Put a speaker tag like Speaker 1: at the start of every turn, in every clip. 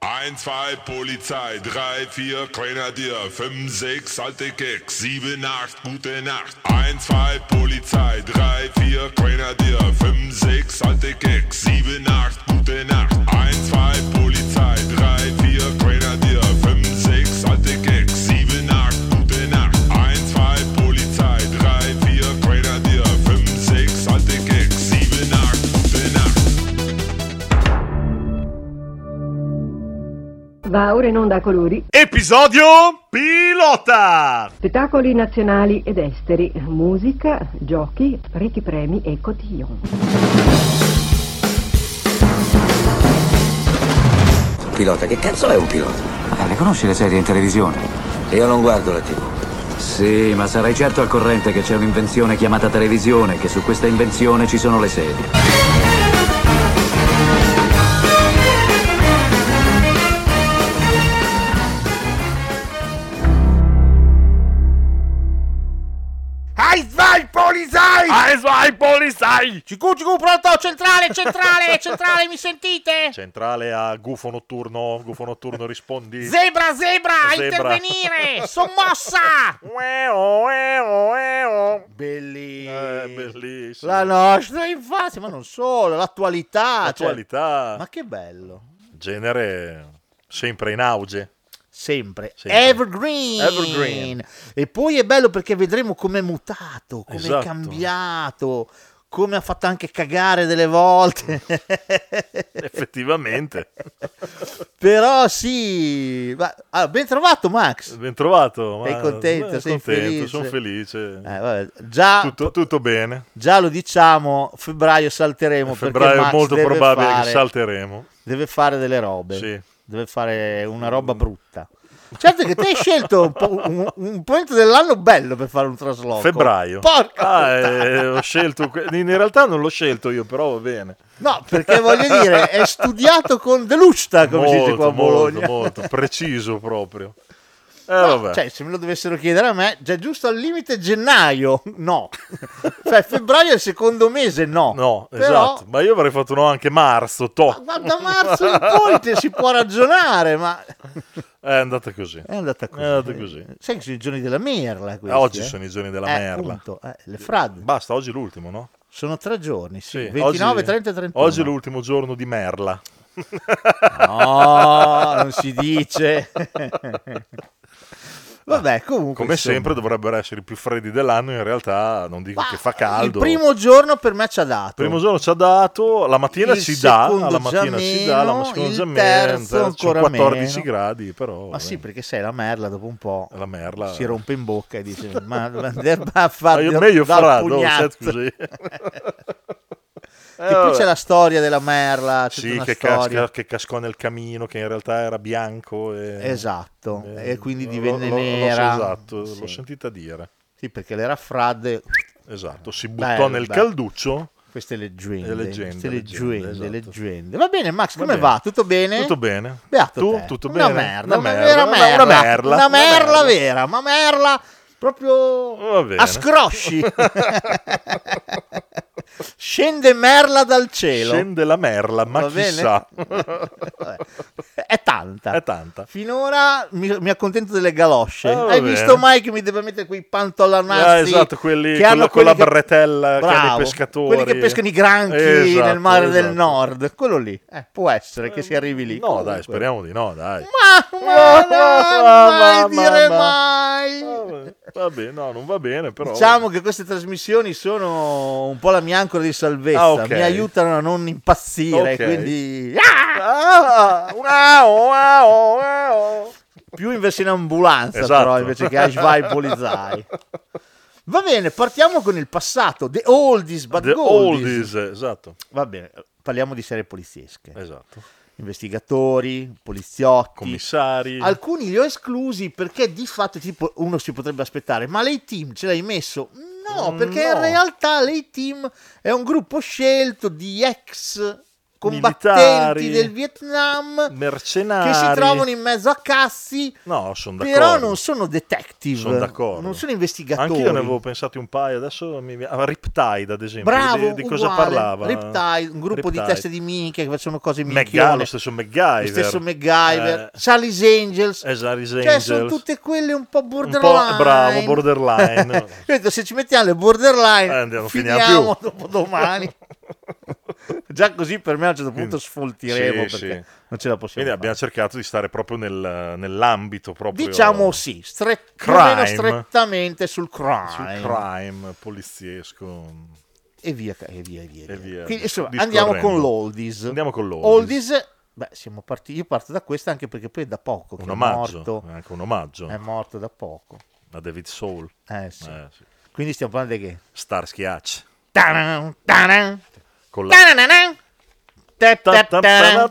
Speaker 1: 1, 2, Polizei, 3, 4, Grenadier, 5, 6, alte Keks, 7, 8, gute Nacht. 1, 2, Polizei, 3, 4, Grenadier, 5, 6, alte Keks, 7, 8, gute Nacht. 1, 2, Polizei, 3, 4, Grenadier, 5, 6, alte Keks, 7, 8, gute Nacht. 1, 2, Polizei, 3, 4, Grenadier, 5, 6, alte Keks, 7, 8, gute Nacht.
Speaker 2: Va ora in onda a colori,
Speaker 3: Episodio pilota!
Speaker 2: spettacoli nazionali ed esteri, musica, giochi, ricchi premi e cotillon.
Speaker 4: Pilota, che cazzo è un pilota?
Speaker 5: Ah, ne conosci le serie in televisione?
Speaker 4: Io non guardo la TV.
Speaker 5: Sì, ma sarai certo al corrente che c'è un'invenzione chiamata televisione, che su questa invenzione ci sono le serie.
Speaker 6: Ai vai Polisai!
Speaker 7: Ah,
Speaker 3: Ai Polizei!
Speaker 6: Cicu cicu pronto, centrale, centrale, centrale, mi sentite?
Speaker 3: Centrale a Gufo Notturno, Gufo Notturno rispondi.
Speaker 6: Zebra, zebra, a
Speaker 3: Zebra.
Speaker 6: intervenire! Sommossa!
Speaker 3: Ueo, ueo, ueo.
Speaker 7: Bellissimo.
Speaker 3: Eh, bellissimo.
Speaker 7: La nostra infanzia, ma non solo, l'attualità. cioè-
Speaker 3: Attualità,
Speaker 7: ma che bello.
Speaker 3: genere sempre in auge.
Speaker 7: Sempre.
Speaker 3: Sempre.
Speaker 7: Evergreen.
Speaker 3: Evergreen.
Speaker 7: E poi è bello perché vedremo come è mutato, come
Speaker 3: Esatto.
Speaker 7: è cambiato, come ha fatto anche cagare delle volte.
Speaker 3: Effettivamente.
Speaker 7: Però sì. Ma, ah, ben trovato Max.
Speaker 3: Ben trovato. ma-
Speaker 7: Sei contento,
Speaker 3: eh,
Speaker 7: sei
Speaker 3: contento,
Speaker 7: felice.
Speaker 3: Sono felice.
Speaker 7: Eh, vabbè, già,
Speaker 3: tutto, tutto bene.
Speaker 7: già lo diciamo, febbraio salteremo.
Speaker 3: A
Speaker 7: perché
Speaker 3: febbraio
Speaker 7: Max
Speaker 3: è molto
Speaker 7: deve
Speaker 3: probabile
Speaker 7: fare-
Speaker 3: che salteremo.
Speaker 7: deve fare delle robe,
Speaker 3: Sì.
Speaker 7: deve fare una roba brutta. Certo che te hai scelto un, po- un, un momento dell'anno bello per fare un trasloco.
Speaker 3: Febbraio.
Speaker 7: Porca
Speaker 3: Ah,
Speaker 7: puttana.
Speaker 3: eh, ho scelto. que- In realtà non l'ho scelto io, però va bene.
Speaker 7: No, perché voglio dire, è studiato con Delusta, come si dice qua a Bologna.
Speaker 3: Molto, molto, preciso proprio. Eh,
Speaker 7: No,
Speaker 3: vabbè.
Speaker 7: cioè, se me lo dovessero chiedere a me, già giusto al limite gennaio, no. cioè, febbraio è il secondo mese, no.
Speaker 3: no,
Speaker 7: Però,
Speaker 3: esatto. Ma io avrei fatto no anche marzo, to.
Speaker 7: Ma da marzo in poi te si può ragionare, Eh, ma
Speaker 3: È andata così.
Speaker 7: è andata così.
Speaker 3: È andata così.
Speaker 7: Sai che sono i giorni della merla questi,
Speaker 3: Oggi
Speaker 7: eh?
Speaker 3: sono i giorni della
Speaker 7: Eh,
Speaker 3: merla.
Speaker 7: appunto, eh, le frad.
Speaker 3: Basta, oggi è l'ultimo, no?
Speaker 7: Sono tre giorni, sì.
Speaker 3: Sì,
Speaker 7: 29,
Speaker 3: oggi-
Speaker 7: 30 e 31.
Speaker 3: Oggi è l'ultimo giorno di merla.
Speaker 7: No, non si dice. Vabbè, comunque.
Speaker 3: Come
Speaker 7: insomma.
Speaker 3: sempre dovrebbero essere i più freddi dell'anno, in realtà non dico
Speaker 7: Ma
Speaker 3: che fa caldo.
Speaker 7: Il primo giorno per me ci ha dato.
Speaker 3: primo giorno ci ha dato, la mattina
Speaker 7: Il
Speaker 3: ci dà,
Speaker 7: secondo
Speaker 3: la mattina
Speaker 7: già
Speaker 3: ci dà, la
Speaker 7: meno,
Speaker 3: mattina
Speaker 7: il
Speaker 3: già
Speaker 7: terzo
Speaker 3: meno, sono
Speaker 7: ancora
Speaker 3: 14
Speaker 7: meno.
Speaker 3: gradi, però...
Speaker 7: Ma sì, perché sai, la merla dopo un po'
Speaker 3: eh. La merla.
Speaker 7: si rompe in bocca e dice: Ma Van der Baffa,
Speaker 3: Ma io meglio
Speaker 7: dal
Speaker 3: farà, no,
Speaker 7: pugnazzo."
Speaker 3: certo, così.
Speaker 7: E poi c'è la storia della merla. c'è
Speaker 3: Eh, Sì,
Speaker 7: una
Speaker 3: che,
Speaker 7: storia.
Speaker 3: casca- che cascò nel camino, che in realtà era bianco. E...
Speaker 7: Esatto,
Speaker 3: Eh,
Speaker 7: e quindi
Speaker 3: lo-
Speaker 7: divenne
Speaker 3: lo- lo so,
Speaker 7: nera.
Speaker 3: esatto,
Speaker 7: Sì.
Speaker 3: l'ho sentita dire.
Speaker 7: Sì, perché le raffradde,
Speaker 3: Esatto, si buttò
Speaker 7: Bello,
Speaker 3: nel
Speaker 7: bello.
Speaker 3: calduccio.
Speaker 7: queste leggende.
Speaker 3: Le leggende,
Speaker 7: queste
Speaker 3: leggende,
Speaker 7: leggende,
Speaker 3: esatto.
Speaker 7: leggende. Va bene, Max, come
Speaker 3: bene.
Speaker 7: va? Tutto bene?
Speaker 3: Tutto bene.
Speaker 7: Beato
Speaker 3: tu,
Speaker 7: te.
Speaker 3: tutto
Speaker 7: una
Speaker 3: bene.
Speaker 7: Merda, una,
Speaker 3: merda,
Speaker 7: vera
Speaker 3: una-
Speaker 7: merla,
Speaker 3: una merla. Una
Speaker 7: una merla
Speaker 3: merla.
Speaker 7: vera, ma merla proprio
Speaker 3: Va bene.
Speaker 7: a scrosci. Scende merla dal cielo.
Speaker 3: Scende la merla, ma
Speaker 7: Va bene?
Speaker 3: chissà. Eh,
Speaker 7: Vabbè. È tanta.
Speaker 3: È tanta.
Speaker 7: Finora mi, mi accontento delle galosce.
Speaker 3: Ah, va
Speaker 7: Hai
Speaker 3: bene.
Speaker 7: visto mai che mi deve mettere quei pantolanazzi?
Speaker 3: Ah, esatto, quelli,
Speaker 7: che
Speaker 3: quella-
Speaker 7: hanno
Speaker 3: con la
Speaker 7: quelli che-
Speaker 3: barretella che hanno
Speaker 7: Bravo,
Speaker 3: i pescatori.
Speaker 7: Quelli che pescano i granchi
Speaker 3: Esatto,
Speaker 7: nel mare del
Speaker 3: esatto.
Speaker 7: nord. Quello lì. Eh, può essere che si arrivi lì.
Speaker 3: No, dai,
Speaker 7: Comunque.
Speaker 3: speriamo di no, dai.
Speaker 7: Ma,
Speaker 3: Ma- ma-
Speaker 7: ma, non mai
Speaker 3: ma-
Speaker 7: dire
Speaker 3: ma-
Speaker 7: mai.
Speaker 3: Ah, Vabbè, Va bene, no, non va bene, però.
Speaker 7: Diciamo che queste trasmissioni sono un po' la mia ancora di salvezza,
Speaker 3: Ah, ok.
Speaker 7: mi aiutano a non impazzire,
Speaker 3: Ok.
Speaker 7: quindi Ah!
Speaker 3: Ah, wow, wow, wow.
Speaker 7: più invece in ambulanza
Speaker 3: Esatto.
Speaker 7: però invece che a Schweibolizai. Va bene, partiamo con il passato, the oldies but
Speaker 3: The
Speaker 7: goldies.
Speaker 3: oldies, esatto,
Speaker 7: Va bene, parliamo di serie poliziesche,
Speaker 3: esatto.
Speaker 7: investigatori, poliziotti,
Speaker 3: Commissari.
Speaker 7: Alcuni li ho esclusi perché di fatto tipo uno si potrebbe aspettare, ma lei team ce l'hai messo? No, perché
Speaker 3: Mm, No.
Speaker 7: in realtà lei team è un gruppo scelto di ex combattenti
Speaker 3: Militari.
Speaker 7: del Vietnam
Speaker 3: Mercenari.
Speaker 7: che si trovano in mezzo a cassi.
Speaker 3: No, sono d'accordo.
Speaker 7: Però non sono detective,
Speaker 3: Sono d'accordo.
Speaker 7: non sono investigatori.
Speaker 3: Anche io ne avevo pensati un paio, adesso mi viene- ah, Riptide, ad esempio.
Speaker 7: Bravo,
Speaker 3: di, di cosa
Speaker 7: uguale.
Speaker 3: parlava?
Speaker 7: Riptide, un gruppo di
Speaker 3: Riptide.
Speaker 7: teste di minchia che facevano cose
Speaker 3: MacGyver,
Speaker 7: minchione.
Speaker 3: lo stesso MacGyver.
Speaker 7: Lo stesso MacGyver,
Speaker 3: Eh,
Speaker 7: Charlie's Angels.
Speaker 3: eh, Charlie's
Speaker 7: Cioè, sono
Speaker 3: Angels.
Speaker 7: tutte quelle un po'
Speaker 3: po'
Speaker 7: borderline.
Speaker 3: bravo, borderline.
Speaker 7: Io ho detto, se ci mettiamo le borderline,
Speaker 3: Eh, non finiamo
Speaker 7: finiamo
Speaker 3: più.
Speaker 7: dopo domani. Già così per me a un certo punto
Speaker 3: Quindi-
Speaker 7: sfoltiremo
Speaker 3: sì,
Speaker 7: perché
Speaker 3: sì.
Speaker 7: non ce la possiamo
Speaker 3: Quindi abbiamo cercato di stare proprio nel- nell'ambito proprio
Speaker 7: fare. Diciamo sì, stre- più o
Speaker 3: Crime.
Speaker 7: meno strettamente sul crime.
Speaker 3: sul crime poliziesco.
Speaker 7: E via, ca- e via, e via.
Speaker 3: E via.
Speaker 7: Quindi, insomma,
Speaker 3: Discorrendo.
Speaker 7: andiamo con l'Oldies.
Speaker 3: Andiamo con l'Oldies.
Speaker 7: Oldies, beh, siamo partiti. Io parto da questa anche perché poi è da poco che
Speaker 3: Un
Speaker 7: è
Speaker 3: omaggio, eh,
Speaker 7: morto.
Speaker 3: è anche un omaggio
Speaker 7: È morto da poco.
Speaker 3: a David Soul.
Speaker 7: Eh, sì.
Speaker 3: Eh, sì.
Speaker 7: Quindi stiamo parlando di che?
Speaker 3: Starsky Hutch.
Speaker 7: Taran, taran,
Speaker 3: Con la...
Speaker 7: taranana, ta- ta- taran.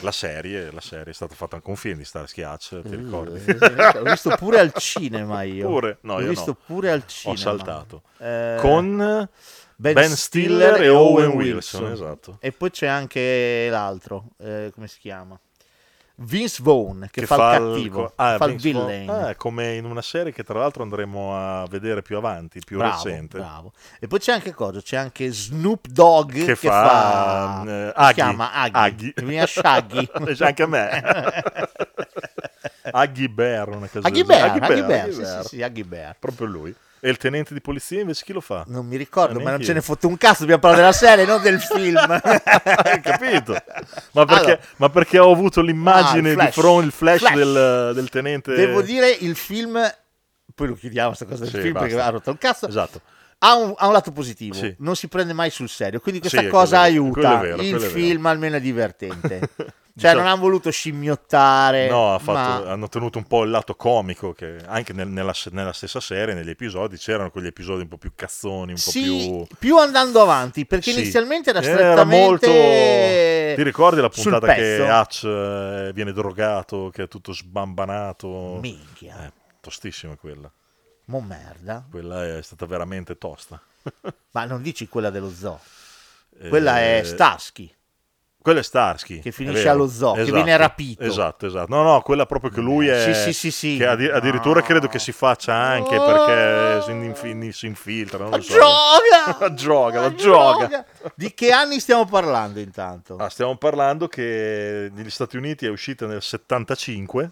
Speaker 3: la serie, la serie è stata fatta anche un film di Starsky Hutch,
Speaker 7: Eh,
Speaker 3: ti ricordi?
Speaker 7: L'ho visto pure al cinema io.
Speaker 3: Pure? No,
Speaker 7: L'ho
Speaker 3: io
Speaker 7: visto
Speaker 3: no.
Speaker 7: pure al cinema.
Speaker 3: Ho saltato.
Speaker 7: Eh,
Speaker 3: Con Ben, Stiller e Owen Wilson, esatto.
Speaker 7: E poi c'è anche l'altro, eh, come si chiama? Vince Vaughn che, fa, il cattivo,
Speaker 3: ah,
Speaker 7: fa il
Speaker 3: Vince Vaughn.
Speaker 7: villain.
Speaker 3: Ah, è come in una serie che tra l'altro andremo a vedere più avanti, più
Speaker 7: bravo,
Speaker 3: recente.
Speaker 7: bravo. E poi c'è anche cosa? C'è anche Snoop Dogg che,
Speaker 3: fa,
Speaker 7: fa,
Speaker 3: eh,
Speaker 7: si
Speaker 3: Aghi.
Speaker 7: chiama Aghi.
Speaker 3: Aghi.
Speaker 7: Mi viene Shaggy.
Speaker 3: E c'è anche a me. Aghi Bear, una cosa
Speaker 7: Aghi
Speaker 3: del genere.
Speaker 7: Bear, Aghi Bear,
Speaker 3: Aghi
Speaker 7: sì,
Speaker 3: Bear.
Speaker 7: sì, sì, Aghi Bear.
Speaker 3: Proprio lui. E il tenente di polizia invece chi lo fa?
Speaker 7: Non mi ricordo, ma non
Speaker 3: Neanch'io.
Speaker 7: ce ne fotte un cazzo, dobbiamo parlare della serie, non del film.
Speaker 3: Hai capito? Ma perché,
Speaker 7: Allora.
Speaker 3: ma perché ho avuto l'immagine
Speaker 7: Ah, il flash.
Speaker 3: di fronte, il flash,
Speaker 7: Flash.
Speaker 3: Del, del tenente...
Speaker 7: Devo dire, il film... Poi lo chiudiamo sta cosa del
Speaker 3: Sì,
Speaker 7: film perché
Speaker 3: basta.
Speaker 7: ha rotto il cazzo.
Speaker 3: Esatto.
Speaker 7: ha un, ha un lato positivo,
Speaker 3: Sì.
Speaker 7: non si prende mai sul serio, quindi
Speaker 3: Sì,
Speaker 7: questa
Speaker 3: è
Speaker 7: cosa
Speaker 3: quello- quello
Speaker 7: aiuta.
Speaker 3: è vero,
Speaker 7: il
Speaker 3: quello è vero.
Speaker 7: film almeno è divertente. cioè,
Speaker 3: Diciamo-
Speaker 7: non hanno voluto scimmiottare,
Speaker 3: No, ha fatto-
Speaker 7: Eh, ma
Speaker 3: hanno tenuto un po' il lato comico, che anche nel- nella, se- nella stessa serie, negli episodi, c'erano quegli episodi un po' più cazzoni, un
Speaker 7: sì,
Speaker 3: po'
Speaker 7: più...
Speaker 3: più...
Speaker 7: andando avanti, perché
Speaker 3: Sì.
Speaker 7: inizialmente era strettamente
Speaker 3: Era molto... Ti ricordi la
Speaker 7: sul
Speaker 3: puntata che
Speaker 7: pezzo?
Speaker 3: Hutch eh, viene drogato, che è tutto sbambanato?
Speaker 7: Minchia.
Speaker 3: Eh, tostissima quella.
Speaker 7: Mo merda.
Speaker 3: Quella è stata veramente tosta.
Speaker 7: Ma non dici quella dello zoo. Quella è
Speaker 3: Eh,
Speaker 7: Staschi.
Speaker 3: Quella è Starsky.
Speaker 7: Che
Speaker 3: è
Speaker 7: finisce
Speaker 3: vero.
Speaker 7: allo zoo, che viene rapito.
Speaker 3: Esatto, esatto. No, no, quella proprio che lui è...
Speaker 7: Sì, sì, sì, sì.
Speaker 3: Che addi- addirittura
Speaker 7: No.
Speaker 3: credo che si faccia anche perché si, inf- si infiltra. Non
Speaker 7: La
Speaker 3: lo so.
Speaker 7: gioga!
Speaker 3: La gioga, la gioga.
Speaker 7: Di che anni stiamo parlando intanto?
Speaker 3: Ah, stiamo parlando che negli Stati Uniti è uscita nel 75,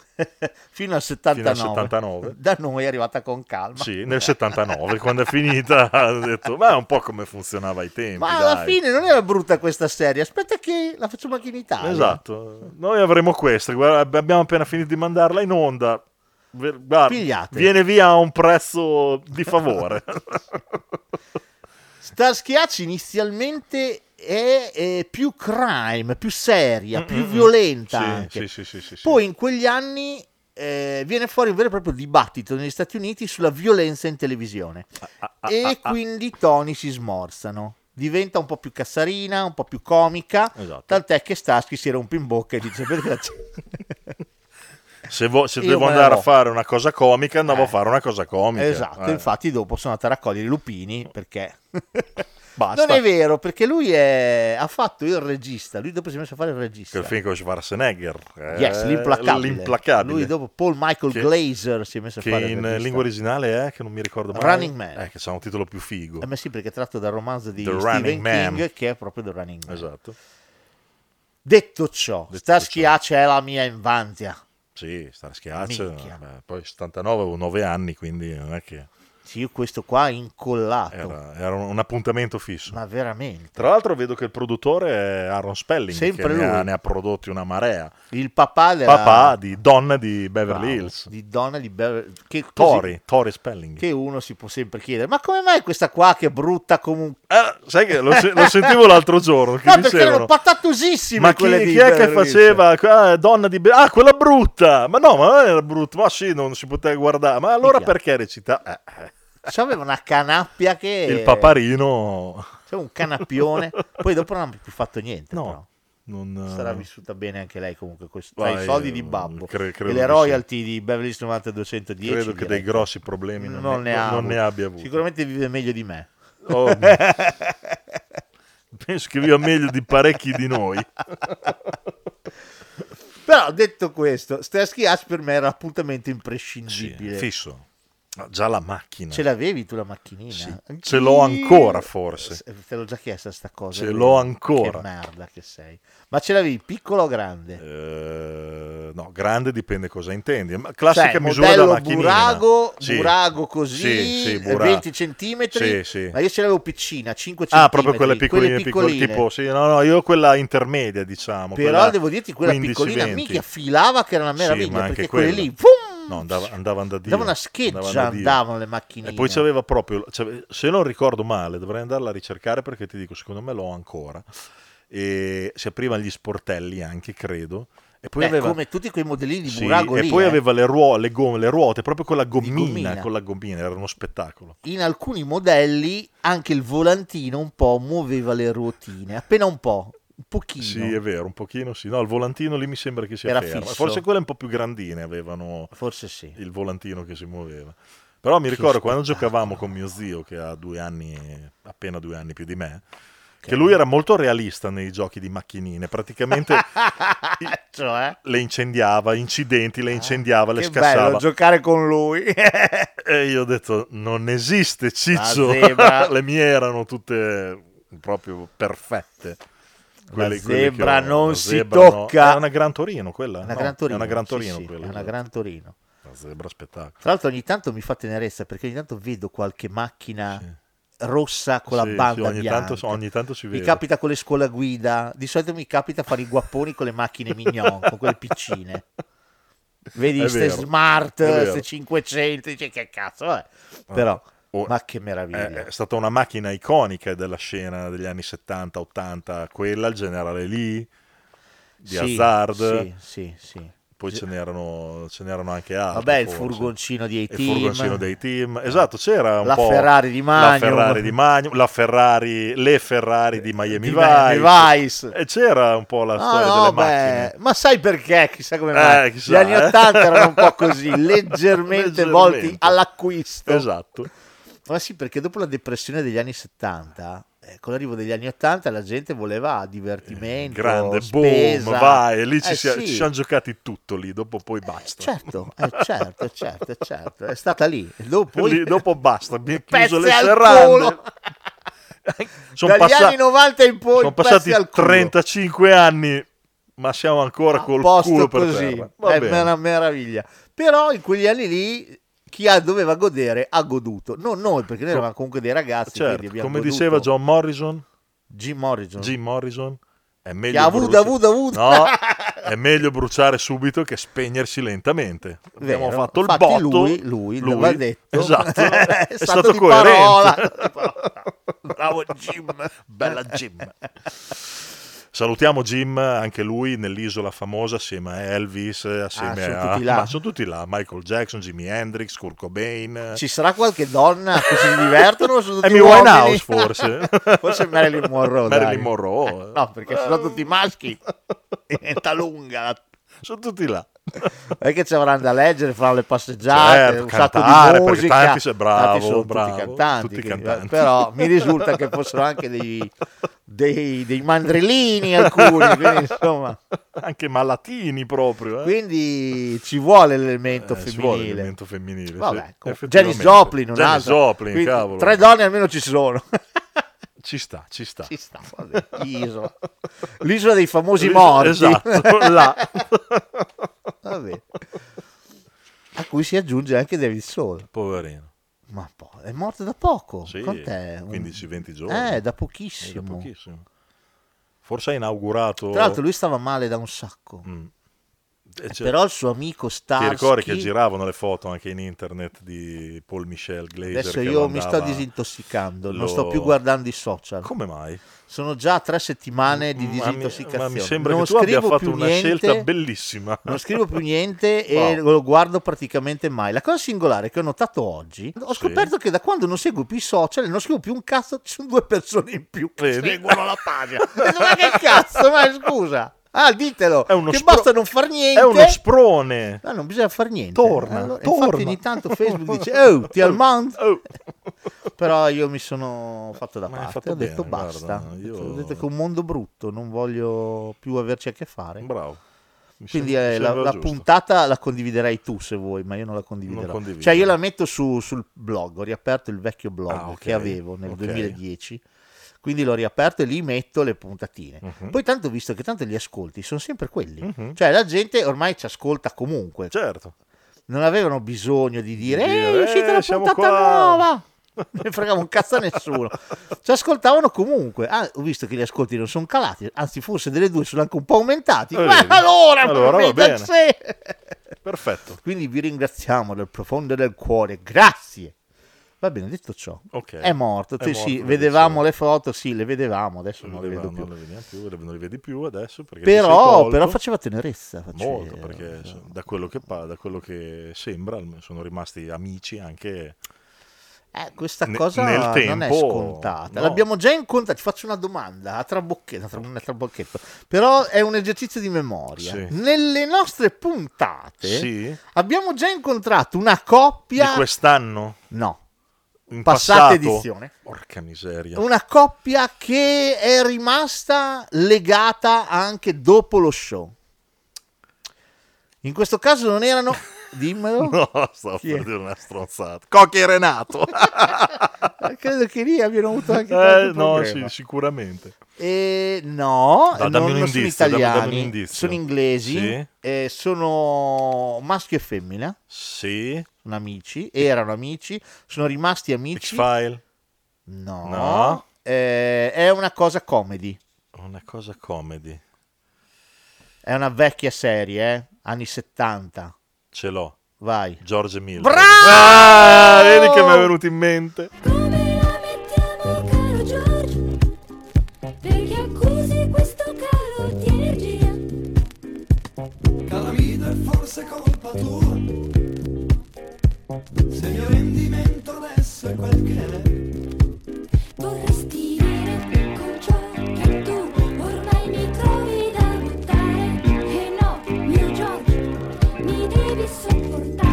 Speaker 7: Fino al 79.
Speaker 3: 79.
Speaker 7: Da noi è arrivata con calma.
Speaker 3: sì, nel 79 quando è finita ha detto ma è un po' come funzionava ai tempi.
Speaker 7: Ma alla
Speaker 3: dai."
Speaker 7: fine non era brutta questa serie. Aspetta che la facciamo anche in Italia.
Speaker 3: Esatto, noi avremo questa. Guarda, abbiamo appena finito di mandarla in onda. Ve- guarda,
Speaker 7: Pigliate.
Speaker 3: viene via a un prezzo di favore.
Speaker 7: Starsky Hutch inizialmente è, eh, più crime, più seria, più violenta.
Speaker 3: Mm, Sì,
Speaker 7: anche.
Speaker 3: sì, sì, sì, sì, sì.
Speaker 7: Poi in quegli anni eh, viene fuori un vero e proprio dibattito negli Stati Uniti sulla violenza in televisione.
Speaker 3: Ah,
Speaker 7: e quindi i toni si smorzano. Diventa un po' più cassarina, un po' più comica.
Speaker 3: Esatto.
Speaker 7: Tant'è che Starsky si rompe in bocca e dice: Perché la gente-
Speaker 3: se, vo- se
Speaker 7: Io
Speaker 3: devo
Speaker 7: me la
Speaker 3: andare a
Speaker 7: vo.
Speaker 3: fare una cosa comica, andavo
Speaker 7: Eh.
Speaker 3: a fare una cosa comica.
Speaker 7: Esatto,
Speaker 3: Eh.
Speaker 7: infatti dopo sono andato a raccogliere i lupini perché...
Speaker 3: Basta.
Speaker 7: Non è vero, perché lui è... ha fatto il regista, lui dopo si è messo a fare il regista.
Speaker 3: Che il film con Schwarzenegger, eh,
Speaker 7: Yes, l'implacabile.
Speaker 3: l'implacabile.
Speaker 7: Lui dopo Paul Michael
Speaker 3: Che-
Speaker 7: Glazer si è messo a
Speaker 3: che
Speaker 7: fare il
Speaker 3: in
Speaker 7: regista.
Speaker 3: lingua originale è che non mi ricordo mai.
Speaker 7: Running Man.
Speaker 3: Eh, che c'ha un titolo più figo.
Speaker 7: Eh, ma sì, perché è tratto dal romanzo di
Speaker 3: The
Speaker 7: Stephen
Speaker 3: Running Man.
Speaker 7: King che è proprio The Running Man.
Speaker 3: Esatto.
Speaker 7: Detto ciò,
Speaker 3: Detto
Speaker 7: Starsky
Speaker 3: ciò.
Speaker 7: Hutch è la mia infanzia.
Speaker 3: Sì, sta a schiaccio.
Speaker 7: Minchia.
Speaker 3: Beh, Poi 79 avevo 9 anni, quindi non è che
Speaker 7: Sì, io questo qua è incollato.
Speaker 3: era, era un appuntamento fisso.
Speaker 7: Ma veramente.
Speaker 3: Tra l'altro vedo che il produttore è Aaron Spelling,
Speaker 7: Sempre
Speaker 3: che ne ha,
Speaker 7: lui.
Speaker 3: ne ha prodotti una marea.
Speaker 7: Il papà della...
Speaker 3: Papà di Donna di Beverly
Speaker 7: Bravo,
Speaker 3: Hills.
Speaker 7: Di donna di Beverly che così-
Speaker 3: Tori, Tori Spelling.
Speaker 7: Che uno si può sempre chiedere, ma come mai questa qua che è brutta comunque?
Speaker 3: Eh, sai che lo, se- lo sentivo l'altro giorno. Che
Speaker 7: No, perché
Speaker 3: dicevano,
Speaker 7: erano patatosissime
Speaker 3: ma chi,
Speaker 7: quelle di
Speaker 3: chi è che
Speaker 7: Beverly Hills?"
Speaker 3: faceva ah, donna di Be- ah quella brutta ma no ma non era brutta ma sì non si poteva guardare ma allora
Speaker 7: Minchia.
Speaker 3: perché recita Eh, eh,
Speaker 7: Cioè, aveva una canappia che...
Speaker 3: il paparino
Speaker 7: Cioè, un canappione. Poi dopo non ha più fatto niente.
Speaker 3: no
Speaker 7: però.
Speaker 3: non, eh,
Speaker 7: Sarà vissuta bene anche lei comunque. con-
Speaker 3: Vai,
Speaker 7: Tra i soldi di
Speaker 3: eh,
Speaker 7: Babbo
Speaker 3: cre- credo
Speaker 7: e le
Speaker 3: di
Speaker 7: royalty di Beverly Hills 9210.
Speaker 3: credo che dei
Speaker 7: direi.
Speaker 3: grossi problemi non, ne, non
Speaker 7: avuto.
Speaker 3: ne abbia avuto
Speaker 7: Sicuramente vive meglio di me.
Speaker 3: Oh, penso che viva meglio di parecchi di noi
Speaker 7: Però detto questo, Starsky Hutch per me era appuntamento
Speaker 3: Sì,
Speaker 7: imprescindibile.
Speaker 3: fisso Ma già la macchina
Speaker 7: Ce l'avevi tu la macchinina?
Speaker 3: Sì, ce l'ho ancora, forse.
Speaker 7: S- Te l'ho già chiesta sta cosa.
Speaker 3: Ce
Speaker 7: è
Speaker 3: l'ho
Speaker 7: vero.
Speaker 3: ancora.
Speaker 7: Che merda che sei. Ma ce l'avevi piccolo o grande?
Speaker 3: Eh, no, grande dipende cosa intendi. Ma classica
Speaker 7: Cioè,
Speaker 3: misura da
Speaker 7: modello
Speaker 3: macchinina.
Speaker 7: Burago,
Speaker 3: Sì.
Speaker 7: Burago così,
Speaker 3: Sì, sì, Bura-
Speaker 7: 20 centimetri.
Speaker 3: Sì, sì.
Speaker 7: Ma io ce l'avevo piccina, 5 centimetri.
Speaker 3: Ah, proprio quelle piccoline, piccole, tipo, sì, no, no, io quella intermedia, diciamo.
Speaker 7: Però
Speaker 3: quella
Speaker 7: devo dirti quella
Speaker 3: 15,
Speaker 7: piccolina
Speaker 3: 20.
Speaker 7: mica filava che era una
Speaker 3: Sì,
Speaker 7: meraviglia,
Speaker 3: ma anche
Speaker 7: perché quelle
Speaker 3: quella.
Speaker 7: lì, fum,
Speaker 3: No, andava, andavano da Dio.
Speaker 7: dava una scheggia
Speaker 3: andavano da Dio.
Speaker 7: andavano le macchinine.
Speaker 3: E poi c'aveva proprio, c'ave- se non ricordo male, dovrei andarla a ricercare perché ti dico, secondo me l'ho ancora. E si aprivano gli sportelli anche, credo. E poi
Speaker 7: Beh,
Speaker 3: aveva...
Speaker 7: come tutti quei modellini di
Speaker 3: Sì,
Speaker 7: Burago
Speaker 3: e
Speaker 7: lì,
Speaker 3: poi
Speaker 7: eh.
Speaker 3: aveva le ruote, le, gomme, le ruote, proprio con la gommina,
Speaker 7: gommina.
Speaker 3: con la gommina, era uno spettacolo.
Speaker 7: in alcuni modelli anche il volantino un po' muoveva le ruotine, appena un po', un pochino.
Speaker 3: Sì, è vero, un pochino sì. No, il volantino lì mi sembra che sia
Speaker 7: Era
Speaker 3: fermo.
Speaker 7: fisso.
Speaker 3: Forse quelle un po' più grandine avevano
Speaker 7: Forse sì.
Speaker 3: il volantino che si muoveva. Però mi
Speaker 7: Che
Speaker 3: ricordo quando
Speaker 7: spettacolo.
Speaker 3: giocavamo con mio zio, che ha due anni, appena due anni più di me, che lui era molto realista nei giochi di macchinine. Praticamente
Speaker 7: cioè,
Speaker 3: le incendiava, incidenti, le incendiava, le
Speaker 7: Ah, che
Speaker 3: scassava.
Speaker 7: bello giocare con lui.
Speaker 3: E io ho detto, non esiste Ciccio.
Speaker 7: La zebra.
Speaker 3: le mie erano tutte proprio perfette.
Speaker 7: La
Speaker 3: quelle che
Speaker 7: zebra
Speaker 3: ho-
Speaker 7: non
Speaker 3: la
Speaker 7: si
Speaker 3: zebra no.
Speaker 7: tocca.
Speaker 3: È una Gran Torino quella?
Speaker 7: Una
Speaker 3: no?
Speaker 7: Gran Torino.
Speaker 3: È una Gran
Speaker 7: sì,
Speaker 3: Torino
Speaker 7: sì,
Speaker 3: quella.
Speaker 7: è una Gran Torino.
Speaker 3: La zebra spettacolo.
Speaker 7: Tra l'altro ogni tanto mi fa tenerezza perché ogni tanto vedo qualche macchina rossa con
Speaker 3: Sì,
Speaker 7: la
Speaker 3: sì,
Speaker 7: banda
Speaker 3: ogni
Speaker 7: bianca.
Speaker 3: tanto- ogni tanto si
Speaker 7: Mi
Speaker 3: vede.
Speaker 7: capita con le scuola guida, di solito mi capita a fare i guapponi con le macchine mignon, con quelle piccine. Vedi
Speaker 3: È
Speaker 7: queste
Speaker 3: vero,
Speaker 7: smart,
Speaker 3: è vero.
Speaker 7: queste 500, dici che cazzo, vabbè. Però,
Speaker 3: Oh,
Speaker 7: ma che
Speaker 3: È,
Speaker 7: meraviglia.
Speaker 3: è stata una macchina iconica della scena degli anni 70-80, quella, il generale lì, di
Speaker 7: Sì,
Speaker 3: Hazard,
Speaker 7: Sì, sì, sì.
Speaker 3: poi ce n'erano, ce n'erano anche altre.
Speaker 7: Vabbè, il
Speaker 3: forse.
Speaker 7: furgoncino di
Speaker 3: Il
Speaker 7: A-Team.
Speaker 3: furgoncino dei team, esatto, c'era un
Speaker 7: La
Speaker 3: po'
Speaker 7: Ferrari di
Speaker 3: la
Speaker 7: Magnum. Eh,
Speaker 3: Ferrari di Magnum, la Ferrari, le Ferrari di Miami
Speaker 7: Di
Speaker 3: Vice,
Speaker 7: Miami Vice.
Speaker 3: e c'era un po' la
Speaker 7: No,
Speaker 3: storia
Speaker 7: Ah, no,
Speaker 3: delle
Speaker 7: beh,
Speaker 3: macchine.
Speaker 7: ma sai perché? Chissà come
Speaker 3: Eh,
Speaker 7: mai.
Speaker 3: chissà,
Speaker 7: Gli anni
Speaker 3: eh.
Speaker 7: 80 erano un po' così, leggermente
Speaker 3: Leggermente.
Speaker 7: volti all'acquisto.
Speaker 3: Esatto.
Speaker 7: Ma sì, perché dopo la depressione degli anni 70, eh, con l'arrivo degli anni 80 la gente voleva divertimento,
Speaker 3: Grande,
Speaker 7: spesa.
Speaker 3: boom, vai, lì ci,
Speaker 7: Eh,
Speaker 3: sia-
Speaker 7: sì.
Speaker 3: ci siamo giocati tutto lì, dopo poi basta.
Speaker 7: Certo, eh, certo, certo, certo, è stata lì. E Dopo, poi-
Speaker 3: Lì, dopo basta, mi è
Speaker 7: Pezzi
Speaker 3: chiuso le
Speaker 7: al
Speaker 3: serrande.
Speaker 7: culo.
Speaker 3: Sono
Speaker 7: Dagli
Speaker 3: passa-
Speaker 7: anni 90 in poi
Speaker 3: sono
Speaker 7: pezzi
Speaker 3: passati
Speaker 7: al culo.
Speaker 3: 35 anni, ma siamo ancora
Speaker 7: A
Speaker 3: col
Speaker 7: posto
Speaker 3: culo per
Speaker 7: così, Eh,
Speaker 3: terra. Va
Speaker 7: è
Speaker 3: bene.
Speaker 7: una meraviglia. Però in quegli anni lì chi ha- doveva godere ha goduto, non noi perché noi
Speaker 3: Co-
Speaker 7: eravamo comunque dei ragazzi.
Speaker 3: Certo,
Speaker 7: quindi
Speaker 3: come
Speaker 7: abbiamo goduto.
Speaker 3: diceva John Morrison,
Speaker 7: Jim Morrison.
Speaker 3: Jim Morrison, è meglio,
Speaker 7: Che ha avuto,
Speaker 3: bruciare...
Speaker 7: avuto, avuto.
Speaker 3: No, è meglio bruciare subito che spegnersi lentamente. Abbiamo
Speaker 7: Vero.
Speaker 3: fatto il
Speaker 7: Infatti
Speaker 3: botto.
Speaker 7: lui- lui l'aveva detto.
Speaker 3: Esatto,
Speaker 7: È
Speaker 3: è,
Speaker 7: stato
Speaker 3: stato
Speaker 7: di
Speaker 3: coerente.
Speaker 7: Bravo Jim.
Speaker 3: Bella Jim. Salutiamo Jim, anche lui nell'isola famosa assieme a Elvis, assieme
Speaker 7: Ah, sono
Speaker 3: a...
Speaker 7: tutti là.
Speaker 3: ma sono tutti là, Michael Jackson, Jimi Hendrix, Kurt Cobain.
Speaker 7: Ci sarà qualche donna che si divertono? o Sono tutti
Speaker 3: Amy
Speaker 7: uomini?
Speaker 3: Winehouse forse.
Speaker 7: forse Marilyn Monroe. dai.
Speaker 3: Marilyn Monroe.
Speaker 7: Eh, no, perché sono tutti maschi. Diventa lunga. la-
Speaker 3: Sono tutti là.
Speaker 7: Non è che ci avranno da leggere, faranno le passeggiate,
Speaker 3: Certo,
Speaker 7: un
Speaker 3: cantare,
Speaker 7: sacco di
Speaker 3: perché
Speaker 7: musica.
Speaker 3: tanti se- bravo,
Speaker 7: Tanti sono
Speaker 3: bravo,
Speaker 7: tutti cantanti.
Speaker 3: tutti
Speaker 7: quindi- eh,
Speaker 3: cantanti.
Speaker 7: Però mi risulta che fossero anche dei, dei, dei mandrillini alcuni. Quindi, insomma...
Speaker 3: Anche malatini proprio. Eh.
Speaker 7: quindi ci vuole l'elemento
Speaker 3: Eh, ci vuole
Speaker 7: femminile.
Speaker 3: l'elemento femminile,
Speaker 7: Vabbè,
Speaker 3: sì,
Speaker 7: comunque. Janis
Speaker 3: effettivamente.
Speaker 7: Joplin, un
Speaker 3: Janis
Speaker 7: altro.
Speaker 3: Joplin,
Speaker 7: Quindi
Speaker 3: cavolo.
Speaker 7: Tre donne almeno ci sono.
Speaker 3: Ci sta, ci sta.
Speaker 7: ci sta, vabbè, isola. L'isola dei famosi
Speaker 3: Lì-
Speaker 7: morti.
Speaker 3: Esatto, là.
Speaker 7: vabbè. A cui si aggiunge anche David Soul.
Speaker 3: Poverino.
Speaker 7: Ma po- è morto da poco.
Speaker 3: Sì,
Speaker 7: Quant'è? Un-
Speaker 3: 15-20 giorni.
Speaker 7: Eh, da
Speaker 3: Eh, da
Speaker 7: pochissimo.
Speaker 3: pochissimo. Forse ha inaugurato...
Speaker 7: Tra l'altro lui stava male da un sacco.
Speaker 3: Eh, cioè,
Speaker 7: Però il suo amico
Speaker 3: Mm, ti ricordi che
Speaker 7: Starsky...
Speaker 3: giravano le foto anche in internet di Paul Michel Glazer?
Speaker 7: Adesso
Speaker 3: che
Speaker 7: io
Speaker 3: lo
Speaker 7: mi sto
Speaker 3: andava-
Speaker 7: disintossicando,
Speaker 3: lo-
Speaker 7: non sto più guardando i social.
Speaker 3: Come mai?
Speaker 7: Sono già tre settimane di
Speaker 3: Ma mi-
Speaker 7: disintossicazione.
Speaker 3: Ma mi, sembra
Speaker 7: non
Speaker 3: che tu abbia
Speaker 7: scrivo
Speaker 3: fatto
Speaker 7: più
Speaker 3: una
Speaker 7: niente,
Speaker 3: scelta bellissima.
Speaker 7: Non scrivo più niente e
Speaker 3: Wow.
Speaker 7: lo guardo praticamente mai. La cosa singolare che ho notato oggi, ho
Speaker 3: Sì.
Speaker 7: scoperto che da quando non seguo più i social, non scrivo più un cazzo, ci sono due persone in più che
Speaker 3: Vedi?
Speaker 7: seguono la pagina. Dico, Ma che cazzo, ma scusa. Ah, ditelo.
Speaker 3: È uno
Speaker 7: che
Speaker 3: spro-
Speaker 7: basta non far niente.
Speaker 3: È uno sprone.
Speaker 7: No, Ah, non bisogna far niente. Eh,
Speaker 3: Torna,
Speaker 7: Allora,
Speaker 3: torna.
Speaker 7: Infatti ogni tanto Facebook dice, oh, ti al mondo.
Speaker 3: Oh.
Speaker 7: Però io mi sono fatto da
Speaker 3: Ma hai
Speaker 7: parte,
Speaker 3: fatto
Speaker 7: ho detto
Speaker 3: bene,
Speaker 7: basta.
Speaker 3: guarda,
Speaker 7: Ho
Speaker 3: io-
Speaker 7: detto- Ho detto che è un mondo brutto, non voglio più averci a che fare.
Speaker 3: Eh, Bravo. Mi
Speaker 7: Quindi
Speaker 3: sem-
Speaker 7: eh,
Speaker 3: mi
Speaker 7: la,
Speaker 3: sembra
Speaker 7: la
Speaker 3: giusto.
Speaker 7: puntata la condividerai tu se vuoi, ma io non la condividerò.
Speaker 3: Non condivido.
Speaker 7: Cioè io la metto su- sul blog, ho riaperto il vecchio blog
Speaker 3: Ah, ok.
Speaker 7: che avevo nel
Speaker 3: Ok.
Speaker 7: 2010, quindi l'ho riaperto e lì metto le puntatine.
Speaker 3: Mhm.
Speaker 7: Poi tanto ho visto che tanto gli ascolti sono sempre quelli.
Speaker 3: Mhm.
Speaker 7: Cioè la gente ormai ci ascolta comunque,
Speaker 3: Certo.
Speaker 7: non avevano bisogno di dire,
Speaker 3: Dire,
Speaker 7: ehi, è uscita
Speaker 3: "Eh,
Speaker 7: la
Speaker 3: siamo
Speaker 7: puntata
Speaker 3: qua."
Speaker 7: nuova. Ne fregava un cazzo a nessuno. Ci ascoltavano comunque. Ah, ho visto che gli ascolti non sono calati, anzi, forse delle due sono anche un po' aumentati.
Speaker 3: Eh,
Speaker 7: Ma
Speaker 3: vedi.
Speaker 7: allora,
Speaker 3: Allora, va
Speaker 7: profeta,
Speaker 3: bene.
Speaker 7: sì.
Speaker 3: Perfetto.
Speaker 7: Quindi vi ringraziamo dal profondo del cuore. Grazie. Va bene, detto ciò,
Speaker 3: Ok.
Speaker 7: è morto.
Speaker 3: È
Speaker 7: Sì,
Speaker 3: morto,
Speaker 7: sì,
Speaker 3: lo
Speaker 7: vedevamo
Speaker 3: dicevo.
Speaker 7: le foto, sì, le vedevamo, adesso non
Speaker 3: Non
Speaker 7: le
Speaker 3: le
Speaker 7: vedo
Speaker 3: vediamo-
Speaker 7: più.
Speaker 3: non le vediamo più, le- non le vedi più adesso. Perché ti sei
Speaker 7: Però,
Speaker 3: tolto.
Speaker 7: però faceva tenerezza. faceva-
Speaker 3: Molto, perché so- da quello, che, pa- da quello che sembra almeno sono rimasti amici anche...
Speaker 7: Eh, questa
Speaker 3: Ne-
Speaker 7: cosa
Speaker 3: nel
Speaker 7: non è
Speaker 3: tempo, no.
Speaker 7: scontata. L'abbiamo già incontrata. Ti faccio una domanda a trabocchetto, tra- non è trabocchetto, però è un esercizio di memoria.
Speaker 3: Sì.
Speaker 7: Nelle nostre puntate
Speaker 3: Sì?
Speaker 7: abbiamo già incontrato una
Speaker 3: Di
Speaker 7: coppia.
Speaker 3: quest'anno?
Speaker 7: No,
Speaker 3: In
Speaker 7: Passata
Speaker 3: passato?
Speaker 7: edizione.
Speaker 3: Porca miseria.
Speaker 7: una coppia che è rimasta legata anche dopo lo show. In questo caso non erano. Dimmelo.
Speaker 3: No, stavo
Speaker 7: Chi è?
Speaker 3: per dire una stronzata. Cocchi e Renato.
Speaker 7: Credo che lì abbiano avuto anche.
Speaker 3: Eh,
Speaker 7: qualche
Speaker 3: no,
Speaker 7: problema.
Speaker 3: sì, sicuramente.
Speaker 7: Eh, no,
Speaker 3: No, dammi
Speaker 7: non
Speaker 3: un
Speaker 7: non sono
Speaker 3: indizio, dammi- dammi un
Speaker 7: italiani,
Speaker 3: indizio.
Speaker 7: sono inglesi,
Speaker 3: Sì.
Speaker 7: eh, sono maschio e femmina,
Speaker 3: Sì.
Speaker 7: sono amici, erano amici, sono rimasti amici.
Speaker 3: X-File.
Speaker 7: No,
Speaker 3: No.
Speaker 7: eh, è una cosa comedy,
Speaker 3: Una cosa comedy.
Speaker 7: è una vecchia serie, eh, anni 70,
Speaker 3: Ce l'ho.
Speaker 7: vai.
Speaker 3: George Miller.
Speaker 7: Bravo!
Speaker 3: Ah, vedi che mi è venuto in mente.
Speaker 8: Come la mettiamo caro Giorgio? Perché accusi questo calo di energia?
Speaker 9: Calamita è forse colpa tua Se il mio rendimento adesso è quel che è
Speaker 8: Vorresti dire con ciò che tu ormai mi trovi da buttare E no, mio Giorgio, mi devi sopportare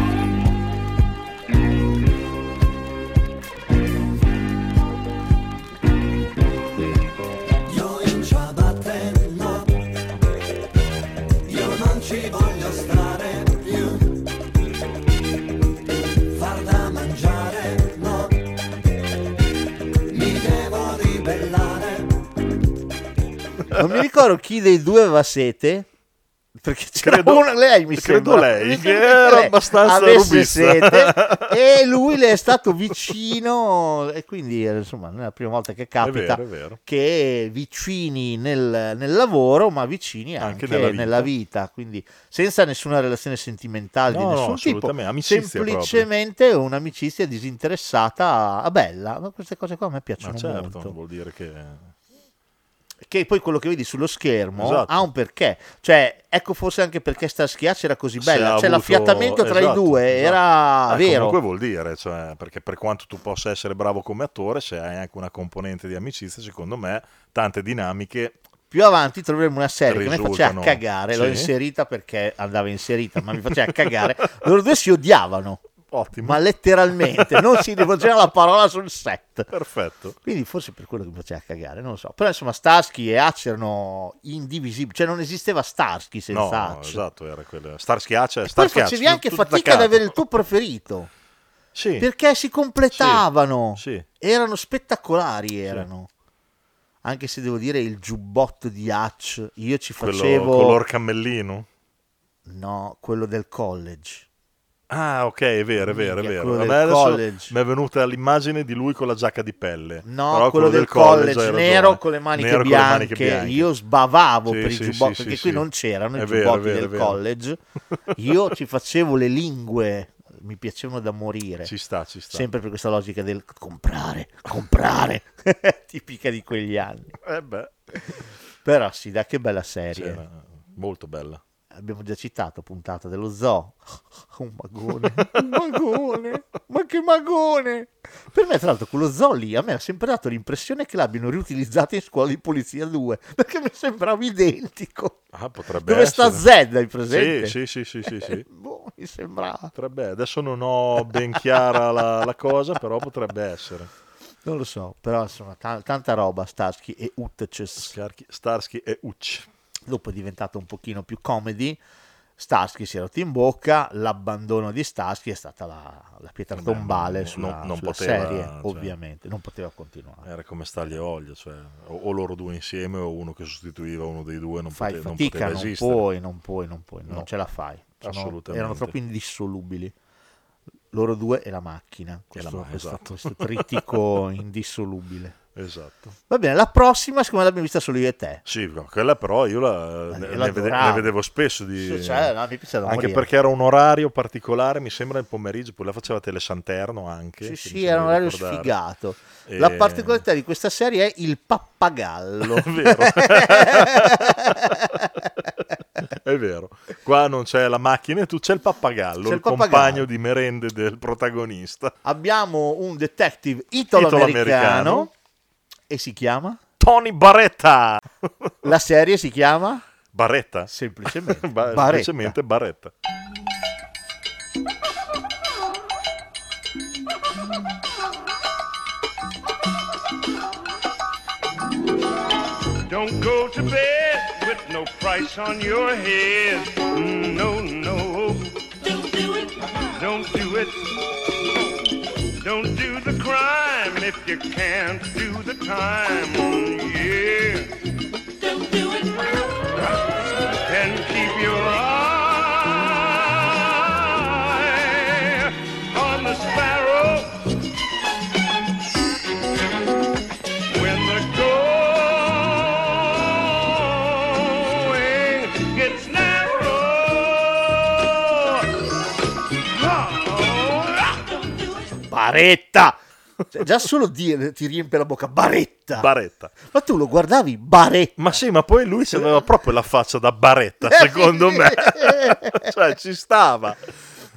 Speaker 9: Io in ciabatte no Io non ci voglio stare più Far da mangiare no Mi devo ribellare
Speaker 7: Non mi ricordo chi dei due aveva sete. Perché c'era
Speaker 3: Credo-
Speaker 7: una, lei mi
Speaker 3: credo
Speaker 7: sembra.
Speaker 3: lei,
Speaker 7: Mi
Speaker 3: che
Speaker 7: sembra
Speaker 3: era
Speaker 7: lei
Speaker 3: abbastanza
Speaker 7: avesse
Speaker 3: rubista.
Speaker 7: sete e lui le è stato vicino e quindi eh, insomma non è la prima volta che capita
Speaker 3: vero, è vero.
Speaker 7: che vicini nel, nel lavoro ma vicini
Speaker 3: Anche
Speaker 7: anche,
Speaker 3: nella vita.
Speaker 7: nella vita quindi senza nessuna relazione sentimentale di
Speaker 3: No, no,
Speaker 7: nessun tipo
Speaker 3: assolutamente, amicizia proprio.
Speaker 7: semplicemente un'amicizia disinteressata a bella ma queste cose qua a me piacciono
Speaker 3: Ma certo,
Speaker 7: molto
Speaker 3: vuol dire che...
Speaker 7: che poi quello che vedi sullo schermo
Speaker 3: Esatto.
Speaker 7: ha un perché. Cioè, ecco forse anche perché sta schiaccia era così
Speaker 3: se
Speaker 7: bella.
Speaker 3: ha avuto-
Speaker 7: Cioè, l'affiatamento tra
Speaker 3: esatto,
Speaker 7: i due
Speaker 3: esatto.
Speaker 7: era
Speaker 3: Eh,
Speaker 7: vero.
Speaker 3: Comunque vuol dire, cioè, perché per quanto tu possa essere bravo come attore, se hai anche una componente di amicizia, secondo me, tante dinamiche...
Speaker 7: Più avanti troveremo una serie che mi faceva
Speaker 3: Risultano.
Speaker 7: cagare. L'ho
Speaker 3: Sì.
Speaker 7: inserita perché andava inserita, ma mi faceva cagare. Loro due si odiavano,
Speaker 3: Ottimo.
Speaker 7: ma letteralmente non si rivolgeva la parola sul set.
Speaker 3: Perfetto.
Speaker 7: Quindi forse per quello che mi faceva cagare, non lo so. Però insomma, Starsky e Hatch erano indivisibili. Cioè, non esisteva Starsky senza
Speaker 3: No,
Speaker 7: Hatch.
Speaker 3: esatto, era quella... Star schiaccia,
Speaker 7: Poi
Speaker 3: star schiaccia.
Speaker 7: facevi anche
Speaker 3: tutto
Speaker 7: fatica ad
Speaker 3: attaccato.
Speaker 7: avere il tuo preferito.
Speaker 3: Sì.
Speaker 7: perché si completavano
Speaker 3: Sì, sì.
Speaker 7: erano spettacolari erano anche se devo dire il giubbotto di Hatch io ci
Speaker 3: Quello
Speaker 7: facevo
Speaker 3: color cammellino.
Speaker 7: No, quello del college.
Speaker 3: Ah, ok, è vero, è vero, è
Speaker 7: Minchia,
Speaker 3: vero.
Speaker 7: quello
Speaker 3: A me
Speaker 7: del
Speaker 3: adesso
Speaker 7: college.
Speaker 3: mi è venuta l'immagine di lui con la giacca di pelle.
Speaker 7: No,
Speaker 3: Però
Speaker 7: quello, del college,
Speaker 3: college, hai ragione.
Speaker 7: nero con le maniche
Speaker 3: Nero con le
Speaker 7: bianche.
Speaker 3: maniche bianche.
Speaker 7: Io sbavavo
Speaker 3: Sì,
Speaker 7: per
Speaker 3: sì,
Speaker 7: i giubbotti
Speaker 3: sì,
Speaker 7: perché
Speaker 3: sì,
Speaker 7: qui
Speaker 3: sì.
Speaker 7: non c'erano
Speaker 3: È
Speaker 7: i
Speaker 3: vero,
Speaker 7: giubbotti
Speaker 3: è vero, è
Speaker 7: del
Speaker 3: vero.
Speaker 7: college. Io ci facevo le lingue, mi piacevano da morire.
Speaker 3: Ci sta, ci sta.
Speaker 7: Sempre per questa logica del comprare, comprare, tipica di quegli anni.
Speaker 3: Eh beh,
Speaker 7: Però sì, dai, che bella serie.
Speaker 3: c'era. molto bella.
Speaker 7: Abbiamo già citato puntata dello zoo. Un magone, un magone, ma che magone! Per me, tra l'altro, quello zoo lì a me ha sempre dato l'impressione che l'abbiano riutilizzato in scuola di polizia 2, perché mi sembrava identico.
Speaker 3: Ah, potrebbe
Speaker 7: Dove sta Z,
Speaker 3: essere.
Speaker 7: hai presente?
Speaker 3: Sì, sì, sì, sì, sì, sì.
Speaker 7: Boh, mi sembrava,
Speaker 3: Potrebbe, adesso non ho ben chiara la, la cosa, però potrebbe essere.
Speaker 7: non lo so, però insomma, ta- tanta roba Starsky e Utches.
Speaker 3: Scarchi- Starsky e Ucci.
Speaker 7: dopo è diventato un pochino più comedy. Starsky si è rotto in bocca, l'abbandono di Starsky è stata la, la pietra
Speaker 3: Beh,
Speaker 7: tombale
Speaker 3: non-
Speaker 7: sulla,
Speaker 3: non- non
Speaker 7: sulla
Speaker 3: poteva,
Speaker 7: serie,
Speaker 3: cioè. Eh,
Speaker 7: ovviamente, non poteva continuare.
Speaker 3: Era come stargli olio, cioè, o, o loro due insieme o uno che sostituiva uno dei due, non,
Speaker 7: Fai
Speaker 3: pote- non
Speaker 7: fatica,
Speaker 3: poteva
Speaker 7: non,
Speaker 3: esistere.
Speaker 7: puoi, non puoi, non puoi, non
Speaker 3: No,
Speaker 7: ce la fai. Sono-
Speaker 3: assolutamente.
Speaker 7: Erano troppo indissolubili. Loro due e la macchina, questo,
Speaker 3: ma-
Speaker 7: questo-
Speaker 3: esatto.
Speaker 7: questo trittico indissolubile.
Speaker 3: Esatto.
Speaker 7: Va bene, la prossima, siccome l'abbiamo vista solo io e te.
Speaker 3: Sì, no, quella però io la-
Speaker 7: Ma
Speaker 3: ne,
Speaker 7: io
Speaker 3: ne
Speaker 7: l'adoravo.
Speaker 3: vede- ne vedevo spesso di...
Speaker 7: Sì, cioè, no, mi piaceva da
Speaker 3: anche
Speaker 7: morire.
Speaker 3: perché era un orario particolare, mi sembra il pomeriggio, poi la faceva Telesanterno anche.
Speaker 7: Sì,
Speaker 3: se mi sembra
Speaker 7: sì, era un
Speaker 3: di
Speaker 7: orario
Speaker 3: ricordare. Eh.
Speaker 7: sfigato.
Speaker 3: E-
Speaker 7: La particolarità di questa serie è il pappagallo.
Speaker 3: È vero. È vero. Qua non c'è la macchina e tu c'è il pappagallo,
Speaker 7: C'è il
Speaker 3: il, compagno
Speaker 7: pappagallo.
Speaker 3: di merende del protagonista.
Speaker 7: Abbiamo un detective italo-americano
Speaker 3: Italo-americano.
Speaker 7: e si chiama?
Speaker 3: Tony Baretta.
Speaker 7: La serie si chiama?
Speaker 3: Baretta?
Speaker 7: Semplicemente
Speaker 3: Ba-
Speaker 7: Baretta.
Speaker 3: semplicemente Baretta.
Speaker 1: Don't go to bed with no price on your head. Mm, No, no. Don't do it. Don't do it. Don't do the crime if you can't do the time. Yeah. Don't do it. And keep your eye on the sparrow. When the going gets narrow.
Speaker 7: Baretta. Cioè, già solo dire ti riempie la bocca Baretta.
Speaker 3: Baretta.
Speaker 7: Ma tu lo guardavi Baretta.
Speaker 3: Ma sì, ma poi lui aveva proprio la faccia da Baretta,
Speaker 7: Eh,
Speaker 3: secondo me. cioè, ci stava.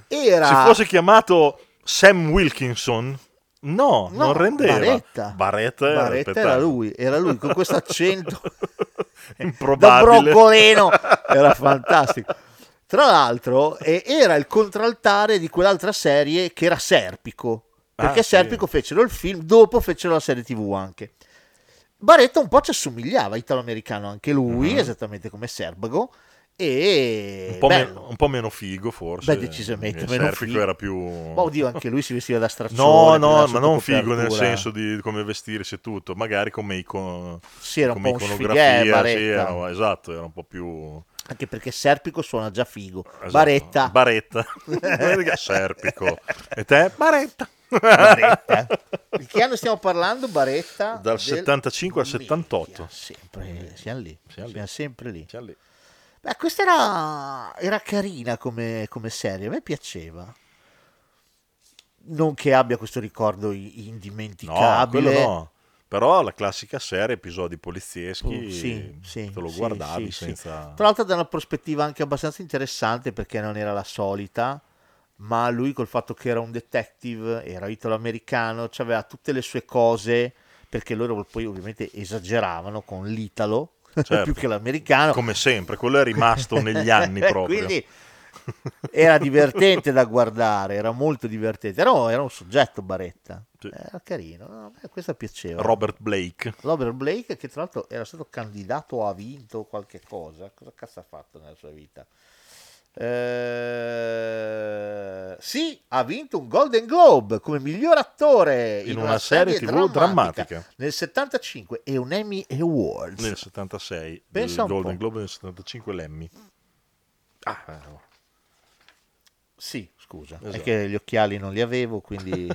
Speaker 7: Era
Speaker 3: Se fosse chiamato Sam Wilkinson, no,
Speaker 7: No,
Speaker 3: non rendeva.
Speaker 7: Baretta.
Speaker 3: Baretta era,
Speaker 7: Baretta
Speaker 3: il
Speaker 7: era
Speaker 3: petardo.
Speaker 7: lui, era lui con questo accento da
Speaker 3: Improbabile.
Speaker 7: broccoleno, era fantastico. Tra l'altro, eh, era il contraltare di quell'altra serie che era Serpico, perché
Speaker 3: Ah, sì.
Speaker 7: Serpico fecero il film, dopo fecero la serie TV anche. Baretta un po' ci assomigliava, italo-americano anche lui, esattamente come Serbago, e
Speaker 3: Mm-hmm. Un po,
Speaker 7: bello.
Speaker 3: meno, un po' meno figo, forse.
Speaker 7: Beh, decisamente
Speaker 3: Eh,
Speaker 7: meno
Speaker 3: Serpico
Speaker 7: figo.
Speaker 3: era più.
Speaker 7: Ma oddio, anche lui si vestiva da straccione.
Speaker 3: No,
Speaker 7: per
Speaker 3: no,
Speaker 7: andare
Speaker 3: ma
Speaker 7: sotto
Speaker 3: non figo nel
Speaker 7: copertura.
Speaker 3: senso di come vestirsi e tutto, magari come, icon-
Speaker 7: Sì, era un
Speaker 3: come
Speaker 7: po' un
Speaker 3: iconografia,
Speaker 7: sfighè,
Speaker 3: sì,
Speaker 7: Baretta.
Speaker 3: era- esatto, era un po' più...
Speaker 7: Anche perché Serpico suona già figo.
Speaker 3: esatto.
Speaker 7: Baretta.
Speaker 3: Baretta. Serpico. E te? Baretta.
Speaker 7: Baretta. Di che anno stiamo parlando? Baretta.
Speaker 3: Dal 75 al
Speaker 7: Minchia,
Speaker 3: 78.
Speaker 7: sempre, eh, siamo lì. Siamo,
Speaker 3: Siamo lì.
Speaker 7: sempre lì.
Speaker 3: Cioè, lì.
Speaker 7: Beh, questa era, era carina come, come serie, a me piaceva. Non che abbia questo ricordo i-
Speaker 3: No, quello
Speaker 7: indimenticabile.
Speaker 3: no. Però la classica serie, episodi polizieschi,
Speaker 7: Mm, Uh, Sì, sì,
Speaker 3: te lo
Speaker 7: sì,
Speaker 3: guardavi
Speaker 7: sì, sì.
Speaker 3: senza...
Speaker 7: Tra l'altro da una prospettiva anche abbastanza interessante perché non era la solita, ma lui col fatto che era un detective, era italo-americano, aveva tutte le sue cose, perché loro poi ovviamente esageravano con l'italo
Speaker 3: Certo.
Speaker 7: più che l'americano.
Speaker 3: Come sempre, quello è rimasto negli anni proprio.
Speaker 7: Quindi era divertente da guardare, era molto divertente. Era, era un soggetto Baretta,
Speaker 3: Sì.
Speaker 7: era carino, no, a me questa piaceva.
Speaker 3: Robert Blake.
Speaker 7: Robert Blake, che tra l'altro era stato candidato o ha vinto qualche cosa, cosa cazzo ha fatto nella sua vita? Eh, sì, ha vinto un Golden Globe come miglior attore in,
Speaker 3: In una serie TV drammatica.
Speaker 7: nel 75 e un Emmy Awards.
Speaker 3: nel 76
Speaker 7: Pensa
Speaker 3: il
Speaker 7: un
Speaker 3: Golden
Speaker 7: po'.
Speaker 3: Globe nel 75 l'Emmy Eh, oh.
Speaker 7: Sì, scusa, è
Speaker 3: Esatto.
Speaker 7: che gli occhiali non li avevo, quindi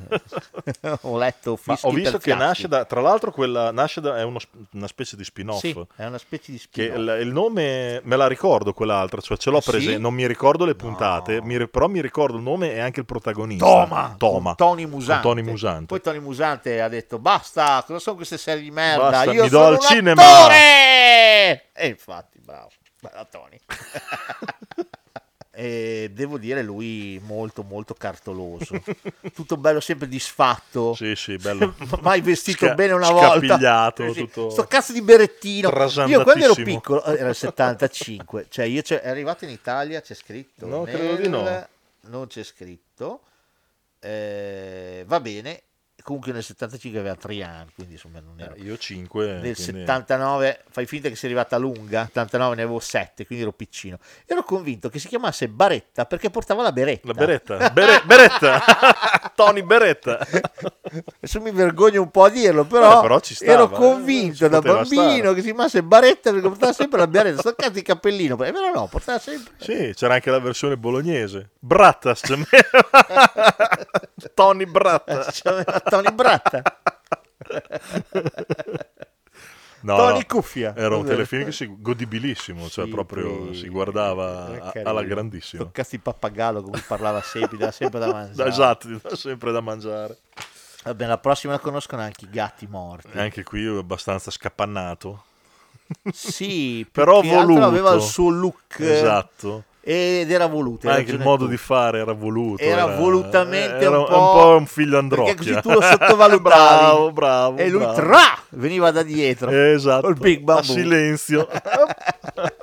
Speaker 7: ho letto
Speaker 3: Ma
Speaker 7: fischi
Speaker 3: ho visto che
Speaker 7: terziati.
Speaker 3: nasce da, tra l'altro quella nasce da, è uno sp- una specie di spin-off.
Speaker 7: Sì, è una specie di
Speaker 3: Che
Speaker 7: spin-off. Eh,
Speaker 3: il, il nome me la ricordo quell'altra, cioè ce l'ho
Speaker 7: Sì?
Speaker 3: prese, non mi ricordo le puntate, mi ri- però mi ricordo il nome e anche il protagonista.
Speaker 7: Toma,
Speaker 3: Toma.
Speaker 7: con Tony
Speaker 3: Con
Speaker 7: Musante.
Speaker 3: Tony Musante.
Speaker 7: Poi Tony Musante ha detto basta, cosa sono queste serie di merda?
Speaker 3: Basta,
Speaker 7: Io
Speaker 3: mi do
Speaker 7: sono
Speaker 3: al
Speaker 7: un
Speaker 3: cinema."
Speaker 7: attore! E infatti, bravo, bravo Tony. E devo dire lui molto molto cartoloso tutto bello sempre disfatto
Speaker 3: Sì, sì, bello.
Speaker 7: mai vestito
Speaker 3: Sca-
Speaker 7: bene una volta
Speaker 3: scapigliato,
Speaker 7: Sì, sì.
Speaker 3: tutto-
Speaker 7: sto cazzo di berettino io quando ero
Speaker 3: Trasantatissimo.
Speaker 7: piccolo era il 75 cioè io c'è- è arrivato in Italia c'è scritto
Speaker 3: No, credo di no.
Speaker 7: non c'è scritto Eh, va bene comunque nel 75 aveva 3 anni quindi insomma non era
Speaker 3: Eh, Io 5
Speaker 7: nel 79 fai finta che sia arrivata lunga 79 ne avevo 7 quindi ero piccino ero convinto che si chiamasse Baretta perché portava la beretta
Speaker 3: La Beretta, Bere- Beretta, Tony Beretta.
Speaker 7: adesso mi vergogno un po' a dirlo però,
Speaker 3: Eh, però ci stava,
Speaker 7: ero
Speaker 3: eh,
Speaker 7: convinto
Speaker 3: ci
Speaker 7: da
Speaker 3: poteva
Speaker 7: bambino
Speaker 3: stare.
Speaker 7: che si chiamasse Baretta perché portava sempre la beretta sto cazzo di cappellino è vero o no portava sempre
Speaker 3: Sì, c'era anche la versione bolognese. Brattas. Tony Brattas.
Speaker 7: Eh, C'aveva Tony Bratta
Speaker 3: No,
Speaker 7: Tony
Speaker 3: no.
Speaker 7: Cuffia Eh.
Speaker 3: Era un telefilm che si godibilissimo, cioè
Speaker 7: Sì,
Speaker 3: proprio
Speaker 7: sì.
Speaker 3: si guardava
Speaker 7: Era
Speaker 3: a-
Speaker 7: carino.
Speaker 3: alla grandissima.
Speaker 7: Sto cazzo di pappagallo con cui parlava sempre, dava sempre da mangiare.
Speaker 3: Esatto, ti dà sempre da mangiare.
Speaker 7: Vabbè, la prossima la conoscono anche i gatti morti.
Speaker 3: Anche qui è abbastanza scappannato,
Speaker 7: Sì, più
Speaker 3: però
Speaker 7: che altro
Speaker 3: voluto.
Speaker 7: aveva il suo look eh,
Speaker 3: Esatto.
Speaker 7: ed era voluto.
Speaker 3: Ma
Speaker 7: hai
Speaker 3: anche il
Speaker 7: ragione
Speaker 3: modo
Speaker 7: tu.
Speaker 3: di fare era voluto.
Speaker 7: era, volutamente
Speaker 3: era
Speaker 7: un, po',
Speaker 3: un figlio androcchia.
Speaker 7: Perché così tu lo sottovalutavi.
Speaker 3: bravo, bravo.
Speaker 7: e lui
Speaker 3: bravo.
Speaker 7: tra veniva da dietro.
Speaker 3: Esatto.
Speaker 7: Col Big
Speaker 3: a
Speaker 7: Bamboo.
Speaker 3: silenzio. Vabbè,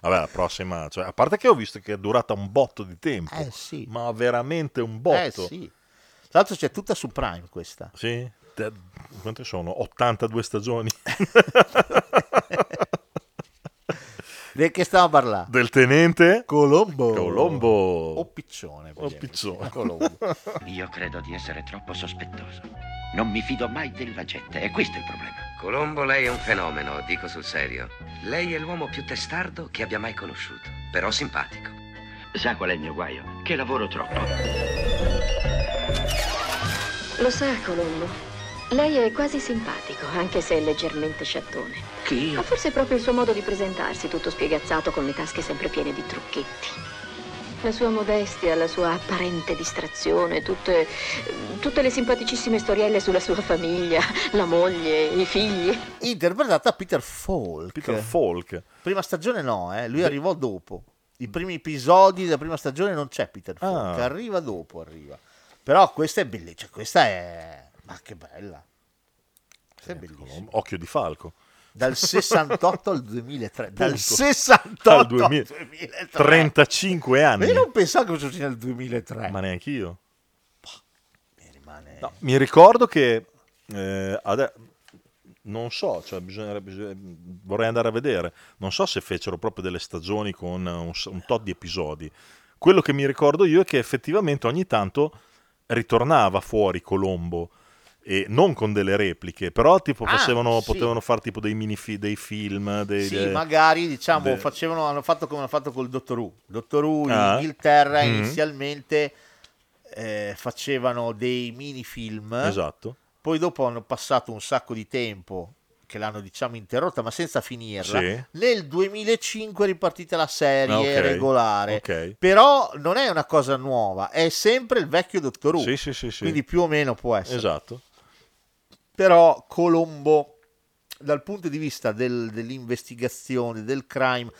Speaker 3: la prossima, cioè, a parte che ho visto che è durata un botto di tempo.
Speaker 7: Eh, sì.
Speaker 3: Ma veramente un botto.
Speaker 7: Eh sì. Tra l'altro c'è tutta su Prime questa.
Speaker 3: Sì? Te- Quante sono? 82 stagioni
Speaker 7: Del che stavo parlando?
Speaker 3: del tenente
Speaker 7: Colombo.
Speaker 3: Colombo.
Speaker 7: O Piccione.
Speaker 3: O
Speaker 7: vogliamo
Speaker 3: Piccione.
Speaker 7: dire. Colombo.
Speaker 10: Io credo di essere troppo sospettoso. Non mi fido mai della gente, e questo è il problema.
Speaker 4: Colombo, lei è un fenomeno, dico sul serio. Lei è l'uomo più testardo che abbia mai conosciuto, però simpatico.
Speaker 10: Sa qual è il mio guaio? Che lavoro troppo.
Speaker 8: Lo sa, Colombo. Lei è quasi simpatico, anche se è leggermente sciattone.
Speaker 10: Che
Speaker 8: Ma
Speaker 10: io?
Speaker 8: forse è proprio il suo modo di presentarsi, tutto spiegazzato, con le tasche sempre piene di trucchetti. La sua modestia, la sua apparente distrazione, tutte, tutte le simpaticissime storielle sulla sua famiglia, la moglie, i figli.
Speaker 7: Interpretata da Peter Falk.
Speaker 3: Peter Falk.
Speaker 7: Prima stagione no, eh, lui arrivò dopo. I primi episodi della prima stagione non c'è Peter Falk,
Speaker 3: Ah.
Speaker 7: arriva dopo, arriva. Però questa è bellissima, cioè, questa è... Ma che bella. Questa
Speaker 3: Ecco.
Speaker 7: è bellissima.
Speaker 3: Occhio di falco.
Speaker 7: Dal 68 al 2003. Dal
Speaker 3: Punto.
Speaker 7: 68
Speaker 3: Al
Speaker 7: al
Speaker 3: 2000.
Speaker 7: 2003.
Speaker 3: 35 anni.
Speaker 7: Ma Io non pensavo che fosse nel 2003.
Speaker 3: Ma neanche io.
Speaker 7: Mi rimane...
Speaker 3: No, mi ricordo che eh, ade- non so, cioè bisognerebbe- bisognerebbe- vorrei andare a vedere. Non so se fecero proprio delle stagioni con un, s- un tot di episodi. Quello che mi ricordo io è che effettivamente ogni tanto ritornava fuori Colombo e non con delle repliche, però tipo
Speaker 7: Ah,
Speaker 3: facevano-
Speaker 7: sì.
Speaker 3: potevano fare tipo dei mini fi- dei film, dei,
Speaker 7: Sì,
Speaker 3: dei-
Speaker 7: magari diciamo
Speaker 3: de-
Speaker 7: facevano, hanno fatto come hanno fatto col Dottor Who. Dottor Who in
Speaker 3: Ah.
Speaker 7: Inghilterra
Speaker 3: Mhm.
Speaker 7: inizialmente eh, facevano dei minifilm,
Speaker 3: Esatto.
Speaker 7: poi dopo hanno passato un sacco di tempo che l'hanno diciamo interrotta ma senza finirla.
Speaker 3: Sì.
Speaker 7: Nel 2005 è ripartita la serie
Speaker 3: Ah, ok.
Speaker 7: regolare,
Speaker 3: Ok.
Speaker 7: però non è una cosa nuova, è sempre il vecchio Dottor Who,
Speaker 3: Sì, sì, sì, sì.
Speaker 7: quindi più o meno può essere
Speaker 3: Esatto.
Speaker 7: però Colombo dal punto di vista del- dell'investigazione del crime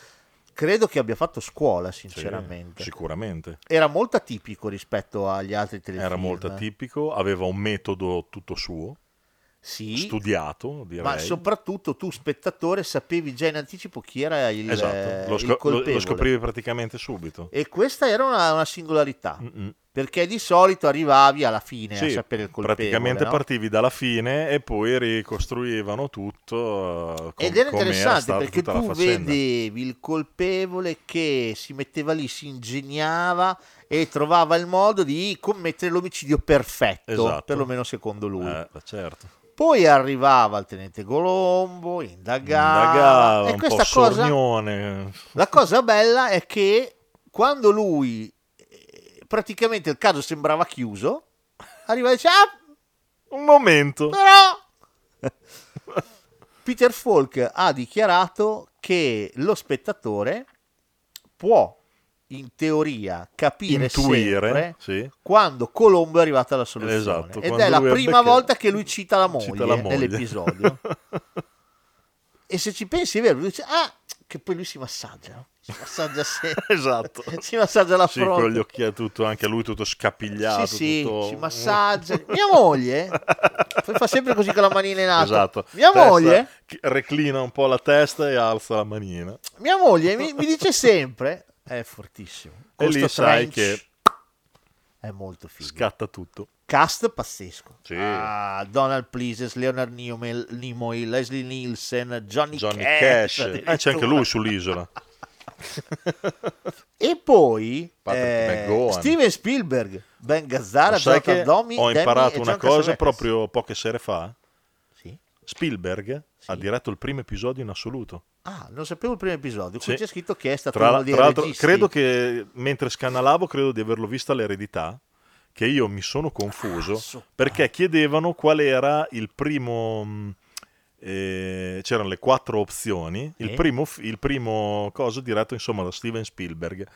Speaker 7: credo che abbia fatto scuola
Speaker 3: Sì,
Speaker 7: sinceramente
Speaker 3: sicuramente.
Speaker 7: era molto atipico rispetto agli altri telefilm
Speaker 3: Era molto atipico, aveva un metodo tutto suo.
Speaker 7: sì,
Speaker 3: studiato, direi.
Speaker 7: ma soprattutto tu spettatore sapevi già in anticipo chi era il,
Speaker 3: esatto,
Speaker 7: il
Speaker 3: lo, scop- lo- lo
Speaker 7: colpevole.
Speaker 3: scoprivi praticamente subito.
Speaker 7: e questa era una, una singolarità
Speaker 3: Mm-mm.
Speaker 7: Perché di solito arrivavi alla fine Eh, a
Speaker 3: Mm. Sì,
Speaker 7: sapere il colpevole.
Speaker 3: praticamente
Speaker 7: no?
Speaker 3: partivi dalla fine e poi ricostruivano tutto. eh, co-
Speaker 7: Ed era
Speaker 3: com'era
Speaker 7: interessante
Speaker 3: stata
Speaker 7: perché
Speaker 3: tutta la
Speaker 7: tu
Speaker 3: faccenda.
Speaker 7: vedevi il colpevole che si metteva lì, si ingegnava e trovava il modo di commettere l'omicidio perfetto,
Speaker 3: Esatto.
Speaker 7: perlomeno secondo lui.
Speaker 3: Eh, certo.
Speaker 7: Poi arrivava il tenente Colombo, indagava,
Speaker 3: Indagava,
Speaker 7: e
Speaker 3: un
Speaker 7: questa
Speaker 3: po'
Speaker 7: cosa
Speaker 3: sornione.
Speaker 7: la cosa bella è che quando lui eh, praticamente il caso sembrava chiuso, arriva e dice: Ah,
Speaker 3: un momento.
Speaker 7: Però Peter Falk ha dichiarato che lo spettatore può in teoria capire
Speaker 3: Intuire,
Speaker 7: sempre
Speaker 3: sì.
Speaker 7: quando Colombo è arrivato alla soluzione
Speaker 3: Esatto,
Speaker 7: ed
Speaker 3: quando
Speaker 7: è la
Speaker 3: lui è
Speaker 7: prima
Speaker 3: beccato-
Speaker 7: volta che lui cita la moglie,
Speaker 3: Cita la moglie.
Speaker 7: nell'episodio e se ci pensi è vero lui dice ah che poi lui si massaggia no? si massaggia sempre
Speaker 3: esatto
Speaker 7: si massaggia la
Speaker 3: Sì,
Speaker 7: fronte
Speaker 3: con gli occhi tutto, anche lui tutto scapigliato.
Speaker 7: sì, sì,
Speaker 3: tutto-
Speaker 7: si massaggia. Mia moglie Poi fa sempre così con la manina in alto.
Speaker 3: Esatto.
Speaker 7: Mia
Speaker 3: Testa-
Speaker 7: moglie,
Speaker 3: chi- Reclina un po' la testa e alza la manina.
Speaker 7: mia moglie mi, mi dice sempre: È fortissimo.
Speaker 3: E lì
Speaker 7: Questo
Speaker 3: sai
Speaker 7: trench
Speaker 3: che
Speaker 7: è molto figo.
Speaker 3: scatta tutto.
Speaker 7: Cast pazzesco.
Speaker 3: Sì.
Speaker 7: Ah, Donald Pleases, Leonard Nimoy, Nimoy, Leslie Nielsen, Johnny,
Speaker 3: Johnny
Speaker 7: Cash.
Speaker 3: Cash. Eh, c'è anche
Speaker 7: addirittura.
Speaker 3: lui sull'isola.
Speaker 7: E poi
Speaker 3: Patrick
Speaker 7: eh,
Speaker 3: McGowan.
Speaker 7: Steven Spielberg, Ben Gazzara,
Speaker 3: Lo sai
Speaker 7: Jonathan
Speaker 3: che
Speaker 7: Domi,
Speaker 3: ho
Speaker 7: Demi e
Speaker 3: imparato
Speaker 7: John
Speaker 3: una cosa
Speaker 7: Cassavetes.
Speaker 3: proprio poche sere fa.
Speaker 7: Sì.
Speaker 3: Spielberg ha diretto il primo episodio in assoluto.
Speaker 7: Ah, non sapevo il primo episodio. Qui
Speaker 3: Sì.
Speaker 7: c'è scritto che è stato
Speaker 3: Tra,
Speaker 7: uno
Speaker 3: tra
Speaker 7: dei
Speaker 3: l'altro,
Speaker 7: registi.
Speaker 3: credo che mentre scanalavo, credo di averlo vista all'eredità, che io mi sono confuso perché chiedevano qual era il primo. mh, eh, c'erano le quattro opzioni. Il,
Speaker 7: Sì.
Speaker 3: primo, f- il primo coso diretto insomma da Steven Spielberg.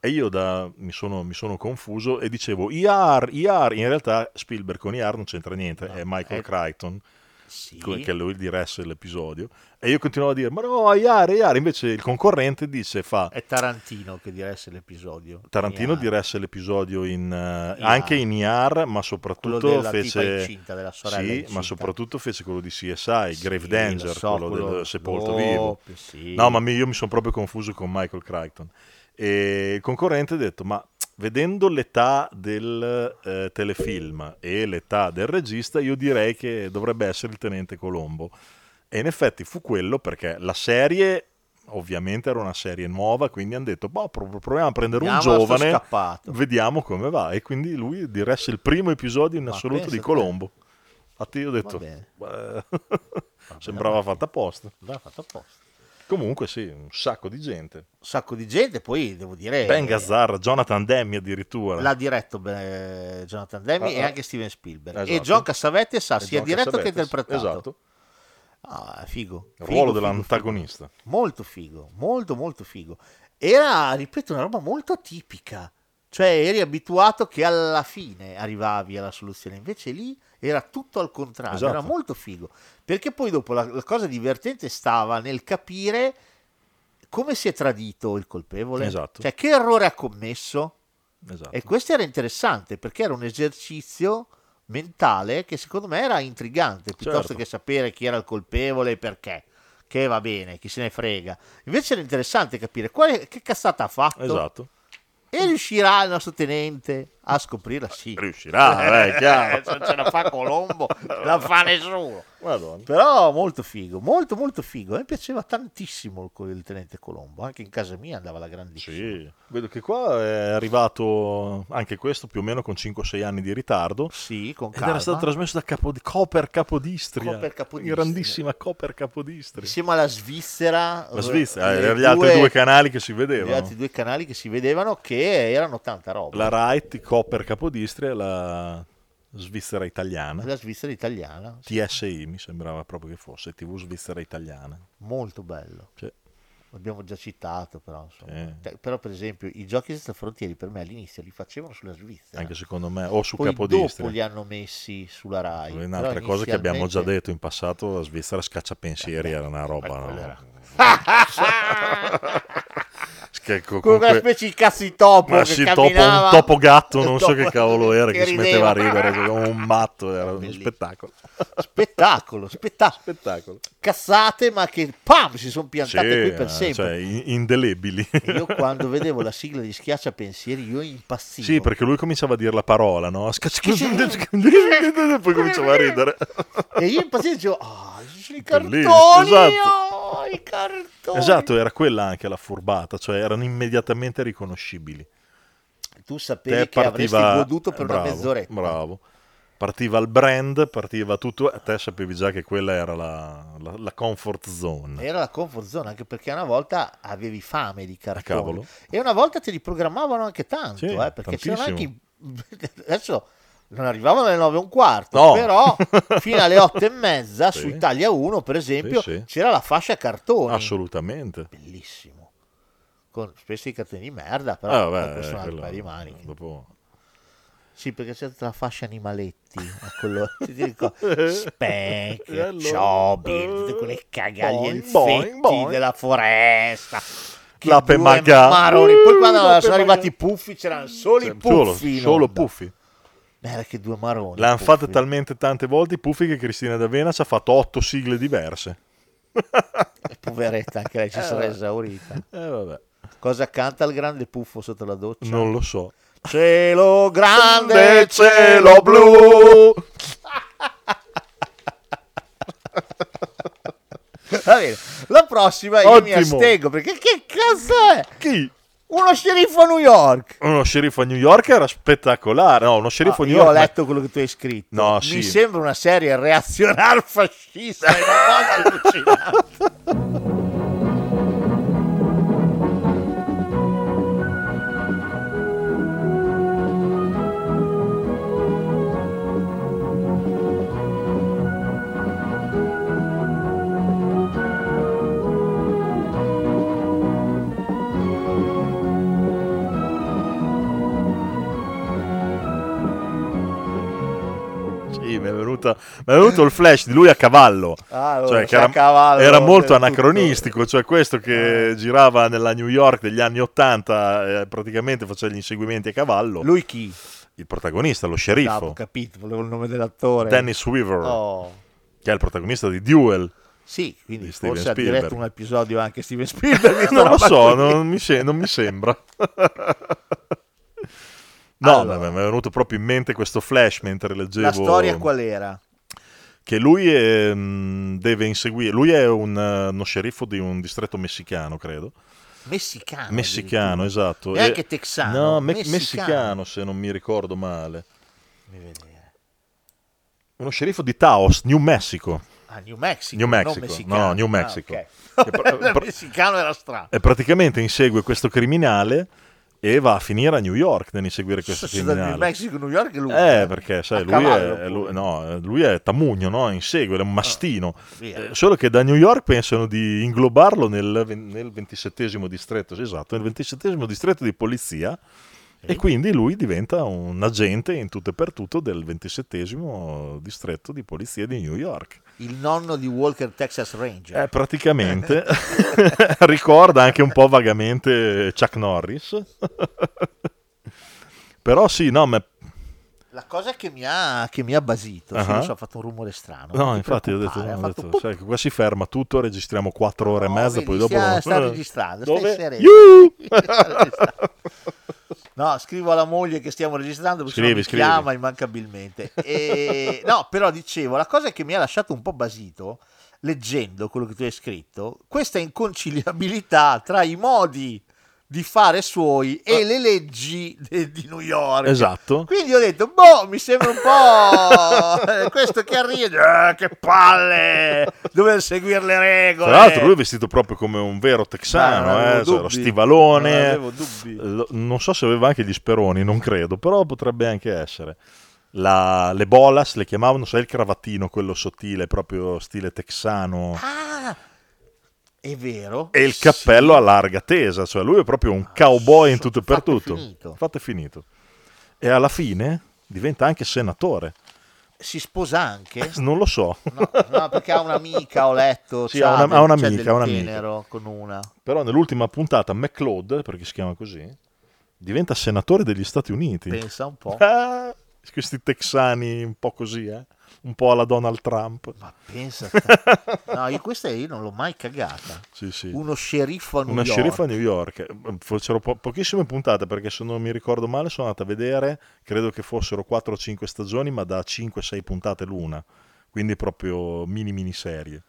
Speaker 3: E io da- mi, sono, mi sono confuso e dicevo IAR, IAR. In realtà Spielberg con IAR non c'entra niente, è Michael
Speaker 7: eh.
Speaker 3: Crichton
Speaker 7: Sì.
Speaker 3: que- che lui diresse l'episodio e io continuavo a dire ma no Iare Iare invece il concorrente dice fa
Speaker 7: È Tarantino che diresse l'episodio.
Speaker 3: Tarantino
Speaker 7: Iar.
Speaker 3: diresse l'episodio in, eh,
Speaker 7: Iar.
Speaker 3: anche in IAR ma
Speaker 7: Quello
Speaker 3: soprattutto
Speaker 7: della
Speaker 3: fece
Speaker 7: tipa incinta, della sorella
Speaker 3: sì,
Speaker 7: incinta.
Speaker 3: ma soprattutto fece quello di CSI
Speaker 7: Sì,
Speaker 3: Grave
Speaker 7: lo
Speaker 3: Danger
Speaker 7: so,
Speaker 3: quello, del Sepolto
Speaker 7: dopo,
Speaker 3: Vivo
Speaker 7: sì.
Speaker 3: no ma mi- io mi sono proprio confuso con Michael Crichton e il concorrente ha detto ma vedendo l'età del eh, telefilm e l'età del regista io direi che dovrebbe essere il Tenente Colombo e in effetti fu quello perché la serie ovviamente era una serie nuova, quindi hanno detto, boh, pro- proviamo a prendere un
Speaker 7: Vediamo sto
Speaker 3: giovane,
Speaker 7: scappato."
Speaker 3: vediamo come va. E quindi lui diresse il primo episodio in
Speaker 7: Ma
Speaker 3: assoluto
Speaker 7: pensa
Speaker 3: di
Speaker 7: te.
Speaker 3: Colombo. Infatti io ho detto,
Speaker 7: bene.
Speaker 3: "Beh, sembrava fatta apposta.
Speaker 7: L'ha fatto apposta.
Speaker 3: Comunque sì, un sacco di gente.
Speaker 7: Un sacco di gente, poi devo dire... eh,
Speaker 3: Ben Gazzarra, Jonathan Demme addirittura.
Speaker 7: L'ha diretto eh, Jonathan Demme
Speaker 3: Ah,
Speaker 7: e
Speaker 3: ah.
Speaker 7: anche Steven Spielberg. E
Speaker 3: Esatto.
Speaker 7: John Cassavetes ha
Speaker 3: E
Speaker 7: sia
Speaker 3: John
Speaker 7: diretto che
Speaker 3: Cassavetes.
Speaker 7: interpretato.
Speaker 3: Esatto,
Speaker 7: Ah, figo.
Speaker 3: il
Speaker 7: Figo,
Speaker 3: ruolo
Speaker 7: figo,
Speaker 3: dell'antagonista.
Speaker 7: figo. Molto figo, molto molto figo. Era, ripeto, una roba molto atipica. Cioè eri abituato che alla fine arrivavi alla soluzione, invece lì era tutto al contrario,
Speaker 3: Esatto.
Speaker 7: era molto figo. Perché poi dopo la, la cosa divertente stava nel capire come si è tradito il colpevole,
Speaker 3: Esatto.
Speaker 7: cioè che errore ha commesso.
Speaker 3: Esatto.
Speaker 7: E questo era interessante perché era un esercizio mentale che secondo me era intrigante piuttosto
Speaker 3: Certo.
Speaker 7: che sapere chi era il colpevole e perché. Che va bene, chi se ne frega. Invece era interessante capire quale- che cazzata ha fatto
Speaker 3: Esatto.
Speaker 7: e riuscirà il nostro tenente a scoprirla. Sì,
Speaker 3: Riuscirà, eh, è chiaro.
Speaker 7: Eh, se non ce la fa Colombo, non la fa nessuno.
Speaker 3: Madonna.
Speaker 7: Però molto figo, molto molto figo. Mi piaceva tantissimo il, il tenente Colombo. Anche in casa mia andava la grandissima.
Speaker 3: Sì, vedo che qua è arrivato anche questo più o meno con 5-6 anni di ritardo.
Speaker 7: Sì, con
Speaker 3: Ed era stato
Speaker 7: calma.
Speaker 3: trasmesso da Capo- Coper Capodistria,
Speaker 7: Coper Capodistria.
Speaker 3: grandissima Coper Capodistria.
Speaker 7: insieme alla Svizzera, eh,
Speaker 3: La Svizzera, eh,
Speaker 7: le
Speaker 3: erano gli altri due canali che si
Speaker 7: gli
Speaker 3: vedevano.
Speaker 7: altri due canali che si vedevano che erano tanta roba.
Speaker 3: La
Speaker 7: La,
Speaker 3: Rai, t- Coper Capodistria e la Svizzera Italiana.
Speaker 7: Svizzera italiana, sì,
Speaker 3: TSI mi sembrava proprio che fosse, TV Svizzera Italiana.
Speaker 7: molto bello.
Speaker 3: Cioè,
Speaker 7: L'abbiamo già citato, però, insomma.
Speaker 3: Sì.
Speaker 7: Te- però per esempio i giochi senza frontieri per me all'inizio li facevano sulla Svizzera.
Speaker 3: anche secondo me, o su
Speaker 7: Poi
Speaker 3: Capodistria.
Speaker 7: dopo li hanno messi sulla Rai.
Speaker 3: Poi
Speaker 7: Però
Speaker 3: Un'altra cosa che abbiamo già
Speaker 7: inizialmente-
Speaker 3: detto in passato, la Svizzera scaccia pensieri era una roba...
Speaker 7: quella
Speaker 3: no?
Speaker 7: era-
Speaker 3: che co-
Speaker 7: Con quella
Speaker 3: comunque-
Speaker 7: Ah! specie di cazzo di topo
Speaker 3: Ma
Speaker 7: che
Speaker 3: sì, topo-
Speaker 7: camminava.
Speaker 3: un topo gatto, non so
Speaker 7: Topo-
Speaker 3: che cavolo era, che, si metteva
Speaker 7: rideva.
Speaker 3: a ridere, cioè, come un matto, era uno spettacolo.
Speaker 7: Spettacolo, spettacolo.
Speaker 3: spettacolo.
Speaker 7: Cassate, ma che pam, si sono piantate
Speaker 3: Sì,
Speaker 7: qui per
Speaker 3: eh,
Speaker 7: sempre.
Speaker 3: cioè, in- indelebili.
Speaker 7: Io quando vedevo la sigla di Schiaccia Pensieri, io impazzivo.
Speaker 3: Sì, perché lui cominciava a dire la parola, no? Poi cominciava a ridere.
Speaker 7: E io impazzivo dicevo, ah, ci sono i cartoni,
Speaker 3: Bellissimo, esatto.
Speaker 7: oh, i cartoni.
Speaker 3: Esatto, era quella anche la furbata, cioè erano immediatamente riconoscibili.
Speaker 7: Tu sapevi
Speaker 3: Te
Speaker 7: che avresti goduto per una
Speaker 3: bravo,
Speaker 7: mezz'oretta.
Speaker 3: Bravo. Partiva il brand, partiva tutto, e te sapevi già che quella era la, la- la comfort zone.
Speaker 7: Era la comfort zone, anche perché una volta avevi fame di cartoni.
Speaker 3: Ah, cavolo.
Speaker 7: E una volta te li programmavano anche tanto,
Speaker 3: Sì,
Speaker 7: eh, perché c'erano anche...
Speaker 3: tantissimo.
Speaker 7: i- Adesso non arrivavano alle 9 e un quarto,
Speaker 3: No.
Speaker 7: però fino alle 8 e mezza
Speaker 3: Sì.
Speaker 7: su Italia 1, per esempio,
Speaker 3: Sì, sì.
Speaker 7: c'era la fascia cartoni.
Speaker 3: Assolutamente.
Speaker 7: Bellissimo. Con spesso i cartoni di merda, però
Speaker 3: Ah, vabbè,
Speaker 7: questo è un altro
Speaker 3: quello-
Speaker 7: paio di maniche.
Speaker 3: dopo-
Speaker 7: Sì, perché c'è tutta la fascia animaletti a colore. ti dico, Spank,
Speaker 9: E allora?
Speaker 7: Chobby,
Speaker 3: Eh,
Speaker 7: tutte quelle cagaglie
Speaker 9: Boing, boing,
Speaker 7: infetti
Speaker 9: boing.
Speaker 7: della foresta. che
Speaker 3: L'ape
Speaker 7: due
Speaker 3: maga.
Speaker 7: maroni. Poi quando
Speaker 3: L'ape
Speaker 7: sono
Speaker 3: maga.
Speaker 7: arrivati i puffi c'erano solo i
Speaker 3: Cioè, Solo,
Speaker 7: puffi. in
Speaker 3: solo
Speaker 7: onda.
Speaker 3: puffi.
Speaker 7: Era che due maroni.
Speaker 3: L'hanno
Speaker 7: puffi.
Speaker 3: fatta talmente tante volte i puffi che Cristina D'Avena ci ha fatto otto sigle diverse.
Speaker 7: Poveretta, anche lei ci
Speaker 3: Eh,
Speaker 7: sarà
Speaker 3: vabbè.
Speaker 7: esaurita.
Speaker 3: Eh, vabbè.
Speaker 7: Cosa canta il grande puffo sotto la doccia?
Speaker 3: Non lo so.
Speaker 7: Cielo grande,
Speaker 3: Grande cielo blu.
Speaker 7: Va bene, la prossima io mi
Speaker 3: Ottimo.
Speaker 7: astengo perché che cazzo è?
Speaker 3: Chi?
Speaker 7: Uno sceriffo a New York.
Speaker 3: Uno sceriffo a New York era spettacolare. No, uno sceriffo
Speaker 7: Ah,
Speaker 3: a New
Speaker 7: io ho
Speaker 3: York. ma-
Speaker 7: letto quello che tu hai scritto.
Speaker 3: No,
Speaker 7: Mi
Speaker 3: sì.
Speaker 7: sembra una serie reazionar fascista. è una cosa allucinante.
Speaker 3: Sì, mi è, venuta- mi è venuto il flash di lui a cavallo.
Speaker 7: Ah, allora,
Speaker 3: Cioè, che
Speaker 7: a
Speaker 3: era,
Speaker 7: cavallo
Speaker 3: era molto
Speaker 7: del tutto. Eh.
Speaker 3: anacronistico. Cioè, questo che girava nella New York degli anni Ottanta, eh, praticamente faceva gli inseguimenti a cavallo.
Speaker 7: Lui chi?
Speaker 3: Il protagonista, lo
Speaker 7: Ah, ho
Speaker 3: sceriffo,
Speaker 7: capito, volevo il nome dell'attore.
Speaker 3: Dennis Weaver,
Speaker 7: Oh.
Speaker 3: che è il protagonista di Duel.
Speaker 7: Sì, quindi
Speaker 3: Di Steven
Speaker 7: forse ha
Speaker 3: Spielberg.
Speaker 7: diretto un episodio anche Steven Spielberg. questa
Speaker 3: non lo
Speaker 7: roba
Speaker 3: so,
Speaker 7: qui.
Speaker 3: non mi, se- non mi sembra. No,
Speaker 7: Allora.
Speaker 3: ma mi è venuto proprio in mente questo flash mentre leggevo
Speaker 7: La storia qual era?
Speaker 3: che lui è, mm, deve inseguire. Lui è un, eh, uno sceriffo di un distretto messicano, credo.
Speaker 7: Messicano.
Speaker 3: Messicano,
Speaker 7: Ah, addirittura.
Speaker 3: esatto.
Speaker 7: E anche texano,
Speaker 3: No, me-
Speaker 7: messicano.
Speaker 3: messicano. se non mi ricordo male.
Speaker 7: Fammi vedere.
Speaker 3: Uno sceriffo di Taos, New Mexico.
Speaker 7: Ah, New Mexico.
Speaker 3: New
Speaker 7: non
Speaker 3: Mexico,
Speaker 7: messicano.
Speaker 3: no, New
Speaker 7: Ah,
Speaker 3: Mexico.
Speaker 7: ok.
Speaker 3: E pro-
Speaker 7: Il
Speaker 3: pro-
Speaker 7: messicano era strano.
Speaker 3: E praticamente insegue questo criminale e va a finire a New York nell'inseguire questo
Speaker 7: Se da New
Speaker 3: criminale.
Speaker 7: Mexico a New York è lui.
Speaker 3: Eh, perché sai,
Speaker 7: A
Speaker 3: lui
Speaker 7: cavallo, Ah,
Speaker 3: è, lui, no, lui è tamugno, no? Insegue, è un mastino.
Speaker 7: via.
Speaker 3: Eh, Solo che da New York pensano di inglobarlo nel, ven- nel 27 distretto, sì, esatto, nel 27 distretto di polizia. E quindi lui diventa un agente in tutto e per tutto del 27 distretto di polizia di New York.
Speaker 7: Il nonno di Walker Texas Ranger.
Speaker 3: Eh, praticamente ricorda anche un po' vagamente Chuck Norris. Però sì, no, ma
Speaker 7: La cosa che mi ha, che mi ha basito, sì,
Speaker 3: Ah.
Speaker 7: lo so, ha fatto un rumore strano. non
Speaker 3: No,
Speaker 7: ti
Speaker 3: infatti ho detto,
Speaker 7: preoccupare,
Speaker 3: ho
Speaker 7: ha fatto
Speaker 3: detto,
Speaker 7: pop-
Speaker 3: sai che qua si ferma tutto, registriamo 4 ore
Speaker 7: No,
Speaker 3: e mezza,
Speaker 7: vedi,
Speaker 3: poi dopo...
Speaker 7: stia- sta registrando, stai
Speaker 3: Dove?
Speaker 7: sereno.
Speaker 3: Iuh!
Speaker 7: No, scrivo alla moglie che stiamo registrando perché
Speaker 3: Scrivi,
Speaker 7: sennò mi
Speaker 3: scrivi.
Speaker 7: chiama immancabilmente. E- No, però dicevo, la cosa che mi ha lasciato un po' basito, leggendo quello che tu hai scritto, questa inconciliabilità tra i modi di fare suoi e le leggi de- di New York.
Speaker 3: Ah. Esatto.
Speaker 7: Quindi ho detto, boh, mi sembra un po' eh, questo che arriva, eh, che palle, dover seguire le regole.
Speaker 3: Tra l'altro lui è vestito proprio come un vero texano,
Speaker 7: Ma non avevo
Speaker 3: eh, cioè, lo
Speaker 7: dubbi, non
Speaker 3: stivalone, Eh,
Speaker 7: avevo dubbi.
Speaker 3: lo- non so se aveva anche gli speroni, non credo, però potrebbe anche essere. La- le bolas le chiamavano, sai il cravattino, quello sottile, proprio stile texano,
Speaker 7: Ah, è vero.
Speaker 3: e il cappello a larga tesa, cioè lui è proprio un cowboy in tutto e per
Speaker 7: Ah, fatto e
Speaker 3: tutto.
Speaker 7: finito.
Speaker 3: Fatto e finito. E alla fine diventa anche senatore.
Speaker 7: si sposa anche?
Speaker 3: Non lo so.
Speaker 7: No, no, perché ha un'amica, ho letto.
Speaker 3: Sì,
Speaker 7: c'ha
Speaker 3: ha una-
Speaker 7: del-
Speaker 3: ha
Speaker 7: c'è
Speaker 3: un'amica,
Speaker 7: del
Speaker 3: ha un'amica.
Speaker 7: tenero con una.
Speaker 3: Però nell'ultima puntata McLeod, perché si chiama così, diventa senatore degli Stati Uniti.
Speaker 7: Pensa un po'.
Speaker 3: Ah, questi texani un po' così, eh? un po' alla Donald Trump.
Speaker 7: Pensa. te. No, io questa io non l'ho mai cagata.
Speaker 3: Sì, sì.
Speaker 7: Uno sceriffo a New
Speaker 3: Una
Speaker 7: York.
Speaker 3: sceriffa a New York. Fecero po- pochissime puntate perché se non mi ricordo male sono andato a vedere, credo che fossero 4 o 5 stagioni, ma da 5-6 puntate l'una. Quindi proprio mini mini serie.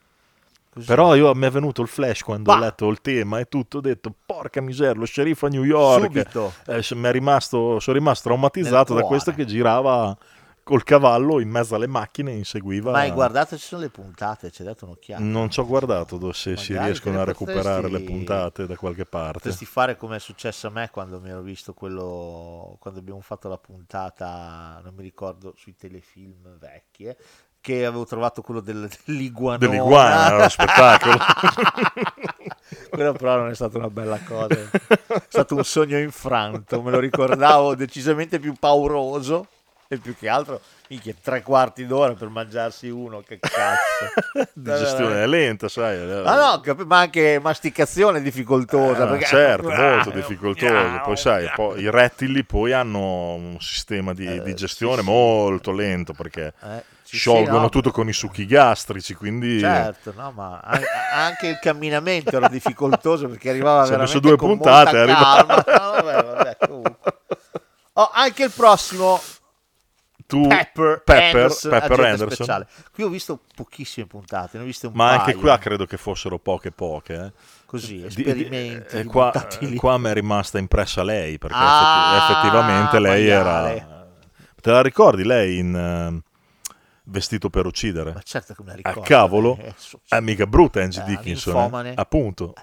Speaker 7: Così.
Speaker 3: Però io, mi è venuto il flash quando
Speaker 7: Bah.
Speaker 3: ho letto il tema e tutto, ho detto porca miseria, lo sceriffo a New York.
Speaker 7: Subito.
Speaker 3: Eh, se- mi è rimasto, sono rimasto traumatizzato
Speaker 7: Nel
Speaker 3: da
Speaker 7: cuore.
Speaker 3: questo che girava col cavallo in mezzo alle macchine e inseguiva...
Speaker 7: Ma hai guardato, ci sono le puntate, ci hai dato un'occhiata.
Speaker 3: Non ci ho guardato do- se si
Speaker 7: Magari te
Speaker 3: riescono
Speaker 7: le
Speaker 3: a recuperare le
Speaker 7: potresti-
Speaker 3: puntate da qualche parte.
Speaker 7: Potresti fare come è successo a me quando mi ero visto quello, quando abbiamo fatto la puntata, non mi ricordo, sui telefilm vecchi, eh, che avevo trovato quello del, dell'iguana.
Speaker 3: Dell'iguana, era uno spettacolo.
Speaker 7: quello però non è stata una bella cosa, è stato un sogno infranto, me lo ricordavo decisamente più pauroso e più che altro, minchia, tre quarti d'ora per mangiarsi uno, che cazzo.
Speaker 3: Digestione è lenta, sai. eh.
Speaker 7: Ah no, cap- ma anche masticazione difficoltosa.
Speaker 3: Ah,
Speaker 7: perché-
Speaker 3: certo, molto
Speaker 7: Ah,
Speaker 3: difficoltoso. Poi sai, poi i rettili poi hanno un sistema di digestione molto lento perché
Speaker 7: Eh, sì,
Speaker 3: sciolgono
Speaker 7: sì, no.
Speaker 3: tutto con i succhi gastrici, quindi
Speaker 7: Certo, no, ma an- anche il camminamento era difficoltoso perché arrivava
Speaker 3: Ci ha
Speaker 7: veramente
Speaker 3: messo due
Speaker 7: con
Speaker 3: puntate,
Speaker 7: molta
Speaker 3: arriva-
Speaker 7: calma. No, vabbè, vabbè, comunque. Oh, anche il prossimo
Speaker 3: tu
Speaker 7: Pepper,
Speaker 3: Uh, Pepper-
Speaker 7: Anderson,
Speaker 3: Pepper
Speaker 7: agente
Speaker 3: Anderson.
Speaker 7: speciale. Qui ho visto pochissime puntate, ne ho viste un
Speaker 3: Ma anche
Speaker 7: paio.
Speaker 3: qua credo che fossero poche poche. eh.
Speaker 7: Così,
Speaker 3: Di- di-
Speaker 7: esperimenti,
Speaker 3: eh, qua,
Speaker 7: buttati lì.
Speaker 3: qua mi è rimasta impressa lei, perché
Speaker 7: Ah,
Speaker 3: effetti- effettivamente lei era...
Speaker 7: maiale.
Speaker 3: Te la ricordi lei in eh, Vestito per uccidere?
Speaker 7: Ma certo che me la
Speaker 3: A
Speaker 7: ricordo.
Speaker 3: cavolo?
Speaker 7: eh, so-
Speaker 3: È mica brutta Angie
Speaker 7: Eh,
Speaker 3: Dickinson.
Speaker 7: ninfomane.
Speaker 3: eh? Appunto.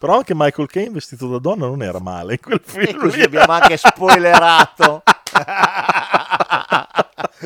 Speaker 3: Però anche Michael Caine vestito da donna non era male in quel film.
Speaker 7: E così
Speaker 3: lì.
Speaker 7: abbiamo anche spoilerato.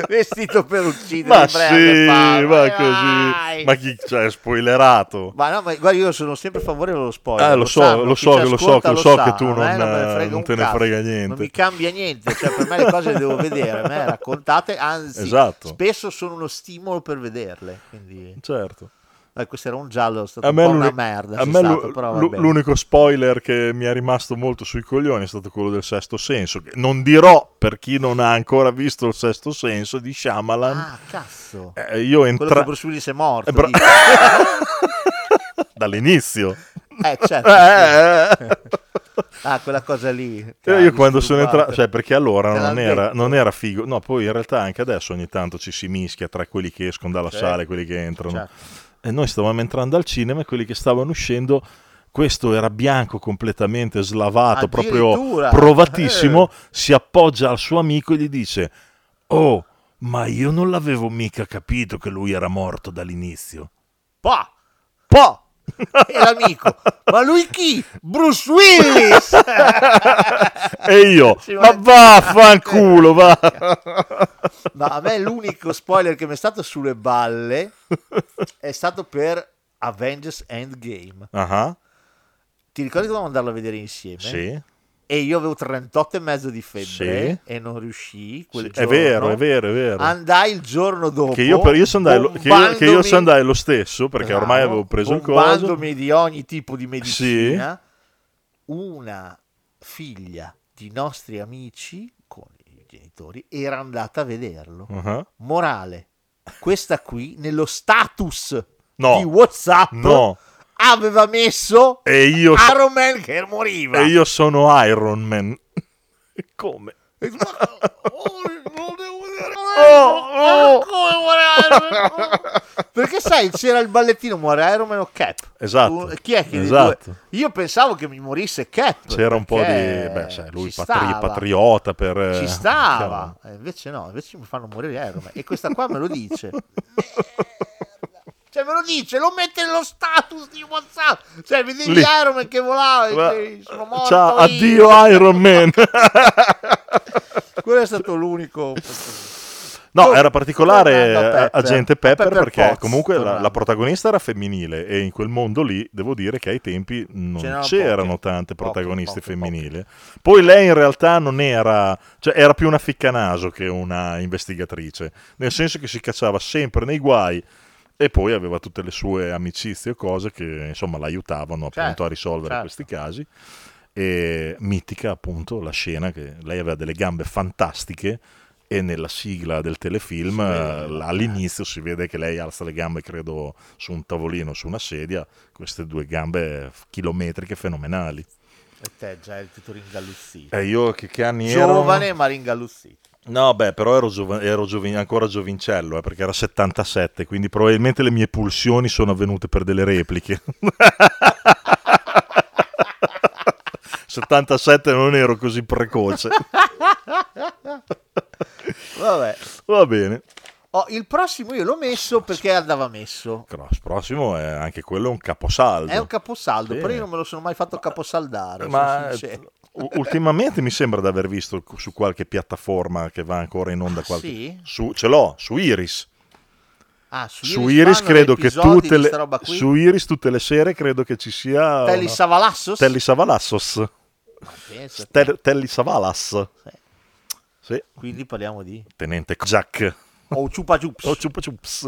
Speaker 7: Vestito per uccidere
Speaker 3: Ma
Speaker 7: in
Speaker 3: sì,
Speaker 7: breve, Paolo,
Speaker 3: ma
Speaker 7: vai,
Speaker 3: così.
Speaker 7: vai.
Speaker 3: Ma chi cioè, spoilerato?
Speaker 7: Ma no, ma guarda, io sono sempre favorevole allo spoiler.
Speaker 3: Eh, lo so,
Speaker 7: sanno,
Speaker 3: lo
Speaker 7: chi
Speaker 3: so
Speaker 7: ci
Speaker 3: che lo so,
Speaker 7: ascolta
Speaker 3: che lo so
Speaker 7: sa,
Speaker 3: che tu
Speaker 7: a me
Speaker 3: non,
Speaker 7: me
Speaker 3: eh,
Speaker 7: frega
Speaker 3: non
Speaker 7: un
Speaker 3: te ne
Speaker 7: cazzo,
Speaker 3: frega niente.
Speaker 7: Non mi cambia niente, cioè per me le cose le devo vedere, a me raccontate, anzi,
Speaker 3: Esatto.
Speaker 7: spesso sono uno stimolo per vederle. Quindi,
Speaker 3: Certo.
Speaker 7: eh, questo era un giallo, è stato
Speaker 3: A
Speaker 7: un
Speaker 3: me,
Speaker 7: po' una
Speaker 3: l'uni-
Speaker 7: merda.
Speaker 3: a
Speaker 7: sì,
Speaker 3: me
Speaker 7: stato,
Speaker 3: l'u-
Speaker 7: però va
Speaker 3: l'u-
Speaker 7: bene.
Speaker 3: l'unico spoiler che mi è rimasto molto sui coglioni è stato quello del sesto senso. che Non dirò per chi non ha ancora visto il sesto senso di Shyamalan.
Speaker 7: Ah, cazzo.
Speaker 3: Eh, io
Speaker 7: Quello che
Speaker 3: entra
Speaker 7: Bruce Willis è morto.
Speaker 3: Eh, bra-
Speaker 7: dici.
Speaker 3: dall'inizio.
Speaker 7: eh, certo.
Speaker 3: Eh, eh.
Speaker 7: Ah, quella cosa lì.
Speaker 3: Eh,
Speaker 7: Cazzo,
Speaker 3: io quando sono
Speaker 7: rubate.
Speaker 3: entrato, cioè perché allora
Speaker 7: Te
Speaker 3: non
Speaker 7: l'hanno
Speaker 3: era,
Speaker 7: detto.
Speaker 3: non era figo, no poi in realtà anche adesso ogni tanto ci si mischia tra quelli che escono dalla
Speaker 7: Sì.
Speaker 3: sala e quelli che entrano.
Speaker 7: Certo.
Speaker 3: E noi stavamo entrando al cinema e quelli che stavano uscendo, questo era bianco completamente slavato, proprio
Speaker 7: Addirittura. Eh.
Speaker 3: provatissimo, si appoggia al suo amico e gli dice, oh ma io non l'avevo mica capito che lui era morto dall'inizio.
Speaker 7: Pa! Pa! E l'amico. Ma lui chi? Bruce Willis!
Speaker 3: E io,
Speaker 7: Sì,
Speaker 3: ma
Speaker 7: ma-
Speaker 3: vaffanculo, va.
Speaker 7: No, a me l'unico spoiler che mi è stato sulle balle è stato per Avengers Endgame.
Speaker 3: Ah,
Speaker 7: Ti ricordi che dovevamo andarlo a vedere insieme?
Speaker 3: sì.
Speaker 7: E io avevo 38 e mezzo di febbre
Speaker 3: Sì.
Speaker 7: e non riuscii quel
Speaker 3: Sì, è
Speaker 7: giorno.
Speaker 3: vero, è vero, è vero.
Speaker 7: Andai il giorno dopo.
Speaker 3: Che io, per, io ci andai, lo- che io, che io ci
Speaker 7: bombandomi-
Speaker 3: andai lo stesso perché ormai
Speaker 7: Bravo,
Speaker 3: avevo preso il coso.
Speaker 7: bombandomi di ogni tipo di medicina, una figlia di nostri amici con i genitori era andata a vederlo.
Speaker 3: Ah.
Speaker 7: Morale, questa qui nello status
Speaker 3: No.
Speaker 7: di WhatsApp
Speaker 3: No.
Speaker 7: aveva messo
Speaker 3: E io, so-
Speaker 7: Iron Man che moriva.
Speaker 3: e io sono Iron Man. Come?
Speaker 7: E- Ma- oh, non devo dire-
Speaker 3: Oh, oh.
Speaker 7: Ma come muore Iron Man? Oh. Perché sai, c'era il ballettino muore Iron Man o Cap.
Speaker 3: Esatto.
Speaker 7: Un- Chi è che dei
Speaker 3: Esatto.
Speaker 7: due- Io pensavo che mi morisse Cap.
Speaker 3: C'era un po' di...
Speaker 7: perché
Speaker 3: Beh, sai, lui
Speaker 7: ci
Speaker 3: patri-
Speaker 7: stava.
Speaker 3: patriota per... eh,
Speaker 7: Ci stava. E invece no, invece mi fanno morire Iron Man. E questa qua me lo dice. Cioè me lo dice, lo mette nello status di Whatsapp. Cioè vedevi
Speaker 3: Lì.
Speaker 7: Iron Man che volava e
Speaker 3: Ma-
Speaker 7: dicevi, sono morto
Speaker 3: Ciao,
Speaker 7: io.
Speaker 3: addio Iron Man.
Speaker 7: Quello è stato l'unico.
Speaker 3: No, era particolare
Speaker 7: Tornando a
Speaker 3: eh,
Speaker 7: Pepper.
Speaker 3: agente
Speaker 7: A
Speaker 3: Pepper,
Speaker 7: Pepper
Speaker 3: perché
Speaker 7: Potts,
Speaker 3: comunque la,
Speaker 7: tornando.
Speaker 3: la protagonista era femminile e in quel mondo lì devo dire che ai tempi non
Speaker 7: C'erano
Speaker 3: c'erano,
Speaker 7: poche.
Speaker 3: tante
Speaker 7: Poche,
Speaker 3: protagoniste
Speaker 7: poche,
Speaker 3: femminili. Poi lei in realtà non era, cioè era più una ficcanaso che una investigatrice, nel senso che si cacciava sempre nei guai e poi aveva tutte le sue amicizie o cose che insomma l'aiutavano appunto
Speaker 7: Certo,
Speaker 3: a risolvere
Speaker 7: certo.
Speaker 3: questi casi. E mitica appunto la scena che lei aveva delle gambe fantastiche e nella sigla del telefilm eh, all'inizio si vede che lei alza le gambe credo su un tavolino su una sedia queste due gambe chilometriche fenomenali
Speaker 7: E te già eri tutto ringalluzzito.
Speaker 3: e io che, che anni ero?
Speaker 7: Giovane ma ringalluzzito.
Speaker 3: no beh però ero, giova- ero giovin- ancora giovincello eh, perché era 77 quindi probabilmente le mie pulsioni sono avvenute per delle repliche 77 non ero così precoce
Speaker 7: Vabbè.
Speaker 3: va bene
Speaker 7: Oh, il prossimo io l'ho messo perché andava messo.
Speaker 3: Cross prossimo è anche quello un caposaldo
Speaker 7: È un caposaldo,
Speaker 3: Bene.
Speaker 7: però io non me lo sono mai fatto caposaldare.
Speaker 3: Ma-
Speaker 7: sono sincero.
Speaker 3: U- Ultimamente mi sembra di aver visto cu- su qualche piattaforma che va ancora in onda
Speaker 7: Ah,
Speaker 3: qualche...
Speaker 7: sì?
Speaker 3: su, ce l'ho, su Iris.
Speaker 7: Ah,
Speaker 3: Su Iris
Speaker 7: fanno
Speaker 3: credo che
Speaker 7: episodi di
Speaker 3: tutte le
Speaker 7: sta roba qui?
Speaker 3: su Iris tutte le sere credo che ci sia
Speaker 7: Telly
Speaker 3: una-
Speaker 7: Savalassos?
Speaker 3: Telly Savalassos.
Speaker 7: Pensa te.
Speaker 3: Tel- Telly Savalas. Sì,
Speaker 7: Quindi parliamo di...
Speaker 3: tenente Jack.
Speaker 7: O Chupa Chups.
Speaker 3: Oh, ciupa ciups.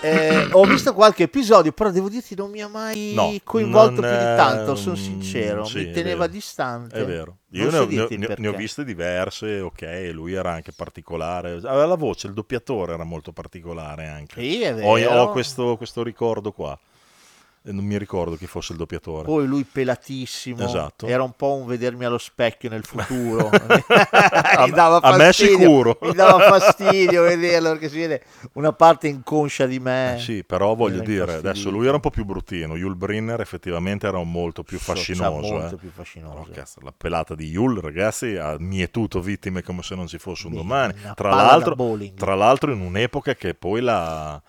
Speaker 7: Eh, ho visto qualche episodio, però devo dirti non mi ha mai
Speaker 3: No,
Speaker 7: coinvolto
Speaker 3: non
Speaker 7: più di
Speaker 3: è-
Speaker 7: tanno, sono sincero,
Speaker 3: sì,
Speaker 7: mi
Speaker 3: è
Speaker 7: teneva
Speaker 3: vero.
Speaker 7: distante.
Speaker 3: È vero.
Speaker 7: Non
Speaker 3: Io ne
Speaker 7: so
Speaker 3: ho, ne ho-
Speaker 7: dirti il
Speaker 3: ne ho- ne ho
Speaker 7: perché.
Speaker 3: viste diverse, ok, lui era anche particolare, aveva la voce, il doppiatore era molto particolare anche.
Speaker 7: Sì, è
Speaker 3: Ho,
Speaker 7: vero.
Speaker 3: ho questo, questo ricordo qua. E Non mi ricordo chi fosse il doppiatore.
Speaker 7: Poi lui pelatissimo,
Speaker 3: Esatto.
Speaker 7: era un po' un vedermi allo specchio nel futuro.
Speaker 3: A-
Speaker 7: mi dava
Speaker 3: a me
Speaker 7: fastidio,
Speaker 3: sicuro.
Speaker 7: Mi dava fastidio vederlo perché si vede una parte inconscia di me.
Speaker 3: Eh sì, però voglio
Speaker 7: Era
Speaker 3: dire,
Speaker 7: infastidito.
Speaker 3: adesso lui era un po' più bruttino, Yul Brinner effettivamente era un molto più
Speaker 7: So-
Speaker 3: fascinoso.
Speaker 7: cioè, molto
Speaker 3: eh.
Speaker 7: più fascinoso.
Speaker 3: Però, cazzo, la pelata di Yul, ragazzi, ha mietuto vittime come se non ci fosse un
Speaker 7: Sì,
Speaker 3: domani.
Speaker 7: una
Speaker 3: Tra
Speaker 7: palla da
Speaker 3: l'altro,
Speaker 7: bowling.
Speaker 3: tra l'altro in un'epoca che poi la,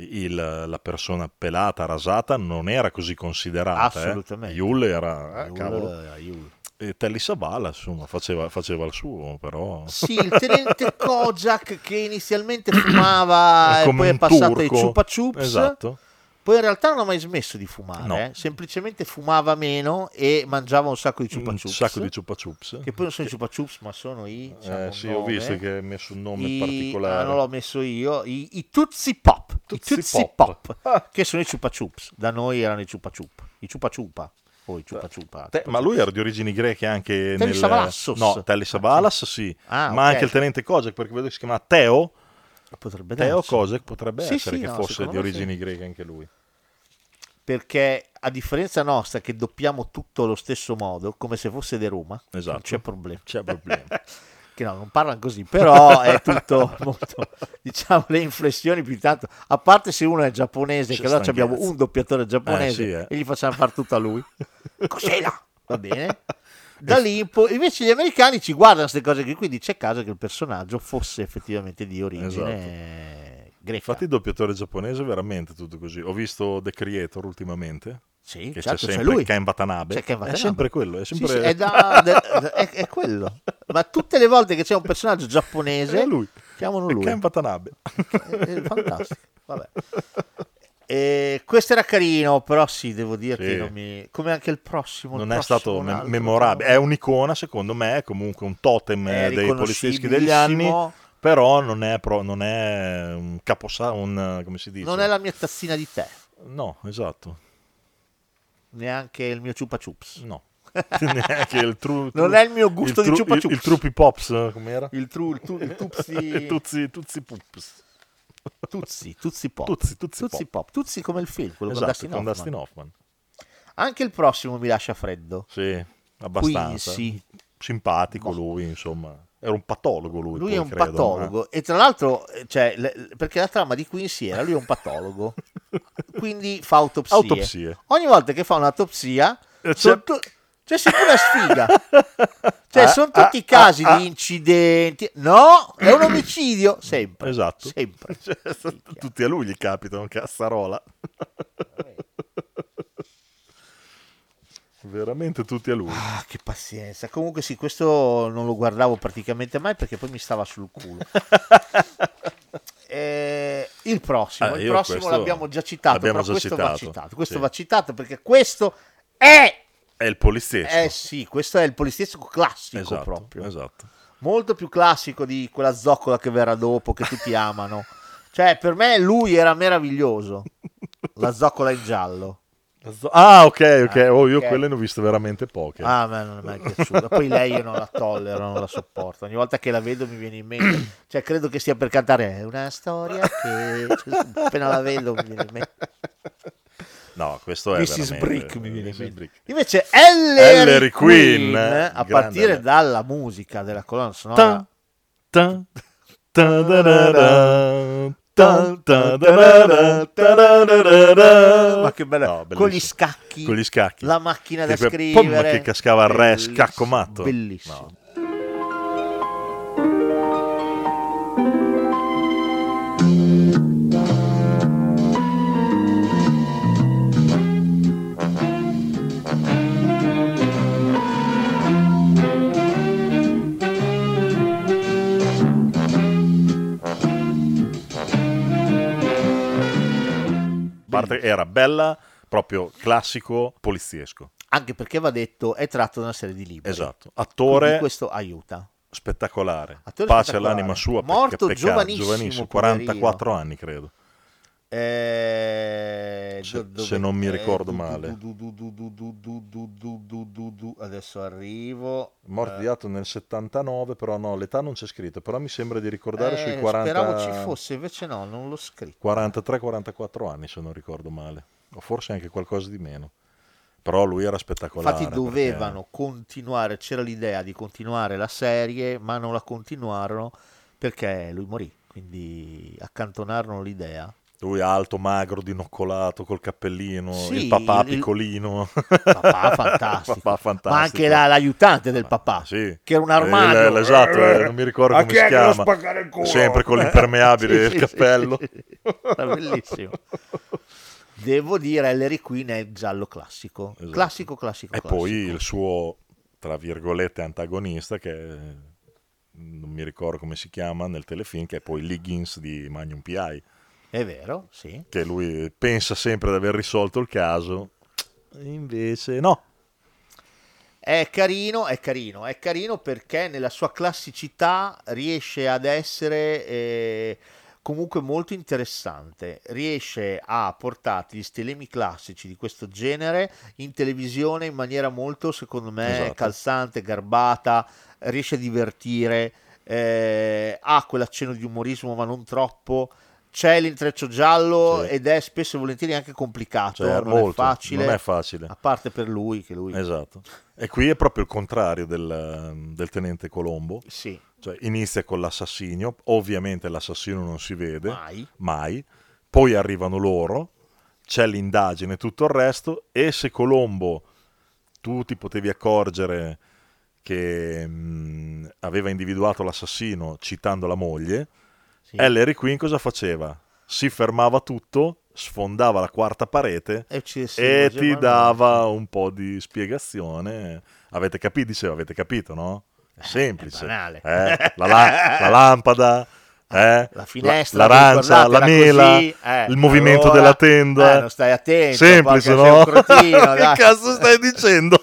Speaker 3: il- la persona pelata, rasata, non era così considerata. eh.
Speaker 7: Assolutamente.
Speaker 3: Yul era... eh,
Speaker 7: Yul,
Speaker 3: cavolo.
Speaker 7: eh, Yul.
Speaker 3: E Telly Savalas, insomma, faceva, faceva il suo, però...
Speaker 7: Sì, il tenente Kojak che inizialmente fumava e
Speaker 3: Come
Speaker 7: poi è
Speaker 3: un
Speaker 7: passato ai
Speaker 3: turco.
Speaker 7: Chupa Chups.
Speaker 3: Esatto.
Speaker 7: Poi in realtà non ha mai smesso di fumare,
Speaker 3: No.
Speaker 7: eh. semplicemente fumava meno e mangiava un sacco di chupa
Speaker 3: Un
Speaker 7: chups.
Speaker 3: sacco di Chupa Chups.
Speaker 7: Che poi non sono i chupa chups, ma sono i. diciamo,
Speaker 3: Eh, sì,
Speaker 7: nome.
Speaker 3: ho visto che hai messo un nome
Speaker 7: I-
Speaker 3: particolare.
Speaker 7: ah, non l'ho messo io. I, i Tootsie Pop.
Speaker 3: Tootsie
Speaker 7: I Tootsie Pop.
Speaker 3: Pop. Ah.
Speaker 7: Che sono i chupa chups. Da noi erano i chupa chup. I chupa chupa. O i chupa chupa.
Speaker 3: Eh, Te- ma lui era di origini greche anche
Speaker 7: Telly
Speaker 3: nel...
Speaker 7: Savalassos.
Speaker 3: No, Telly Savalas sì,
Speaker 7: Ah,
Speaker 3: ma
Speaker 7: ok.
Speaker 3: anche il tenente Kojak perché vedo che si chiama Teo.
Speaker 7: Potrebbe
Speaker 3: Teo
Speaker 7: darsi.
Speaker 3: Kojak potrebbe
Speaker 7: Eh, Sì,
Speaker 3: essere
Speaker 7: sì,
Speaker 3: che
Speaker 7: no,
Speaker 3: fosse
Speaker 7: secondo
Speaker 3: di
Speaker 7: me
Speaker 3: origini
Speaker 7: sì.
Speaker 3: greche anche lui.
Speaker 7: Perché a differenza nostra, che doppiamo tutto allo stesso modo, come se fosse di Roma,
Speaker 3: Esatto.
Speaker 7: non c'è problema.
Speaker 3: C'è problema.
Speaker 7: che no, non parlano così, però è tutto molto, diciamo, le inflessioni più tanto, a parte se uno è giapponese,
Speaker 3: C'è
Speaker 7: che allora abbiamo
Speaker 3: stanchezza.
Speaker 7: un doppiatore giapponese
Speaker 3: Eh, sì, eh.
Speaker 7: e gli facciamo fare tutto a lui. Cos'è là? Va bene? Da lì in poi, invece gli americani ci guardano queste cose qui, quindi c'è caso che il personaggio fosse effettivamente di origine greca.
Speaker 3: Esatto. Infatti il doppiatore giapponese è veramente tutto così. Ho visto The Creator ultimamente.
Speaker 7: sì,
Speaker 3: che
Speaker 7: certo,
Speaker 3: c'è sempre
Speaker 7: lui.
Speaker 3: Ken Watanabe.
Speaker 7: C'è Ken
Speaker 3: È
Speaker 7: Watanabe.
Speaker 3: sempre quello, è
Speaker 7: Sì,
Speaker 3: sempre-
Speaker 7: sì, è, da- da- è- è quello. Ma tutte le volte che c'è un personaggio giapponese,
Speaker 3: È lui.
Speaker 7: chiamano
Speaker 3: È
Speaker 7: lui.
Speaker 3: Ken Watanabe.
Speaker 7: Eh, fantastico. Vabbè. Eh, questo era carino, però sì, devo dirti,
Speaker 3: Sì.
Speaker 7: non mi- come anche il prossimo. il
Speaker 3: non è
Speaker 7: prossimo,
Speaker 3: stato
Speaker 7: un
Speaker 3: me-
Speaker 7: altro,
Speaker 3: memorabile.
Speaker 7: però-
Speaker 3: È un'icona, secondo me, è comunque un totem
Speaker 7: È
Speaker 3: eh, dei polizieschi degli anni.
Speaker 7: riconoscibilissimo.
Speaker 3: Però non è, pro- non è un caposa, un eh, come si dice?
Speaker 7: Non è la mia tazzina di tè,
Speaker 3: No, esatto.
Speaker 7: neanche il mio chupa chups.
Speaker 3: No. Neanche il tru-
Speaker 7: Non
Speaker 3: tru-
Speaker 7: è il mio gusto di
Speaker 3: tru-
Speaker 7: Chupa
Speaker 3: il-
Speaker 7: Chups.
Speaker 3: Il, Truppi Pops, eh, com'era?
Speaker 7: Il tru, il, tu, il tuzzi,
Speaker 3: Tuzzi, Tuzzi Pops.
Speaker 7: tuzzi, tuzzi pop.
Speaker 3: Tuzzi, Tuzzi
Speaker 7: pop. Tuzzi come il film, quello
Speaker 3: Esatto,
Speaker 7: con Dustin
Speaker 3: con
Speaker 7: Hoffman.
Speaker 3: Dustin Hoffman.
Speaker 7: Anche il prossimo mi lascia freddo.
Speaker 3: Sì, abbastanza.
Speaker 7: Quincy,
Speaker 3: simpatico lui, insomma. Era un patologo lui.
Speaker 7: Lui
Speaker 3: poi,
Speaker 7: è un
Speaker 3: credo,
Speaker 7: patologo e tra l'altro, eh, cioè, le- perché la trama di Quincy era lui è un patologo, quindi fa autopsie.
Speaker 3: Autopsie.
Speaker 7: Ogni volta che fa un'autopsia
Speaker 3: Eh,
Speaker 7: son
Speaker 3: c'è-
Speaker 7: tu- c'è sempre una sfiga. Cioè,
Speaker 3: Ah,
Speaker 7: sono
Speaker 3: ah,
Speaker 7: tutti i casi
Speaker 3: ah, ah.
Speaker 7: di incidenti. No, è un omicidio. Sempre.
Speaker 3: Esatto.
Speaker 7: Sempre.
Speaker 3: eh. Tutti a lui gli capitano, cazzarola. Veramente tutti a lui.
Speaker 7: Ah, che pazienza. Comunque, sì, questo non lo guardavo praticamente mai perché poi mi stava sul culo. Eh, il prossimo,
Speaker 3: Eh,
Speaker 7: il
Speaker 3: io
Speaker 7: prossimo
Speaker 3: questo
Speaker 7: l'abbiamo già citato.
Speaker 3: l'abbiamo
Speaker 7: però
Speaker 3: già
Speaker 7: questo va
Speaker 3: citato,
Speaker 7: citato. Questo
Speaker 3: sì.
Speaker 7: va citato perché questo è.
Speaker 3: È il poliziesco.
Speaker 7: Eh sì, questo è il poliziesco classico
Speaker 3: esatto,
Speaker 7: proprio.
Speaker 3: esatto.
Speaker 7: Molto più classico di quella zoccola che verrà dopo, che tutti amano. Cioè, per me lui era meraviglioso. La zoccola in giallo.
Speaker 3: Ah, ok, ok. Oh, io
Speaker 7: ok.
Speaker 3: quelle ne ho viste veramente poche.
Speaker 7: Ah, a me non è mai piaciuta. Poi lei io non la tollero, non la sopporto. Ogni volta che la vedo mi viene in mente. Cioè, credo che stia per cantare. È una storia che cioè, appena la vedo mi viene in mente.
Speaker 3: No, questo è
Speaker 7: Mrs.
Speaker 3: veramente-
Speaker 7: Brick mi viene in
Speaker 3: Mrs.
Speaker 7: mente.
Speaker 3: Brick.
Speaker 7: Invece Ellery,
Speaker 3: Ellery
Speaker 7: Queen,
Speaker 3: Queen, eh,
Speaker 7: a
Speaker 3: grande
Speaker 7: partire
Speaker 3: Ellery.
Speaker 7: dalla musica della colonna sonora,
Speaker 3: Tan, tan, tan, da, da, da, tan, tan, da, da, da, ta, da, da, da, da.
Speaker 7: Ma che bella-
Speaker 3: No,
Speaker 7: con
Speaker 3: bellissimo.
Speaker 7: gli scacchi,
Speaker 3: Con gli scacchi.
Speaker 7: la macchina da
Speaker 3: Che que-
Speaker 7: scrivere.
Speaker 3: pom, che cascava il re,
Speaker 7: Bellissimo,
Speaker 3: scacco matto.
Speaker 7: Bellissimo.
Speaker 3: No. Parte era bella, proprio classico poliziesco.
Speaker 7: Anche perché va detto, è tratto da una serie di libri.
Speaker 3: Esatto.
Speaker 7: Quindi
Speaker 3: Attore
Speaker 7: questo aiuta.
Speaker 3: spettacolare.
Speaker 7: Attore
Speaker 3: Pace
Speaker 7: spettacolare.
Speaker 3: all'anima sua. perché
Speaker 7: Morto
Speaker 3: peccato,
Speaker 7: giovanissimo,
Speaker 3: 44 anni, credo.
Speaker 7: Eh,
Speaker 3: Se-
Speaker 7: do- dove-
Speaker 3: se non mi
Speaker 7: eh,
Speaker 3: ricordo
Speaker 7: du- du-
Speaker 3: male.
Speaker 7: du- du- du- du- du- du- du- du- du- du- du- Adesso arrivo.
Speaker 3: Morto di atto nel 79, però no, l'età non c'è scritto, però mi sembra di ricordare
Speaker 7: Eh,
Speaker 3: sui 40
Speaker 7: Speravo ci fosse, invece no, non l'ho scritto.
Speaker 3: 43-44 anni, se non ricordo male, o forse anche qualcosa di meno. Però lui era spettacolare.
Speaker 7: Infatti dovevano continuare, c'era l'idea di continuare la serie, ma non la continuarono perché lui morì, quindi accantonarono l'idea.
Speaker 3: perché Lui alto, magro, dinoccolato, col cappellino,
Speaker 7: Sì,
Speaker 3: il papà
Speaker 7: il- il-
Speaker 3: piccolino.
Speaker 7: Papà fantastico.
Speaker 3: Papà fantastico.
Speaker 7: Ma anche la- l'aiutante del papà,
Speaker 3: Sì.
Speaker 7: che era un
Speaker 3: Eh,
Speaker 7: armadio.
Speaker 3: l- esatto, eh, non mi ricordo
Speaker 7: A
Speaker 3: come
Speaker 7: chi è
Speaker 3: si
Speaker 7: che lo
Speaker 3: chiama.
Speaker 7: spaccare il culo?
Speaker 3: Sempre con l'impermeabile e
Speaker 7: Sì,
Speaker 3: il
Speaker 7: sì, sì,
Speaker 3: cappello.
Speaker 7: sì, sì. Era Eh, bellissimo. Devo dire, Ellery Queen è giallo classico.
Speaker 3: Esatto.
Speaker 7: Classico, classico,
Speaker 3: E
Speaker 7: classico.
Speaker 3: poi il suo, tra virgolette, antagonista, che eh, non mi ricordo come si chiama nel telefilm, che è poi Liggins di Magnum P.I.,
Speaker 7: È vero, sì.
Speaker 3: che lui pensa sempre di aver risolto il caso, e invece no.
Speaker 7: È carino, è carino, è carino perché nella sua classicità riesce ad essere eh, comunque molto interessante, riesce a portarti gli stilemi classici di questo genere in televisione in maniera molto, secondo me,
Speaker 3: Esatto.
Speaker 7: calzante, garbata, riesce a divertire, eh, ha quell'accenno di umorismo ma non troppo. C'è l'intreccio giallo
Speaker 3: Sì.
Speaker 7: ed è spesso e volentieri anche complicato,
Speaker 3: Cioè,
Speaker 7: non
Speaker 3: molto,
Speaker 7: è facile,
Speaker 3: non è facile.
Speaker 7: a parte per lui che lui...
Speaker 3: Esatto. E qui è proprio il contrario del, del tenente Colombo.
Speaker 7: Sì,
Speaker 3: Cioè, inizia con l'assassinio, ovviamente l'assassino non si vede
Speaker 7: mai.
Speaker 3: mai, poi arrivano loro, c'è l'indagine e tutto il resto, e se Colombo tu ti potevi accorgere che mh, aveva individuato l'assassino citando la moglie,
Speaker 7: Sì.
Speaker 3: Ellery Queen cosa faceva? Si fermava tutto, sfondava la quarta parete
Speaker 7: E ci si
Speaker 3: e
Speaker 7: rivolgeva
Speaker 3: ti
Speaker 7: a
Speaker 3: dava un po' di spiegazione. Avete capito? Diceva, avete capito, no? È semplice.
Speaker 7: Eh, banale.
Speaker 3: Eh, la, la- la lampada, eh,
Speaker 7: la finestra,
Speaker 3: la- l'arancia,
Speaker 7: vi ricordate,
Speaker 3: la
Speaker 7: era
Speaker 3: mela,
Speaker 7: così? Eh,
Speaker 3: il movimento
Speaker 7: allora,
Speaker 3: della tenda.
Speaker 7: eh, non stai attento,
Speaker 3: Semplice,
Speaker 7: porca, sei un
Speaker 3: no?
Speaker 7: crotino,
Speaker 3: che
Speaker 7: dai.
Speaker 3: cazzo stai dicendo?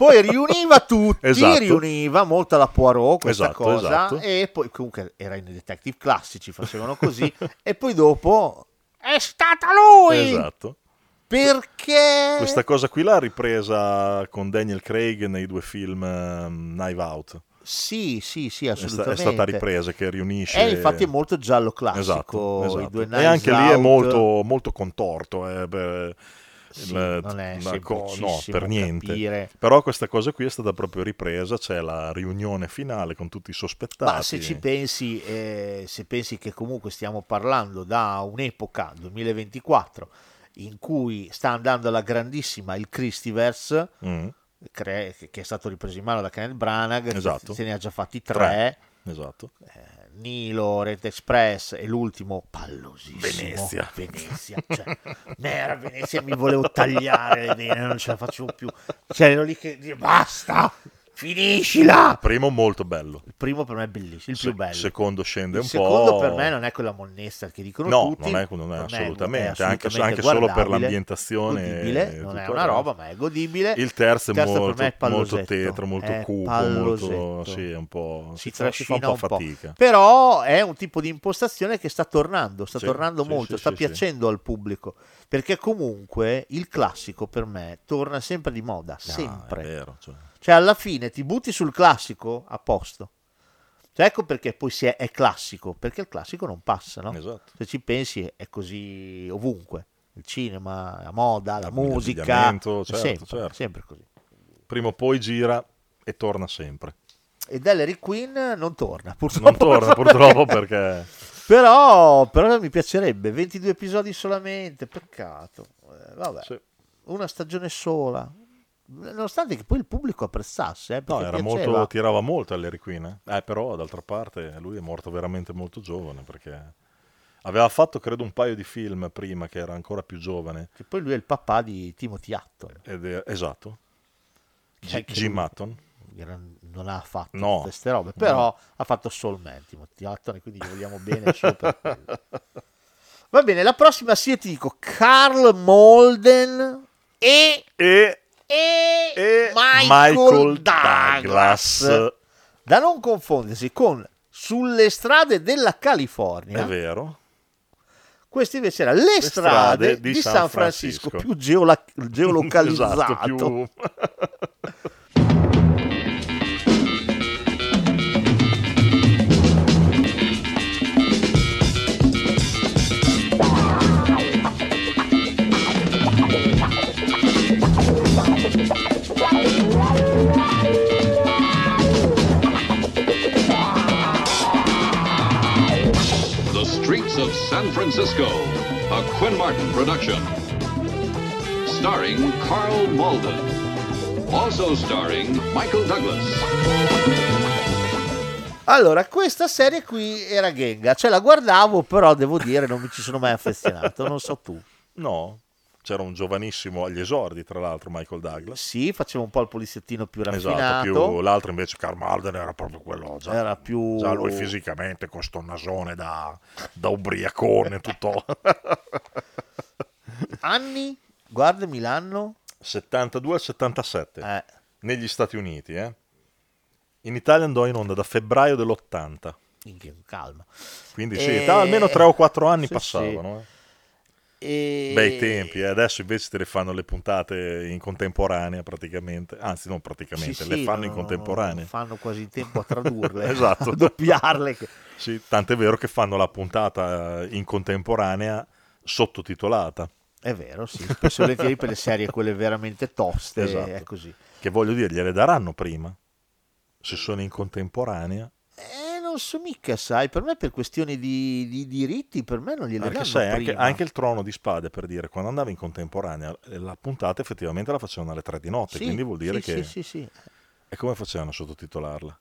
Speaker 7: Poi riuniva tutti,
Speaker 3: Esatto.
Speaker 7: riuniva molto alla Poirot questa
Speaker 3: Esatto,
Speaker 7: cosa
Speaker 3: esatto.
Speaker 7: e poi comunque era i detective classici, facevano così e poi dopo
Speaker 6: È stata lui!
Speaker 3: esatto.
Speaker 7: perché
Speaker 3: Questa cosa qui l'ha ripresa con Daniel Craig nei due film ehm, Knife Out.
Speaker 7: Sì, sì, sì,
Speaker 3: È, sta-
Speaker 7: assolutamente.
Speaker 3: è stata ripresa che riunisce.
Speaker 7: E infatti è molto giallo classico,
Speaker 3: Esatto,
Speaker 7: i
Speaker 3: esatto.
Speaker 7: due
Speaker 3: e
Speaker 7: Knives
Speaker 3: anche lì è
Speaker 7: Out.
Speaker 3: molto, molto contorto. eh, beh,
Speaker 7: Sì,
Speaker 3: la-
Speaker 7: non è
Speaker 3: la co- no,
Speaker 7: semplicissimo
Speaker 3: per niente.
Speaker 7: capire.
Speaker 3: Però questa cosa qui è stata proprio ripresa, c'è la riunione finale con tutti i sospettati.
Speaker 7: Ma se ci pensi, eh, se pensi che comunque stiamo parlando da un'epoca, 2024, in cui sta andando alla grandissima il Christiverse,
Speaker 3: Mm,
Speaker 7: cre- che è stato ripreso in mano da Kenneth Branagh,
Speaker 3: Esatto.
Speaker 7: se ne ha già fatti tre,
Speaker 3: Tre. Esatto.
Speaker 7: Nilo, Rete Express e l'ultimo pallosissimo
Speaker 3: Venezia.
Speaker 7: Venezia, cioè, mera Venezia mi volevo tagliare le vene, non ce la facevo più. Cioè, ero lì che dire, basta, finiscila.
Speaker 3: Primo molto bello.
Speaker 7: Il primo per me è bellissimo, il
Speaker 3: Se-
Speaker 7: più bello.
Speaker 3: secondo scende
Speaker 7: Il
Speaker 3: un
Speaker 7: secondo
Speaker 3: po'.
Speaker 7: per me non è quella monnezza che dicono
Speaker 3: No,
Speaker 7: tutti.
Speaker 3: non è- non è
Speaker 7: Per me
Speaker 3: assolutamente,
Speaker 7: è
Speaker 3: anche-
Speaker 7: assolutamente
Speaker 3: anche solo per
Speaker 7: guardabile,
Speaker 3: l'ambientazione e
Speaker 7: godibile,
Speaker 3: tutto
Speaker 7: non è
Speaker 3: il
Speaker 7: una
Speaker 3: resto.
Speaker 7: roba, ma è godibile.
Speaker 3: Il terzo è
Speaker 7: per
Speaker 3: molto-
Speaker 7: me è pallosetto,
Speaker 3: molto tetro, molto
Speaker 7: è
Speaker 3: cupo,
Speaker 7: pallosetto.
Speaker 3: molto- sì, è un po'-
Speaker 7: si,
Speaker 3: si fa- si fa un
Speaker 7: trascina
Speaker 3: po'
Speaker 7: un po',
Speaker 3: fatica.
Speaker 7: Però è un tipo di impostazione che sta tornando, sta
Speaker 3: Sì,
Speaker 7: tornando
Speaker 3: sì,
Speaker 7: molto,
Speaker 3: sì,
Speaker 7: sta
Speaker 3: sì,
Speaker 7: piacendo al pubblico, perché comunque il classico per me torna sempre di moda,
Speaker 3: Ah,
Speaker 7: sempre.
Speaker 3: è vero, cioè.
Speaker 7: Cioè, alla fine ti butti sul classico a posto. Cioè, ecco perché poi si è, è classico, perché il classico non passa, no?
Speaker 3: Esatto.
Speaker 7: Se ci pensi è così ovunque, il cinema, la moda, la musica,
Speaker 3: L'abbigliamento,
Speaker 7: è
Speaker 3: certo,
Speaker 7: sempre,
Speaker 3: certo.
Speaker 7: sempre così.
Speaker 3: Prima o poi gira e torna sempre.
Speaker 7: E Delary Queen non torna, purtroppo.
Speaker 3: Non torna purtroppo perché
Speaker 7: Però, però mi piacerebbe, 22 episodi solamente, peccato. Eh, vabbè,
Speaker 3: Sì.
Speaker 7: una stagione sola. Nonostante che poi il pubblico apprezzasse, eh,
Speaker 3: No,
Speaker 7: perché
Speaker 3: era
Speaker 7: piaceva.
Speaker 3: molto, tirava molto all'Harry Queen, eh. Eh, però d'altra parte lui è morto veramente molto giovane perché aveva fatto credo un paio di film prima che era ancora più giovane.
Speaker 7: Che poi lui è il papà di Timothy Hutton.
Speaker 3: Ed è- esatto.
Speaker 7: Cioè,
Speaker 3: G-
Speaker 7: che
Speaker 3: Jim
Speaker 7: lui-
Speaker 3: Hutton.
Speaker 7: gran- non ha fatto
Speaker 3: No.
Speaker 7: tutte queste robe, però
Speaker 3: No.
Speaker 7: ha fatto Soul Man, Timothy Hutton, e quindi gli vogliamo bene solo per quello. Va bene, la prossima sì, io ti dico Carl Molden e,
Speaker 3: E,
Speaker 7: e,
Speaker 3: e
Speaker 7: Michael, Douglas. Da non confondersi con Sulle strade della
Speaker 3: È
Speaker 7: California.
Speaker 3: vero.
Speaker 7: Questo invece era Le strade di, San, Francisco, più geola- geolocalizzato.
Speaker 3: Esatto, più-
Speaker 11: The Streets of San Francisco, a Quinn Martin production. Starring Carl Malden. Also starring Michael Douglas.
Speaker 7: Allora, questa serie qui era Genga, cioè la guardavo, però devo dire non mi ci sono mai affezionato, non so tu.
Speaker 3: No, c'era un giovanissimo agli esordi, tra l'altro, Michael Douglas.
Speaker 7: Sì, facevo un po' il poliziottino più raffinato.
Speaker 3: Esatto, più l'altro invece Karl Malden era proprio quello già,
Speaker 7: Era più-
Speaker 3: già lui fisicamente con sto nasone da, da ubriacone tutto
Speaker 7: Anni, guardami l'anno.
Speaker 3: 72 al 77
Speaker 7: Eh,
Speaker 3: negli Stati Uniti eh. in Italia andò in onda da febbraio dell'80
Speaker 7: minchia, calma.
Speaker 3: quindi
Speaker 7: Eh,
Speaker 3: sì, ta- almeno 3 o 4 anni
Speaker 7: sì,
Speaker 3: passavano
Speaker 7: E...
Speaker 3: eh. bei tempi eh. adesso invece te le fanno le puntate in contemporanea praticamente anzi non
Speaker 7: Sì,
Speaker 3: praticamente
Speaker 7: sì,
Speaker 3: le fanno in
Speaker 7: no, no,
Speaker 3: contemporanea
Speaker 7: no, fanno quasi in tempo a tradurle,
Speaker 3: Esatto.
Speaker 7: a doppiarle. che-
Speaker 3: Sì, tant'è vero che fanno la puntata in contemporanea sottotitolata.
Speaker 7: È vero, sì. Spesso e volentieri per le serie quelle veramente toste,
Speaker 3: Esatto.
Speaker 7: è così.
Speaker 3: Che voglio dire, gliele daranno prima. Se sono in contemporanea.
Speaker 7: Eh, non so mica, sai, per me per questioni di, di diritti, per me non gliele
Speaker 3: Perché
Speaker 7: danno
Speaker 3: sai, anche,
Speaker 7: prima.
Speaker 3: anche il trono di spade, per dire, quando andava in contemporanea, la puntata effettivamente la facevano alle 3 di notte,
Speaker 7: Sì,
Speaker 3: quindi vuol dire
Speaker 7: sì,
Speaker 3: che...
Speaker 7: sì, sì, sì.
Speaker 3: E come facevano a sottotitolarla?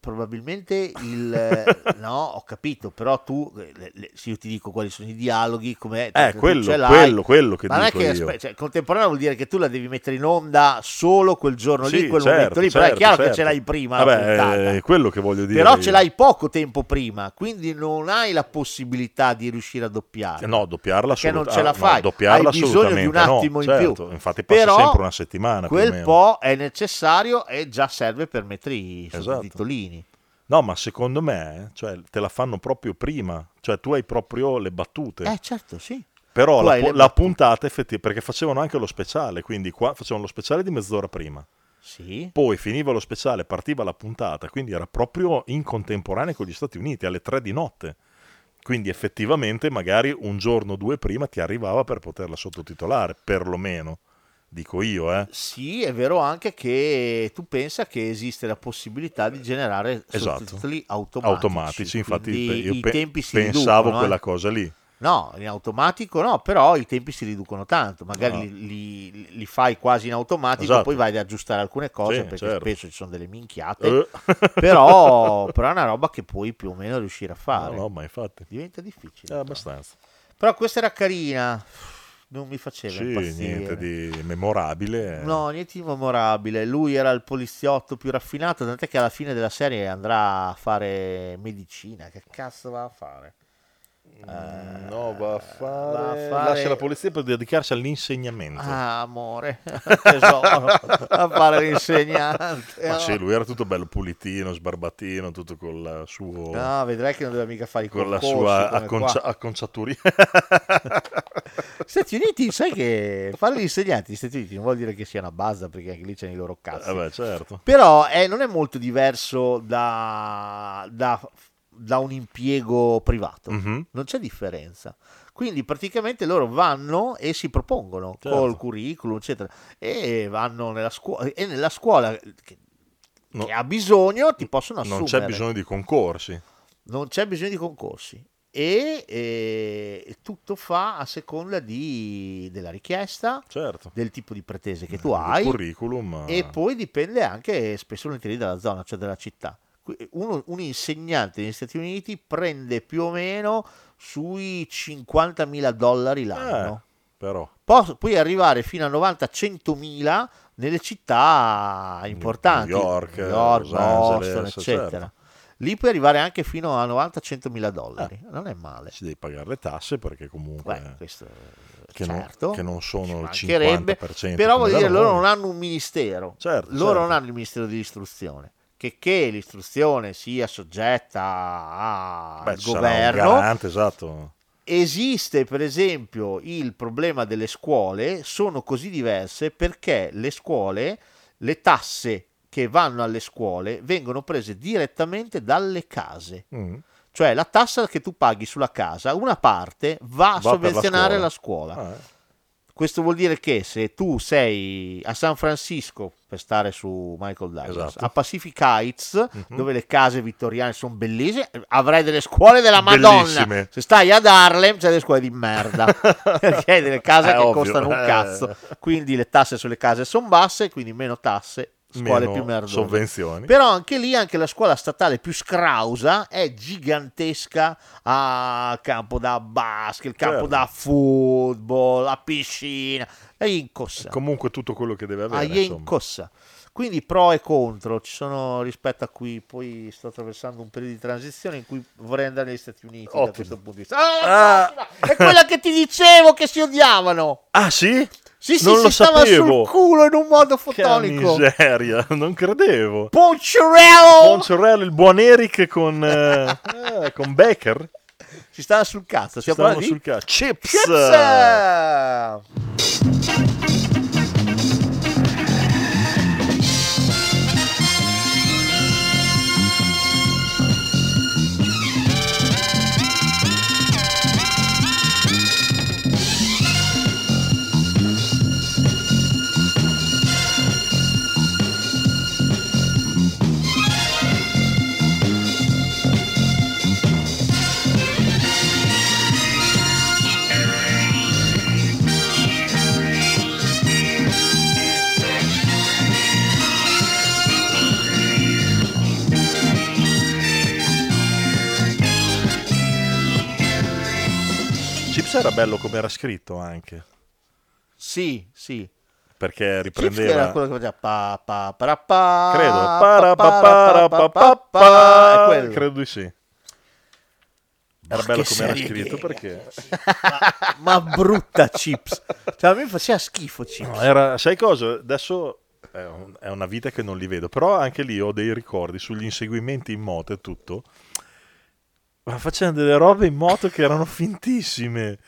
Speaker 7: probabilmente il no ho capito però tu eh, le- le- se io ti dico quali sono i dialoghi come
Speaker 3: Eh, quello, quello, quello che
Speaker 7: ma non è
Speaker 3: dico
Speaker 7: che
Speaker 3: io.
Speaker 7: aspe- cioè, contemporanea vuol dire che tu la devi mettere in onda solo quel giorno lì
Speaker 3: Sì,
Speaker 7: quel
Speaker 3: certo,
Speaker 7: momento lì però è
Speaker 3: certo,
Speaker 7: chiaro che
Speaker 3: certo.
Speaker 7: ce l'hai prima la
Speaker 3: Vabbè,
Speaker 7: puntata.
Speaker 3: è quello che voglio dire.
Speaker 7: però
Speaker 3: io.
Speaker 7: ce l'hai poco tempo prima quindi non hai la possibilità di riuscire a doppiare
Speaker 3: Eh, No, doppiarla
Speaker 7: Perché non
Speaker 3: assoluta-
Speaker 7: ce la
Speaker 3: ah,
Speaker 7: fai.
Speaker 3: no, doppiarla
Speaker 7: Hai bisogno di un
Speaker 3: assolutamente no,
Speaker 7: attimo in
Speaker 3: certo.
Speaker 7: più.
Speaker 3: Infatti passa
Speaker 7: Però
Speaker 3: sempre una settimana più o
Speaker 7: Quel
Speaker 3: meno.
Speaker 7: po' è necessario e già serve per mettere i
Speaker 3: Esatto.
Speaker 7: sottotitolini.
Speaker 3: No, ma secondo me, cioè, te la fanno proprio prima, cioè tu hai proprio le battute.
Speaker 7: Eh, certo, sì.
Speaker 3: Però
Speaker 7: tu
Speaker 3: la,
Speaker 7: hai le
Speaker 3: pu- la
Speaker 7: battute.
Speaker 3: puntata effettivamente, perché facevano anche lo speciale, quindi qua facevano lo speciale di mezz'ora prima,
Speaker 7: Sì.
Speaker 3: poi finiva lo speciale, partiva la puntata, quindi era proprio in contemporanea con gli Stati Uniti alle 3 di notte. Quindi effettivamente magari un giorno o due prima ti arrivava per poterla sottotitolare, perlomeno, dico io, eh.
Speaker 7: Sì, è vero anche che tu pensa che esiste la possibilità di generare
Speaker 3: Esatto.
Speaker 7: sottotitoli automatici.
Speaker 3: Automatici, infatti
Speaker 7: Quindi
Speaker 3: pe- io
Speaker 7: i
Speaker 3: pe-
Speaker 7: tempi si
Speaker 3: pensavo
Speaker 7: riducono, eh.
Speaker 3: quella cosa lì.
Speaker 7: No, in automatico no, però i tempi si riducono tanto, magari
Speaker 3: Ah.
Speaker 7: li, li- li fai quasi in automatico,
Speaker 3: Esatto.
Speaker 7: poi vai ad aggiustare alcune cose
Speaker 3: Sì,
Speaker 7: perché
Speaker 3: certo.
Speaker 7: spesso ci sono delle minchiate,
Speaker 3: Eh.
Speaker 7: però, però è una roba che puoi più o meno riuscire a fare.
Speaker 3: No, no, ma infatti.
Speaker 7: Diventa difficile.
Speaker 3: Eh, abbastanza.
Speaker 7: Però questa era carina, non mi faceva
Speaker 3: Sì,
Speaker 7: impazzire.
Speaker 3: niente di memorabile. eh.
Speaker 7: No, niente di memorabile. Lui era il poliziotto più raffinato, tant'è che alla fine della serie andrà a fare medicina. Che cazzo va a fare?
Speaker 3: Mm,
Speaker 7: Eh,
Speaker 3: No, va a fare...
Speaker 7: va a fare-
Speaker 3: Lascia la polizia per dedicarsi all'insegnamento.
Speaker 7: Ah, amore, tesoro, a fare l'insegnante.
Speaker 3: Ma sì, lui era tutto bello pulitino, sbarbatino, tutto col suo...
Speaker 7: No, vedrai che non doveva mica fare i
Speaker 3: con la
Speaker 7: concorsi
Speaker 3: sua
Speaker 7: Ah, come qua.
Speaker 3: acconcia- acconciatura.
Speaker 7: Stati Uniti, sai che fare gli insegnanti negli Stati Uniti non vuol dire che sia una base perché anche lì c'è i loro cazzi.
Speaker 3: Vabbè, certo.
Speaker 7: Però eh, non è molto diverso da, da- da un impiego privato,
Speaker 3: Mhm.
Speaker 7: non c'è differenza. Quindi praticamente loro vanno e si propongono
Speaker 3: Certo.
Speaker 7: col curriculum, eccetera, e vanno nella scuola e nella scuola che,
Speaker 3: No.
Speaker 7: che ha bisogno ti possono assumere.
Speaker 3: Non c'è bisogno di concorsi.
Speaker 7: Non c'è bisogno di concorsi. E, eh, tutto fa a seconda di- della richiesta,
Speaker 3: Certo.
Speaker 7: del tipo di pretese che tu
Speaker 3: Il
Speaker 7: hai,
Speaker 3: Eh, curriculum. eh,
Speaker 7: e poi dipende anche spesso e volentieri dalla zona, cioè dalla città. Qui- uno- un insegnante negli Stati Uniti prende più o meno sui 50.000 dollari
Speaker 3: Eh.
Speaker 7: l'anno.
Speaker 3: Però.
Speaker 7: Po- puoi arrivare fino a 90-100.000 nelle città importanti,
Speaker 3: New York, Los
Speaker 7: Boston,
Speaker 3: Angeles,
Speaker 7: eccetera.
Speaker 3: certo.
Speaker 7: Lì puoi arrivare anche fino a 90-100.000 dollari,
Speaker 3: Eh.
Speaker 7: non è male.
Speaker 3: Ci devi pagare le tasse perché comunque...
Speaker 7: Beh, questo,
Speaker 3: che,
Speaker 7: certo,
Speaker 3: non, che non sono il
Speaker 7: mancherebbe,
Speaker 3: 50%.
Speaker 7: però
Speaker 3: come
Speaker 7: voglio
Speaker 3: da
Speaker 7: dire, loro
Speaker 3: noi.
Speaker 7: non hanno un ministero,
Speaker 3: Certo,
Speaker 7: loro
Speaker 3: certo.
Speaker 7: non hanno il ministero dell'istruzione. Che, che l'istruzione sia soggetta
Speaker 3: Beh,
Speaker 7: al
Speaker 3: ci sarà un
Speaker 7: governo,
Speaker 3: garante, esatto.
Speaker 7: esiste per esempio il problema delle scuole, sono così diverse perché le scuole, le tasse che vanno alle scuole vengono prese direttamente dalle case.
Speaker 3: Mm.
Speaker 7: Cioè la tassa che tu paghi sulla casa, una parte va a
Speaker 3: Va per
Speaker 7: sovvenzionare la
Speaker 3: la
Speaker 7: scuola.
Speaker 3: Ah, eh.
Speaker 7: Questo vuol dire che se tu sei a San Francisco, per stare su Michael Douglas,
Speaker 3: Esatto.
Speaker 7: a Pacific Heights,
Speaker 3: Mhm.
Speaker 7: dove le case vittoriane sono bellissime, avrai delle scuole della Madonna.
Speaker 3: Bellissime.
Speaker 7: Se stai ad Harlem, c'è delle scuole di merda, perché hai delle case
Speaker 3: Eh,
Speaker 7: che
Speaker 3: ovvio.
Speaker 7: costano un
Speaker 3: Eh.
Speaker 7: cazzo. Quindi le tasse sulle case sono basse, quindi meno tasse, scuole
Speaker 3: Meno
Speaker 7: più merdose.
Speaker 3: sovvenzioni.
Speaker 7: Però anche lì, anche la scuola statale più scrausa è gigantesca, ha il campo da basket, il campo
Speaker 3: Certo.
Speaker 7: da football, la piscina, è incossa.
Speaker 3: Comunque tutto quello che deve
Speaker 7: Ah,
Speaker 3: avere.
Speaker 7: è
Speaker 3: insomma.
Speaker 7: incossa. Quindi pro e contro ci sono rispetto a qui, poi sto attraversando un periodo di transizione in cui vorrei andare negli Stati Uniti da
Speaker 3: Ottimo.
Speaker 7: questo punto di vista. Ah, la prossima! È quella che ti dicevo che si odiavano.
Speaker 3: Ah sì?
Speaker 7: Sì, sì,
Speaker 3: non
Speaker 7: si
Speaker 3: lo
Speaker 7: stava
Speaker 3: sapevo.
Speaker 7: sul culo in un modo
Speaker 3: Che
Speaker 7: fotonico.
Speaker 3: miseria, non credevo.
Speaker 7: Oh. Poncherello!
Speaker 3: Poncerello, il buon Eric con, eh, eh, con Becker.
Speaker 7: Si stava sul cazzo, si
Speaker 3: Stavamo
Speaker 7: parlando di
Speaker 3: sul ca- Chips!
Speaker 7: Chips!
Speaker 3: Chips era bello come era scritto anche,
Speaker 7: Sì, sì.
Speaker 3: perché
Speaker 7: Chips che era
Speaker 3: riprendeva...
Speaker 7: quello che faceva pa pa para, pa
Speaker 3: Credo.
Speaker 7: pa, pa, para, pa, pa, pa, è quello.
Speaker 3: Credo di sì. Era
Speaker 7: Ma
Speaker 3: bello
Speaker 7: che
Speaker 3: come era
Speaker 7: serie
Speaker 3: scritto
Speaker 7: che-
Speaker 3: perché...
Speaker 7: Ma brutta chips. Cioè, a me faceva schifo chips.
Speaker 3: No, eh, era- sai cosa? Adesso è, un- è una vita che non li vedo, però anche lì ho dei ricordi sugli inseguimenti in moto e tutto. Ma facevano delle robe in moto che erano fintissime.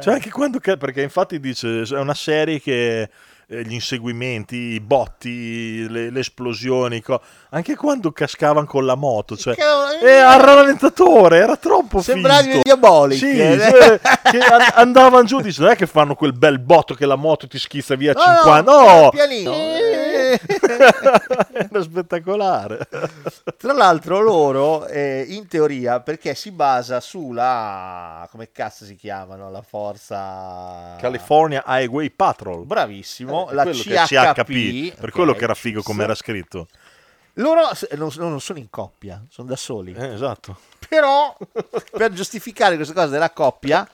Speaker 3: Cioè anche quando... ca- Perché infatti dice, è una serie che eh, gli inseguimenti, i botti, le, le esplosioni, co- anche quando cascavano con la moto, cioè, era il rallentatore, era troppo
Speaker 7: Sembravi
Speaker 3: finto.
Speaker 7: i Diabolic.
Speaker 3: Sì, cioè, che an- andavano giù, dice, non è che fanno quel bel botto che la moto ti schizza via 50, no,
Speaker 7: pianino.
Speaker 3: Eh. era spettacolare.
Speaker 7: Tra l'altro loro, eh, in teoria, perché si basa sulla... come cazzo si chiamano? La forza...
Speaker 3: California Highway Patrol.
Speaker 7: Bravissimo,
Speaker 3: Eh,
Speaker 7: la
Speaker 3: quello che è
Speaker 7: CHP,
Speaker 3: CHP, per
Speaker 7: ok,
Speaker 3: quello che era figo come
Speaker 7: ci
Speaker 3: era scritto.
Speaker 7: Loro s- non, non sono in coppia, sono da soli.
Speaker 3: esatto.
Speaker 7: Però, per giustificare questa cosa della coppia,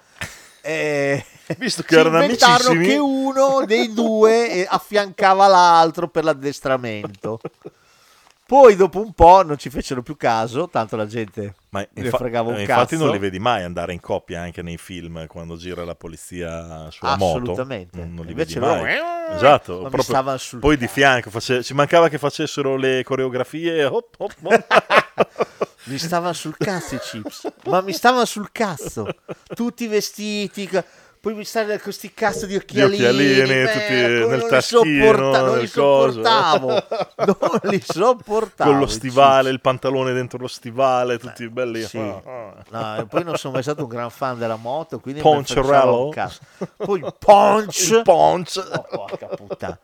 Speaker 7: eh,
Speaker 3: visto
Speaker 7: che
Speaker 3: erano amicissimi.
Speaker 7: che uno dei due eh, affiancava l'altro per l'addestramento. Poi dopo un po' non ci fecero più caso, tanto la gente
Speaker 3: Ma
Speaker 7: ne
Speaker 3: infa-
Speaker 7: fregava un
Speaker 3: eh,
Speaker 7: cazzo.
Speaker 3: infatti non li vedi mai andare in coppia anche nei film quando gira la polizia sulla moto.
Speaker 7: Assolutamente.
Speaker 3: Non, non li
Speaker 7: Invece
Speaker 3: vedi
Speaker 7: loro-
Speaker 3: mai.
Speaker 7: Eh,
Speaker 3: Esatto.
Speaker 7: ma mi
Speaker 3: proprio-
Speaker 7: stavano sul
Speaker 3: poi di fianco face- ci mancava che facessero le coreografie. Hop, hop, hop.
Speaker 7: Mi stavano sul cazzo i chips, ma mi stavano sul cazzo. Tutti vestiti, ca- poi mi stavano con questi cazzo di occhialini,
Speaker 3: occhialini,
Speaker 7: beh,
Speaker 3: tutti
Speaker 7: come
Speaker 3: nel
Speaker 7: non li
Speaker 3: taschino,
Speaker 7: sopporta- non li
Speaker 3: nel coso.
Speaker 7: sopportavo, non li sopportavo.
Speaker 3: Con lo
Speaker 7: i
Speaker 3: stivale, il pantalone dentro lo stivale, tutti belli.
Speaker 7: Sì.
Speaker 3: Ah, ah.
Speaker 7: No, e poi non sono mai stato un gran fan della moto, quindi
Speaker 3: Ponch
Speaker 7: mi interessava un
Speaker 3: Rello?
Speaker 7: cazzo. Poi il Ponch,
Speaker 3: Il Ponch.
Speaker 7: Oh, porca puttana.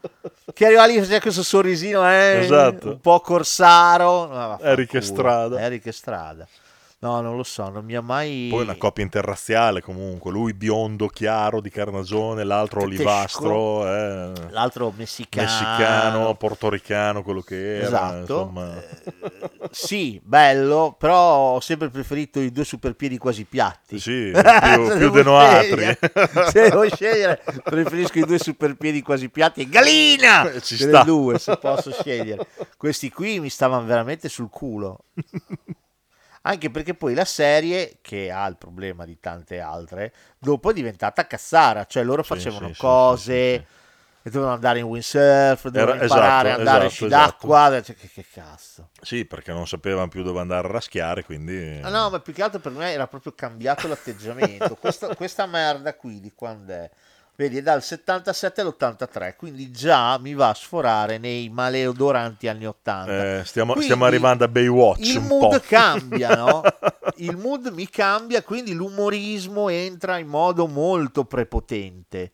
Speaker 7: Che arriva lì e faceva questo sorrisino, eh,
Speaker 3: Esatto.
Speaker 7: un po' corsaro. Ma vaffanculo,
Speaker 3: Eric Estrada.
Speaker 7: Eric Estrada. No, non lo so, non mi ha mai...
Speaker 3: Poi una coppia interrazziale comunque, lui biondo chiaro di carnagione, l'altro
Speaker 7: Tedesco.
Speaker 3: olivastro, eh,
Speaker 7: L'altro messicano.
Speaker 3: messicano, portoricano, quello che era.
Speaker 7: Esatto.
Speaker 3: Insomma.
Speaker 7: Sì, bello, però ho sempre preferito i due superpiedi quasi piatti.
Speaker 3: Sì, più-
Speaker 7: Se
Speaker 3: più
Speaker 7: devo
Speaker 3: denoatri.
Speaker 7: scegliere- Se devo scegliere, preferisco i due superpiedi quasi piatti e Galina!
Speaker 3: Eh, Ci
Speaker 7: Delle
Speaker 3: sta.
Speaker 7: due, se posso scegliere. Questi qui mi stavano veramente sul culo. Anche perché poi la serie, che ha il problema di tante altre, dopo è diventata cazzara, cioè loro facevano
Speaker 3: sì, sì,
Speaker 7: cose... E dovevano andare in windsurf, dovevano
Speaker 3: Era-
Speaker 7: imparare
Speaker 3: esatto,
Speaker 7: a andare
Speaker 3: esatto,
Speaker 7: sci d'acqua. cioè, che- che cazzo.
Speaker 3: Sì, perché non sapevano più dove andare a raschiare, quindi...
Speaker 7: Ah, no, ma più che altro per me era proprio cambiato l'atteggiamento. questa, questa merda qui di quando è? Vedi, è dal 77 all'83, quindi già mi va a sforare nei maleodoranti anni 80.
Speaker 3: Eh, stiamo,
Speaker 7: Quindi
Speaker 3: stiamo arrivando a Baywatch
Speaker 7: Il
Speaker 3: un
Speaker 7: mood
Speaker 3: po'.
Speaker 7: cambia, no? Il mood mi cambia, quindi l'umorismo entra in modo molto prepotente.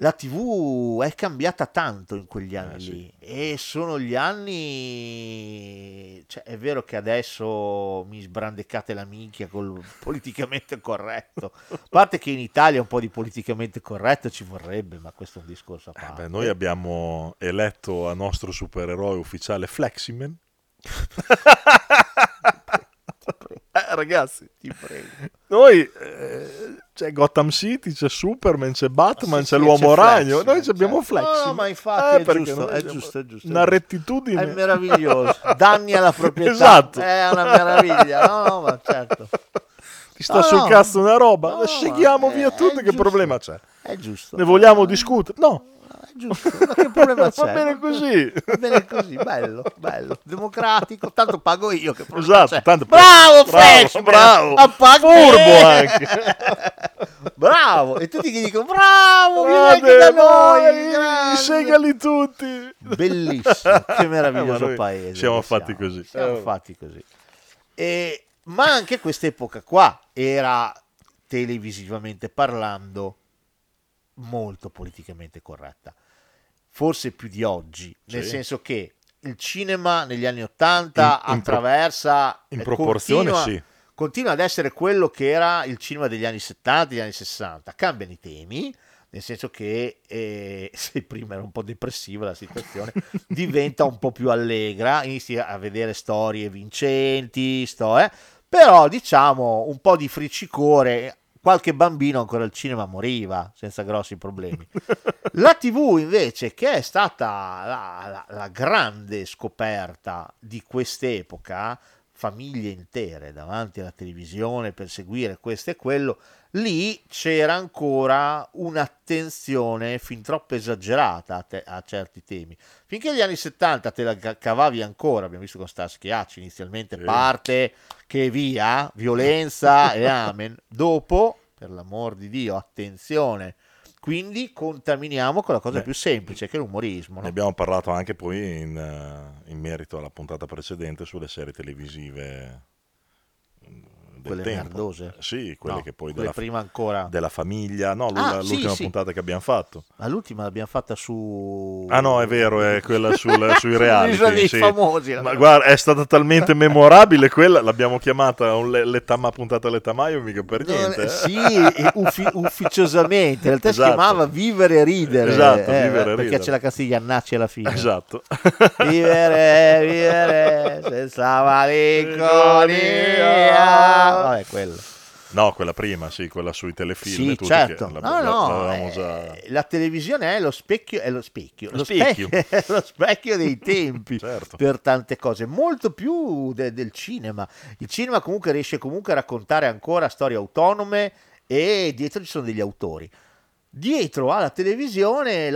Speaker 7: La TV è cambiata tanto in
Speaker 3: Eh,
Speaker 7: quegli anni lì e sono gli anni... Cioè, è vero che adesso mi sbrandecate la minchia col politicamente corretto. A parte che in Italia un po' di politicamente corretto ci vorrebbe, ma questo è un discorso a parte.
Speaker 3: Eh, Beh, noi abbiamo eletto a nostro supereroe ufficiale Fleximan. Eh, ragazzi,
Speaker 7: ti prego.
Speaker 3: Noi eh, c'è Gotham City, c'è Superman, c'è Batman, c'è
Speaker 7: sì,
Speaker 3: l'uomo
Speaker 7: c'è
Speaker 3: ragno.
Speaker 7: Fleximan,
Speaker 3: Noi ci abbiamo
Speaker 7: certo. No,
Speaker 3: Fleximan. Eh,
Speaker 7: ma infatti è
Speaker 3: perché
Speaker 7: giusto,
Speaker 3: noi
Speaker 7: è
Speaker 3: abbiamo
Speaker 7: giusto, è giusto, è
Speaker 3: Una
Speaker 7: giusto.
Speaker 3: rettitudine.
Speaker 7: È meraviglioso. Danni alla proprietà.
Speaker 3: Esatto.
Speaker 7: È una meraviglia. No, no, ma certo.
Speaker 3: Ti sta
Speaker 7: No,
Speaker 3: sul
Speaker 7: no.
Speaker 3: cazzo una roba.
Speaker 7: No,
Speaker 3: Scegliamo
Speaker 7: ma
Speaker 3: via
Speaker 7: è-
Speaker 3: tutto.
Speaker 7: è
Speaker 3: Che
Speaker 7: giusto.
Speaker 3: problema c'è?
Speaker 7: È giusto.
Speaker 3: Ne vogliamo discutere? No.
Speaker 7: È giusto. Ma che problema
Speaker 3: Va
Speaker 7: c'è?
Speaker 3: bene così.
Speaker 7: Va bene così, bello, bello. Democratico, tanto pago io che problema
Speaker 3: Esatto,
Speaker 7: c'è?
Speaker 3: tanto- bravo,
Speaker 7: bravo, Flash,
Speaker 3: bravo.
Speaker 7: a pagare. Eh!
Speaker 3: Furbo anche.
Speaker 7: bravo, e tutti che dicono bravo, vieni anche
Speaker 3: Grande,
Speaker 7: da noi,
Speaker 3: vai,
Speaker 7: grande.
Speaker 3: Segali tutti.
Speaker 7: Bellissimo, che meraviglioso
Speaker 3: Ma noi
Speaker 7: paese.
Speaker 3: Siamo
Speaker 7: che
Speaker 3: fatti
Speaker 7: siamo.
Speaker 3: così.
Speaker 7: Siamo
Speaker 3: Eh,
Speaker 7: fatti così. E- ma anche quest'epoca qua era televisivamente parlando molto politicamente corretta. Forse più di oggi, nel
Speaker 3: Sì.
Speaker 7: senso che il cinema negli anni 80
Speaker 3: In- in pro-
Speaker 7: attraversa
Speaker 3: in
Speaker 7: e
Speaker 3: proporzione,
Speaker 7: continua-
Speaker 3: sì.
Speaker 7: Continua ad essere quello che era il cinema degli anni 70, degli anni 60. Cambiano i temi, nel senso che eh, se prima era un po' depressiva la situazione, diventa un po' più allegra, inizi a vedere storie vincenti, sto- eh. però diciamo un po' di friccicore, qualche bambino ancora al cinema moriva senza grossi problemi. La TV invece, che è stata la, la- la grande scoperta di quest'epoca, famiglie intere davanti alla televisione per seguire questo e quello, lì c'era ancora un'attenzione fin troppo esagerata a, te- a certi temi. Finché gli anni 70 te la ca- cavavi ancora, abbiamo visto con Starschiacci inizialmente, parte che via, violenza e amen. Dopo, per l'amor di Dio, attenzione Quindi contaminiamo con la cosa
Speaker 3: Beh.
Speaker 7: più semplice, che è l'umorismo.
Speaker 3: Ne
Speaker 7: No?
Speaker 3: abbiamo parlato anche poi in, eh, in merito alla puntata precedente sulle serie televisive mm, del
Speaker 7: Quelle
Speaker 3: tempo.
Speaker 7: merdose?
Speaker 3: Sì, quelle
Speaker 7: No,
Speaker 3: che poi
Speaker 7: quelle
Speaker 3: della,
Speaker 7: prima ancora.
Speaker 3: della famiglia, no, l'u-
Speaker 7: Ah, sì,
Speaker 3: l'ultima
Speaker 7: sì.
Speaker 3: puntata che abbiamo fatto.
Speaker 7: Ma l'ultima l'abbiamo fatta su...
Speaker 3: Ah no, è vero, è quella sul- sui
Speaker 7: Sull'isola
Speaker 3: reality.
Speaker 7: dei
Speaker 3: sì.
Speaker 7: famosi, la-
Speaker 3: Ma guarda, è stata talmente memorabile quella, l'abbiamo chiamata un le- lettama, puntata lettamaio, mica per
Speaker 7: Non-
Speaker 3: niente. eh.
Speaker 7: sì, e uffi- ufficiosamente. In realtà si
Speaker 3: Esatto.
Speaker 7: chiamava Vivere e Ridere.
Speaker 3: Esatto,
Speaker 7: eh,
Speaker 3: Vivere e
Speaker 7: Perché
Speaker 3: Ridere.
Speaker 7: c'è la Castigliannacci alla fine.
Speaker 3: Esatto.
Speaker 7: Vivere, vivere, senza malinconia. Vabbè, quella.
Speaker 3: No, quella prima, sì, quella sui telefilm.
Speaker 7: Sì,
Speaker 3: e tutti
Speaker 7: certo.
Speaker 3: che
Speaker 7: No, no, eh,
Speaker 3: l'avevamo già-
Speaker 7: La televisione è lo specchio, è lo specchio,
Speaker 3: Lo
Speaker 7: lo specchio,
Speaker 3: specchio.
Speaker 7: è lo specchio dei tempi
Speaker 3: Certo.
Speaker 7: per tante cose, molto più de- del cinema. Il cinema comunque riesce comunque a raccontare ancora storie autonome e dietro ci sono degli autori. Dietro alla televisione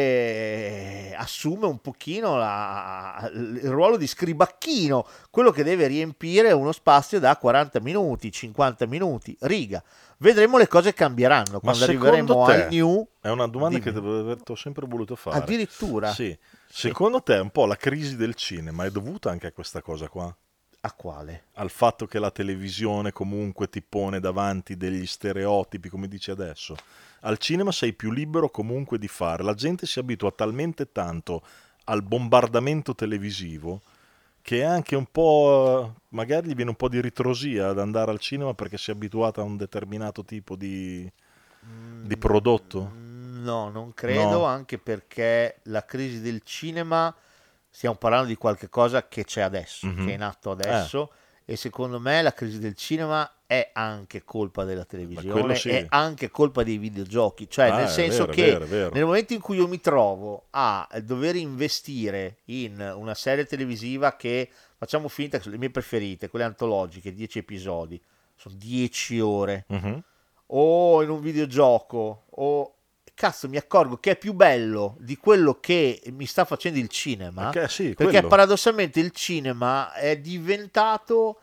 Speaker 7: l'autore assume un pochino la- il ruolo di scribacchino, quello che deve riempire uno spazio da 40 minuti, 50 minuti, riga. Vedremo le cose cambieranno
Speaker 3: Ma
Speaker 7: quando
Speaker 3: secondo
Speaker 7: arriveremo
Speaker 3: te-
Speaker 7: al new.
Speaker 3: È una domanda
Speaker 7: Dimmi.
Speaker 3: che devo aver- t'ho sempre voluto fare.
Speaker 7: Addirittura?
Speaker 3: Sì. Secondo te un po' la crisi del cinema è dovuta anche a questa cosa qua?
Speaker 7: A quale?
Speaker 3: Al fatto che la televisione comunque ti pone davanti degli stereotipi, come dici adesso. Al cinema sei più libero comunque di fare. La gente si abitua talmente tanto al bombardamento televisivo che è anche un po'... eh, magari gli viene un po' di ritrosia ad andare al cinema perché si è abituata a un determinato tipo di, di prodotto.
Speaker 7: No, non credo,
Speaker 3: No.
Speaker 7: anche perché la crisi del cinema, stiamo parlando di qualche cosa che c'è adesso,
Speaker 3: Mhm. Eh.
Speaker 7: che è in atto adesso, e secondo me la crisi del cinema è anche colpa della televisione,
Speaker 3: sì.
Speaker 7: è anche colpa dei videogiochi, cioè
Speaker 3: Ah,
Speaker 7: nel
Speaker 3: è
Speaker 7: senso
Speaker 3: vero, è
Speaker 7: che
Speaker 3: vero, è vero.
Speaker 7: nel momento in cui io mi trovo a dover investire in una serie televisiva che facciamo finta che sono le mie preferite, quelle antologiche, 10 episodi, sono 10 ore
Speaker 3: Mhm.
Speaker 7: o in un videogioco o cazzo mi accorgo che è più bello di quello che mi sta facendo il cinema
Speaker 3: Perché sì,
Speaker 7: perché
Speaker 3: quello.
Speaker 7: paradossalmente il cinema è diventato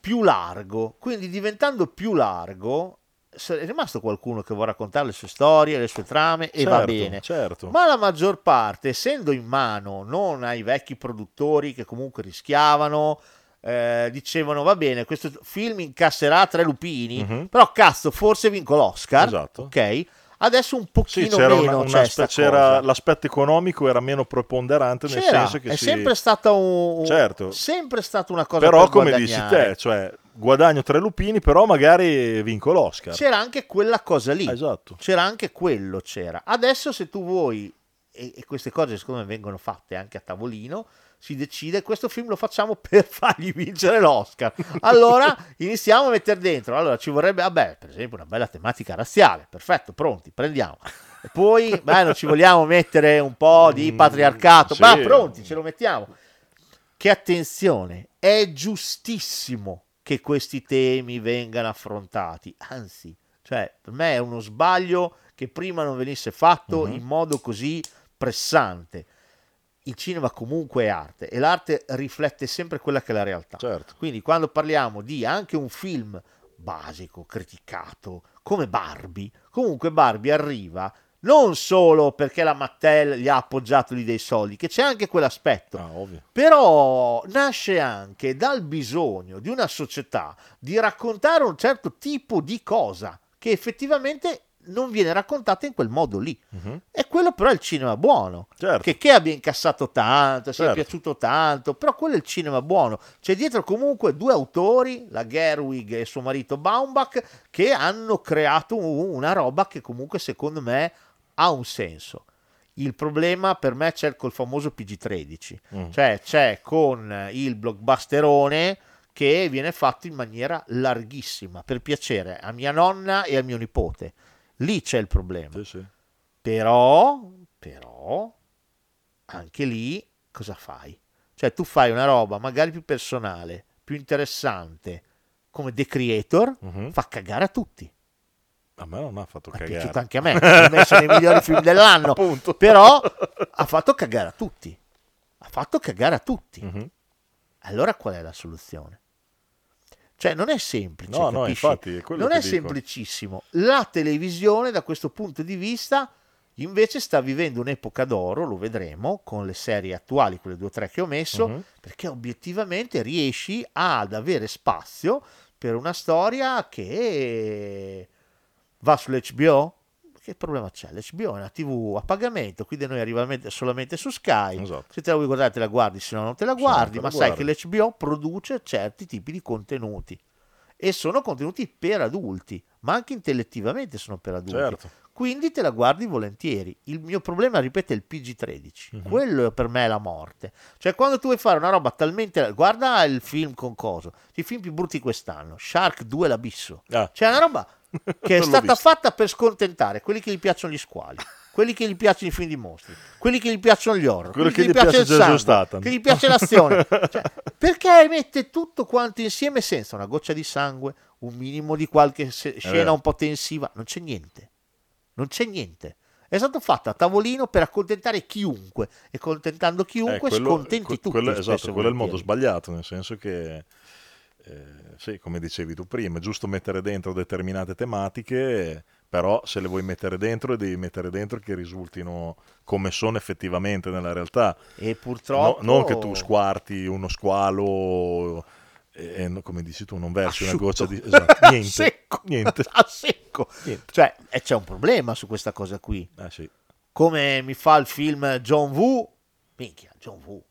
Speaker 7: più largo quindi diventando più largo se- è rimasto qualcuno che vuole raccontare le sue storie le sue trame e va
Speaker 3: Certo,
Speaker 7: bene
Speaker 3: certo.
Speaker 7: ma la maggior parte essendo in mano non ai vecchi produttori che comunque rischiavano eh, dicevano va bene questo film incasserà tre lupini
Speaker 3: Mhm.
Speaker 7: però cazzo forse vinco l'Oscar
Speaker 3: Esatto.
Speaker 7: ok adesso un
Speaker 3: Sì,
Speaker 7: pochino
Speaker 3: c'era, una-
Speaker 7: meno
Speaker 3: una
Speaker 7: c'è
Speaker 3: spe-
Speaker 7: sta
Speaker 3: c'era-
Speaker 7: cosa.
Speaker 3: l'aspetto economico era meno preponderante nel
Speaker 7: C'era,
Speaker 3: senso che
Speaker 7: è
Speaker 3: si-
Speaker 7: sempre stata un, un-
Speaker 3: Certo.
Speaker 7: sempre stata una cosa
Speaker 3: però
Speaker 7: per
Speaker 3: come dici
Speaker 7: guadagnare.
Speaker 3: te, cioè guadagno tre lupini, però magari vinco l'Oscar.
Speaker 7: c'era anche quella cosa lì
Speaker 3: Ah, esatto.
Speaker 7: c'era anche quello c'era adesso se tu vuoi e, e queste cose secondo me vengono fatte anche a tavolino si decide questo film lo facciamo per fargli vincere l'Oscar allora iniziamo a mettere dentro allora ci vorrebbe vabbè per esempio una bella tematica razziale perfetto pronti prendiamo e poi beh non ci vogliamo mettere un po' di
Speaker 3: Mm,
Speaker 7: patriarcato
Speaker 3: sì.
Speaker 7: ma pronti ce lo mettiamo che attenzione, è giustissimo che questi temi vengano affrontati, anzi, cioè, per me è uno sbaglio che prima non venisse fatto
Speaker 3: Mhm.
Speaker 7: in modo così pressante. Il cinema comunque è arte e l'arte riflette sempre quella che è la realtà.
Speaker 3: Certo.
Speaker 7: Quindi quando parliamo di anche un film basico, criticato, come Barbie, comunque Barbie arriva non solo perché la Mattel gli ha appoggiato lì dei soldi, che c'è anche quell'aspetto,
Speaker 3: Ah, ovvio.
Speaker 7: però nasce anche dal bisogno di una società di raccontare un certo tipo di cosa che effettivamente non viene raccontata in quel modo lì.
Speaker 3: Mhm.
Speaker 7: E quello però è il cinema buono.
Speaker 3: Certo.
Speaker 7: Che, che abbia incassato tanto, sia
Speaker 3: Certo.
Speaker 7: piaciuto tanto, però quello è il cinema buono. C'è dietro comunque due autori, la Gerwig e suo marito Baumbach, che hanno creato u- una roba che comunque secondo me ha un senso. Il problema per me c'è col famoso PG13,
Speaker 3: Mm.
Speaker 7: cioè c'è con il blockbusterone che viene fatto in maniera larghissima per piacere a mia nonna e a mio nipote. Lì c'è il problema.
Speaker 3: Sì, sì.
Speaker 7: Però, però, anche lì cosa fai? Cioè tu fai una roba magari più personale, più interessante, come The Creator,
Speaker 3: Mhm.
Speaker 7: fa cagare a tutti.
Speaker 3: A me non ha fatto
Speaker 7: Mi è
Speaker 3: cagare.
Speaker 7: piaciuto anche a me, ho messo nei migliori film dell'anno,
Speaker 3: Appunto.
Speaker 7: però ha fatto cagare a tutti. Ha fatto cagare a tutti.
Speaker 3: Mhm.
Speaker 7: Allora qual è la soluzione? Cioè, non è semplice.
Speaker 3: No, no,
Speaker 7: capisci?
Speaker 3: infatti, è quello
Speaker 7: non
Speaker 3: che
Speaker 7: è
Speaker 3: dico.
Speaker 7: semplicissimo. La televisione, da questo punto di vista, invece sta vivendo un'epoca d'oro, lo vedremo, con le serie attuali, quelle due o tre che ho messo,
Speaker 3: Mhm.
Speaker 7: perché obiettivamente riesci ad avere spazio per una storia che va sull'HBO. Che problema c'è? L'HBO è una TV a pagamento, qui da noi arriva solamente su Sky.
Speaker 3: Esatto.
Speaker 7: Se te la vuoi guardare, te la guardi, se no non te la
Speaker 3: no,
Speaker 7: guardi.
Speaker 3: te la
Speaker 7: ma
Speaker 3: guardi.
Speaker 7: sai che l'HBO produce certi tipi di contenuti e sono contenuti per adulti, ma anche intellettivamente sono per adulti.
Speaker 3: Certo.
Speaker 7: Quindi te la guardi volentieri. Il mio problema, ripeto, è il PG13.
Speaker 3: Mhm.
Speaker 7: Quello per me è la morte. Cioè, quando tu vuoi fare una roba talmente. Guarda il film con coso. I film più brutti quest'anno: Shark 2 L'abisso.
Speaker 3: Eh. Ah.
Speaker 7: C'è una roba che è
Speaker 3: L'ho
Speaker 7: stata
Speaker 3: visto.
Speaker 7: fatta per scontentare quelli che gli piacciono gli squali. Quelli che gli piacciono i film di mostri, quelli che gli piacciono gli horror,
Speaker 3: Quello che
Speaker 7: quelli
Speaker 3: gli piace
Speaker 7: il
Speaker 3: Jason
Speaker 7: sangue,
Speaker 3: Statham.
Speaker 7: che gli piace l'azione. Cioè, perché mette tutto quanto insieme senza una goccia di sangue, un minimo di qualche se- scena
Speaker 3: Eh, vero.
Speaker 7: un po' tensiva? Non c'è niente. Non c'è niente. È stato fatto a tavolino per accontentare chiunque e contentando
Speaker 3: Eh,
Speaker 7: chiunque
Speaker 3: quello-
Speaker 7: scontenti
Speaker 3: que-
Speaker 7: tutti.
Speaker 3: quello-
Speaker 7: spesso e
Speaker 3: esatto, quello è il modo
Speaker 7: volentieri.
Speaker 3: sbagliato, nel senso che, eh, sì, come dicevi tu prima, è giusto mettere dentro determinate tematiche, però se le vuoi mettere dentro, le devi mettere dentro che risultino come sono effettivamente nella realtà.
Speaker 7: E purtroppo-
Speaker 3: non che tu squarti uno squalo... E, e no- come dici tu, non versi una goccia di esatto,
Speaker 7: A
Speaker 3: niente,
Speaker 7: secco.
Speaker 3: niente.
Speaker 7: A secco.
Speaker 3: Niente.
Speaker 7: Cioè, e c'è un problema su questa cosa qui.
Speaker 3: Ah, sì.
Speaker 7: Come mi fa il film John Woo, minchia, John Woo,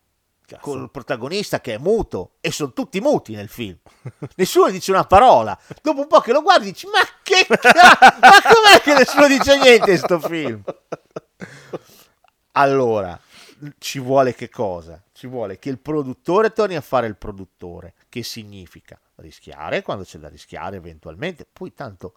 Speaker 7: con il protagonista che è muto, e sono tutti muti nel film. nessuno dice una parola. Dopo un po' che lo guardi dici, ma che ca- ma com'è che nessuno dice niente in sto film? Allora, ci vuole che cosa? Ci vuole che il produttore torni a fare il produttore, che significa rischiare quando c'è da rischiare eventualmente, poi tanto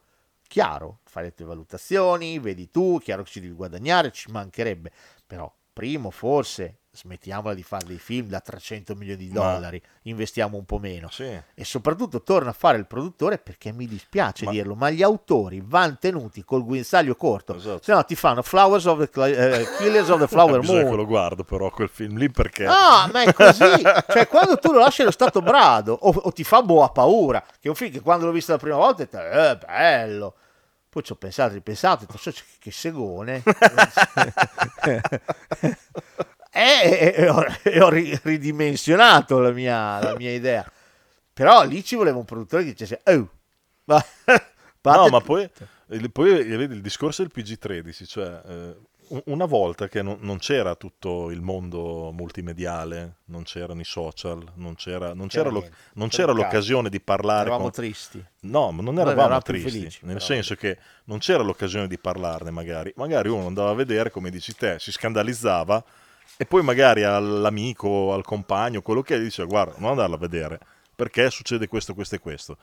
Speaker 7: chiaro, fai le tue valutazioni, vedi tu, chiaro che ci devi guadagnare, ci mancherebbe, però primo forse smettiamola di fare dei film da 300 milioni di
Speaker 3: Ma-
Speaker 7: dollari, investiamo un po' meno
Speaker 3: Sì.
Speaker 7: e soprattutto torna a fare il produttore perché mi dispiace dirlo, ma gli autori vanno tenuti col guinzaglio corto, se no ti fanno Flowers of the Cla- eh, Killers of the Flower
Speaker 3: Esatto. Ah, Bisogna
Speaker 7: Moon.
Speaker 3: che lo guardo però quel film lì perché...
Speaker 7: No, ma è così. Cioè, quando tu lo lasci allo stato brado, o, o ti fa boa paura, che è un film che quando l'ho visto la prima volta, ho detto, eh, bello. Poi ci ho pensato, ripensato, ho detto, "So, che, che segone. e, e ho, e ho ri- ridimensionato la mia, la mia idea. Però lì ci voleva un produttore che dicesse, oh, ma,
Speaker 3: No,
Speaker 7: parte-
Speaker 3: ma poi, il, poi eh, vedi, il discorso del PG13, cioè eh, un- una volta che non, non c'era tutto il mondo multimediale, non c'erano i social, non c'era, non c'era lo-
Speaker 7: niente,
Speaker 3: non
Speaker 7: c'era
Speaker 3: c'era
Speaker 7: un cazzo.
Speaker 3: l'occasione di parlare.
Speaker 7: Eravamo
Speaker 3: con-
Speaker 7: tristi.
Speaker 3: No, ma non
Speaker 7: Noi
Speaker 3: eravamo
Speaker 7: eravamo più
Speaker 3: tristi,
Speaker 7: felici,
Speaker 3: nel
Speaker 7: però.
Speaker 3: senso che non c'era l'occasione di parlarne magari. Magari uno andava a vedere, come dici te, si scandalizzava e poi magari all'amico, al compagno, quello che è, gli diceva guarda, non andarla a vedere perché succede questo, questo e questo.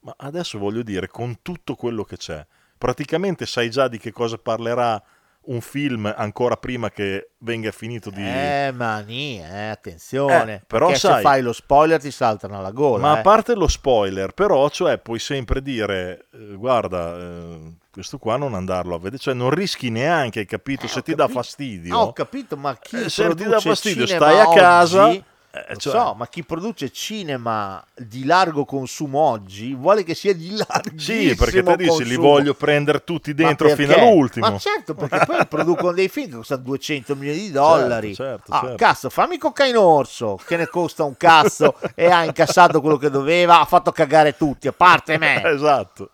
Speaker 3: Ma adesso voglio dire, con tutto quello che c'è, praticamente sai già di che cosa parlerà un film ancora prima che venga finito di...
Speaker 7: Eh, ma nì, eh, attenzione.
Speaker 3: Eh, però
Speaker 7: perché se
Speaker 3: sai-
Speaker 7: fai lo spoiler ti saltano alla gola.
Speaker 3: Ma
Speaker 7: eh.
Speaker 3: a parte lo spoiler, però, cioè, puoi sempre dire, eh, guarda, eh, questo qua non andarlo a vedere, cioè non rischi neanche, hai capito? se ti dà fastidio,
Speaker 7: Eh, Ah, ho capito, ma chi
Speaker 3: Eh, se ti dà
Speaker 7: produce
Speaker 3: fastidio,
Speaker 7: cinema
Speaker 3: stai a casa,
Speaker 7: oggi,
Speaker 3: eh,
Speaker 7: non
Speaker 3: cioè-
Speaker 7: so, ma chi produce cinema di largo consumo oggi vuole che sia di larghissimo
Speaker 3: sì, perché te dici, li
Speaker 7: consumo.
Speaker 3: voglio prendere tutti
Speaker 7: Ma
Speaker 3: dentro fino
Speaker 7: perché?
Speaker 3: all'ultimo.
Speaker 7: Ma certo, perché poi producono dei film che costano 200 milioni di dollari.
Speaker 3: certo,
Speaker 7: ah,
Speaker 3: certo.
Speaker 7: cazzo, fammi Cocaine Orso, che ne costa un cazzo e ha incassato quello che doveva, ha fatto cagare tutti, a parte me.
Speaker 3: Esatto.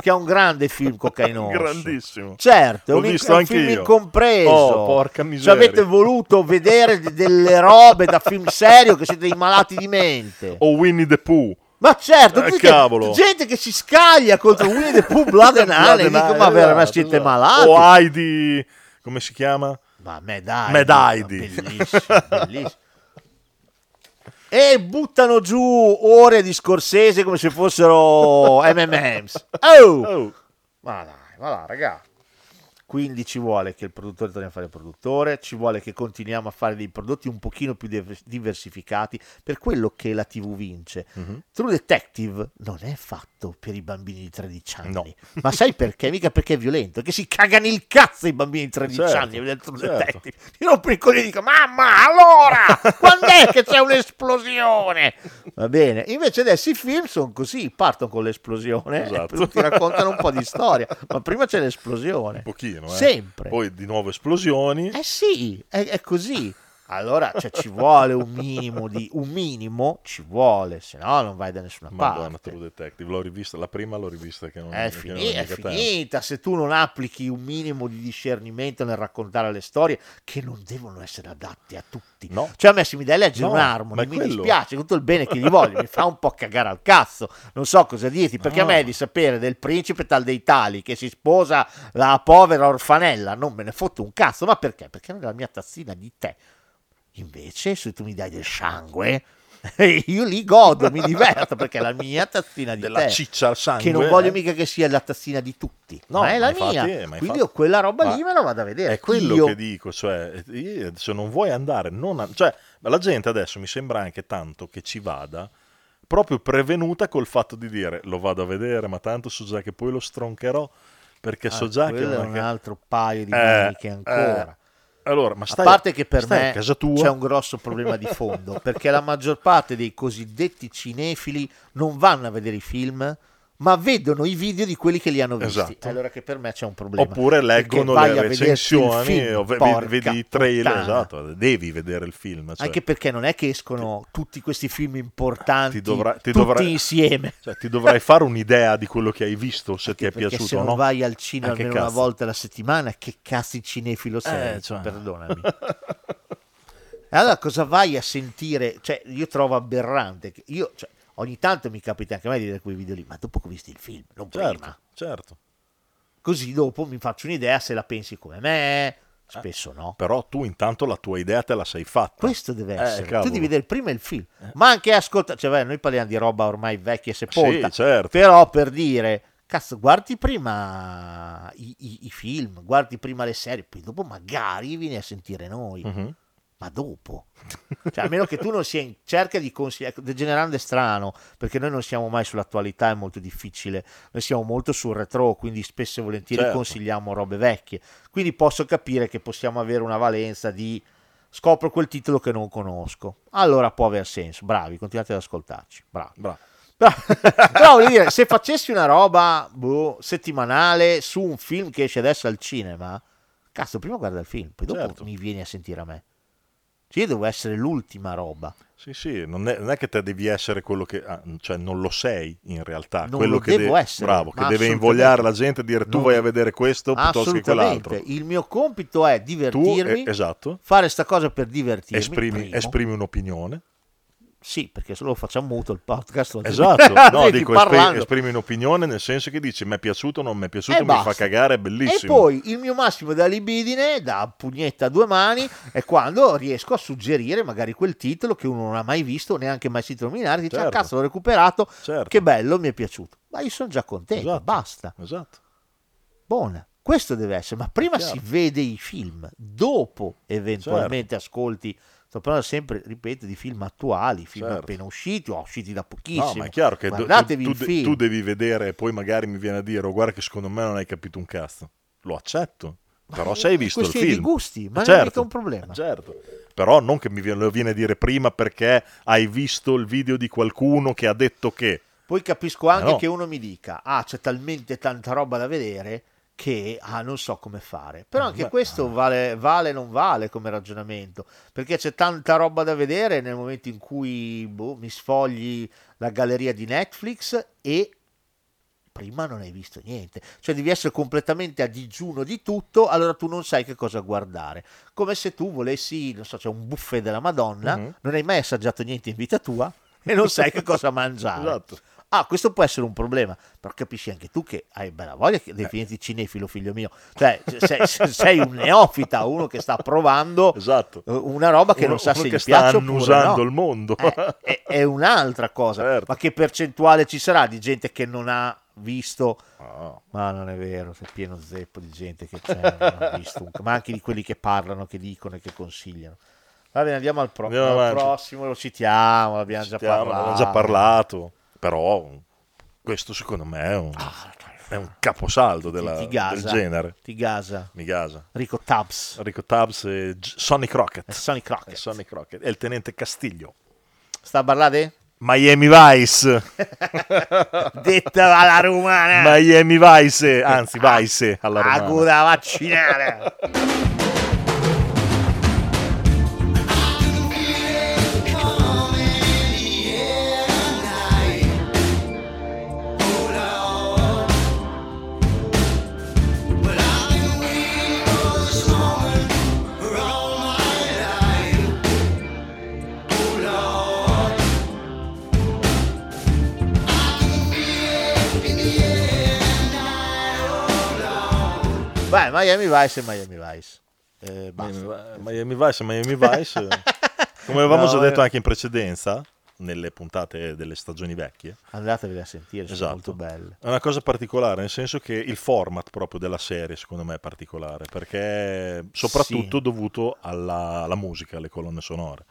Speaker 7: Che è un grande film Cocaine Orso.
Speaker 3: Grandissimo.
Speaker 7: Certo, è
Speaker 3: L'ho
Speaker 7: un,
Speaker 3: visto
Speaker 7: è un
Speaker 3: anche
Speaker 7: film
Speaker 3: io.
Speaker 7: incompreso.
Speaker 3: Oh, porca miseria.
Speaker 7: Ci avete voluto vedere de- delle robe da film serio che siete dei malati di mente.
Speaker 3: O Winnie the Pooh.
Speaker 7: Ma certo,
Speaker 3: Oh, Eh,
Speaker 7: tutti-
Speaker 3: cavolo.
Speaker 7: gente che si scaglia contro Winnie the Pooh Blood and Honey, dico, ma
Speaker 3: esatto,
Speaker 7: veramente siete
Speaker 3: esatto.
Speaker 7: malati.
Speaker 3: O Heidi, come si chiama?
Speaker 7: Ma Medaidi.
Speaker 3: Mad Heidi.
Speaker 7: Bellissimo, bellissimo. E buttano giù ore di Scorsese come se
Speaker 3: Oh.
Speaker 7: fossero M&M's. Oh! Ma dai, ma dai, raga. Quindi ci vuole che il produttore torni a fare il produttore, ci vuole che continuiamo a fare dei prodotti un pochino più diver- diversificati, per quello che la TV vince.
Speaker 3: Mhm.
Speaker 7: True Detective non è fatto per i bambini di 13 anni. Ma sai perché? Mica perché è violento, che si cagano il cazzo i bambini di 13
Speaker 3: Certo,
Speaker 7: anni. del True
Speaker 3: certo.
Speaker 7: Detective. Io rompo il coglione e dico, mamma, allora, quando è che c'è un'esplosione? Va bene, invece adesso i film sono così, partono con l'esplosione,
Speaker 3: Esatto.
Speaker 7: e ti raccontano un po' di storia, ma prima c'è l'esplosione. Un
Speaker 3: pochino, eh.
Speaker 7: Sempre.
Speaker 3: Poi di nuovo esplosioni.
Speaker 7: Eh sì, è, è così. Allora, cioè, ci vuole un minimo di... Un minimo ci vuole, se no non vai da nessuna
Speaker 3: Madonna,
Speaker 7: parte.
Speaker 3: True Detective, l'ho rivista, la prima l'ho rivista che non
Speaker 7: È,
Speaker 3: che
Speaker 7: fini-
Speaker 3: non era
Speaker 7: è
Speaker 3: mica tanto.
Speaker 7: finita se tu non applichi un minimo di discernimento nel raccontare le storie che non devono essere adatte a tutti.
Speaker 3: No.
Speaker 7: Cioè a me si mi dà a leggere
Speaker 3: No,
Speaker 7: un
Speaker 3: ma
Speaker 7: Harmony,
Speaker 3: è
Speaker 7: mi
Speaker 3: quello.
Speaker 7: dispiace con tutto il bene che gli voglio, mi fa un po' cagare al cazzo, non so cosa dirti, perché
Speaker 3: No.
Speaker 7: a me di sapere del principe tal dei tali che si sposa la povera orfanella, non me ne fotte un cazzo, ma perché? Perché nella mia tazzina di tè. Invece se tu mi dai del sangue... Io li godo, mi diverto perché è la mia tazzina di
Speaker 3: Della
Speaker 7: tè
Speaker 3: ciccia al sangue.
Speaker 7: che non voglio
Speaker 3: eh.
Speaker 7: mica che sia la tazzina di tutti,
Speaker 3: No,
Speaker 7: ma è la
Speaker 3: ma infatti,
Speaker 7: mia.
Speaker 3: eh, ma
Speaker 7: Quindi
Speaker 3: infatti-
Speaker 7: io quella roba
Speaker 3: ma
Speaker 7: lì me la vado a vedere.
Speaker 3: È quello
Speaker 7: io.
Speaker 3: che dico, cioè, io- se non vuoi andare, non an- cioè, la gente adesso mi sembra anche tanto che ci vada proprio prevenuta col fatto di dire lo vado a vedere, ma tanto so già che poi lo stroncherò perché
Speaker 7: Ah,
Speaker 3: so già che
Speaker 7: quello è
Speaker 3: una
Speaker 7: un
Speaker 3: ca-
Speaker 7: altro paio di
Speaker 3: Eh,
Speaker 7: maniche
Speaker 3: eh.
Speaker 7: ancora.
Speaker 3: Allora, ma stai
Speaker 7: a parte che per
Speaker 3: stai a
Speaker 7: me
Speaker 3: casa tua?
Speaker 7: c'è un grosso problema di fondo, perché la maggior parte dei cosiddetti cinefili non vanno a vedere i film, ma vedono i video di quelli che li hanno visti.
Speaker 3: Esatto.
Speaker 7: Allora che per me c'è un problema.
Speaker 3: Oppure
Speaker 7: Perché
Speaker 3: leggono
Speaker 7: vai a
Speaker 3: le
Speaker 7: vederti il
Speaker 3: recensioni
Speaker 7: film,
Speaker 3: o ve-
Speaker 7: porca
Speaker 3: vedi i trailer,
Speaker 7: puttana.
Speaker 3: esatto, devi vedere il film. cioè.
Speaker 7: Anche perché non è che escono tutti questi film importanti
Speaker 3: ti dovrà- ti
Speaker 7: tutti
Speaker 3: dovrà-
Speaker 7: insieme.
Speaker 3: Cioè, ti dovrai fare un'idea di quello che hai visto, se ti è
Speaker 7: Perché
Speaker 3: piaciuto
Speaker 7: se
Speaker 3: o
Speaker 7: non
Speaker 3: no.
Speaker 7: vai al cinema
Speaker 3: Eh, che
Speaker 7: almeno una
Speaker 3: cazzo.
Speaker 7: volta alla settimana, che cazzo di cinefilo sei?
Speaker 3: Eh, cioè.
Speaker 7: Perdonami. E allora cosa vai a sentire? Cioè, io trovo aberrante. che- Io, cioè, ogni tanto mi capita anche a me di vedere quei video lì, ma dopo che ho visto il film, non prima.
Speaker 3: Certo, certo.
Speaker 7: Così dopo mi faccio un'idea se la pensi come me. Spesso no.
Speaker 3: Però tu intanto la tua idea te la sei fatta.
Speaker 7: Questo deve
Speaker 3: Eh,
Speaker 7: essere. tu
Speaker 3: cavolo. Eh.
Speaker 7: devi vedere prima il film, ma anche ascoltare. Cioè, vai, noi parliamo di roba ormai vecchia e sepolta.
Speaker 3: Sì, certo.
Speaker 7: Però per dire, cazzo, guardi prima i, i- i film, guardi prima le serie, poi dopo magari vieni a sentire noi.
Speaker 3: Mhm.
Speaker 7: Ma dopo, cioè, a meno che tu non sia in cerca di consigliare, ecco, degenerando è strano perché noi non siamo mai sull'attualità, è molto difficile. Noi siamo molto sul retro, quindi spesso e volentieri
Speaker 3: Certo.
Speaker 7: consigliamo robe vecchie. Quindi posso capire che possiamo avere una valenza di scopro quel titolo che non conosco. Allora può aver senso. Bravi, continuate ad ascoltarci. Bravi.
Speaker 3: Bravo.
Speaker 7: Però, però voglio dire, se facessi una roba boh, settimanale su un film che esce adesso al cinema, cazzo, prima guarda il film, poi dopo
Speaker 3: Certo.
Speaker 7: mi vieni a sentire a me. Cioè, io devo essere l'ultima roba.
Speaker 3: Sì, sì, non è, non è che te devi essere quello che, ah, cioè non lo sei in realtà.
Speaker 7: Non
Speaker 3: Ah, quello
Speaker 7: lo
Speaker 3: che
Speaker 7: devo
Speaker 3: deve-
Speaker 7: essere,
Speaker 3: Bravo,
Speaker 7: ma
Speaker 3: che deve
Speaker 7: assolutamente.
Speaker 3: invogliare la gente a dire tu
Speaker 7: No.
Speaker 3: vai a vedere questo piuttosto che quell'altro.
Speaker 7: Assolutamente. Il mio compito è
Speaker 3: Tu,
Speaker 7: divertirmi,
Speaker 3: eh, esatto,
Speaker 7: fare sta cosa per divertirmi.
Speaker 3: esprimi,
Speaker 7: primo.
Speaker 3: esprimi un'opinione.
Speaker 7: Sì, perché se lo facciamo muto il podcast.
Speaker 3: Esatto, no,
Speaker 7: Senti,
Speaker 3: dico, espri-
Speaker 7: parlando.
Speaker 3: esprimi un'opinione nel senso che dici mi è piaciuto o non mi è piaciuto,
Speaker 7: E
Speaker 3: mi
Speaker 7: basta.
Speaker 3: fa cagare, è
Speaker 7: E
Speaker 3: bellissimo.
Speaker 7: poi il mio massimo da libidine, da pugnetta a due mani, è quando riesco a suggerire magari quel titolo che uno non ha mai visto, neanche mai sentito nominare, dice,
Speaker 3: Certo.
Speaker 7: ah cazzo l'ho recuperato,
Speaker 3: Certo.
Speaker 7: che bello, mi è piaciuto. Ma io sono già contento,
Speaker 3: Esatto.
Speaker 7: basta.
Speaker 3: Esatto.
Speaker 7: Buona. Questo deve essere, ma prima
Speaker 3: Chiaro. Certo.
Speaker 7: si vede i film, dopo eventualmente ascolti. Sto parlando sempre, ripeto, di film attuali, film
Speaker 3: Certo.
Speaker 7: appena usciti o usciti da pochissimo.
Speaker 3: No, ma è chiaro che do- tu,
Speaker 7: Guardatevi
Speaker 3: tu
Speaker 7: il
Speaker 3: de-
Speaker 7: film.
Speaker 3: tu devi vedere e poi magari mi viene a dire "Oh, guarda che secondo me non hai capito un cazzo. Lo accetto, però se hai visto il
Speaker 7: questione di
Speaker 3: film.
Speaker 7: gusti, ma non è mica un problema.
Speaker 3: Certo. Però non che mi viene, lo viene a dire prima perché hai visto il video di qualcuno che ha detto che.
Speaker 7: Poi capisco anche
Speaker 3: no.
Speaker 7: che uno mi dica, ah c'è talmente tanta roba da vedere che ah, non so come fare. Però anche
Speaker 3: Ah, beh,
Speaker 7: questo vale vale non vale come ragionamento, perché c'è tanta roba da vedere nel momento in cui boh, mi sfogli la galleria di Netflix e prima non hai visto niente. Cioè devi essere completamente a digiuno di tutto, allora tu non sai che cosa guardare. Come se tu volessi, non so, c'è un buffet della Madonna,
Speaker 3: Mhm.
Speaker 7: non hai mai assaggiato niente in vita tua e non sai che cosa mangiare.
Speaker 3: Esatto.
Speaker 7: Ah, questo può essere un problema, però capisci anche tu che hai bella voglia di
Speaker 3: Eh.
Speaker 7: definirti cinefilo, figlio mio. Cioè, se- se- se sei un neofita, uno che sta provando
Speaker 3: Esatto.
Speaker 7: eh, una roba che
Speaker 3: Uno-
Speaker 7: non sa
Speaker 3: uno
Speaker 7: se
Speaker 3: che
Speaker 7: gli
Speaker 3: sta
Speaker 7: piace oppure
Speaker 3: annusando
Speaker 7: no.
Speaker 3: il mondo.
Speaker 7: Eh, è, è un'altra cosa,
Speaker 3: Certo.
Speaker 7: ma che percentuale ci sarà di gente che non ha visto,
Speaker 3: Ah.
Speaker 7: ma non è vero, è pieno zeppo di gente che c'è, non ho visto un- ma anche di quelli che parlano, che dicono e che consigliano. Va bene, andiamo al, pro-
Speaker 3: Andiamo
Speaker 7: al
Speaker 3: avanti.
Speaker 7: prossimo, lo citiamo, l'abbiamo già
Speaker 3: Citiamo,
Speaker 7: parlato.
Speaker 3: Abbiamo già parlato, però questo secondo me è un, è un caposaldo della-
Speaker 7: Ah, ti
Speaker 3: del
Speaker 7: gasa,
Speaker 3: genere.
Speaker 7: Ti gasa.
Speaker 3: Mi gasa.
Speaker 7: Rico Tubbs.
Speaker 3: Rico Tubbs e G- Sonic Rocket. È
Speaker 7: Sonic Rocket.
Speaker 3: È il tenente Castiglio.
Speaker 7: Sta a parlare?
Speaker 3: Miami Vice.
Speaker 7: Detta alla romana.
Speaker 3: Miami Vice. Anzi,
Speaker 7: Ah.
Speaker 3: Vice alla romana.
Speaker 7: Aguda vaccinare. Vai, Miami Vice e Miami Vice. Eh, basta.
Speaker 3: Miami Vice, Miami Vice. Come avevamo
Speaker 7: No,
Speaker 3: già
Speaker 7: eh.
Speaker 3: detto anche in precedenza, nelle puntate delle stagioni vecchie,
Speaker 7: Andateveli a sentire, sono
Speaker 3: Esatto.
Speaker 7: molto belle.
Speaker 3: È una cosa particolare, nel senso che il format proprio della serie, secondo me, è particolare, perché soprattutto dovuto alla, alla musica, alle colonne sonore.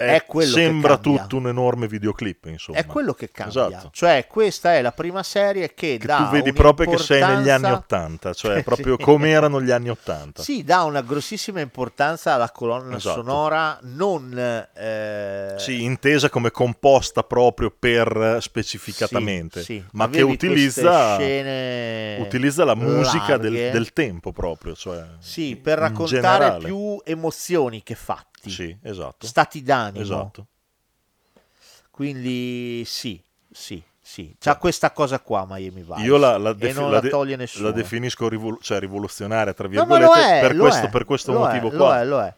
Speaker 7: È quello che
Speaker 3: sembra
Speaker 7: cambia.
Speaker 3: tutto un enorme videoclip, insomma.
Speaker 7: È quello che cambia.
Speaker 3: Esatto.
Speaker 7: Cioè, questa è la prima serie che, dà
Speaker 3: Tu vedi proprio che sei negli anni
Speaker 7: un'importanza-
Speaker 3: 80, cioè
Speaker 7: Sì.
Speaker 3: proprio come erano gli anni 80.
Speaker 7: Sì, dà una grossissima importanza alla colonna
Speaker 3: Esatto.
Speaker 7: sonora, non eh,
Speaker 3: Sì, intesa come composta proprio per eh, specificatamente,
Speaker 7: Sì, sì.
Speaker 3: ma che
Speaker 7: Avevi queste
Speaker 3: utilizza,
Speaker 7: scene
Speaker 3: utilizza la musica del,
Speaker 7: larghe.
Speaker 3: del tempo proprio, cioè
Speaker 7: sì, per
Speaker 3: in
Speaker 7: raccontare
Speaker 3: generale.
Speaker 7: più emozioni che fatti,
Speaker 3: Sì, esatto.
Speaker 7: stati d'animo.
Speaker 3: Esatto.
Speaker 7: Quindi sì, sì, sì. C'ha questa cosa qua Miami Vice.
Speaker 3: Io la, la
Speaker 7: e
Speaker 3: defi-
Speaker 7: non la,
Speaker 3: la de-
Speaker 7: toglie nessuno.
Speaker 3: la definisco rivol- cioè, rivoluzionaria, tra
Speaker 7: No, ma
Speaker 3: virgolette,
Speaker 7: lo è,
Speaker 3: per,
Speaker 7: lo
Speaker 3: questo,
Speaker 7: è,
Speaker 3: per questo
Speaker 7: lo è,
Speaker 3: motivo
Speaker 7: lo
Speaker 3: qua.
Speaker 7: è, lo è.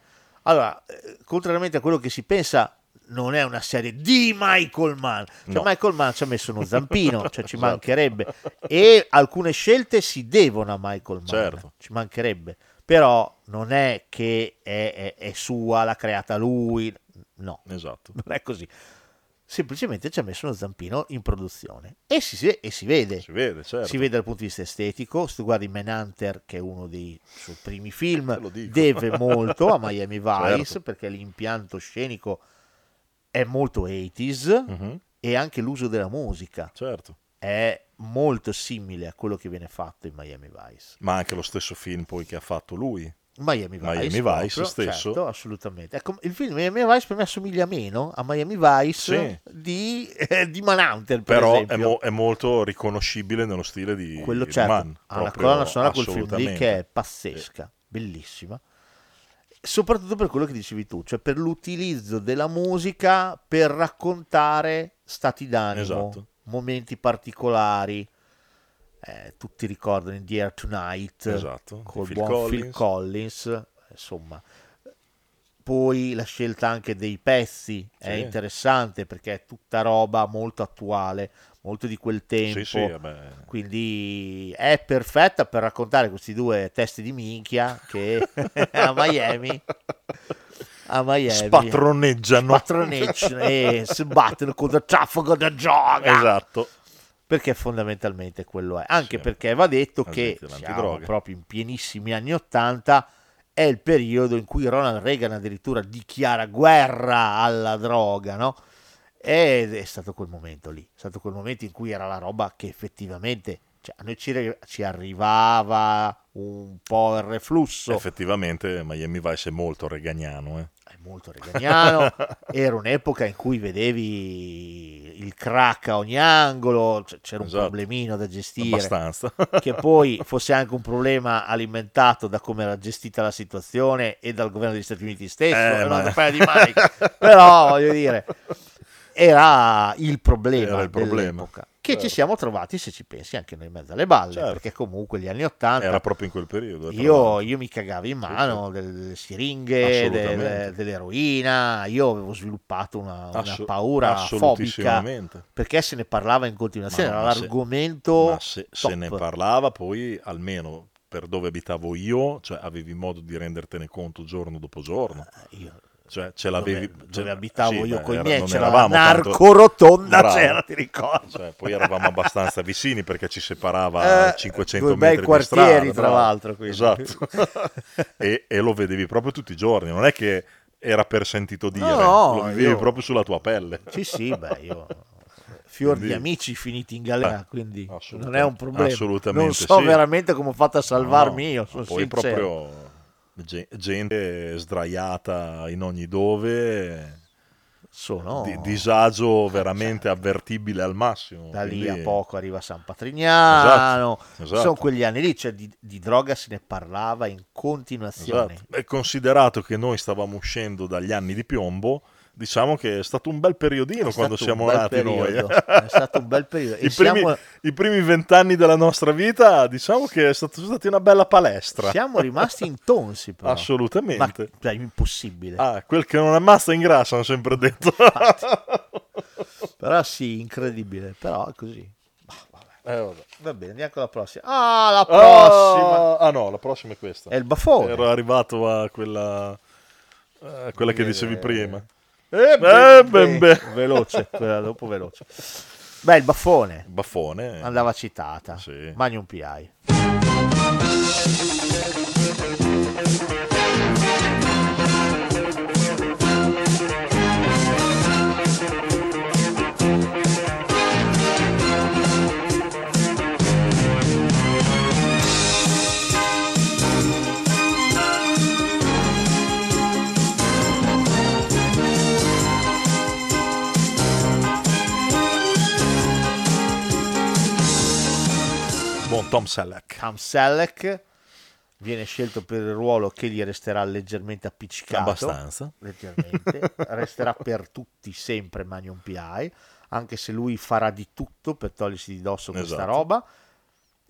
Speaker 7: Allora, eh, contrariamente a quello che si pensa, non è una serie di Michael Mann. Cioè,
Speaker 3: No.
Speaker 7: Michael Mann ci ha messo uno zampino, cioè ci
Speaker 3: Esatto.
Speaker 7: mancherebbe. E alcune scelte si devono a Michael Mann,
Speaker 3: Certo.
Speaker 7: ci mancherebbe. Però non è che è, è- è sua, l'ha creata lui, no.
Speaker 3: Esatto.
Speaker 7: Non è così. Semplicemente ci ha messo uno zampino in produzione. E si, si- e si vede.
Speaker 3: Si vede, certo.
Speaker 7: Si vede dal punto di vista estetico. Se tu guardi Manhunter, che è uno dei suoi primi film,
Speaker 3: Eh, Te lo dico.
Speaker 7: deve molto a Miami Vice
Speaker 3: Certo.
Speaker 7: perché l'impianto scenico è molto 80s
Speaker 3: Mm.
Speaker 7: e anche l'uso della musica
Speaker 3: Mhm, Certo.
Speaker 7: è molto simile a quello che viene fatto in Miami Vice.
Speaker 3: Ma anche lo stesso film poi che ha fatto lui.
Speaker 7: Miami Vice,
Speaker 3: Miami Vice
Speaker 7: proprio,
Speaker 3: stesso.
Speaker 7: certo, assolutamente. Ecco, il film Miami Vice per me assomiglia meno a Miami Vice di, eh, di Manhunter, per
Speaker 3: Però è,
Speaker 7: esempio.
Speaker 3: mo- è molto riconoscibile nello stile di,
Speaker 7: quello
Speaker 3: di
Speaker 7: certo
Speaker 3: Mann,
Speaker 7: ha una
Speaker 3: proprio,
Speaker 7: colonna sonora col film lì
Speaker 3: assolutamente.
Speaker 7: che è pazzesca bellissima soprattutto per quello che dicevi tu cioè per l'utilizzo della musica per raccontare stati d'animo
Speaker 3: Esatto.
Speaker 7: momenti particolari Eh, tutti ricordano in The Air Tonight
Speaker 3: Esatto, di
Speaker 7: col
Speaker 3: Phil
Speaker 7: buon Phil Collins insomma poi la scelta anche dei pezzi è
Speaker 3: Sì.
Speaker 7: interessante perché è tutta roba molto attuale, molto di quel tempo.
Speaker 3: Sì, sì, vabbè.
Speaker 7: Quindi è perfetta per raccontare questi due testi di minchia che a Miami a Miami
Speaker 3: Spatroneggiano.
Speaker 7: spatroneggiano e si battono contro il traffico da gioca.
Speaker 3: Esatto.
Speaker 7: Perché fondamentalmente quello è. Anche perché va detto
Speaker 3: La
Speaker 7: che
Speaker 3: gente
Speaker 7: siamo
Speaker 3: l'antidroga.
Speaker 7: proprio in pienissimi anni 80 è il periodo in cui Ronald Reagan addirittura dichiara guerra alla droga, no? Ed è stato quel momento lì, è stato quel momento in cui era la roba che effettivamente cioè, a noi ci, re- ci arrivava un po' il reflusso,
Speaker 3: Effettivamente Miami Vice è molto reganiano. eh.
Speaker 7: è molto reganiano, era un'epoca in cui vedevi il crack a ogni angolo, c- c'era un
Speaker 3: Esatto.
Speaker 7: problemino da gestire,
Speaker 3: Abbastanza.
Speaker 7: che poi fosse anche un problema alimentato da come era gestita la situazione e dal governo degli Stati Uniti stesso,
Speaker 3: Eh,
Speaker 7: è
Speaker 3: ma-
Speaker 7: un'altra paia di maniche. però voglio dire, era il problema,
Speaker 3: Era il problema.
Speaker 7: dell'epoca, che
Speaker 3: Cerro.
Speaker 7: ci siamo trovati, se ci pensi, anche noi in mezzo alle balle,
Speaker 3: Certo.
Speaker 7: perché comunque gli anni Ottanta...
Speaker 3: Era proprio in quel periodo. eh, tra
Speaker 7: Io,
Speaker 3: l'altro.
Speaker 7: io mi cagavo in mano delle, delle siringhe,
Speaker 3: Assolutamente.
Speaker 7: delle- dell'eroina, io avevo sviluppato una, una
Speaker 3: Assu-
Speaker 7: paura fobica
Speaker 3: assolutissimamente.
Speaker 7: perché se ne parlava in continuazione,
Speaker 3: Ma no,
Speaker 7: era
Speaker 3: ma se-
Speaker 7: l'argomento
Speaker 3: ma se, se
Speaker 7: top.
Speaker 3: ne parlava poi almeno per dove abitavo io, cioè avevi modo di rendertene conto giorno dopo giorno.
Speaker 7: Io-
Speaker 3: Cioè, ce l'avevi. Dove,
Speaker 7: abitavo io con i miei,
Speaker 3: non
Speaker 7: c'era la
Speaker 3: eravamo tanto-
Speaker 7: narcorotonda,
Speaker 3: Bravo.
Speaker 7: c'era, ti ricordi?
Speaker 3: Cioè, poi eravamo abbastanza vicini perché ci separava
Speaker 7: Eh,
Speaker 3: 500
Speaker 7: due bei
Speaker 3: metri
Speaker 7: quartieri,
Speaker 3: di strada,
Speaker 7: tra
Speaker 3: bravo.
Speaker 7: l'altro, quindi.
Speaker 3: Esatto. e, e lo vedevi proprio tutti i giorni, non è che era per sentito dire,
Speaker 7: No,
Speaker 3: lo vivevi
Speaker 7: io-
Speaker 3: proprio sulla tua pelle.
Speaker 7: Sì, sì, beh, io fior di
Speaker 3: Quindi- Ah,
Speaker 7: amici finiti in galera, quindi non
Speaker 3: assolutamente-
Speaker 7: è un problema.
Speaker 3: assolutamente
Speaker 7: non so
Speaker 3: sì.
Speaker 7: veramente come ho fatto a salvarmi
Speaker 3: No,
Speaker 7: io,
Speaker 3: ma
Speaker 7: sono
Speaker 3: poi
Speaker 7: sincero.
Speaker 3: proprio ge- gente sdraiata in ogni dove
Speaker 7: sono
Speaker 3: di- disagio veramente avvertibile al massimo
Speaker 7: da lì
Speaker 3: quindi-
Speaker 7: a poco arriva San Patrignano,
Speaker 3: Esatto, esatto.
Speaker 7: sono quegli anni lì, cioè di, di droga se ne parlava in continuazione.
Speaker 3: Esatto. E considerato che noi stavamo uscendo dagli anni di piombo, diciamo che è stato un bel periodino
Speaker 7: È
Speaker 3: quando
Speaker 7: stato un
Speaker 3: siamo
Speaker 7: bel
Speaker 3: nati
Speaker 7: periodo,
Speaker 3: noi.
Speaker 7: è stato un bel periodo. E
Speaker 3: I primi,
Speaker 7: siamo-
Speaker 3: i primi vent'anni della nostra vita, diciamo che è stato- sono stati una bella palestra.
Speaker 7: Siamo rimasti intonsi però.
Speaker 3: Assolutamente.
Speaker 7: Ma, cioè, impossibile.
Speaker 3: Ah, quel che non ammazza ingrassa, hanno sempre detto.
Speaker 7: Però sì, incredibile, però è così.
Speaker 3: Eh, vabbè.
Speaker 7: Va bene, andiamo con la prossima. Ah, la
Speaker 3: Ah,
Speaker 7: prossima!
Speaker 3: ah no, la prossima è questa.
Speaker 7: È il baffone.
Speaker 3: Ero arrivato a quella, a quella che dicevi prima.
Speaker 7: Eh,
Speaker 3: Eh, ben be-
Speaker 7: Veloce, quella dopo veloce. Beh, il baffone.
Speaker 3: Baffone. eh.
Speaker 7: Andava citata. Magnum PI.
Speaker 3: Buon Tom Selleck.
Speaker 7: Tom Selleck viene scelto per il ruolo che gli resterà leggermente appiccicato.
Speaker 3: Abbastanza.
Speaker 7: Leggermente. resterà per tutti sempre Magnum PI, anche se lui farà di tutto per togliersi di dosso questa
Speaker 3: Esatto.
Speaker 7: roba.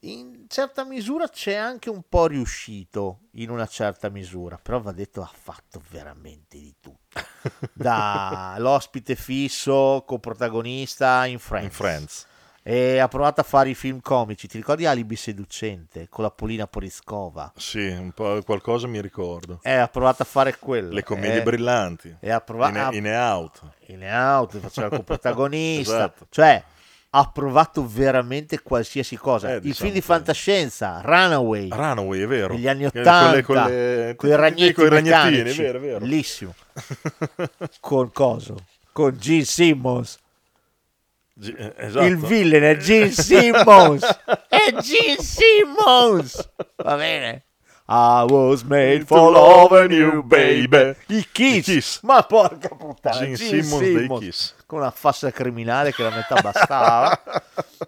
Speaker 7: In certa misura c'è anche un po' riuscito, in una certa misura, però va detto ha fatto veramente di tutto. da l'ospite fisso, coprotagonista in Friends. E ha provato a fare i film comici. Ti ricordi Alibi seducente con la Polina Poriscova?
Speaker 3: Sì, un po' qualcosa mi ricordo.
Speaker 7: Eh, ha provato a fare quello.
Speaker 3: Le commedie
Speaker 7: Eh,
Speaker 3: brillanti.
Speaker 7: E ha provato
Speaker 3: In- in e out.
Speaker 7: In e out, faceva il coprotagonista.
Speaker 3: Esatto.
Speaker 7: Cioè, ha provato veramente qualsiasi cosa.
Speaker 3: Eh,
Speaker 7: I
Speaker 3: diciamo
Speaker 7: film di fantascienza, Runaway.
Speaker 3: Runaway, è vero.
Speaker 7: Negli anni
Speaker 3: Che con le-
Speaker 7: 80
Speaker 3: con le-
Speaker 7: con i ragnetti,
Speaker 3: con i ragnettini,
Speaker 7: meccanici,
Speaker 3: è vero, è vero.
Speaker 7: bellissimo. con coso? Con Gene Simmons.
Speaker 3: G- eh, esatto.
Speaker 7: Il villain è Gene Simmons. è Gene Simmons. Va bene. I was made for loving you, baby. I Kiss. Ma porca puttana.
Speaker 3: Gene
Speaker 7: Gene,
Speaker 3: Simmons
Speaker 7: Simmons,
Speaker 3: dei Kiss.
Speaker 7: Con una fascia criminale che la metà bastava.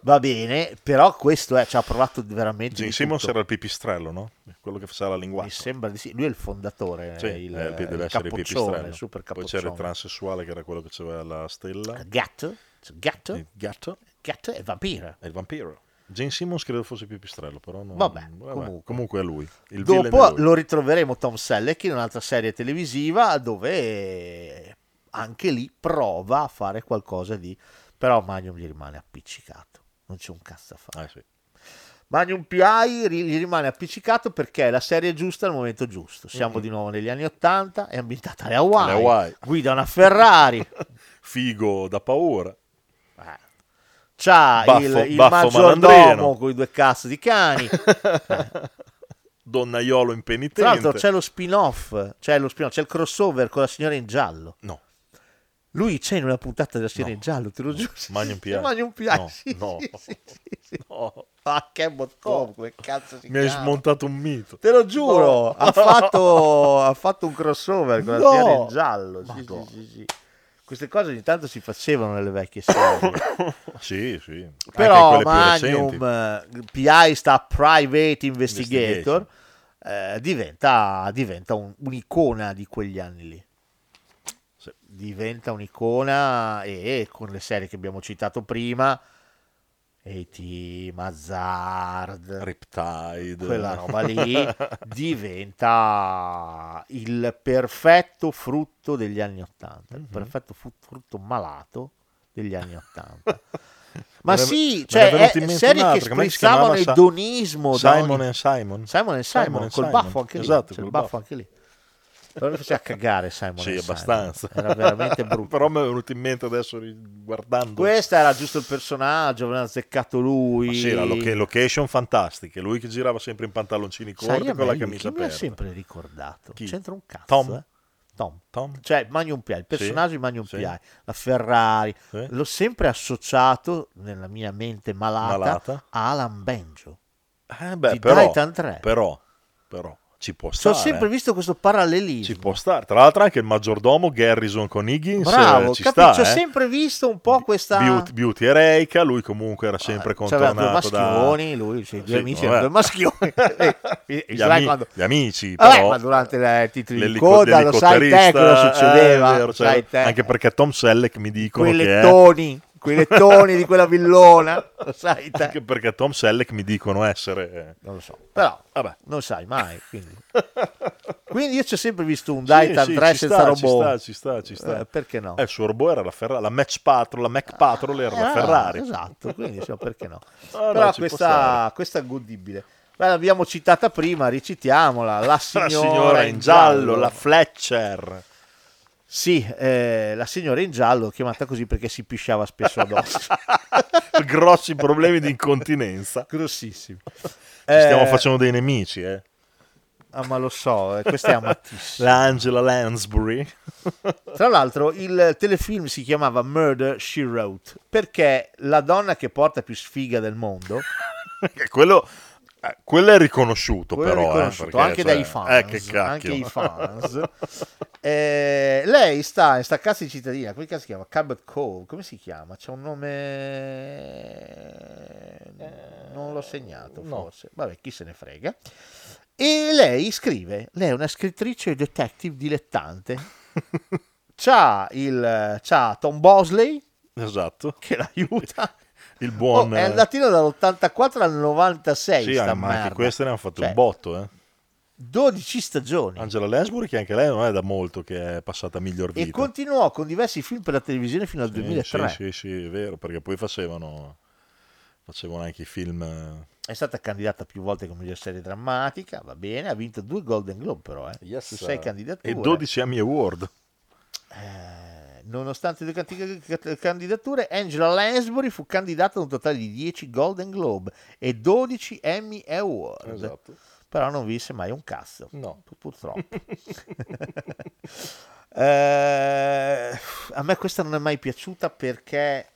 Speaker 7: Va bene, però questo è, ci ha provato veramente
Speaker 3: Gene
Speaker 7: di
Speaker 3: Simmons
Speaker 7: tutto.
Speaker 3: era il pipistrello, no? Quello che faceva la linguaccia.
Speaker 7: Mi sembra di sì. Lui è il fondatore,
Speaker 3: Sì,
Speaker 7: il, il,
Speaker 3: eh, deve essere il
Speaker 7: capoccione,
Speaker 3: pipistrello.
Speaker 7: il super
Speaker 3: Poi c'era il
Speaker 7: capoccione.
Speaker 3: transessuale che era quello che c'aveva la stella.
Speaker 7: Gatto, gatto,
Speaker 3: Il gatto.
Speaker 7: gatto e vampiro.
Speaker 3: E il vampiro. Gene Simmons credo fosse pipistrello, però non...
Speaker 7: Vabbè,
Speaker 3: comunque.
Speaker 7: comunque.
Speaker 3: comunque è lui. Il villain è
Speaker 7: Dopo
Speaker 3: lui.
Speaker 7: lo ritroveremo Tom Selleck in un'altra serie televisiva dove anche lì prova a fare qualcosa di... però Magnum gli rimane appiccicato, non c'è un cazzo da fare.
Speaker 3: Ah, sì.
Speaker 7: Magnum PI ri- gli rimane appiccicato perché è la serie giusta al momento giusto. Siamo
Speaker 3: Mm.
Speaker 7: di nuovo negli anni 80, è ambientata alle Hawaii,
Speaker 3: Alle Hawaii.
Speaker 7: guida una Ferrari,
Speaker 3: Figo da paura.
Speaker 7: c'ha
Speaker 3: Baffo-
Speaker 7: il, il
Speaker 3: baffo malandrino.
Speaker 7: maggiordomo con i due cazzo di cani.
Speaker 3: Donnaiolo impenitente.
Speaker 7: Tra l'altro c'è lo spin-off, c'è lo spin-off, c'è il crossover con la signora in giallo.
Speaker 3: No.
Speaker 7: Lui c'è in una puntata della signora in giallo, te lo giuro.
Speaker 3: Magnum P.I.
Speaker 7: Magnum P.I.,
Speaker 3: No,
Speaker 7: sì,
Speaker 3: no.
Speaker 7: sì, sì, sì, sì. Ma che bottone, come cazzo si
Speaker 3: Mi hai
Speaker 7: chiama?
Speaker 3: smontato un mito.
Speaker 7: Te lo giuro, ha, fatto, ha fatto un crossover con
Speaker 3: No.
Speaker 7: la signora in giallo. Sì, sì, sì, sì. Queste cose ogni tanto si facevano nelle vecchie serie.
Speaker 3: Sì, sì.
Speaker 7: Però
Speaker 3: Anche in quelle più
Speaker 7: Magnum
Speaker 3: recenti.
Speaker 7: eh, PI sta Private
Speaker 3: Investigation.
Speaker 7: Investigator, eh, diventa, diventa un- un'icona di quegli anni lì. Diventa un'icona e, e con le serie che abbiamo citato prima, E.T., Mazzard,
Speaker 3: Riptide.
Speaker 7: quella roba lì, diventa il perfetto frutto degli anni 80,
Speaker 3: Mhm.
Speaker 7: il perfetto fu- frutto malato degli anni 80. Ma
Speaker 3: Me ne- me
Speaker 7: sì,
Speaker 3: ne
Speaker 7: cioè,
Speaker 3: è venuta
Speaker 7: è-
Speaker 3: in mente
Speaker 7: serie che
Speaker 3: un'altra, com'è che si
Speaker 7: sprizzavano
Speaker 3: chiamava? Sa-
Speaker 7: edonismo. da
Speaker 3: Simon
Speaker 7: ogni-
Speaker 3: and Simon.
Speaker 7: Simon and Simon,
Speaker 3: Simon and
Speaker 7: col
Speaker 3: Simon.
Speaker 7: baffo anche lì.
Speaker 3: Esatto,
Speaker 7: c'è il
Speaker 3: col
Speaker 7: baffo
Speaker 3: baffo.
Speaker 7: anche lì. Però mi faceva cagare Simon
Speaker 3: Sì,
Speaker 7: and Simon.
Speaker 3: abbastanza.
Speaker 7: Era veramente brutto.
Speaker 3: Però mi è venuto in mente adesso ri- guardando.
Speaker 7: Questo era giusto il personaggio, aveva azzeccato lui.
Speaker 3: Ma sì, la loca- location fantastiche. Lui che girava sempre in pantaloncini
Speaker 7: Sai,
Speaker 3: corti
Speaker 7: a
Speaker 3: con
Speaker 7: me
Speaker 3: la
Speaker 7: lui
Speaker 3: camicia
Speaker 7: chi mi ha
Speaker 3: aperta.
Speaker 7: sempre ricordato. C'entra un cazzo.
Speaker 3: Tom.
Speaker 7: eh? Tom. Cioè, Magnum P.I., il personaggio di Magnum
Speaker 3: sì.
Speaker 7: P.I., la Ferrari.
Speaker 3: Sì.
Speaker 7: L'ho sempre associato, nella mia mente malata,
Speaker 3: Malata.
Speaker 7: a Alan Benjo.
Speaker 3: Eh beh,
Speaker 7: di
Speaker 3: però,
Speaker 7: Titan 3.
Speaker 3: però, però, ci può
Speaker 7: Ci ho
Speaker 3: stare.
Speaker 7: sempre
Speaker 3: eh.
Speaker 7: visto questo parallelismo.
Speaker 3: Ci può stare. Tra l'altro anche il maggiordomo Garrison con Higgins eh,
Speaker 7: Bravo,
Speaker 3: ci
Speaker 7: capi-
Speaker 3: sta.
Speaker 7: ci ho
Speaker 3: eh.
Speaker 7: sempre visto un po' questa... Eh, Ah,
Speaker 3: Beauty, Beauty e Reika, lui comunque era sempre
Speaker 7: C'aveva
Speaker 3: contornato
Speaker 7: due maschioni,
Speaker 3: da...
Speaker 7: lui, cioè, due
Speaker 3: Sì,
Speaker 7: amici,
Speaker 3: vabbè.
Speaker 7: erano due maschioni. Eh, eh,
Speaker 3: Gli,
Speaker 7: sai
Speaker 3: ami-
Speaker 7: quando-
Speaker 3: gli amici,
Speaker 7: Vabbè,
Speaker 3: però...
Speaker 7: ma durante le- i titoli di
Speaker 3: l'elico-
Speaker 7: coda lo sai te cosa
Speaker 3: l'elicotterista,
Speaker 7: succedeva,
Speaker 3: eh, è vero,
Speaker 7: sai
Speaker 3: cioè,
Speaker 7: te.
Speaker 3: Anche perché Tom Selleck mi dicono
Speaker 7: quei
Speaker 3: che è...
Speaker 7: lettoni, quei lettoni di quella villona, lo sai te.
Speaker 3: Anche perché Tom Selleck mi dicono essere...
Speaker 7: Non lo so. Però non sai mai. Quindi. Quindi io ci ho sempre visto un Daitan 3 senza robot.
Speaker 3: Ci sta, ci sta, ci sta.
Speaker 7: Eh, perché no?
Speaker 3: Eh, il suo robot era la Ferrari, la Match Patrol, la Mac Patrol era la
Speaker 7: Eh,
Speaker 3: Ferrari.
Speaker 7: Esatto, quindi diciamo, perché no?
Speaker 3: Ah, no,
Speaker 7: Però
Speaker 3: ci può
Speaker 7: questa,
Speaker 3: stare.
Speaker 7: questa è godibile. Beh, l'abbiamo citata prima, recitiamola. La signora,
Speaker 3: La signora in giallo, la Fletcher.
Speaker 7: Sì, eh, la signora in giallo, chiamata così perché si pisciava spesso addosso.
Speaker 3: Grossi problemi di incontinenza.
Speaker 7: Grossissimi.
Speaker 3: Ci stiamo
Speaker 7: Eh,
Speaker 3: facendo dei nemici, eh.
Speaker 7: Ah, ma lo so, eh, questa è amatissima.
Speaker 3: L'Angela Lansbury.
Speaker 7: Tra l'altro, il telefilm si chiamava Murder She Wrote perché la donna che porta più sfiga del mondo,
Speaker 3: Che quello, eh, quello è riconosciuto,
Speaker 7: quello è
Speaker 3: però. eh,
Speaker 7: riconosciuuto,
Speaker 3: perché,
Speaker 7: anche
Speaker 3: cioè,
Speaker 7: dai fans,
Speaker 3: Eh, che cacchio.
Speaker 7: anche i fans, eh, lei sta in sta casa di cittadina. Come cazzo si chiama? Cabot Cove. Come si chiama? C'è un nome. Non l'ho segnato, forse. Vabbè, chi se ne frega. E lei scrive: lei è una scrittrice e detective dilettante. C'ha, il, c'ha Tom Bosley
Speaker 3: Esatto.
Speaker 7: che l'aiuta.
Speaker 3: Il buon... eh.
Speaker 7: Oh, è andatino dall'84 al 96.
Speaker 3: Sì,
Speaker 7: sta
Speaker 3: ma anche
Speaker 7: merda.
Speaker 3: queste ne hanno fatto
Speaker 7: Cioè,
Speaker 3: un botto, eh.
Speaker 7: 12 stagioni.
Speaker 3: Angela Lansbury, che anche lei non è da molto che è passata a miglior vita.
Speaker 7: E continuò con diversi film per la televisione fino al
Speaker 3: Sì,
Speaker 7: 2003.
Speaker 3: Sì, sì, sì, è vero, perché poi facevano, facevano anche i film... eh,
Speaker 7: È stata candidata più volte come miglior serie drammatica, va bene, ha vinto due Golden Globe però, eh. su sei
Speaker 3: eh,
Speaker 7: candidature. Eh,
Speaker 3: E 12 Emmy Award.
Speaker 7: Nonostante le canti- ca- candidature, Angela Lansbury fu candidata a un totale di 10 Golden Globe e 12 Emmy Award.
Speaker 3: Esatto.
Speaker 7: Però non vinse mai un cazzo.
Speaker 3: No.
Speaker 7: Pur- Purtroppo. Eh, a me questa non è mai piaciuta perché...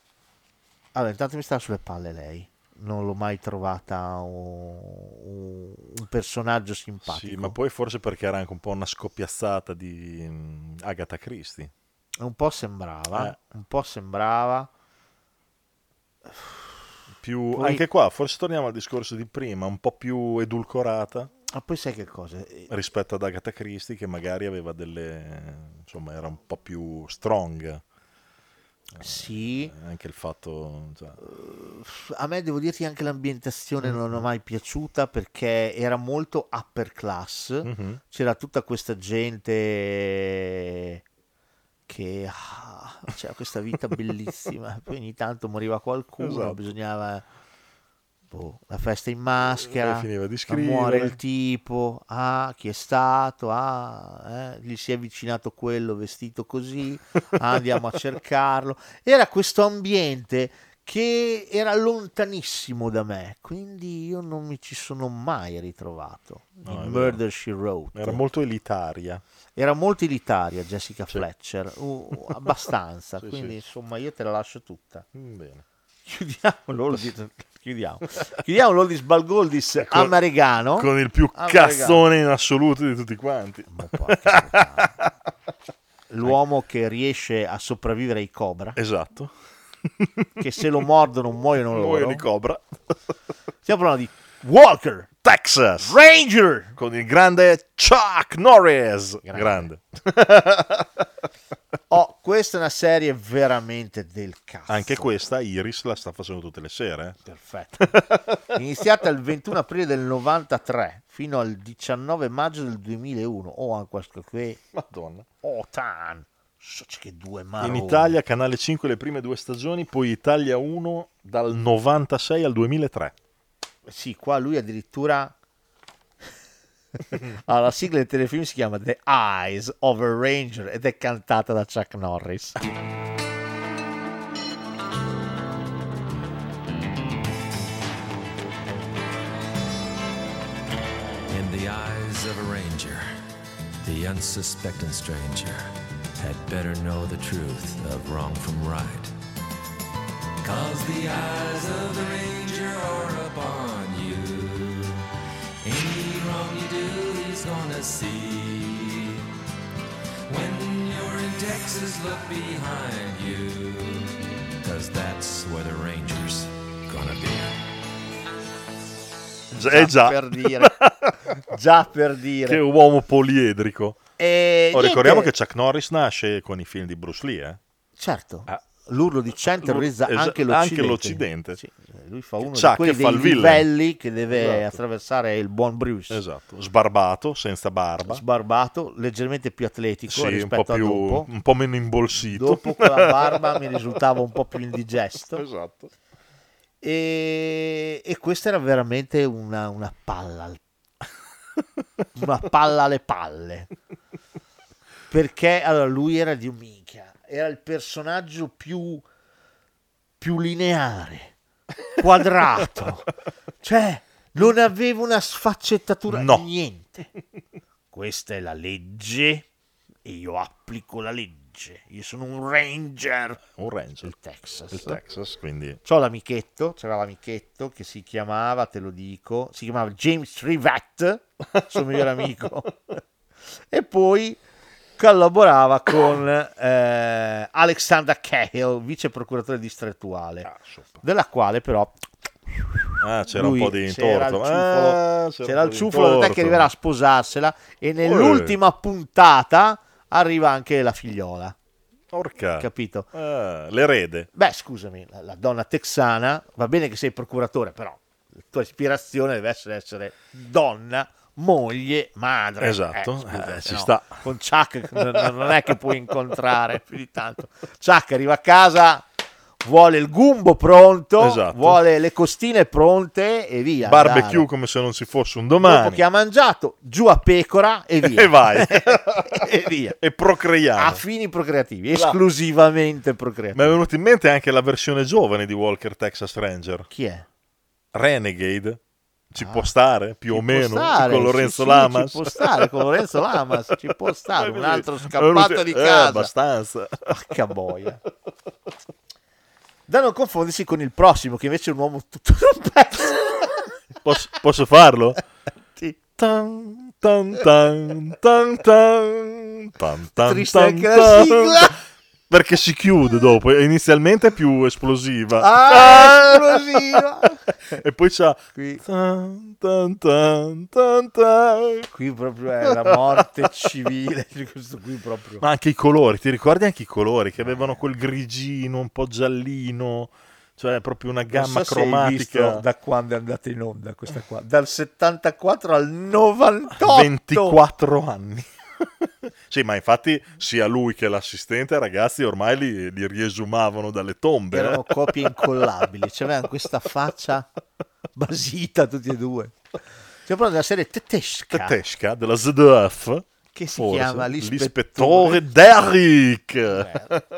Speaker 7: Allora, intanto mi sta sulle palle lei. Non l'ho mai trovata un, un- un personaggio simpatico.
Speaker 3: Sì, ma poi forse perché era anche un po' una scoppiazzata di mm, Agatha Christie.
Speaker 7: Un po' sembrava.
Speaker 3: Eh.
Speaker 7: Un po' sembrava.
Speaker 3: Più,
Speaker 7: Poi-
Speaker 3: Anche qua, forse torniamo al discorso di prima, un po' più edulcorata
Speaker 7: Ma poi sai che cosa? Eh,
Speaker 3: rispetto ad Agatha Christie che magari aveva delle... insomma era un po' più strong.
Speaker 7: Sì,
Speaker 3: Eh, Anche il fatto... cioè,
Speaker 7: a me devo dirti anche
Speaker 3: Mm.
Speaker 7: l'ambientazione non è mai piaciuta perché era molto upper class.
Speaker 3: Mhm.
Speaker 7: C'era tutta questa gente che ah, c'era questa vita bellissima. Poi ogni tanto moriva qualcuno,
Speaker 3: Esatto.
Speaker 7: bisognava boh, la festa in maschera,
Speaker 3: E finiva di
Speaker 7: ma muore
Speaker 3: scrivere.
Speaker 7: il tipo, ah, chi è stato, ah, eh, gli si è avvicinato quello vestito così, ah, andiamo a cercarlo. Era questo ambiente che era lontanissimo da me, quindi io non mi ci sono mai ritrovato.
Speaker 3: No,
Speaker 7: in
Speaker 3: è vero.
Speaker 7: Murder She Wrote.
Speaker 3: Era molto elitaria.
Speaker 7: Era molto elitaria Jessica Fletcher, uh, uh, abbastanza,
Speaker 3: Sì, sì.
Speaker 7: quindi insomma io te la lascio tutta.
Speaker 3: Mm, Bene.
Speaker 7: Chiudiamo l'Oldies, chiudiamo. chiudiamo l'Oldies Balgoldis americano.
Speaker 3: Ecco, Con il più
Speaker 7: Americano.
Speaker 3: cazzone in assoluto di tutti quanti.
Speaker 7: L'uomo
Speaker 3: Ecco.
Speaker 7: che riesce a sopravvivere ai cobra,
Speaker 3: Esatto.
Speaker 7: che se lo mordono muoiono loro.
Speaker 3: Muoiono i cobra.
Speaker 7: Stiamo parlando di Walker,
Speaker 3: Texas.
Speaker 7: Ranger.
Speaker 3: Con il grande Chuck Norris. Grande.
Speaker 7: Oh, questa è una serie veramente del cazzo.
Speaker 3: Anche questa Iris la sta facendo tutte le sere. eh.
Speaker 7: Perfetto. Iniziata il 21 aprile del 93 fino al 19 maggio del 2001. Oh, anche questo qui.
Speaker 3: Madonna.
Speaker 7: Oh, tan. So c'è che due
Speaker 3: In
Speaker 7: maroni.
Speaker 3: Italia Canale 5 le prime due stagioni, poi Italia 1 dal 96 al 2003.
Speaker 7: Sì, qua lui addirittura Allora, la sigla del telefilm si chiama The Eyes of a Ranger ed è cantata da Chuck Norris.
Speaker 12: In the eyes of a ranger, the unsuspecting stranger had better know the truth of wrong from right.
Speaker 9: Cause the eyes of the ranger are upon you. Any wrong you do, he's gonna see. When you're in Texas, look behind you.
Speaker 12: Cause that's where the ranger's gonna be.
Speaker 3: Già- eh già.
Speaker 7: per dire. Già per dire.
Speaker 3: Che uomo poliedrico.
Speaker 7: E
Speaker 3: Oh,
Speaker 7: niente.
Speaker 3: ricordiamo che Chuck Norris nasce con i film di Bruce Lee, eh?
Speaker 7: Certo. L'urlo di Chen terrorizza
Speaker 3: Esa-
Speaker 7: anche l'Occidente. eh,
Speaker 3: Sì,
Speaker 7: lui fa uno
Speaker 3: Chuck
Speaker 7: di quelli
Speaker 3: che fa
Speaker 7: dei
Speaker 3: il villain.
Speaker 7: livelli che deve
Speaker 3: Esatto.
Speaker 7: attraversare il buon Bruce.
Speaker 3: Esatto. Sbarbato, senza barba.
Speaker 7: Sbarbato, leggermente più atletico
Speaker 3: Sì, un
Speaker 7: rispetto
Speaker 3: po,
Speaker 7: a
Speaker 3: più-
Speaker 7: dopo.
Speaker 3: un po' meno imbolsito.
Speaker 7: Dopo con la barba mi risultava un po' più indigesto.
Speaker 3: Esatto.
Speaker 7: E, e questa era veramente una, una palla. al- Una palla alle palle. Perché allora lui era di un minchia, era il personaggio più, più lineare, quadrato. Cioè, non aveva una sfaccettatura,
Speaker 3: No.
Speaker 7: niente. Questa è la legge e io applico la legge. Io sono un ranger.
Speaker 3: Un ranger.
Speaker 7: Il Texas.
Speaker 3: Il Texas, quindi...
Speaker 7: C'ho l'amichetto, c'era l'amichetto che si chiamava, te lo dico, si chiamava James Rivet, suo migliore amico. e poi collaborava con eh, Alexander Cahill, vice procuratore distrettuale, della quale però
Speaker 3: Ah, c'era
Speaker 7: lui-
Speaker 3: un po' di
Speaker 7: c'era il
Speaker 3: intorto.
Speaker 7: ciufolo,
Speaker 3: Ah,
Speaker 7: c'era
Speaker 3: un
Speaker 7: il
Speaker 3: po' di
Speaker 7: ciufolo, tant'è che
Speaker 3: intorto.
Speaker 7: arriverà a sposarsela e nell'ultima puntata arriva anche la figliola.
Speaker 3: Porca.
Speaker 7: Capito?
Speaker 3: Ah, l'erede.
Speaker 7: Beh, scusami, la, la donna texana, va bene che sei procuratore, però la tua ispirazione deve essere essere donna, moglie, madre.
Speaker 3: Esatto,
Speaker 7: Eh, scusa,
Speaker 3: eh, ci
Speaker 7: se no,
Speaker 3: sta.
Speaker 7: Con Chuck n- n- non è che puoi incontrare più di tanto. Chuck arriva a casa, vuole il gumbo pronto,
Speaker 3: Esatto.
Speaker 7: vuole le costine pronte e via.
Speaker 3: Barbecue
Speaker 7: andare.
Speaker 3: come se non ci fosse un
Speaker 7: Dopo
Speaker 3: domani.
Speaker 7: che ha mangiato, giù a pecora e via.
Speaker 3: E vai.
Speaker 7: e via.
Speaker 3: E Esatto. procreiamo.
Speaker 7: A fini procreativi, esclusivamente procreativi.
Speaker 3: Mi è venuta in mente anche la versione giovane di Walker Texas Ranger.
Speaker 7: Chi è?
Speaker 3: Renegade. Ci può stare, più o meno,
Speaker 7: Ah. stare,
Speaker 3: con
Speaker 7: sì,
Speaker 3: Lorenzo
Speaker 7: sì,
Speaker 3: Lamas.
Speaker 7: Ci può stare con Lorenzo Lamas, ci può stare un altro
Speaker 3: Allora,
Speaker 7: scappato di
Speaker 3: eh,
Speaker 7: casa.
Speaker 3: abbastanza.
Speaker 7: Porca boia. Da non confondersi con il prossimo, che invece è un uomo tutto un pezzo.
Speaker 3: Posso, posso farlo?
Speaker 7: Sì.
Speaker 3: Tan, tan, tan, tan, tan, tan, tan,
Speaker 7: Triste
Speaker 3: tan,
Speaker 7: anche la
Speaker 3: tan.
Speaker 7: sigla.
Speaker 3: Perché si chiude dopo, e inizialmente è più esplosiva.
Speaker 7: Ah, esplosiva.
Speaker 3: e poi c'ha...
Speaker 7: Qui,
Speaker 3: Tan, tan, tan, tan, tan.
Speaker 7: qui proprio è la morte civile. Questo qui proprio.
Speaker 3: Ma anche i colori, ti ricordi anche i colori che avevano quel grigino, un po' giallino, cioè proprio una
Speaker 7: Non
Speaker 3: gamma
Speaker 7: so se hai
Speaker 3: cromatica.
Speaker 7: visto da quando è andata in onda questa qua. Dal 74 al 98.
Speaker 3: 24 anni. sì, ma infatti sia lui che l'assistente, ragazzi, ormai li, li riesumavano dalle tombe.
Speaker 7: erano
Speaker 3: eh.
Speaker 7: copie incollabili, c'avevano questa faccia basita tutti e due. Stiamo parlando della serie tedesca
Speaker 3: Tedesca della ZDF.
Speaker 7: che si
Speaker 3: forse.
Speaker 7: chiama L'ispettore. Eh.
Speaker 3: L'ispettore Derrick.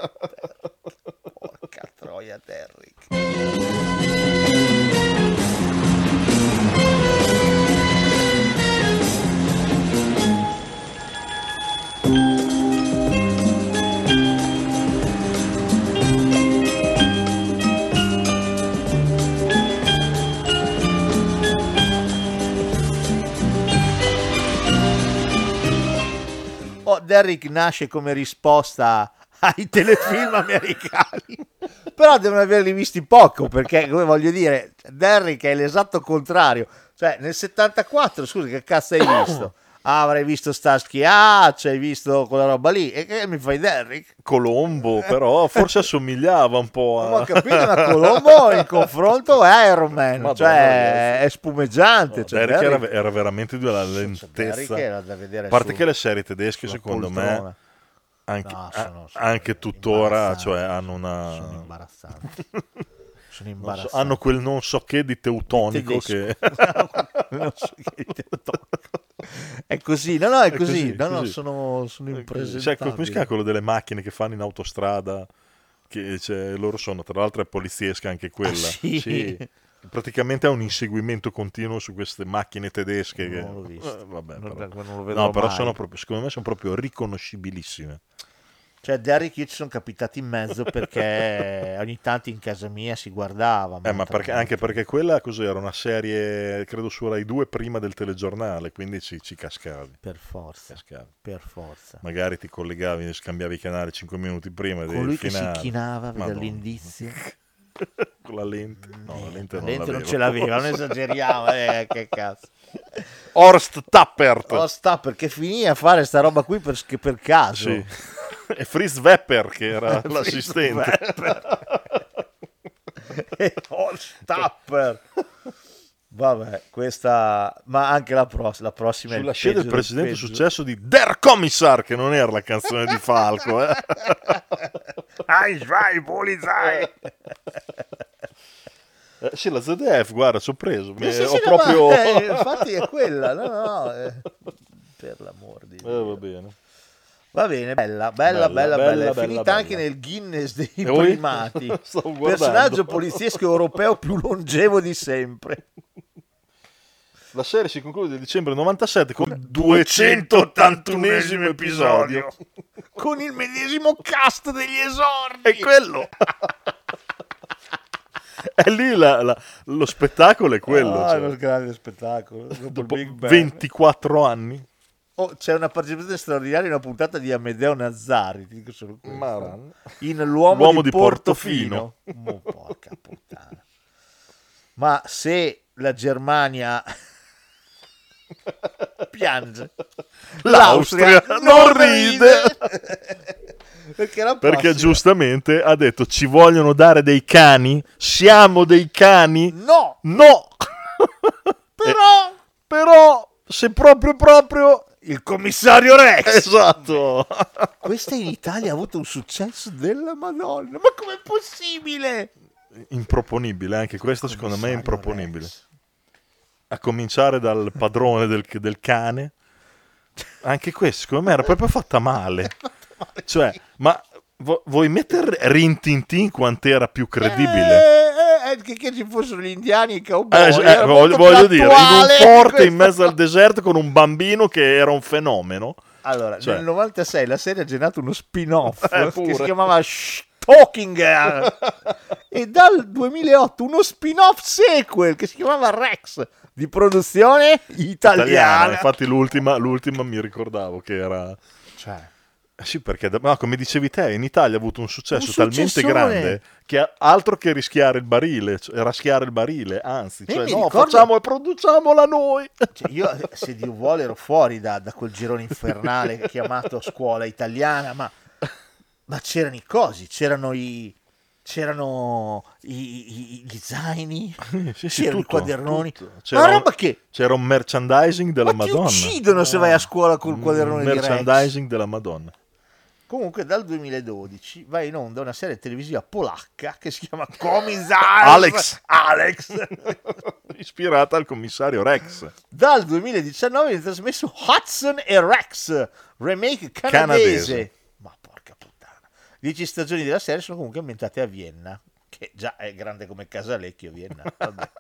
Speaker 7: Porca troia, Derrick. Oh, Derrick nasce come risposta ai telefilm americani. Però devono averli visti poco, perché come voglio dire, Derrick è l'esatto contrario. Cioè, nel 74, scusa, che cazzo hai visto? Ah, avrei visto Starsky Hutch, hai visto quella roba lì. E che mi fai Derrick?
Speaker 3: Colombo, però forse assomigliava un po' a...
Speaker 7: Non ho capito, ma Colombo in confronto è Iron Man.
Speaker 3: Madonna,
Speaker 7: cioè, è spumeggiante.
Speaker 3: No,
Speaker 7: cioè,
Speaker 3: Derrick era,
Speaker 7: Derrick-
Speaker 3: era veramente di una
Speaker 7: Derrick
Speaker 3: lentezza.
Speaker 7: era da vedere
Speaker 3: a parte
Speaker 7: su-
Speaker 3: che le serie tedesche,
Speaker 7: sulla
Speaker 3: secondo
Speaker 7: poltrona.
Speaker 3: me, anche,
Speaker 7: No,
Speaker 3: a-
Speaker 7: sono- sono
Speaker 3: anche tuttora,
Speaker 7: imbarazzanti,
Speaker 3: cioè, hanno una.
Speaker 7: sono imbarazzanti. Sono
Speaker 3: non so-
Speaker 7: imbarazzanti.
Speaker 3: hanno quel non so che di teutonico
Speaker 7: Tedesco.
Speaker 3: che
Speaker 7: Non so che te lo tocco. È così, no, no, è
Speaker 3: È
Speaker 7: così.
Speaker 3: così,
Speaker 7: No, no,
Speaker 3: così.
Speaker 7: sono,
Speaker 3: Sai,
Speaker 7: sono
Speaker 3: co- Cioè, come si chiama
Speaker 7: impresentabile.
Speaker 3: quello delle macchine che fanno in autostrada? Che c'è- loro sono, tra l'altro è poliziesca anche quella.
Speaker 7: Ah, sì?
Speaker 3: Praticamente è un inseguimento continuo su queste macchine tedesche. che-
Speaker 7: Non l'ho visto.
Speaker 3: Eh, vabbè,
Speaker 7: Non-
Speaker 3: però,
Speaker 7: non lo vedrò
Speaker 3: No, però
Speaker 7: mai.
Speaker 3: sono proprio, secondo me sono proprio riconoscibilissime.
Speaker 7: Cioè, Derek e io ci sono capitati in mezzo perché ogni tanto in casa mia si guardava.
Speaker 3: Eh, ma perché- anche perché quella cos'era una serie, credo su Rai 2 prima del telegiornale, quindi ci, ci cascavi.
Speaker 7: Per forza. Per forza.
Speaker 3: Magari ti collegavi, scambiavi i canali 5 minuti prima del
Speaker 7: Colui che si
Speaker 3: finale.
Speaker 7: chinava per
Speaker 3: Madonna.
Speaker 7: l'indizio.
Speaker 3: con la lente. No, la lente,
Speaker 7: La lente non
Speaker 3: l'aveva,
Speaker 7: ce l'aveva, non
Speaker 3: forse.
Speaker 7: esageriamo, eh, che cazzo.
Speaker 3: Horst Tappert.
Speaker 7: Oh, sta perché finì a fare sta roba qui per, che per caso.
Speaker 3: Sì. E Fritz Wepper che era
Speaker 7: Fritz
Speaker 3: l'assistente.
Speaker 7: Wepper. E Horst Tapper. Oh, Vabbè, questa... Ma anche la, pross- la prossima... è il
Speaker 3: Sulla scia del
Speaker 7: peggio
Speaker 3: precedente
Speaker 7: peggio.
Speaker 3: successo di Der Kommissar, che non era la canzone di Falco. Eh.
Speaker 7: Eins, zwei, Polizei!
Speaker 3: Eh, sì, la ZDF, guarda, sorpreso.
Speaker 7: Eh,
Speaker 3: mi-
Speaker 7: sì,
Speaker 3: ho
Speaker 7: sì, no,
Speaker 3: proprio...
Speaker 7: ma, eh, infatti è quella, no, no, no, eh, per l'amor di Dio.
Speaker 3: Eh, va bene.
Speaker 7: Va bene, bella,
Speaker 3: Bella,
Speaker 7: bella, bella, bella.
Speaker 3: bella,
Speaker 7: È
Speaker 3: bella,
Speaker 7: finita
Speaker 3: bella.
Speaker 7: anche nel Guinness dei
Speaker 3: E voi?
Speaker 7: primati.
Speaker 3: Stavo guardando.
Speaker 7: Personaggio poliziesco europeo più longevo di sempre.
Speaker 3: La serie si conclude nel dicembre 97 con il 281esimo episodio.
Speaker 7: Con il medesimo cast degli esordi.
Speaker 3: E quello. E lì la- la- lo spettacolo è quello.
Speaker 7: Ah,
Speaker 3: cioè.
Speaker 7: uno grande spettacolo. Dopo il
Speaker 3: Dopo
Speaker 7: Big Bang.
Speaker 3: 24 anni.
Speaker 7: Oh, c'è una partecipazione straordinaria in una puntata di Amedeo Nazzari. Ti dico solo questo.
Speaker 3: Maran.
Speaker 7: In L'uomo,
Speaker 3: L'uomo
Speaker 7: di,
Speaker 3: di
Speaker 7: Portofino.
Speaker 3: Portofino.
Speaker 7: Oh, porca puttana. Ma se la Germania piange,
Speaker 3: L'Austria non
Speaker 7: ride. Perché la
Speaker 3: Perché
Speaker 7: prossima-
Speaker 3: giustamente ha detto ci vogliono dare dei cani? Siamo dei cani?
Speaker 7: No!
Speaker 3: No!
Speaker 7: Però,
Speaker 3: però, se proprio proprio...
Speaker 7: Il commissario Rex!
Speaker 3: Esatto!
Speaker 7: Questa in Italia ha avuto un successo della Madonna. Ma com'è possibile?
Speaker 3: improponibile, anche questa secondo me è improponibile. A cominciare dal padrone del, del cane, anche questo secondo me era proprio fatta male. Cioè, ma vo- vuoi mettere Rintintin quant'era più credibile?
Speaker 7: Eh, eh, eh, che, che ci fossero gli indiani e i cowboy.
Speaker 3: Eh, es- eh,
Speaker 7: era cioè,
Speaker 3: voglio,
Speaker 7: molto più
Speaker 3: voglio dire, in un
Speaker 7: attuale di
Speaker 3: forte in
Speaker 7: questo.
Speaker 3: mezzo al deserto con un bambino che era un fenomeno.
Speaker 7: Allora,
Speaker 3: Cioè,
Speaker 7: nel 96 la serie ha generato uno spin-off
Speaker 3: Eh,
Speaker 7: che
Speaker 3: pure.
Speaker 7: si chiamava Stalkinger e dal 2008 uno spin-off sequel che si chiamava Rex di produzione italiana.
Speaker 3: italiana, Infatti l'ultima, l'ultima mi ricordavo che era...
Speaker 7: Cioè,
Speaker 3: Eh Sì, perché da- ma come dicevi te, in Italia ha avuto un successo
Speaker 7: Un
Speaker 3: talmente
Speaker 7: successone.
Speaker 3: grande che ha- altro che rischiare il barile, cioè, raschiare il barile, anzi,
Speaker 7: Eh,
Speaker 3: cioè,
Speaker 7: mi
Speaker 3: no,
Speaker 7: ricordo-
Speaker 3: facciamo e produciamola noi.
Speaker 7: cioè, io se Dio vuole ero fuori da, da quel girone infernale chiamato scuola italiana, ma, ma c'erano i cosi, c'erano i... C'erano i- i- i- gli zaini,
Speaker 3: Sì, sì,
Speaker 7: c'erano i
Speaker 3: tutto,
Speaker 7: quadernoni,
Speaker 3: tutto.
Speaker 7: ma roba che
Speaker 3: c'era un merchandising della
Speaker 7: Ma ti
Speaker 3: Madonna.
Speaker 7: uccidono se vai a scuola col
Speaker 3: Un
Speaker 7: quadernone di Rex.
Speaker 3: merchandising della Madonna.
Speaker 7: Comunque dal 2012 va in onda una serie televisiva polacca che si chiama Commissar
Speaker 3: Alex.
Speaker 7: Alex.
Speaker 3: Ispirata al commissario Rex.
Speaker 7: dal 2019 viene trasmesso Hudson e Rex, remake canadese.
Speaker 3: Canadese.
Speaker 7: Ma porca puttana. Dieci stagioni della serie sono comunque ambientate a Vienna, che già è grande come Casalecchio Vienna. Vabbè,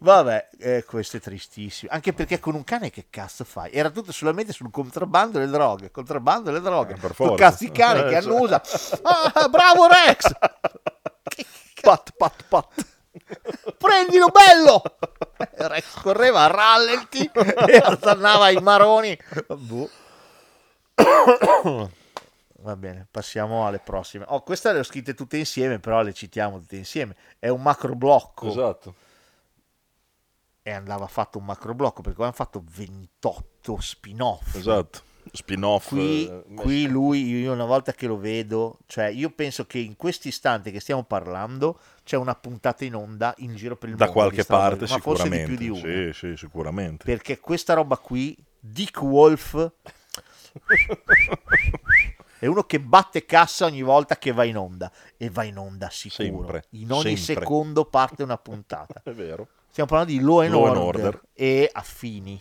Speaker 7: Vabbè, eh, questo è tristissimo. Anche perché con un cane che cazzo fai? Era tutto solamente sul contrabbando e le droghe. Contrabbando e le droghe.
Speaker 3: Eh, per
Speaker 7: Tu
Speaker 3: forza.
Speaker 7: cazzi cane
Speaker 3: Eh,
Speaker 7: che
Speaker 3: cioè.
Speaker 7: annusa. Ah, bravo Rex!
Speaker 3: Pat, pat, pat.
Speaker 7: prendilo bello Rex Eh, correva a rallenti e alternava i maroni Boh. va bene passiamo alle prossime oh, queste le ho scritte tutte insieme però le citiamo tutte insieme è un macro blocco
Speaker 3: Esatto.
Speaker 7: e andava fatto un macro blocco perché avevano fatto 28 spin off
Speaker 3: Esatto. Spin-off.
Speaker 7: qui,
Speaker 3: eh,
Speaker 7: qui lui, io una volta che lo vedo, cioè io penso che in questo istante che stiamo parlando c'è una puntata in onda in giro per il
Speaker 3: da
Speaker 7: mondo. di
Speaker 3: qualche
Speaker 7: sta roba,
Speaker 3: parte
Speaker 7: ma forse di
Speaker 3: sicuramente.
Speaker 7: più di
Speaker 3: sì,
Speaker 7: uno.
Speaker 3: sì, sicuramente.
Speaker 7: Perché questa roba qui, Dick Wolf, è uno che batte cassa ogni volta che va in onda. E va in onda sicuro.
Speaker 3: Sempre,
Speaker 7: In ogni
Speaker 3: sempre.
Speaker 7: secondo parte una puntata.
Speaker 3: È vero.
Speaker 7: Stiamo parlando di Law and,
Speaker 3: Law and
Speaker 7: Order,
Speaker 3: Order.
Speaker 7: e affini.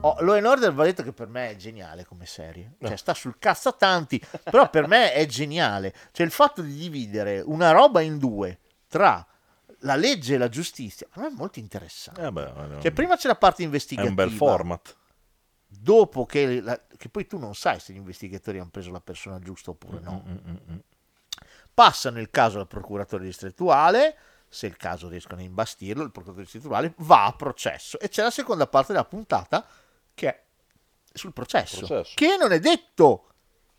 Speaker 7: Oh, Law and Order va detto che per me è geniale come serie. Cioè, sta sul cazzo a tanti, però per me è geniale. Cioè, il fatto di dividere una roba in due tra la legge e la giustizia, a me è molto interessante.
Speaker 3: Eh
Speaker 7: Cioè, prima c'è la parte investigativa.
Speaker 3: È un bel format.
Speaker 7: Dopo che, la- che poi tu non sai se gli investigatori hanno preso la persona giusta oppure no. Passano il caso al procuratore distrettuale, se il caso riescono a imbastirlo, il procuratore distrettuale va a processo. E c'è la seconda parte della puntata che è sul processo,
Speaker 3: Processo.
Speaker 7: che non è detto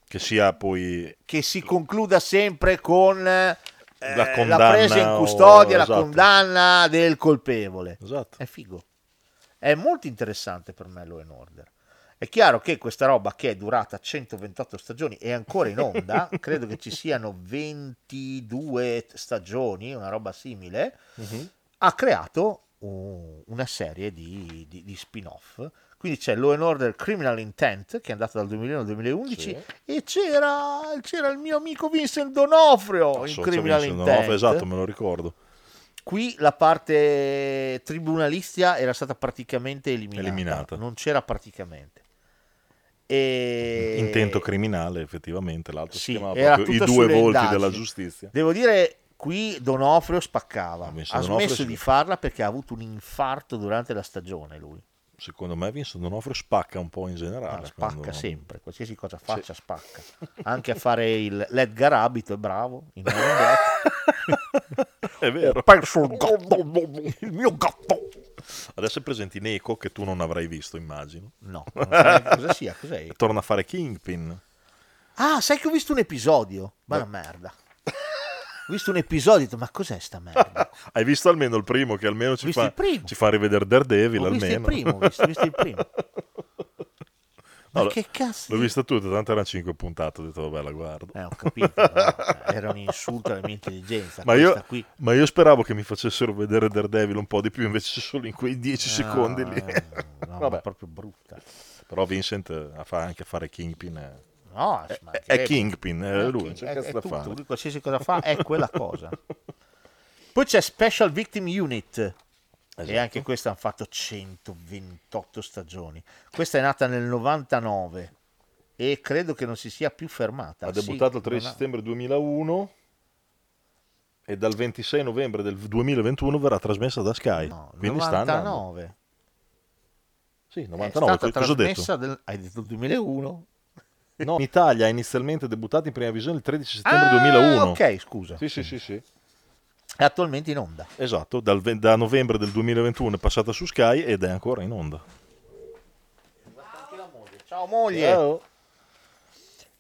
Speaker 3: Che sia poi
Speaker 7: che si concluda sempre con eh, la,
Speaker 3: condanna
Speaker 7: presa in
Speaker 3: o-
Speaker 7: custodia, la
Speaker 3: esatto.
Speaker 7: condanna del colpevole.
Speaker 3: Esatto.
Speaker 7: È figo. È molto interessante per me Law and Order. È chiaro che questa roba che è durata 128 stagioni è ancora in onda, credo che ci siano 22 stagioni, una roba simile,
Speaker 13: Mhm.
Speaker 7: ha creato un- una serie di, di- di spin-off. Quindi c'è Law and Order Criminal Intent, che è andata dal 2001 al 2011,
Speaker 13: Sì.
Speaker 7: e c'era, c'era il mio amico Vincent Donofrio in
Speaker 3: so,
Speaker 7: Criminal
Speaker 3: Vincent
Speaker 7: Intent.
Speaker 3: D'Onofrio, esatto, me lo ricordo.
Speaker 7: Qui la parte tribunalistica era stata praticamente eliminata.
Speaker 3: Eliminata.
Speaker 7: Non c'era praticamente. E...
Speaker 3: Intento criminale, effettivamente, l'altro si chiamava
Speaker 7: era
Speaker 3: proprio I
Speaker 7: tutto
Speaker 3: due
Speaker 7: sulle
Speaker 3: volti
Speaker 7: indagini.
Speaker 3: della giustizia.
Speaker 7: Devo dire, qui Donofrio spaccava. Ha
Speaker 3: Vincent D'Onofrio
Speaker 7: smesso
Speaker 3: sì.
Speaker 7: di farla perché ha avuto un infarto durante la stagione lui.
Speaker 3: Secondo me Vincent D'Onofrio spacca un po' in generale.
Speaker 7: Ah, spacca
Speaker 3: Ah, quando-
Speaker 7: sempre, qualsiasi cosa faccia spacca. Ah, Anche a fare il l'Edgar Abito è bravo. In Men in Black.
Speaker 3: È vero.
Speaker 7: Ho perso il gatto, il mio gatto.
Speaker 3: Adesso è presente in Eco che tu non avrai visto, immagino.
Speaker 7: No, non so neanche cosa sia, cos'è Eco?
Speaker 3: Torna a fare Kingpin.
Speaker 7: Ah, sai che ho visto un episodio? Ma la merda. Ho visto un episodio, ho detto, ma cos'è sta merda?
Speaker 3: Hai visto almeno il primo che almeno ci,
Speaker 7: visto
Speaker 3: fa,
Speaker 7: il primo.
Speaker 3: ci fa rivedere Daredevil
Speaker 7: Ho
Speaker 3: almeno.
Speaker 7: visto il primo, ho visto- ho visto il primo. Ma
Speaker 3: l'ho-
Speaker 7: che cazzo
Speaker 3: L'ho
Speaker 7: di-
Speaker 3: vista tutta, tanto erano 5 puntate, ho detto vabbè la guardo.
Speaker 7: Eh, ho capito, no, era un insulto alla mia intelligenza.
Speaker 3: Ma io,
Speaker 7: questa qui.
Speaker 3: ma io speravo che mi facessero vedere Daredevil un po' di più, invece solo in quei 10 secondi lì.
Speaker 7: Ah, No,
Speaker 3: Vabbè.
Speaker 7: ma proprio brutta.
Speaker 3: Però Vincent eh, fa anche fare Kingpin. eh.
Speaker 7: No,
Speaker 3: è, è
Speaker 7: ci mancherebbe.
Speaker 3: Kingpin, eh,
Speaker 7: È
Speaker 3: lui,
Speaker 7: King-
Speaker 3: c'è
Speaker 7: è-
Speaker 3: cazzo
Speaker 7: è
Speaker 3: da
Speaker 7: tutto,
Speaker 3: fare.
Speaker 7: lui qualsiasi cosa fa è quella cosa. Poi c'è Special Victim Unit. E
Speaker 3: Esatto.
Speaker 7: anche questa hanno fatto 128 stagioni. Questa è nata nel 99 e credo che non si sia più fermata.
Speaker 3: Ha
Speaker 7: Sì,
Speaker 3: debuttato il 3
Speaker 7: non ha-
Speaker 3: settembre 2001 e dal 26 novembre del 2021 verrà trasmessa da Sky. Quindi sta andando.
Speaker 7: 99.
Speaker 3: Sì,
Speaker 7: È
Speaker 3: 99,
Speaker 7: stata
Speaker 3: cosa ho detto?
Speaker 7: trasmessa del- hai detto il 2001?
Speaker 3: No, in Italia ha inizialmente debuttato in prima visione il 13 settembre
Speaker 7: Ah,
Speaker 3: 2001.
Speaker 7: ok, scusa.
Speaker 3: Sì, sì, sì, sì.
Speaker 7: È attualmente in onda.
Speaker 3: Esatto, dal ve- da novembre del 2021 è passata su Sky ed è ancora in onda.
Speaker 7: Ciao moglie.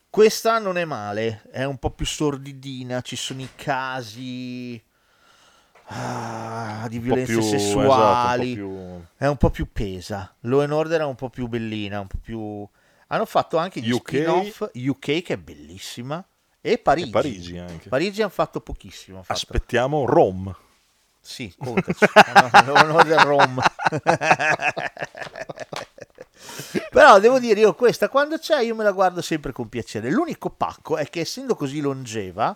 Speaker 7: Questa non è male, è un po' più sordidina, ci sono i casi ah, di violenze
Speaker 3: più-
Speaker 7: sessuali,
Speaker 3: esatto, un po' più-
Speaker 7: è un po' più pesa. Law and Order è un po' più bellina, un po' più... Hanno fatto anche gli
Speaker 3: UK.
Speaker 7: spin-off UK che è bellissima e Parigi.
Speaker 3: E Parigi anche.
Speaker 7: Parigi hanno fatto pochissimo. hanno fatto-
Speaker 3: Aspettiamo Eh, Rom.
Speaker 7: Sì, contaci. L'onore del Rom. Però devo dire, io questa quando c'è io me la guardo sempre con piacere. L'unico pacco è che essendo così longeva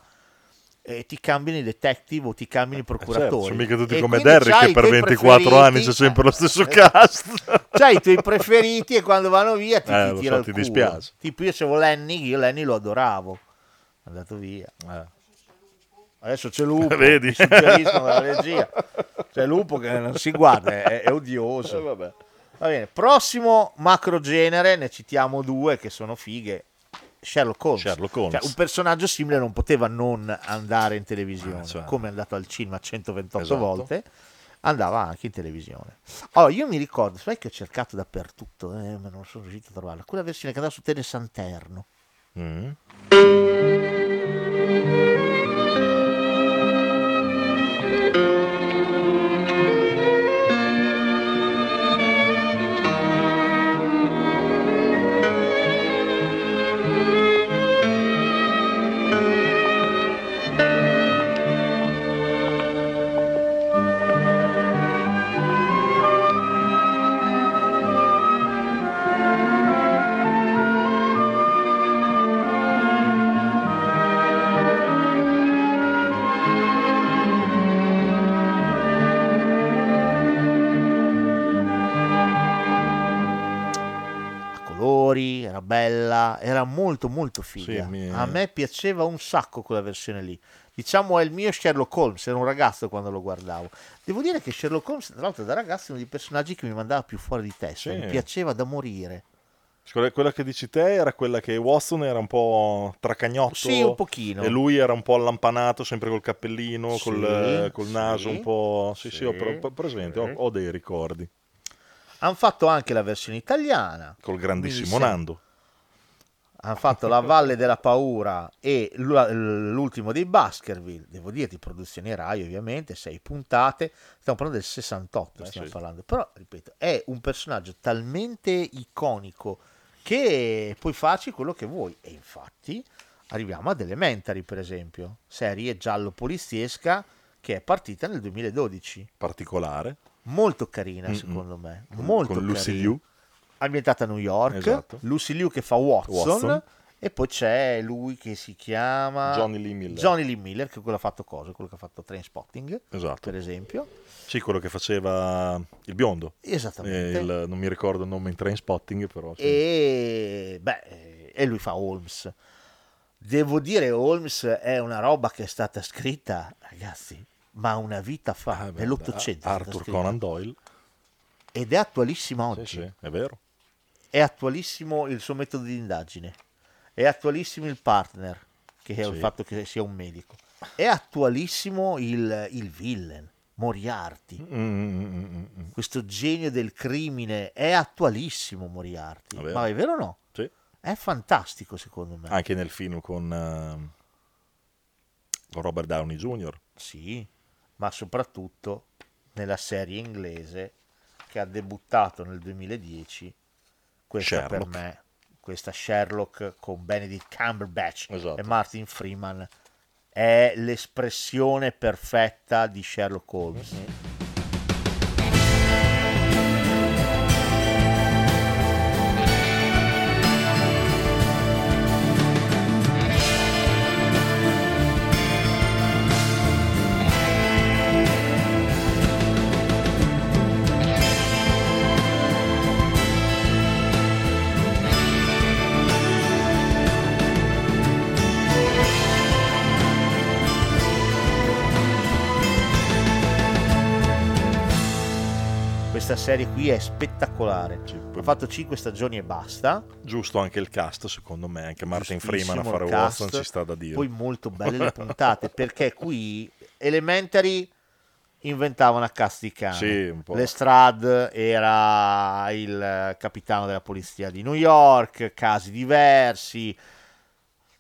Speaker 7: eh, ti cambiano i detective o ti cambiano i procuratori.
Speaker 3: Certo, sono mica tutti
Speaker 7: E
Speaker 3: come
Speaker 7: quindi
Speaker 3: Derrick
Speaker 7: c'hai
Speaker 3: che
Speaker 7: i
Speaker 3: per
Speaker 7: tuoi
Speaker 3: 24
Speaker 7: preferiti.
Speaker 3: anni c'è sempre lo stesso
Speaker 7: Eh,
Speaker 3: cast.
Speaker 7: C'hai i tuoi preferiti e quando vanno via ti,
Speaker 3: Eh,
Speaker 7: ti
Speaker 3: lo
Speaker 7: tira
Speaker 3: so,
Speaker 7: il
Speaker 3: ti
Speaker 7: culo.
Speaker 3: dispiace.
Speaker 7: Tipo io c'avevo Lenny, io Lenny lo adoravo. È andato via.
Speaker 3: Eh.
Speaker 7: Adesso c'è Lupo,
Speaker 3: Vedi?
Speaker 7: mi suggeriscono dalla regia. C'è Lupo che non si guarda, è, è odioso.
Speaker 3: Eh, vabbè.
Speaker 7: Va bene, prossimo macro genere, ne citiamo due che sono fighe. Sherlock Holmes.
Speaker 3: Holmes.
Speaker 7: Cioè, un personaggio simile non poteva non andare in televisione,
Speaker 3: Eh, cioè.
Speaker 7: come è andato al cinema 128
Speaker 3: Esatto.
Speaker 7: volte, andava anche in televisione. Allora, io mi ricordo, sai che ho cercato dappertutto, eh, ma non sono riuscito a trovarla, quella versione che andava su Tele Santerno.
Speaker 3: Mm.
Speaker 8: Thank
Speaker 7: bella, era molto molto figa.
Speaker 3: Sì, mi-
Speaker 7: A me piaceva un sacco quella versione lì. Diciamo è il mio Sherlock Holmes, ero un ragazzo quando lo guardavo. Devo dire che Sherlock Holmes, tra l'altro da ragazzo, è uno dei personaggi che mi mandava più fuori di testa,
Speaker 3: Sì.
Speaker 7: mi piaceva da morire.
Speaker 3: Quella- Quella che dici te era quella che Watson era un po' tracagnotto.
Speaker 7: Sì, un pochino.
Speaker 3: E lui era un po' allampanato, sempre col cappellino, col,
Speaker 7: Sì,
Speaker 3: eh, col naso
Speaker 7: sì.
Speaker 3: un po'... Sì, sì, ho
Speaker 7: Sì,
Speaker 3: pre- presente, ho,
Speaker 7: sì.
Speaker 3: ho dei ricordi.
Speaker 7: Hanno fatto anche la versione italiana.
Speaker 3: Col grandissimo
Speaker 7: Quindi, sì.
Speaker 3: Nando.
Speaker 7: hanno fatto La Valle della Paura e l'u- l'ultimo dei Baskerville, devo dire di produzioni Rai ovviamente, sei puntate, stiamo parlando del 68,
Speaker 13: Eh,
Speaker 7: stiamo
Speaker 13: sì.
Speaker 7: parlando, però ripeto, è un personaggio talmente iconico che puoi farci quello che vuoi e infatti arriviamo ad Elementary per esempio, serie giallo poliziesca che è partita nel 2012.
Speaker 3: Particolare.
Speaker 7: Molto carina
Speaker 3: Mm-mm.
Speaker 7: secondo me,
Speaker 3: Con-
Speaker 7: molto
Speaker 3: con Lucy
Speaker 7: carina
Speaker 3: Liu.
Speaker 7: ambientata a New York.
Speaker 3: Esatto.
Speaker 7: Lucy Liu che fa Watson,
Speaker 3: Watson.
Speaker 7: E poi c'è lui che si chiama
Speaker 3: Johnny Lee Miller.
Speaker 7: Johnny Lee Miller, che è quello che ha fatto cosa? Quello che ha fatto Trainspotting.
Speaker 3: Esatto.
Speaker 7: Per esempio.
Speaker 3: Sì, quello che faceva il biondo.
Speaker 7: Esattamente.
Speaker 3: Eh, il- non mi ricordo il nome in train spotting, però... sì.
Speaker 7: E, beh, e lui fa Holmes. Devo dire, Holmes è una roba che è stata scritta, ragazzi, ma una vita fa,
Speaker 3: Ah,
Speaker 7: nell'Ottocento.
Speaker 3: eh, Arthur Conan Doyle.
Speaker 7: Ed è attualissima oggi.
Speaker 3: Sì, è vero.
Speaker 7: È attualissimo il suo metodo di indagine, è attualissimo il partner, che è il
Speaker 3: Sì.
Speaker 7: fatto che sia un medico, è attualissimo il, il villain, Moriarty,
Speaker 3: Mm,
Speaker 7: questo genio del crimine, è attualissimo Moriarty,
Speaker 3: È Ah, vero.
Speaker 7: ma è vero o no?
Speaker 3: Sì.
Speaker 7: È fantastico secondo me.
Speaker 3: Anche nel film con, ehm, con Robert Downey Jr.
Speaker 7: Sì, ma soprattutto nella serie inglese che ha debuttato nel 2010. Questa
Speaker 3: Sherlock.
Speaker 7: per me, questa Sherlock con Benedict Cumberbatch e Martin Freeman è l'espressione perfetta di Sherlock Holmes. Questa serie qui è spettacolare. Ha fatto 5 stagioni e basta.
Speaker 3: Giusto anche il cast, secondo me, anche Martin Freeman a
Speaker 7: Bellissimo
Speaker 3: fare
Speaker 7: il
Speaker 3: Watson
Speaker 7: cast,
Speaker 3: ci sta da dire.
Speaker 7: Poi molto belle le puntate perché qui Elementary inventavano a cast di cane.
Speaker 3: Sì, un po'.
Speaker 7: Lestrade era il eh, capitano della polizia di New York, casi diversi.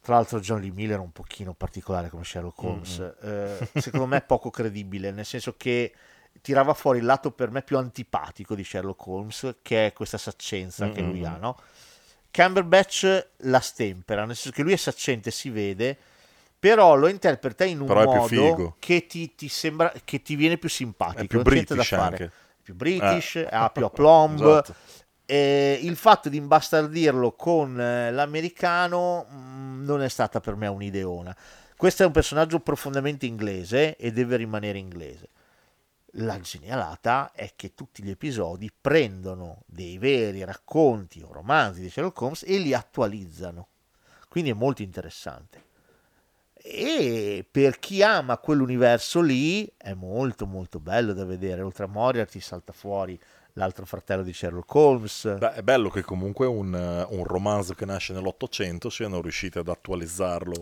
Speaker 7: Tra l'altro John Lee Miller un pochino particolare come Sherlock Holmes, Eh, secondo me poco credibile, nel senso che tirava fuori il lato per me più antipatico di Sherlock Holmes, che è questa saccenza che lui
Speaker 3: Mm-mm.
Speaker 7: ha, no? Cumberbatch la stempera, nel senso che lui è saccente, si vede, però lo interpreta in un
Speaker 3: Però è più
Speaker 7: modo
Speaker 3: figo.
Speaker 7: che ti, ti sembra che ti viene più simpatico,
Speaker 3: È più
Speaker 7: non c'è niente da
Speaker 3: british
Speaker 7: fare.
Speaker 3: anche.
Speaker 7: Più british,
Speaker 3: Eh.
Speaker 7: ha più aplomb.
Speaker 3: Esatto.
Speaker 7: E il fatto di imbastardirlo con eh, l'americano mh, non è stata per me un'ideona. Questo è un personaggio profondamente inglese e deve rimanere inglese. La genialata è che tutti gli episodi prendono dei veri racconti o romanzi di Sherlock Holmes e li attualizzano. Quindi è molto interessante. E per chi ama quell'universo lì è molto molto bello da vedere. Oltre a Moriarty salta fuori l'altro fratello di Sherlock Holmes.
Speaker 3: Beh, è bello che comunque un, eh, un romanzo che nasce nell'Ottocento siano riusciti ad attualizzarlo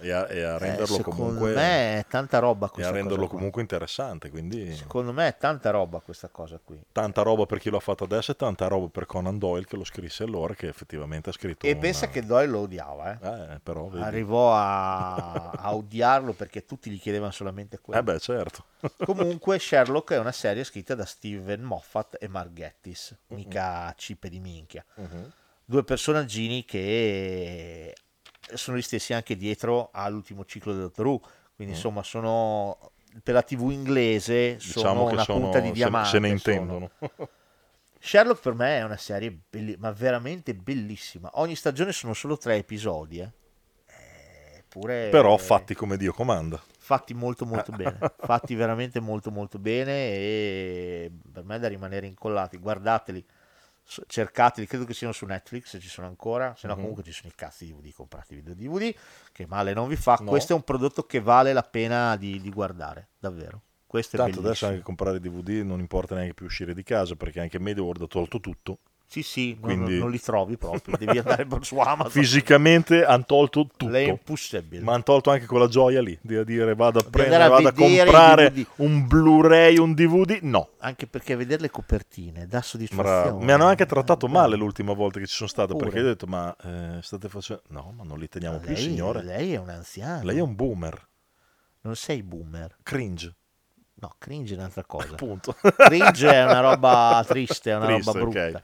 Speaker 3: e a, e a
Speaker 7: Eh,
Speaker 3: renderlo
Speaker 7: secondo
Speaker 3: comunque...
Speaker 7: me è tanta roba
Speaker 3: e a
Speaker 7: questa cosa
Speaker 3: renderlo
Speaker 7: qua.
Speaker 3: comunque interessante, quindi
Speaker 7: Secondo me è tanta roba questa cosa qui.
Speaker 3: tanta roba per chi lo ha fatto adesso e tanta roba per Conan Doyle che lo scrisse allora, che effettivamente ha scritto
Speaker 7: E
Speaker 3: una-
Speaker 7: pensa che Doyle lo odiava, eh.
Speaker 3: però, vedi.
Speaker 7: arrivò a, a odiarlo perché tutti gli chiedevano solamente quello.
Speaker 3: Eh beh, certo.
Speaker 7: Comunque, Sherlock è una serie scritta da Steven Moffat e Mark Gatiss, mica cipe di minchia.
Speaker 3: Mhm.
Speaker 7: Due personaggini che sono gli stessi anche dietro all'ultimo ciclo del Doctor Who, quindi
Speaker 3: Mm.
Speaker 7: insomma sono per la TV inglese sono
Speaker 3: Diciamo che
Speaker 7: una
Speaker 3: sono-
Speaker 7: punta di
Speaker 3: se-
Speaker 7: diamante.
Speaker 3: se ne
Speaker 7: sono. Eh,
Speaker 3: intendono.
Speaker 7: Sherlock per me è una serie belli- ma veramente bellissima. Ogni stagione sono solo tre episodi, eh. Eppure
Speaker 3: Però fatti come Dio comanda.
Speaker 7: fatti molto molto bene fatti veramente molto molto bene e per me è da rimanere incollati guardateli S- cercateli, credo che siano su Netflix se ci sono ancora, se no
Speaker 3: Mhm.
Speaker 7: comunque ci sono i cazzi di DVD, comprati i video DVD, che male non vi fa,
Speaker 3: No.
Speaker 7: questo è un prodotto che vale la pena di, di guardare, davvero. Questo è
Speaker 3: Tanto adesso
Speaker 7: bellissimo.
Speaker 3: anche comprare DVD non importa neanche più uscire di casa perché anche Mediaworld ha tolto tutto.
Speaker 7: Sì, sì, non-
Speaker 3: quindi...
Speaker 7: non li trovi proprio, devi andare su Amazon.
Speaker 3: Fisicamente hanno tolto tutto.
Speaker 7: Lei è impossibile.
Speaker 3: Ma hanno tolto anche quella gioia lì di dire vado a prendere,
Speaker 7: andare a
Speaker 3: vado a
Speaker 7: vedere i
Speaker 3: comprare
Speaker 7: DVD.
Speaker 3: un Blu-ray, un DVD. No.
Speaker 7: Anche perché vedere le copertine dà soddisfazione. Eh,
Speaker 3: Bravo. Mi hanno anche trattato male l'ultima volta che ci sono stato
Speaker 7: Pure. Ah,
Speaker 3: perché ho detto ma eh, state facendo... No, ma non li teniamo più,
Speaker 7: lei-
Speaker 3: signore.
Speaker 7: lei è un anziano.
Speaker 3: Lei è un boomer.
Speaker 7: Non sei boomer.
Speaker 3: Cringe.
Speaker 7: No, cringe è un'altra cosa.
Speaker 3: Appunto.
Speaker 7: Cringe è una roba triste, è una
Speaker 3: Triste,
Speaker 7: roba brutta.
Speaker 3: ok.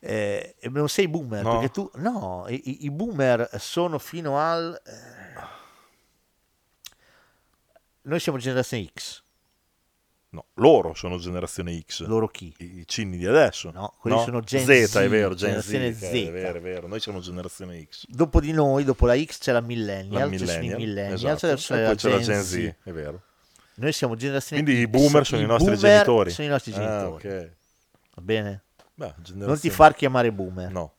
Speaker 7: Eh, e non sei boomer
Speaker 3: No.
Speaker 7: perché tu no, i- i, i boomer sono fino al eh, noi siamo generazione X.
Speaker 3: No, loro sono generazione X.
Speaker 7: Loro chi?
Speaker 3: I cinni di adesso.
Speaker 7: No, quelli sono Gen
Speaker 3: Z,
Speaker 7: Z,
Speaker 3: è vero, Gen Z.
Speaker 7: generazione
Speaker 3: ok, È
Speaker 7: Z.
Speaker 3: vero, è vero. Noi siamo generazione X.
Speaker 7: Dopo di noi, dopo la X c'è la millennial,
Speaker 3: La
Speaker 7: ci sono i
Speaker 3: millennial,
Speaker 7: millennial,
Speaker 3: esatto.
Speaker 7: adesso
Speaker 3: E
Speaker 7: c'è
Speaker 3: poi
Speaker 7: la,
Speaker 3: c'è la
Speaker 7: Gen
Speaker 3: Gen
Speaker 7: Z.
Speaker 3: Z, è vero.
Speaker 7: Noi siamo generazione
Speaker 3: Quindi
Speaker 7: X,
Speaker 3: i boomer sono i nostri
Speaker 7: boomer
Speaker 3: genitori.
Speaker 7: Sono i nostri
Speaker 3: Ah,
Speaker 7: genitori.
Speaker 3: ok.
Speaker 7: Va bene?
Speaker 3: Beh,
Speaker 7: non ti
Speaker 3: generazione-
Speaker 7: far chiamare boomer.
Speaker 3: No.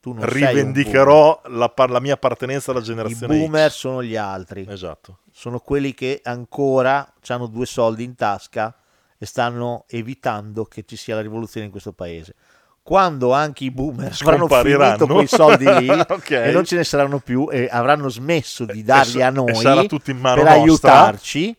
Speaker 7: Tu non sei un
Speaker 3: Rivendicherò la, par- la mia appartenenza alla
Speaker 7: boomer.
Speaker 3: generazione
Speaker 7: I boomer
Speaker 3: X.
Speaker 7: sono gli altri.
Speaker 3: Esatto.
Speaker 7: Sono quelli che ancora hanno due soldi in tasca e stanno evitando che ci sia la rivoluzione in questo paese. Quando anche i boomer avranno finito
Speaker 3: Scompariranno.
Speaker 7: quei soldi lì
Speaker 3: Ok.
Speaker 7: e non ce ne saranno più e avranno smesso di darli
Speaker 3: sa-
Speaker 7: a
Speaker 3: e
Speaker 7: noi
Speaker 3: sarà tutto in mano
Speaker 7: per
Speaker 3: nostra.
Speaker 7: aiutarci,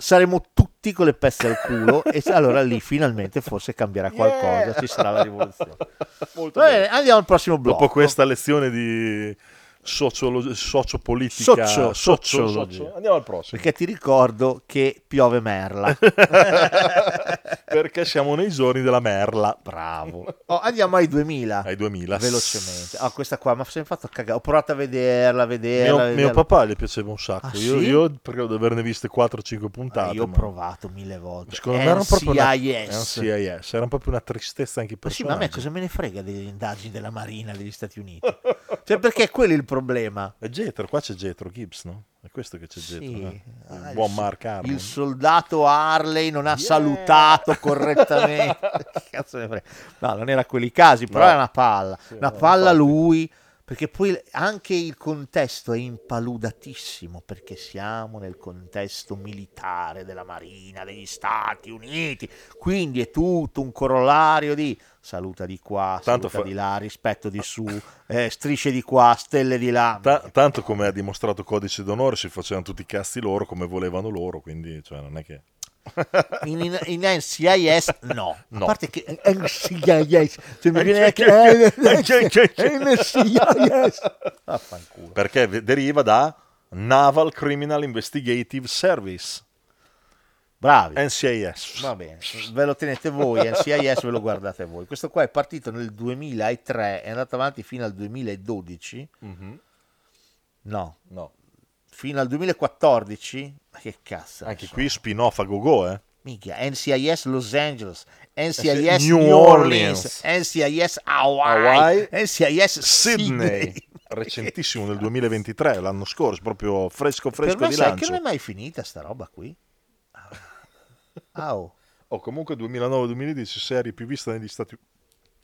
Speaker 7: saremo tutti con le pezze al culo e allora lì finalmente forse cambierà qualcosa, ci sarà la rivoluzione. Va bene, andiamo al prossimo blocco.
Speaker 3: Dopo questa lezione di sociolo- sociopolitica,
Speaker 7: Socio-
Speaker 3: socio-
Speaker 7: sociologia.
Speaker 3: socio- andiamo al prossimo.
Speaker 7: Perché ti ricordo che piove merla.
Speaker 3: Perché siamo nei giorni della merla.
Speaker 7: Bravo. Oh, andiamo ai 2000.
Speaker 3: Ai 2000.
Speaker 7: Velocemente. Ah, questa qua mi ha sempre fatto cagare. Ho provato a vederla, a vederla.
Speaker 3: Mio,
Speaker 7: a
Speaker 3: mio
Speaker 7: vederla. Eh,
Speaker 3: papà gli piaceva un sacco.
Speaker 7: Ah,
Speaker 3: io,
Speaker 7: sì?
Speaker 3: io perché devo averne viste 4-5 puntate.
Speaker 7: Io ho
Speaker 3: ma-
Speaker 7: provato mille volte.
Speaker 3: Secondo me era proprio una,
Speaker 7: NCIS.
Speaker 3: NCIS, era proprio una tristezza anche
Speaker 7: Ma
Speaker 3: per
Speaker 7: sì, ma a me cosa me ne frega delle indagini della Marina degli Stati Uniti? cioè, perché quello è il problema.
Speaker 3: È Getro, qua c'è Getro Gibbs, no? È questo che c'è Getro. eh? Il
Speaker 7: Ah, il
Speaker 3: buon
Speaker 7: so-
Speaker 3: Mark Harmon.
Speaker 7: Il soldato Harley non ha salutato correttamente. Che cazzo ne frega? No, non era quelli casi, però
Speaker 3: No.
Speaker 7: è una palla.
Speaker 3: Sì,
Speaker 7: una
Speaker 3: no,
Speaker 7: palla
Speaker 3: infatti.
Speaker 7: lui, perché poi anche il contesto è impaludatissimo, perché siamo nel contesto militare della Marina degli Stati Uniti. Quindi è tutto un corollario di saluta di qua,
Speaker 3: Tanto
Speaker 7: saluta
Speaker 3: fa-
Speaker 7: di là, rispetto di su, eh, strisce di qua, stelle di là.
Speaker 3: Ta- tanto come ha dimostrato Codice d'Onore, si facevano tutti i cazzi loro come volevano loro, quindi cioè, non è che...
Speaker 7: in, in, in NCIS no.
Speaker 3: No.
Speaker 7: a parte che NCIS cioè mi viene anche
Speaker 3: cioè,
Speaker 7: Eh, NCIS Vaffanculo.
Speaker 3: Perché ve- deriva da Naval Criminal Investigative Service,
Speaker 7: bravi
Speaker 3: NCIS.
Speaker 7: va bene ve lo tenete voi NCIS ve lo guardate voi questo qua è partito nel 2003 è andato avanti fino al 2012
Speaker 3: Mhm.
Speaker 7: no
Speaker 3: No.
Speaker 7: fino al 2014 ma che cazzo ne
Speaker 3: Anche
Speaker 7: so.
Speaker 3: qui spin-off a go-go, eh?
Speaker 7: Minchia, NCIS Los Angeles, NCIS
Speaker 3: New
Speaker 7: New,
Speaker 3: Orleans,
Speaker 7: Orleans, NCIS Hawaii,
Speaker 3: Hawaii,
Speaker 7: NCIS
Speaker 3: Sydney,
Speaker 7: Sydney.
Speaker 3: recentissimo nel 2023, l'anno scorso, proprio fresco
Speaker 7: Per
Speaker 3: fresco
Speaker 7: me
Speaker 3: di
Speaker 7: sai che
Speaker 3: lancio.
Speaker 7: non è mai finita sta roba qui. Ah, oh.
Speaker 3: O comunque 2009-2010 serie più vista negli Stati,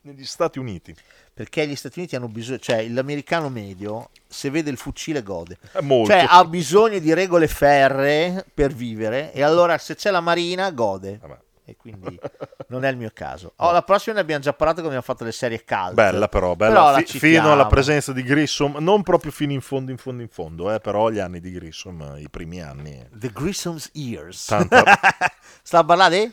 Speaker 3: negli Stati Uniti.
Speaker 7: Eh, Perché gli Stati Uniti hanno bisogno, cioè l'americano medio se vede il fucile gode.
Speaker 3: È molto.
Speaker 7: Cioè ha bisogno di regole ferree per vivere e allora se c'è la marina gode.
Speaker 3: Vabbè.
Speaker 7: E quindi non è il mio caso. Oh, la prossima ne abbiamo già parlato come abbiamo fatto le serie calde.
Speaker 3: Bella però, bella.
Speaker 7: Però la
Speaker 3: Fi- fino
Speaker 7: citiamo.
Speaker 3: alla presenza di Grissom, non proprio fino in fondo, in fondo, in fondo, eh, però gli anni di Grissom, eh, i primi anni. eh.
Speaker 7: The Grissom's Ears.
Speaker 3: Tanta-
Speaker 7: Sta a parlare di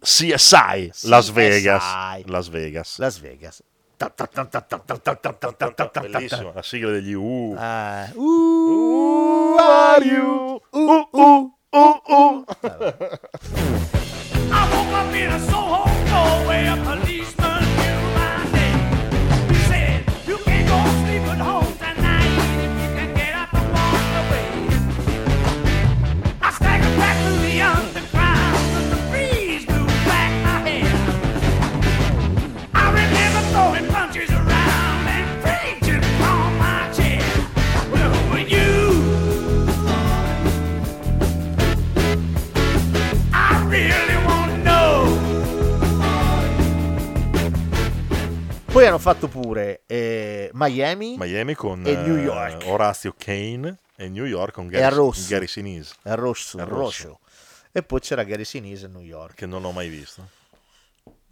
Speaker 3: CSI, Las Vegas.
Speaker 7: CSI.
Speaker 3: Las Vegas.
Speaker 7: Las Vegas. Ta ta ta ta ta ta ta ta ta ta ta ta.
Speaker 3: Bellissima, la sigla degli U.
Speaker 7: Ah, who are you? Uh, uh, uh, uh.
Speaker 9: I woke up in a Soho doorway, a policeman knew my name. He said, "You can't go sleep at home tonight. You can get up and walk away." I staggered back to the underground, but the breeze blew back my hair. I remember throwing punches around and preaching from my chair. Well, who are you?
Speaker 7: Poi hanno fatto pure eh, Miami,
Speaker 3: Miami con
Speaker 7: e New
Speaker 3: eh,
Speaker 7: York.
Speaker 3: Orazio Kane e New York con
Speaker 7: E
Speaker 3: Gary,
Speaker 7: a rosso.
Speaker 3: Gary Sinise.
Speaker 7: È rosso,
Speaker 3: È
Speaker 7: è
Speaker 3: rosso.
Speaker 7: rosso. E poi c'era Gary Sinise a New York.
Speaker 3: Che non ho mai visto.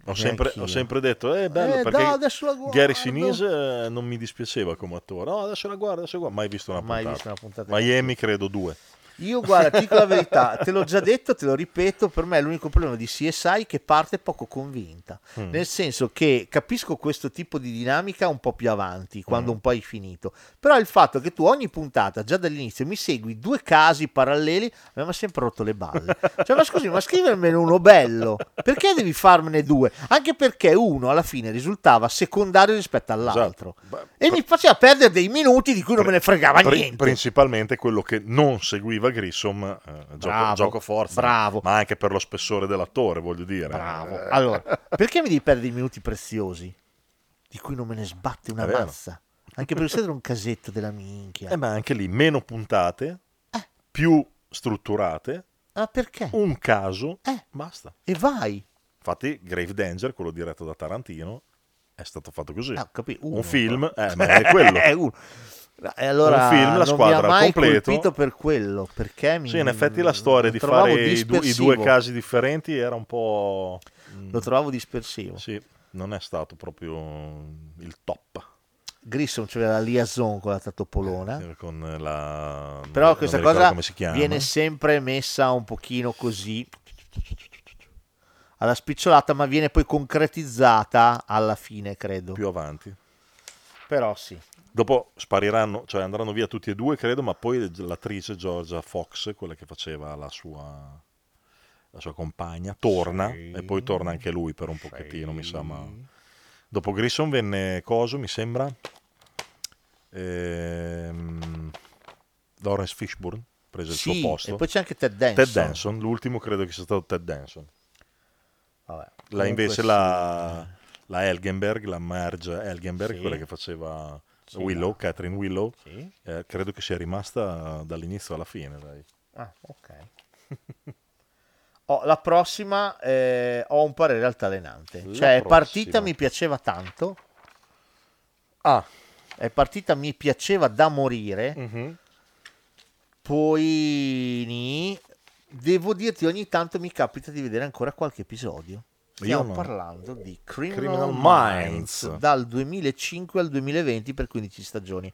Speaker 3: Ho sempre, ho
Speaker 7: Neanch'io.
Speaker 3: sempre detto, eh, bello,
Speaker 7: Eh,
Speaker 3: perché
Speaker 7: no, adesso la guardo.
Speaker 3: Gary Sinise eh, non mi dispiaceva come attore. No, adesso la guardo, adesso la guardo. Mai visto una
Speaker 7: Mai
Speaker 3: puntata.
Speaker 7: visto una puntata.
Speaker 3: Miami, credo, due.
Speaker 7: Io guarda, ti dico la verità, te l'ho già detto, te lo ripeto, per me è l'unico problema di CSI che parte poco convinta,
Speaker 3: Mm.
Speaker 7: nel senso che capisco questo tipo di dinamica un po' più avanti, quando un po' hai finito, però il fatto che tu ogni puntata, già dall'inizio, mi segui due casi paralleli, mi ha sempre rotto le balle. Cioè, ma scusi, ma scrivermelo uno bello, perché devi farmene due? Anche perché uno alla fine risultava secondario rispetto
Speaker 3: Esatto.
Speaker 7: all'altro e mi faceva perdere dei minuti di cui non me ne fregava
Speaker 3: Pri-
Speaker 7: niente.
Speaker 3: Principalmente quello che non seguiva Grissom, eh, gioco,
Speaker 7: Bravo,
Speaker 3: gioco forza, ma anche per lo spessore dell'attore, voglio dire.
Speaker 7: Bravo.
Speaker 3: Eh.
Speaker 7: Allora, perché mi devi perdere i minuti preziosi di cui non me ne sbatte una
Speaker 3: È vero.
Speaker 7: massa? Anche perché siete un casetto della minchia.
Speaker 3: Eh, ma anche lì meno puntate,
Speaker 7: Eh.
Speaker 3: più strutturate.
Speaker 7: Ma Ah, perché?
Speaker 3: Un caso,
Speaker 7: Eh.
Speaker 3: basta.
Speaker 7: E vai.
Speaker 3: Infatti, Grave Danger, quello diretto da Tarantino, è stato fatto così.
Speaker 7: Ah, capì, uno,
Speaker 3: un film,
Speaker 7: però.
Speaker 3: eh, ma è quello.
Speaker 7: È uno. E allora
Speaker 3: un film, la
Speaker 7: non mi
Speaker 3: squadra
Speaker 7: ha
Speaker 3: al
Speaker 7: mai colpito
Speaker 3: completo.
Speaker 7: per quello. Perché mi
Speaker 3: Sì, in effetti la storia
Speaker 7: lo
Speaker 3: di
Speaker 7: trovavo
Speaker 3: fare i, du- i
Speaker 7: dispersivo.
Speaker 3: due casi differenti era un po'... Lo
Speaker 7: trovavo dispersivo.
Speaker 3: Sì, non è stato proprio il top.
Speaker 7: Grissom c'era la liaison
Speaker 3: Eh,
Speaker 7: con la Tatopolona.
Speaker 3: Con la...
Speaker 7: Eh. Però
Speaker 3: non
Speaker 7: questa
Speaker 3: mi ricordo
Speaker 7: cosa
Speaker 3: come si chiama.
Speaker 7: viene sempre messa un pochino così alla spicciolata, ma viene poi concretizzata alla fine, credo.
Speaker 3: Più avanti.
Speaker 7: Però sì.
Speaker 3: Dopo spariranno, cioè andranno via tutti e due, credo, ma poi l'attrice Georgia Fox, quella che faceva la sua, la sua compagna, torna e poi torna anche lui per un pochettino, mi sa. Ma... Dopo Grissom venne Coso, mi sembra. Ehm, Lawrence Fishburne prese il
Speaker 7: Sì,
Speaker 3: suo posto.
Speaker 7: e poi c'è anche Ted Danson.
Speaker 3: Ted Danson, l'ultimo credo che sia stato Ted Danson. La
Speaker 7: Comunque
Speaker 3: invece
Speaker 7: sì.
Speaker 3: la, la Elgenberg, la Marge Elgenberg,
Speaker 7: Sì.
Speaker 3: quella che faceva
Speaker 7: Sì,
Speaker 3: Willow,
Speaker 7: la-
Speaker 3: Catherine Willow,
Speaker 7: Sì.
Speaker 3: eh, credo che sia rimasta dall'inizio alla fine. Dai.
Speaker 7: Ah, ok. Oh, la prossima eh, ho un parere altalenante.
Speaker 3: La
Speaker 7: cioè, è partita
Speaker 3: prossima.
Speaker 7: mi piaceva tanto.
Speaker 3: Ah.
Speaker 7: È partita mi piaceva da morire.
Speaker 3: Mm-hmm.
Speaker 7: Poi ni, devo dirti ogni tanto mi capita di vedere ancora qualche episodio. Stiamo
Speaker 3: no.
Speaker 7: parlando di
Speaker 3: Criminal
Speaker 7: Criminal,
Speaker 3: Minds.
Speaker 7: Minds dal 2005 al 2020 per 15 stagioni.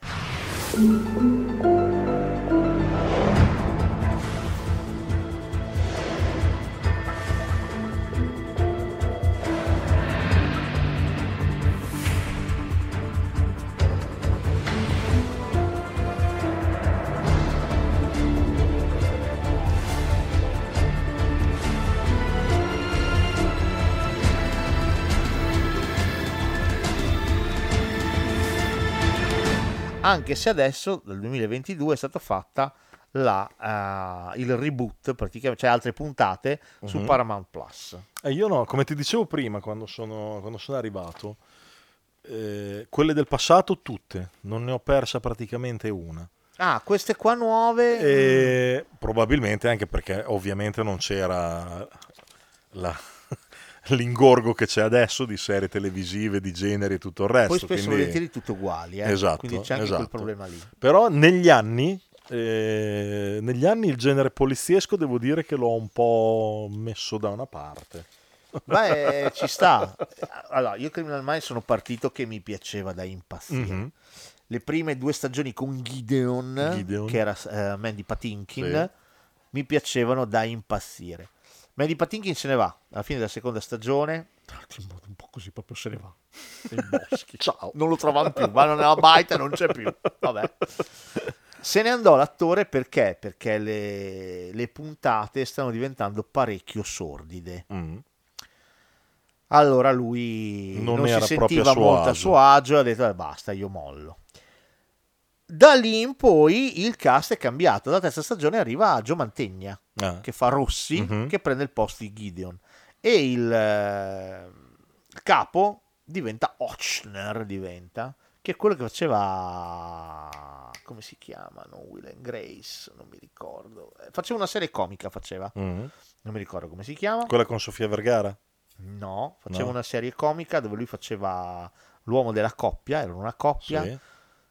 Speaker 7: anche se adesso dal 2022 è stata fatta la, eh, il reboot praticamente cioè altre puntate su
Speaker 3: Mhm.
Speaker 7: Paramount Plus
Speaker 3: E Eh, io no, come ti dicevo prima quando sono, quando sono arrivato, eh, quelle del passato tutte, non ne ho persa praticamente una.
Speaker 7: ah queste qua nuove mm,
Speaker 3: E probabilmente anche perché ovviamente non c'era la- l'ingorgo che c'è adesso di serie televisive, di generi e tutto il resto.
Speaker 7: poi spesso
Speaker 3: quindi-
Speaker 7: volentieri tutte uguali eh?
Speaker 3: Esatto,
Speaker 7: quindi c'è anche
Speaker 3: esatto.
Speaker 7: quel problema lì
Speaker 3: Però negli anni, eh, negli anni il genere poliziesco devo dire che l'ho un po' messo da una parte.
Speaker 7: Beh, ci sta. Allora, io Criminal Minds sono partito che mi piaceva da impazzire.
Speaker 3: Mhm.
Speaker 7: Le prime due stagioni con Gideon,
Speaker 3: Gideon.
Speaker 7: che era eh, Mandy Patinkin, mi piacevano da impazzire. Mandy Patinkin se ne va alla fine della seconda stagione. Tra l'altro, in modo un po' così proprio se ne va. Nei boschi. Ciao. Non lo trovano più, vanno nella baita, non c'è più. Vabbè. Se ne andò l'attore perché? Perché le, le puntate stanno diventando parecchio sordide.
Speaker 3: Mm-hmm.
Speaker 7: Allora lui
Speaker 3: Non
Speaker 7: non,
Speaker 3: era
Speaker 7: si
Speaker 3: proprio a
Speaker 7: sentiva
Speaker 3: suo
Speaker 7: molto a
Speaker 3: agio.
Speaker 7: suo agio e ha detto "Eh, basta, io mollo. Da lì in poi il cast è cambiato. La terza stagione arriva Gio Mantegna,
Speaker 3: Ah.
Speaker 7: che fa Rossi,
Speaker 3: Mhm.
Speaker 7: che prende il posto di Gideon. E il eh, capo diventa Ochner, diventa, che è quello che faceva... Come si chiamano? Will and Grace, non mi ricordo. Eh, Faceva una serie comica, faceva.
Speaker 3: Mhm.
Speaker 7: Non mi ricordo come si chiama.
Speaker 3: Quella con Sofia Vergara?
Speaker 7: No, faceva
Speaker 3: No.
Speaker 7: una serie comica dove lui faceva L'uomo della coppia, era una coppia,
Speaker 3: Sì.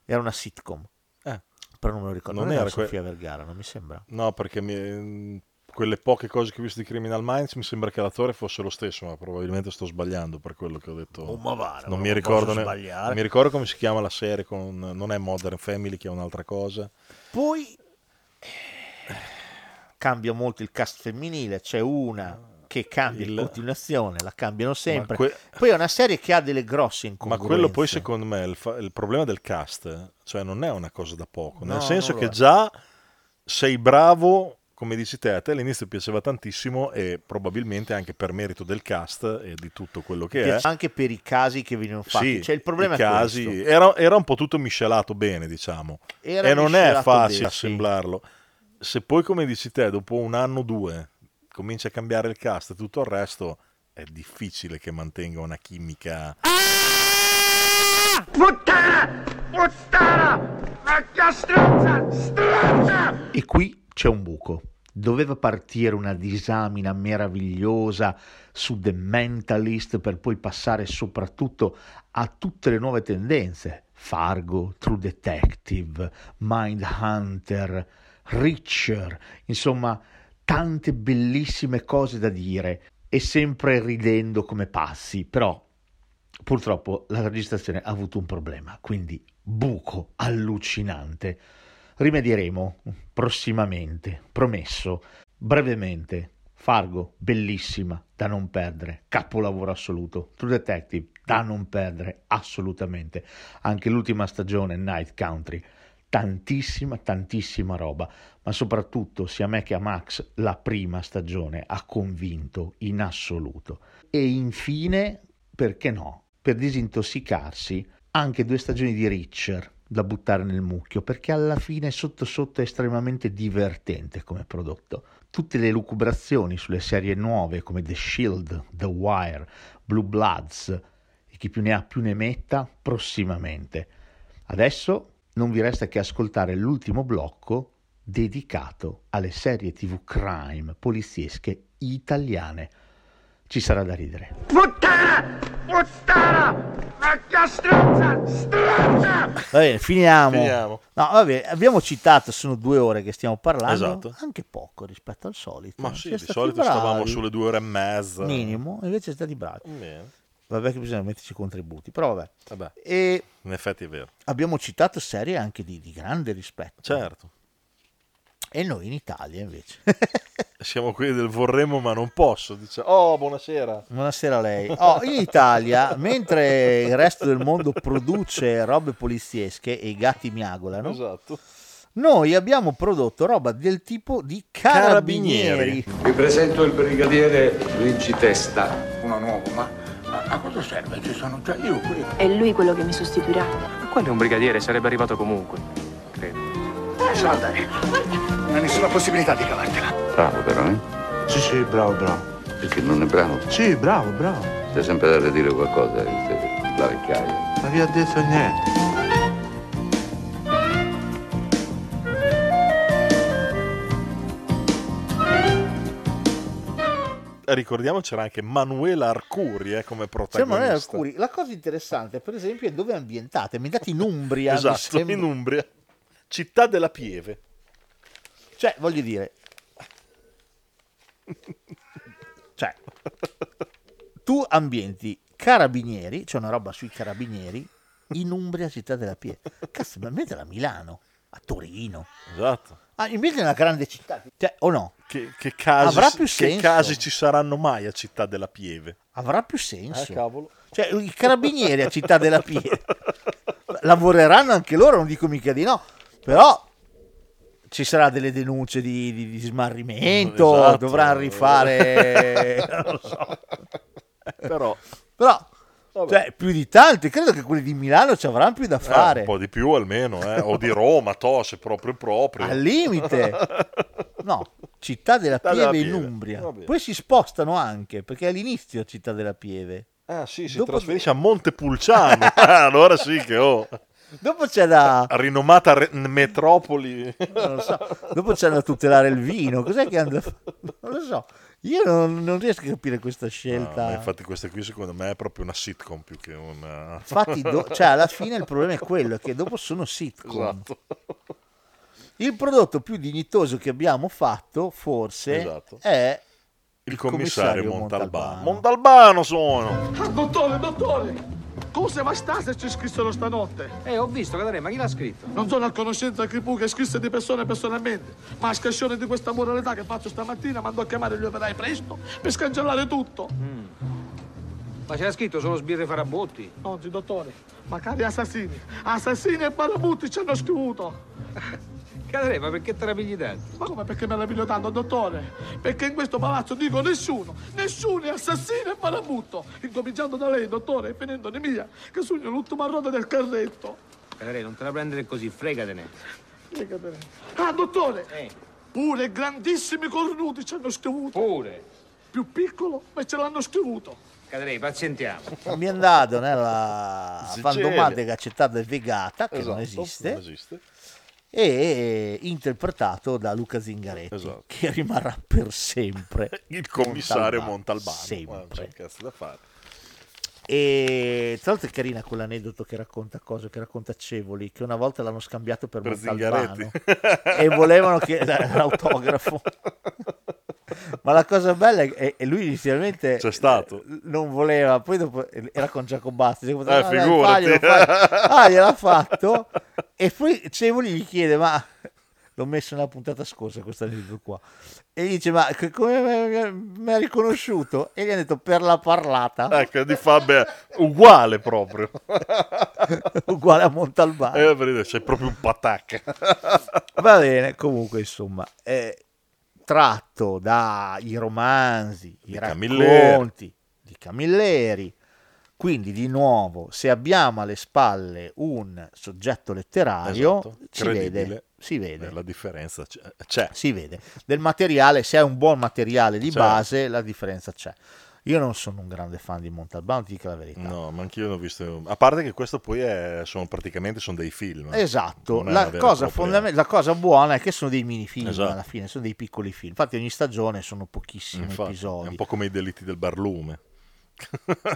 Speaker 7: era una sitcom.
Speaker 3: Eh.
Speaker 7: Però non me lo ricordo.
Speaker 3: Non
Speaker 7: Non, era
Speaker 3: era que-
Speaker 7: Sofia Vergara, non mi sembra.
Speaker 3: No, perché mi- quelle poche cose che ho visto di Criminal Minds mi sembra che l'attore fosse lo stesso, ma probabilmente sto sbagliando per quello che ho detto.
Speaker 7: Oh, ma va,
Speaker 3: non
Speaker 7: ma
Speaker 3: mi
Speaker 7: non
Speaker 3: ricordo
Speaker 7: posso
Speaker 3: ne-
Speaker 7: sbagliare.
Speaker 3: non mi ricordo come si chiama la serie, con... non è Modern Family che è un'altra cosa.
Speaker 7: Poi eh, cambia molto il cast femminile, c'è una che cambia in continuazione, la cambiano sempre.
Speaker 3: que-
Speaker 7: Poi è una serie che ha delle grosse
Speaker 3: Ma
Speaker 7: incongruenze.
Speaker 3: quello poi secondo me il, fa- il problema del cast, cioè non è una cosa da poco,
Speaker 7: No,
Speaker 3: nel senso
Speaker 7: non lo
Speaker 3: che
Speaker 7: è.
Speaker 3: già sei bravo, come dici te, a te all'inizio piaceva tantissimo e probabilmente anche per merito del cast e di tutto quello che è.
Speaker 7: Piace anche per i casi che venivano fatti.
Speaker 3: Sì,
Speaker 7: cioè, il problema
Speaker 3: i
Speaker 7: è
Speaker 3: casi-
Speaker 7: questo.
Speaker 3: Era, era un po' tutto miscelato bene, diciamo.
Speaker 7: Era
Speaker 3: e non è
Speaker 7: miscelato
Speaker 3: facile
Speaker 7: bene, sì.
Speaker 3: assemblarlo. Se poi, come dici te, dopo un anno o due comincia a cambiare il cast e tutto il resto, è difficile che mantenga una chimica.
Speaker 13: Puttana! Puttana! Vecchia stronza! Stronza!
Speaker 7: E qui c'è un buco. Doveva partire una disamina meravigliosa su The Mentalist per poi passare soprattutto a tutte le nuove tendenze. Fargo, True Detective, Mindhunter, Richer, insomma tante bellissime cose da dire e sempre ridendo come passi, però purtroppo la registrazione ha avuto un problema, quindi buco allucinante. Rimedieremo prossimamente, promesso, brevemente. Fargo, bellissima, da non perdere, capolavoro assoluto. True Detective, da non perdere, assolutamente. Anche l'ultima stagione, Night Country, tantissima, tantissima roba, ma soprattutto sia a me che a Max la prima stagione ha convinto in assoluto. E infine, perché no, per disintossicarsi, anche due stagioni di Richer da buttare nel mucchio, perché alla fine sotto sotto è estremamente divertente come prodotto. Tutte le lucubrazioni sulle serie nuove come The Shield, The Wire, Blue Bloods e chi più ne ha più ne metta prossimamente. Adesso non vi resta che ascoltare l'ultimo blocco dedicato alle serie tv crime poliziesche italiane. Ci sarà da ridere.
Speaker 13: Puttana! Puttana! Vecchia stronza! Stronza!
Speaker 7: Va bene, finiamo.
Speaker 13: Finiamo.
Speaker 7: No, vabbè, abbiamo citato, sono due ore che stiamo parlando.
Speaker 3: Esatto.
Speaker 7: Anche poco rispetto al solito.
Speaker 3: Ma sì,
Speaker 7: Siete
Speaker 3: di
Speaker 7: stati
Speaker 3: solito
Speaker 7: bravi.
Speaker 3: stavamo sulle due ore e mezza.
Speaker 7: Minimo, invece siete stati bravi.
Speaker 3: Bene.
Speaker 7: Vabbè che bisogna metterci i contributi, però vabbè.
Speaker 3: Vabbè.
Speaker 7: E
Speaker 3: In effetti è vero.
Speaker 7: abbiamo citato serie anche di, di grande rispetto.
Speaker 3: Certo.
Speaker 7: E noi in Italia invece.
Speaker 3: Siamo qui del vorremmo ma non posso. Dice, oh, buonasera.
Speaker 7: Buonasera a lei. Oh, in Italia, mentre il resto del mondo produce robe poliziesche e i gatti miagolano,
Speaker 3: Esatto.
Speaker 7: noi abbiamo prodotto roba del tipo di carabinieri.
Speaker 14: Vi presento il brigadiere Luigi Testa. Uno nuovo, ma ma a cosa serve? Ci sono già io qui.
Speaker 15: È lui quello che mi sostituirà.
Speaker 16: Quello è un brigadiere, sarebbe arrivato comunque.
Speaker 14: Lasciala andare. Non hai nessuna possibilità di cavartela.
Speaker 17: Bravo però, eh? Sì, sì, bravo, bravo. Perché non è bravo?
Speaker 14: Sì, bravo, bravo.
Speaker 17: C'è sempre da ridire qualcosa, eh, la vecchiaia.
Speaker 14: Non vi ha detto niente.
Speaker 3: Ricordiamo c'era anche Manuela Arcuri eh, come
Speaker 7: Cioè,
Speaker 3: protagonista.
Speaker 7: ma non era Curi. La cosa interessante, per esempio, è dove è ambientata. È ambientata in Umbria. mi
Speaker 3: Esatto,
Speaker 7: sembra.
Speaker 3: in Umbria. Città della Pieve.
Speaker 7: Cioè, voglio dire... Cioè, tu ambienti carabinieri, c'è una roba sui carabinieri, in Umbria, città della Pia. Cazzo, ma ambientala a Milano, a Torino.
Speaker 3: Esatto.
Speaker 7: Ah, invece è una grande città. Cioè, o no?
Speaker 3: Che, che casi,
Speaker 7: Avrà più
Speaker 3: che
Speaker 7: senso.
Speaker 3: casi ci saranno mai a Città della Pieve?
Speaker 7: Avrà più senso.
Speaker 3: Eh, cavolo.
Speaker 7: Cioè, i carabinieri a Città della Pia lavoreranno anche loro, non dico mica di no, però ci sarà delle denunce di, di- di smarrimento,
Speaker 3: Esatto.
Speaker 7: dovranno rifare... non lo so.
Speaker 3: Però...
Speaker 7: Però,
Speaker 3: Vabbè.
Speaker 7: cioè, più di tanti, credo che quelli di Milano ci avranno più da
Speaker 3: Eh,
Speaker 7: fare.
Speaker 3: un po' di più almeno, eh. o di Roma, to, se proprio proprio.
Speaker 7: Al limite. No, Città della
Speaker 3: Città
Speaker 7: Pieve
Speaker 3: della
Speaker 7: in
Speaker 3: Pieve,
Speaker 7: Umbria.
Speaker 3: va bene.
Speaker 7: Poi si spostano anche, perché è all'inizio Città della Pieve.
Speaker 3: Ah sì, si
Speaker 7: Dopo-
Speaker 3: trasferisce a Montepulciano. Ah, allora sì che oh.
Speaker 7: Dopo c'è da...
Speaker 3: Rinomata re- metropoli.
Speaker 7: Non lo so. Dopo c'è da tutelare il vino. Cos'è che andrà... Non lo so. Io non, non riesco a capire questa scelta.
Speaker 3: No, infatti questa qui secondo me è proprio una sitcom più che eh. una...
Speaker 7: Infatti, do- cioè, alla fine il problema è quello, che dopo sono sitcom.
Speaker 3: Esatto.
Speaker 7: Il prodotto più dignitoso che abbiamo fatto, forse,
Speaker 3: Esatto.
Speaker 7: è
Speaker 3: Il, commissario, Montalbano.
Speaker 7: Montalbano sono!
Speaker 18: Ah, Dottore, dottore! Cosa vastase ci scrissero stanotte? Eh, ho visto, Cadere, ma chi l'ha scritto? Non sono a conoscenza che fu che scrisse di persone personalmente, ma a scascione di questa moralità che faccio stamattina mando a chiamare gli operai presto per scancellare tutto.
Speaker 19: Ma c'era scritto solo sbirre farabotti.
Speaker 18: Oggi, dottore, ma cari assassini, assassini e barabutti ci hanno scrivuto.
Speaker 19: Cadere, ma perché te la pigli tanto?
Speaker 18: Ma come perché me la piglio tanto, dottore? Perché in questo palazzo dico nessuno, nessuno è assassino e farabutto, incominciando da lei, dottore, e finendo di mia, che sogno l'ultima ruota del carretto.
Speaker 19: Cadere, Eh, non te la prendere così, fregatene. Eh.
Speaker 18: Fregatene. Ah, dottore! Pure grandissimi cornuti ci hanno scrivuto.
Speaker 19: Pure.
Speaker 18: Più piccolo, ma ce l'hanno scrivuto.
Speaker 19: Cadere, pazientiamo.
Speaker 7: Mi è andato nella
Speaker 19: Sicilia.
Speaker 7: fandomatica accettata e vegata, che non,
Speaker 3: Esatto,
Speaker 7: esiste,
Speaker 3: non esiste.
Speaker 7: e interpretato da Luca Zingaretti, che rimarrà per sempre
Speaker 3: Esatto. Il commissario Montalbano. eh,
Speaker 7: Sempre.
Speaker 3: Ma c'è un cazzo da fare.
Speaker 7: E tra l'altro è carina quell'aneddoto che racconta cose, che racconta Cevoli, che una volta l'hanno scambiato per,
Speaker 3: Per
Speaker 7: Montalbano
Speaker 3: Zingaretti.
Speaker 7: e volevano che eh, l'autografo. Ma la cosa bella è che e lui inizialmente eh,
Speaker 3: C'è stato.
Speaker 7: non voleva, poi dopo eh, era con Giacobazzi, Giacobazzi,
Speaker 3: Eh,
Speaker 7: "Ah, dai,
Speaker 3: figurati."
Speaker 7: faglielo, faglielo." Ah, gliel'ha fatto e poi Cevoli gli chiede "Ma l'ho messo nella puntata scorsa questo aneddoto qua." E gli dice "Ma che- come me- mi ha riconosciuto?" E gli ha detto "Per la parlata."
Speaker 3: Ecco, di Fabio uguale proprio.
Speaker 7: uguale a Montalbano.
Speaker 3: Eh, per dire, c'è proprio un patacca.
Speaker 7: Va bene, comunque insomma, è tratto dai romanzi, i
Speaker 3: Di Camilleri.
Speaker 7: racconti di Camilleri. Quindi di nuovo, se abbiamo alle spalle un soggetto letterario,
Speaker 3: Esatto,
Speaker 7: Ah, si
Speaker 3: credibile.
Speaker 7: vede, si vede.
Speaker 3: Eh, La differenza c'è. c'è.
Speaker 7: Si vede. Del materiale, se è un buon materiale di
Speaker 3: Certo.
Speaker 7: base, la differenza c'è. Io non sono un grande fan di Montalbano, ti dico la verità.
Speaker 3: No, ma anch'io l'ho visto. A parte che questo poi è, sono praticamente sono dei film.
Speaker 7: Esatto,
Speaker 3: Non è
Speaker 7: la
Speaker 3: una vera e
Speaker 7: cosa,
Speaker 3: propria-
Speaker 7: fondament- la cosa buona è che sono dei mini film
Speaker 3: Esatto.
Speaker 7: alla fine, sono dei piccoli film. Infatti ogni stagione sono pochissimi
Speaker 3: Infatti,
Speaker 7: episodi.
Speaker 3: È un po' come i delitti del barlume.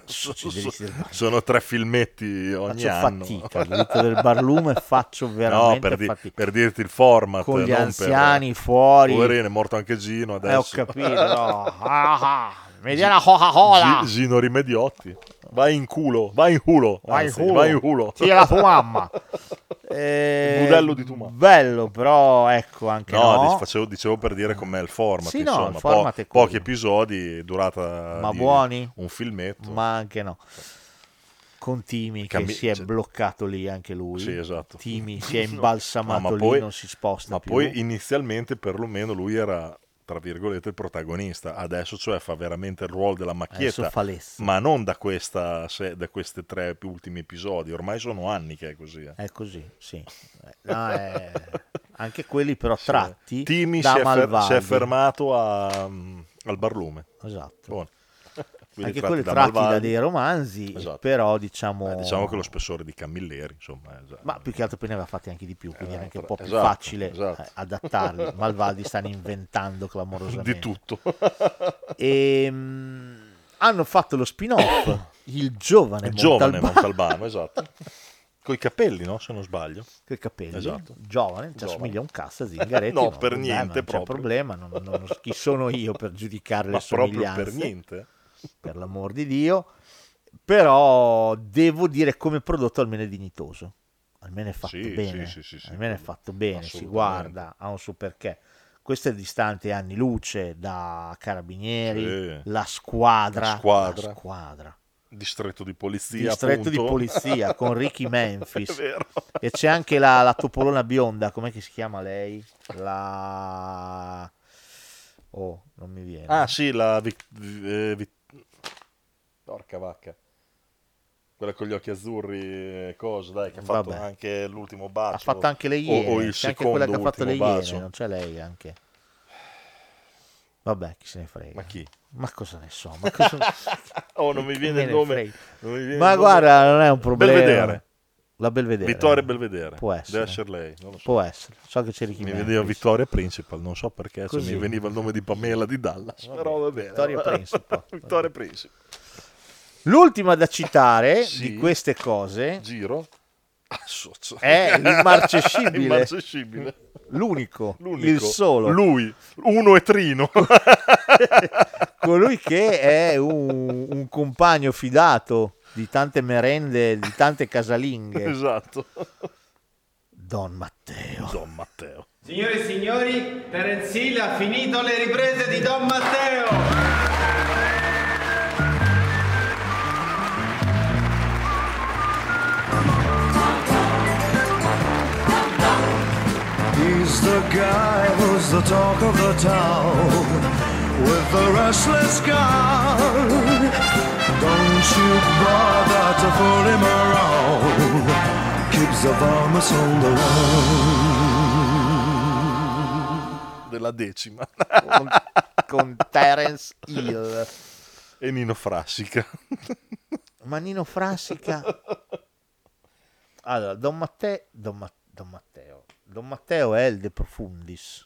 Speaker 7: Sono,
Speaker 3: sono tre filmetti ogni
Speaker 7: Faccio
Speaker 3: anno.
Speaker 7: fatica, il delitto del barlume faccio veramente
Speaker 3: No, per, di-
Speaker 7: fatica.
Speaker 3: per dirti il format.
Speaker 7: Con gli
Speaker 3: non per-
Speaker 7: anziani fuori.
Speaker 3: Poverino, è morto anche Gino adesso.
Speaker 7: Eh, ho capito. no. Ah, ah. Mediana Coca-Cola.
Speaker 3: Gi- Gino Rimediotti. Vai in culo, vai in culo.
Speaker 7: Vai in
Speaker 3: anzi,
Speaker 7: culo.
Speaker 3: Vai in culo.
Speaker 7: Tira tua mamma. Eh,
Speaker 3: Il budello di tua mamma.
Speaker 7: Bello, però ecco anche
Speaker 3: No,
Speaker 7: no.
Speaker 3: dic- facevo- dicevo per dire com'è il format.
Speaker 7: Sì, no,
Speaker 3: insomma,
Speaker 7: il format è quello.
Speaker 3: pochi episodi, durata
Speaker 7: Ma
Speaker 3: di
Speaker 7: buoni?
Speaker 3: un filmetto.
Speaker 7: ma anche no. Con Timi
Speaker 3: Certo.
Speaker 7: che
Speaker 3: Cambi-
Speaker 7: si è
Speaker 3: cioè-
Speaker 7: bloccato lì anche lui.
Speaker 3: Sì, esatto.
Speaker 7: Timi si è
Speaker 3: No.
Speaker 7: imbalsamato
Speaker 3: No, ma
Speaker 7: lì,
Speaker 3: poi-
Speaker 7: non si sposta
Speaker 3: Ma
Speaker 7: più.
Speaker 3: poi inizialmente perlomeno lui era tra virgolette il protagonista adesso cioè fa veramente il ruolo della macchietta
Speaker 7: Adesso fa l'esso.
Speaker 3: ma non da, questa se- da questi tre più ultimi episodi ormai sono anni che è così eh.
Speaker 7: È così, sì. Eh, No, è- Anche quelli però
Speaker 3: Sì.
Speaker 7: tratti
Speaker 3: Timi
Speaker 7: da
Speaker 3: si è, fer-
Speaker 7: malvagi.
Speaker 3: si è fermato a, mm, al barlume
Speaker 7: Esatto.
Speaker 3: Buono. Quindi
Speaker 7: Anche quelli tratti da dei romanzi, però diciamo...
Speaker 3: Esatto. Eh, diciamo che lo spessore di Camilleri insomma esatto.
Speaker 7: Ma più che altro poi ne aveva fatti anche di più, quindi era anche un po' più
Speaker 3: esatto,
Speaker 7: facile eh, adattarli. Malvadi stanno inventando clamorosamente.
Speaker 3: Di tutto.
Speaker 7: Ehm, hanno fatto lo spin-off, il giovane
Speaker 3: Il giovane
Speaker 7: Montalbano.
Speaker 3: Montalbano, esatto. Con i capelli, no? Se non sbaglio.
Speaker 7: Con i capelli.
Speaker 3: Esatto.
Speaker 7: Giovane, ci
Speaker 3: Giovane.
Speaker 7: assomiglia a un cassa Zingaretti.
Speaker 3: No,
Speaker 7: vabbè,
Speaker 3: per
Speaker 7: ma
Speaker 3: niente
Speaker 7: Non c'è
Speaker 3: proprio.
Speaker 7: problema, non- non- chi sono io per giudicare
Speaker 3: Ma
Speaker 7: le
Speaker 3: proprio
Speaker 7: somiglianze?
Speaker 3: per niente.
Speaker 7: per l'amor di Dio. Però devo dire come prodotto almeno è dignitoso. Almeno è fatto
Speaker 3: Sì,
Speaker 7: bene.
Speaker 3: sì, sì, sì, sì,
Speaker 7: almeno è fatto bene, si
Speaker 3: assolutamente.
Speaker 7: guarda, ha un suo perché. Questo è distante anni luce da Carabinieri,
Speaker 3: Sì.
Speaker 7: la squadra,
Speaker 3: La squadra.
Speaker 7: la squadra.
Speaker 3: Distretto di polizia.
Speaker 7: Distretto di
Speaker 3: appunto.
Speaker 7: polizia con Ricky Memphis
Speaker 3: È vero.
Speaker 7: e c'è anche la, la topolona bionda, com'è che si chiama lei? La... Oh, non mi viene.
Speaker 3: Ah, sì, la... Vic- eh, Vic- Porca vacca. Quella con gli occhi azzurri, eh, cosa, dai, che ha fatto
Speaker 7: Vabbè.
Speaker 3: anche l'ultimo bacio.
Speaker 7: ha fatto anche le iene,
Speaker 3: O, o il
Speaker 7: c'è anche
Speaker 3: secondo
Speaker 7: quella che ha fatto le
Speaker 3: ultimo
Speaker 7: iene,
Speaker 3: bacio.
Speaker 7: non c'è lei anche. Vabbè, chi se ne frega. Ma
Speaker 3: chi?
Speaker 7: Ma cosa ne so? Ma, cosa-
Speaker 3: Oh, non mi
Speaker 7: Chi
Speaker 3: viene
Speaker 7: me
Speaker 3: il
Speaker 7: ne
Speaker 3: nome.
Speaker 7: frega?
Speaker 3: non mi viene
Speaker 7: Ma
Speaker 3: il nome.
Speaker 7: guarda, non è un problema.
Speaker 3: Belvedere.
Speaker 7: La Belvedere.
Speaker 3: Vittoria Belvedere.
Speaker 7: Può essere.
Speaker 3: Deve essere lei, non lo so.
Speaker 7: Può essere. So che c'è Ricky
Speaker 3: Mi
Speaker 7: Merckx.
Speaker 3: veniva Vittoria Principal, non so perché, cioè,
Speaker 7: Così.
Speaker 3: mi veniva il nome di Pamela di Dallas, però va bene.
Speaker 7: Vittoria Principal.
Speaker 3: Vittoria Principal.
Speaker 7: L'ultima da citare
Speaker 3: Sì.
Speaker 7: di queste cose
Speaker 3: Giro.
Speaker 7: è l'immarcescibile.
Speaker 3: Immarcescibile.
Speaker 7: L'unico,
Speaker 3: L'unico.
Speaker 7: il solo.
Speaker 3: Lui, uno e Trino.
Speaker 7: Colui che è un, un compagno fidato di tante merende, di tante casalinghe.
Speaker 3: Esatto.
Speaker 7: Don Matteo.
Speaker 3: Don Matteo.
Speaker 20: Signore e signori, Terence Hill ha finito le riprese di Don Matteo.
Speaker 21: He's the guy who's the talk of the town with the restless gown. Don't you bother to fool him around. Keeps the vomits on the run.
Speaker 3: Della decima.
Speaker 7: Con, con Terence Hill.
Speaker 3: E Nino Frassica.
Speaker 7: Ma Nino Frassica. Allora, Don Matteo. Don, Ma- Don Matteo. Don Matteo è il De Profundis.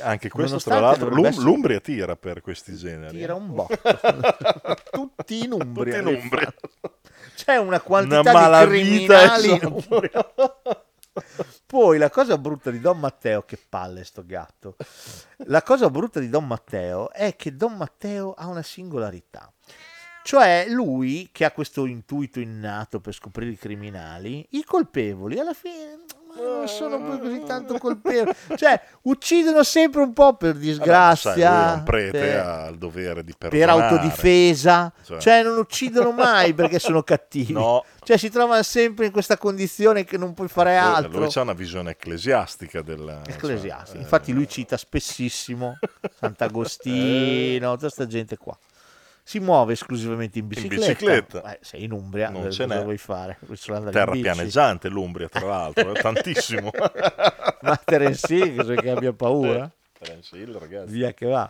Speaker 3: Anche questo,
Speaker 7: Nonostante
Speaker 3: tra l'altro,
Speaker 7: dovrebbe
Speaker 3: l'um-
Speaker 7: essere-
Speaker 3: l'Umbria tira per questi generi. eh.
Speaker 7: Tira un botto. Tutti in Umbria.
Speaker 3: Tutti in Umbria.
Speaker 7: C'è una quantità
Speaker 3: Una
Speaker 7: di
Speaker 3: malavita esatto.
Speaker 7: criminali in
Speaker 3: enorme.
Speaker 7: Umbria. Poi la cosa brutta di Don Matteo, che palle sto gatto. La cosa brutta di Don Matteo è che Don Matteo ha una singolarità. Cioè lui che ha questo intuito innato per scoprire i criminali, i colpevoli alla fine ma non sono poi così tanto colpevoli. Cioè uccidono sempre un po' per
Speaker 3: Vabbè, sai, lui
Speaker 7: disgrazia. eh.
Speaker 3: è un prete
Speaker 7: per-
Speaker 3: ha il dovere di
Speaker 7: per
Speaker 3: perdonare.
Speaker 7: autodifesa,
Speaker 3: Cioè-
Speaker 7: cioè. non uccidono mai perché sono cattivi,
Speaker 3: No.
Speaker 7: cioè si trovano sempre in questa condizione che non puoi fare
Speaker 3: Lui-
Speaker 7: altro.
Speaker 3: Ecco, Lui c'ha una visione ecclesiastica della...
Speaker 7: Ecclesiasti.
Speaker 3: cioè, eh,
Speaker 7: Infatti lui cita spessissimo
Speaker 3: Eh.
Speaker 7: Sant'Agostino, tutta sta gente qua. Si muove esclusivamente in bicicletta.
Speaker 3: bicicletta.
Speaker 7: Eh, sei in Umbria,
Speaker 3: Non
Speaker 7: cosa
Speaker 3: ce n'è.
Speaker 7: vuoi fare? Vuoi solo andare in
Speaker 3: Terra
Speaker 7: bici?
Speaker 3: pianeggiante l'Umbria, tra l'altro, eh, tantissimo.
Speaker 7: Ma Terence Hill, cosa che abbia paura?
Speaker 3: Sì, Terence Hill, ragazzi.
Speaker 7: Via che va.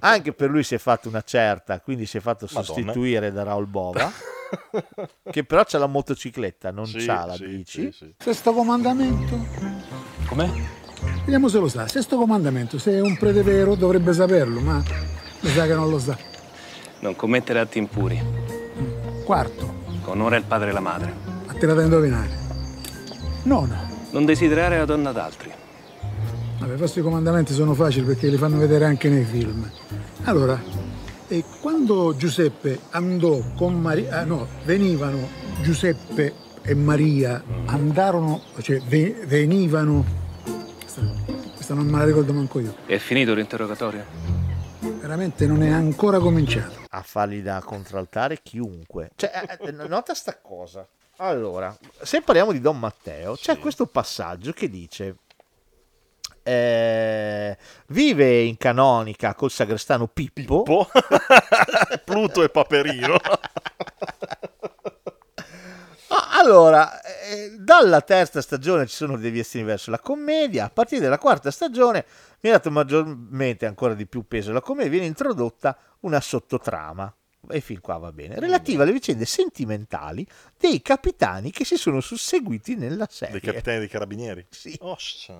Speaker 7: Anche per lui si è fatto una certa, quindi si è fatto
Speaker 3: Madonna.
Speaker 7: sostituire da Raul Bova, che però c'ha la motocicletta, non
Speaker 3: Sì,
Speaker 7: c'ha la
Speaker 3: sì,
Speaker 7: bici.
Speaker 22: Sesto comandamento.
Speaker 7: Com'è?
Speaker 22: Vediamo se lo sa. Sesto comandamento, se è un prete vero dovrebbe saperlo, ma mi sa che non lo sa.
Speaker 23: Non commettere atti impuri.
Speaker 22: Quarto,
Speaker 23: Onora il padre e la madre.
Speaker 22: a te la da indovinare. Nono.
Speaker 23: Non desiderare la donna d'altri.
Speaker 22: Vabbè, i vostri comandamenti sono facili perché li fanno vedere anche nei film. Allora, e quando Giuseppe andò con Maria, ah, no, venivano Giuseppe e Maria, andarono, cioè ve- venivano, questa, questa non me la ricordo manco io,
Speaker 23: È finito l'interrogatorio?
Speaker 22: veramente non è ancora cominciato.
Speaker 7: A fargli da contraltare chiunque. Cioè, eh, eh, nota sta cosa. Allora, se parliamo di Don Matteo, c'è questo passaggio che dice... eh, vive in canonica col sagrestano Pippo,
Speaker 3: Pluto e Paperino.
Speaker 7: Ah, Allora, eh, dalla terza stagione ci sono deviazioni verso la commedia, a partire dalla quarta stagione viene dato maggiormente ancora di più peso alla commedia, viene introdotta una sottotrama, e fin qua va bene, relativa alle vicende sentimentali dei capitani che si sono susseguiti nella serie.
Speaker 3: Dei capitani dei carabinieri? Eh, Sì. Oscia.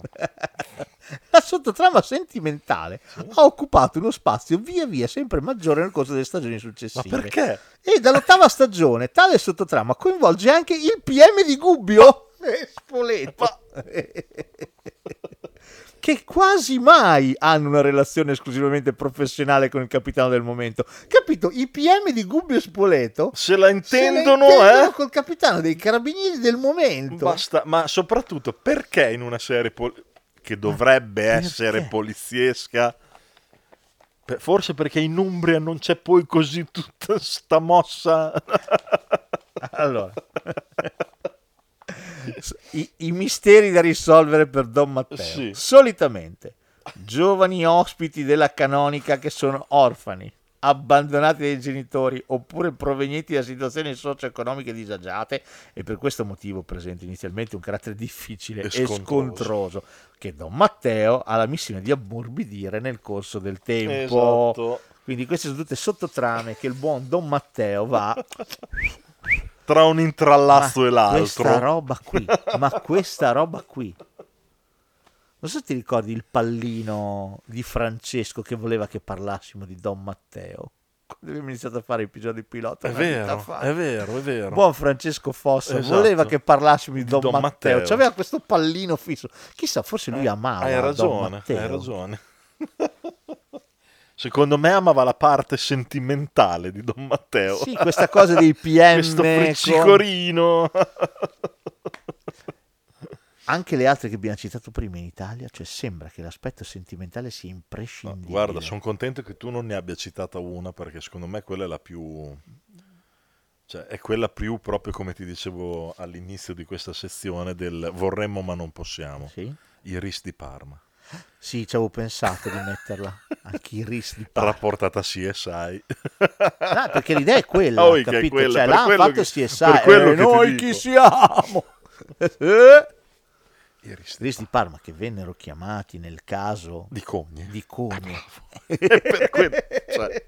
Speaker 7: La sottotrama sentimentale ha occupato uno spazio via via sempre maggiore nel corso delle stagioni successive.
Speaker 3: Ma perché?
Speaker 7: E dall'ottava stagione tale sottotrama coinvolge anche il PM di Gubbio, Eh, Spoleto, che quasi mai hanno una relazione esclusivamente professionale con il capitano del momento. Capito? I PM di Gubbio e Spoleto
Speaker 3: se la intendono, eh?
Speaker 7: col capitano dei carabinieri del momento.
Speaker 3: Basta, ma soprattutto perché in una serie pol- che dovrebbe essere poliziesca, per- forse perché in Umbria non c'è poi così tutta sta mossa.
Speaker 7: allora, I, i misteri da risolvere per Don Matteo.
Speaker 3: Sì.
Speaker 7: Solitamente giovani ospiti della canonica che sono orfani, abbandonati dai genitori oppure provenienti da situazioni socio-economiche disagiate e per questo motivo presenta inizialmente un carattere difficile
Speaker 3: E
Speaker 7: e
Speaker 3: scontroso.
Speaker 7: scontroso, che Don Matteo ha la missione di ammorbidire nel corso del tempo.
Speaker 3: Esatto.
Speaker 7: Quindi queste sono tutte sottotrame che il buon Don Matteo va
Speaker 3: tra un intrallazzo
Speaker 7: Ma
Speaker 3: e l'altro.
Speaker 7: Questa roba qui, ma questa roba qui. Non so se ti ricordi il pallino di Francesco che voleva che parlassimo di Don Matteo. Quando abbiamo iniziato a fare episodi pilota.
Speaker 3: È
Speaker 7: una vita
Speaker 3: vero,
Speaker 7: fa. Boh,
Speaker 3: è vero, è vero.
Speaker 7: Buon Francesco Fossa
Speaker 3: Esatto.
Speaker 7: voleva che parlassimo di Don,
Speaker 3: Don
Speaker 7: Matteo.
Speaker 3: Matteo. Eh,
Speaker 7: C'aveva questo pallino fisso. Chissà, forse lui amava.
Speaker 3: hai
Speaker 7: Don
Speaker 3: ragione,
Speaker 7: Matteo.
Speaker 3: hai ragione. Secondo me amava la parte sentimentale di Don Matteo.
Speaker 7: Sì, questa cosa dei PM
Speaker 3: Questo
Speaker 7: con-
Speaker 3: friccicorino.
Speaker 7: Anche le altre che abbiamo citato prima in Italia, cioè sembra che l'aspetto sentimentale sia imprescindibile.
Speaker 3: Guarda, sono contento che tu non ne abbia citata una perché secondo me quella è la più... Cioè, è quella più proprio come ti dicevo all'inizio di questa sezione del vorremmo ma non possiamo. Iris di Parma.
Speaker 7: Sì, ci avevo pensato di metterla. Anche i rischi di
Speaker 3: Alla portata CSI.
Speaker 7: No, Ah. perché l'idea è quella,
Speaker 3: Oh, che è
Speaker 7: capito?
Speaker 3: quella,
Speaker 7: cioè,
Speaker 3: per
Speaker 7: l'hanno
Speaker 3: quello
Speaker 7: fatto
Speaker 3: che-
Speaker 7: CSI,
Speaker 3: per quello
Speaker 7: eh,
Speaker 3: che ti
Speaker 7: noi
Speaker 3: dico.
Speaker 7: chi siamo? Eh? Risti di Parma che vennero chiamati nel caso
Speaker 3: di Ah, Cogne.
Speaker 7: Di Cogne.
Speaker 3: per quello, cioè,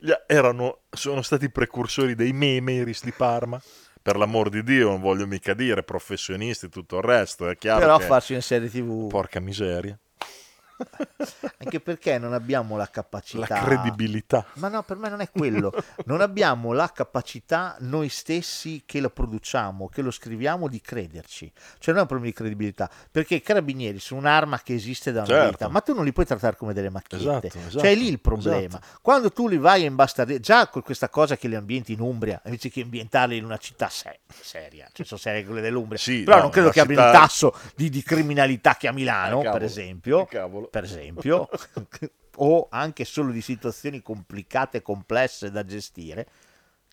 Speaker 3: gli- erano, sono stati i precursori dei meme i Ris di Parma. Per l'amor di Dio, non voglio mica dire professionisti e tutto il resto, è chiaro.
Speaker 7: Però
Speaker 3: che-
Speaker 7: farci una serie TV.
Speaker 3: Porca miseria.
Speaker 7: Anche perché non abbiamo la capacità.
Speaker 3: La credibilità.
Speaker 7: Ma no, per me non è quello. Non abbiamo la capacità noi stessi che lo produciamo, che lo scriviamo, di crederci. Cioè non è un problema di credibilità. Perché i carabinieri sono un'arma che esiste da una
Speaker 3: Certo.
Speaker 7: vita, ma tu non li puoi trattare come delle macchine.
Speaker 3: Esatto, esatto,
Speaker 7: cioè è lì il problema. Quando tu li vai a imbastardire, già con questa cosa che li ambienti in Umbria, invece che ambientarli in una città se- seria, cioè sono serie quelle dell'Umbria, però
Speaker 3: no,
Speaker 7: non credo
Speaker 3: una
Speaker 7: che abbiano il
Speaker 3: città-
Speaker 7: tasso di, di criminalità che a Milano,
Speaker 3: Eh, cavolo,
Speaker 7: per esempio, per esempio o anche solo di situazioni complicate e complesse da gestire.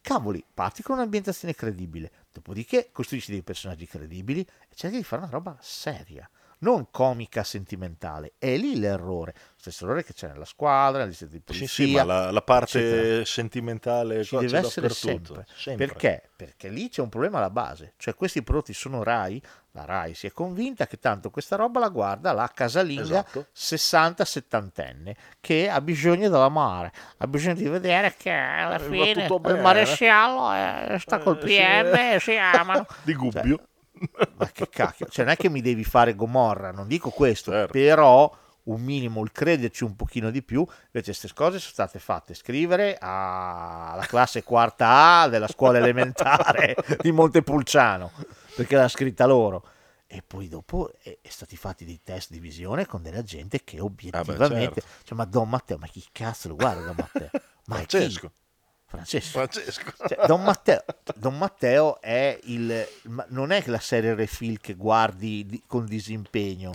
Speaker 7: Cavoli, parti con un'ambientazione credibile, dopodiché costruisci dei personaggi credibili e cerchi di fare una roba seria, non comica sentimentale. È lì l'errore, stesso errore che c'è nella squadra, nell'istante di
Speaker 3: Sì,
Speaker 7: polizia.
Speaker 3: sì, ma la, la parte
Speaker 7: eccetera
Speaker 3: sentimentale
Speaker 7: ci
Speaker 3: qua
Speaker 7: deve
Speaker 3: c'è
Speaker 7: essere
Speaker 3: dappertutto.
Speaker 7: sempre.
Speaker 3: Sempre.
Speaker 7: Perché? Perché lì c'è un problema alla base. Cioè questi prodotti sono RAI, la RAI si è convinta che tanto questa roba la guarda la casalinga
Speaker 6: Esatto.
Speaker 7: 60-70enne che ha bisogno della mare, ha bisogno di vedere che alla
Speaker 6: Eh, Va
Speaker 7: fine
Speaker 6: tutto
Speaker 7: il
Speaker 6: bene.
Speaker 7: maresciallo eh, sta col
Speaker 6: Eh, sì.
Speaker 7: PM e si amano. Cioè,
Speaker 3: Di Gubbio.
Speaker 7: ma che cacchio, cioè non è che mi devi fare Gomorra, non dico questo,
Speaker 3: Certo.
Speaker 7: però un minimo, il crederci un pochino di più, invece queste cose sono state fatte scrivere alla classe quarta A della scuola elementare di Montepulciano, perché l'ha scritta loro. E poi dopo è, è stati fatti dei test di visione con della gente che obiettivamente...
Speaker 3: Ah, certo.
Speaker 7: Cioè, ma Don Matteo, ma chi cazzo lo guarda Don Matteo? Ma chi?
Speaker 3: Francesco.
Speaker 7: Francesco.
Speaker 3: Francesco.
Speaker 7: Cioè, Don, Matteo, Don Matteo è il ma- non è la serie refill che guardi di- con disimpegno.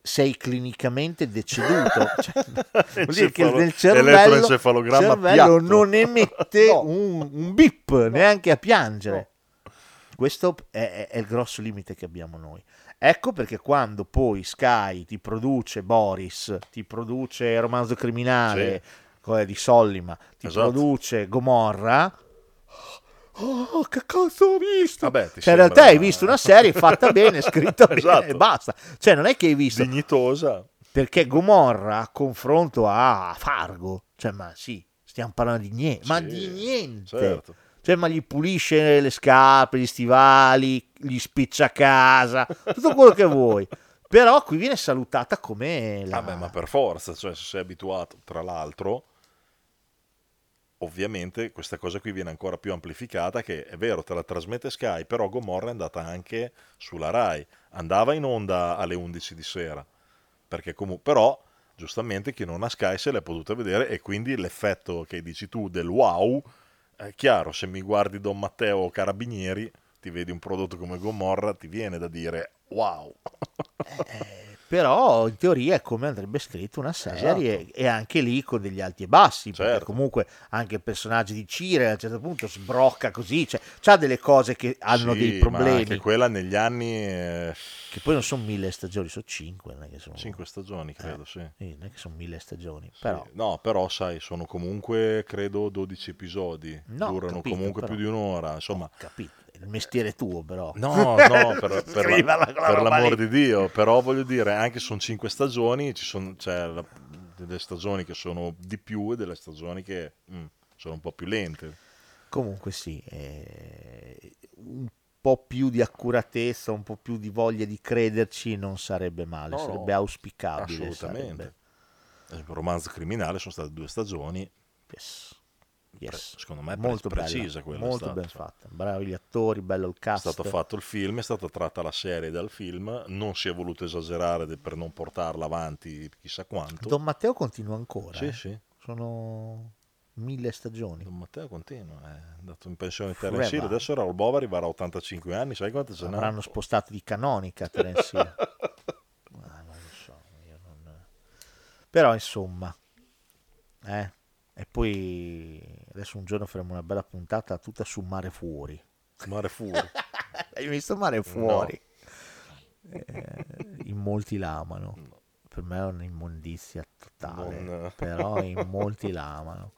Speaker 7: Sei clinicamente deceduto. Cioè, vuol dire che
Speaker 3: Encefalo-
Speaker 7: nel cervello,
Speaker 3: elettroencefalogramma
Speaker 7: cervello
Speaker 3: piatto.
Speaker 7: non emette un, un bip neanche a piangere. Questo è, è- è il grosso limite che abbiamo noi. Ecco perché quando poi Sky ti produce Boris, ti produce Romanzo Criminale, quella di Sollima, ti
Speaker 3: Esatto.
Speaker 7: produce Gomorra,
Speaker 13: Oh, che cazzo ho visto?
Speaker 3: Vabbè, ti
Speaker 7: cioè, in
Speaker 3: sembra-
Speaker 7: realtà hai visto una serie fatta bene, scritta bene
Speaker 3: Esatto.
Speaker 7: e basta. Cioè, non è che hai visto.
Speaker 3: Dignitosa.
Speaker 7: Perché Gomorra a confronto a Fargo, cioè, ma sì, stiamo parlando di niente. Ma di niente.
Speaker 3: certo.
Speaker 7: Cioè, ma gli pulisce le scarpe, gli stivali, gli spiccia a casa, tutto quello che vuoi. Però qui viene salutata come la...
Speaker 3: Vabbè, ma per forza, cioè se sei abituato, tra l'altro, ovviamente questa cosa qui viene ancora più amplificata che è vero, te la trasmette Sky, però Gomorra è andata anche sulla Rai, andava in onda alle 11 di sera, perché comunque, però giustamente chi non ha Sky se l'è potuta vedere e quindi l'effetto che dici tu del wow, è chiaro, se mi guardi Don Matteo o Carabinieri, ti vedi un prodotto come Gomorra, ti viene da dire wow.
Speaker 7: Però in teoria è come andrebbe scritta una serie
Speaker 3: Certo.
Speaker 7: e anche lì con degli alti e bassi, perché comunque anche il personaggio di Cire a un certo punto sbrocca così, cioè ha delle cose che hanno
Speaker 3: Sì,
Speaker 7: dei
Speaker 3: Ma
Speaker 7: problemi,
Speaker 3: anche quella negli anni. eh,
Speaker 7: che poi non sono mille stagioni, sono cinque, non è che sono...
Speaker 3: Cinque stagioni, credo, sì.
Speaker 7: non è che sono mille stagioni,
Speaker 3: sì.
Speaker 7: Eh, però...
Speaker 3: No, però sai, sono comunque, credo, 12 episodi.
Speaker 7: No,
Speaker 3: Durano
Speaker 7: capito,
Speaker 3: comunque
Speaker 7: però.
Speaker 3: più di un'ora, insomma. eh,
Speaker 7: capito. Il mestiere tuo però.
Speaker 3: No, no, per, per, la-
Speaker 7: Scrivala quella
Speaker 3: per
Speaker 7: roba
Speaker 3: l'amor
Speaker 7: lì.
Speaker 3: di Dio, però voglio dire, anche sono cinque stagioni, ci sono cioè, la- delle stagioni che sono di più e delle stagioni che mm, sono un po' più lente.
Speaker 7: Comunque sì, eh, un po' più di accuratezza, un po' più di voglia di crederci non sarebbe
Speaker 3: No,
Speaker 7: male,
Speaker 3: no,
Speaker 7: sarebbe auspicabile.
Speaker 3: Assolutamente.
Speaker 7: sarebbe-
Speaker 3: Eh, Romanzo criminale sono state due stagioni. Pre- secondo me è pre-
Speaker 7: Molto bella,
Speaker 3: precisa quella.
Speaker 7: molto ben fatta. Bravi gli attori, bello il cast.
Speaker 3: È stato fatto il film, è stata tratta la serie dal film, non si è voluto esagerare de- per non portarla avanti chissà quanto.
Speaker 7: Don Matteo continua ancora.
Speaker 3: Sì,
Speaker 7: eh.
Speaker 3: sì.
Speaker 7: Sono mille stagioni.
Speaker 3: Don Matteo continua, è andato in pensione
Speaker 7: Forever.
Speaker 3: Terence Hill, adesso Raoul Bova arriverà a 85 anni, sai quanto ce n'ha?
Speaker 7: L'hanno spostato di canonica Terence Hill. Ma non lo so, io non- Però insomma, eh, e poi adesso un giorno faremo una bella puntata tutta su Mare Fuori.
Speaker 3: Mare Fuori.
Speaker 7: Hai visto Mare Fuori? Eh, in molti l'amano. Per me è un'immondizia totale,
Speaker 3: Non-
Speaker 7: però in molti l'amano.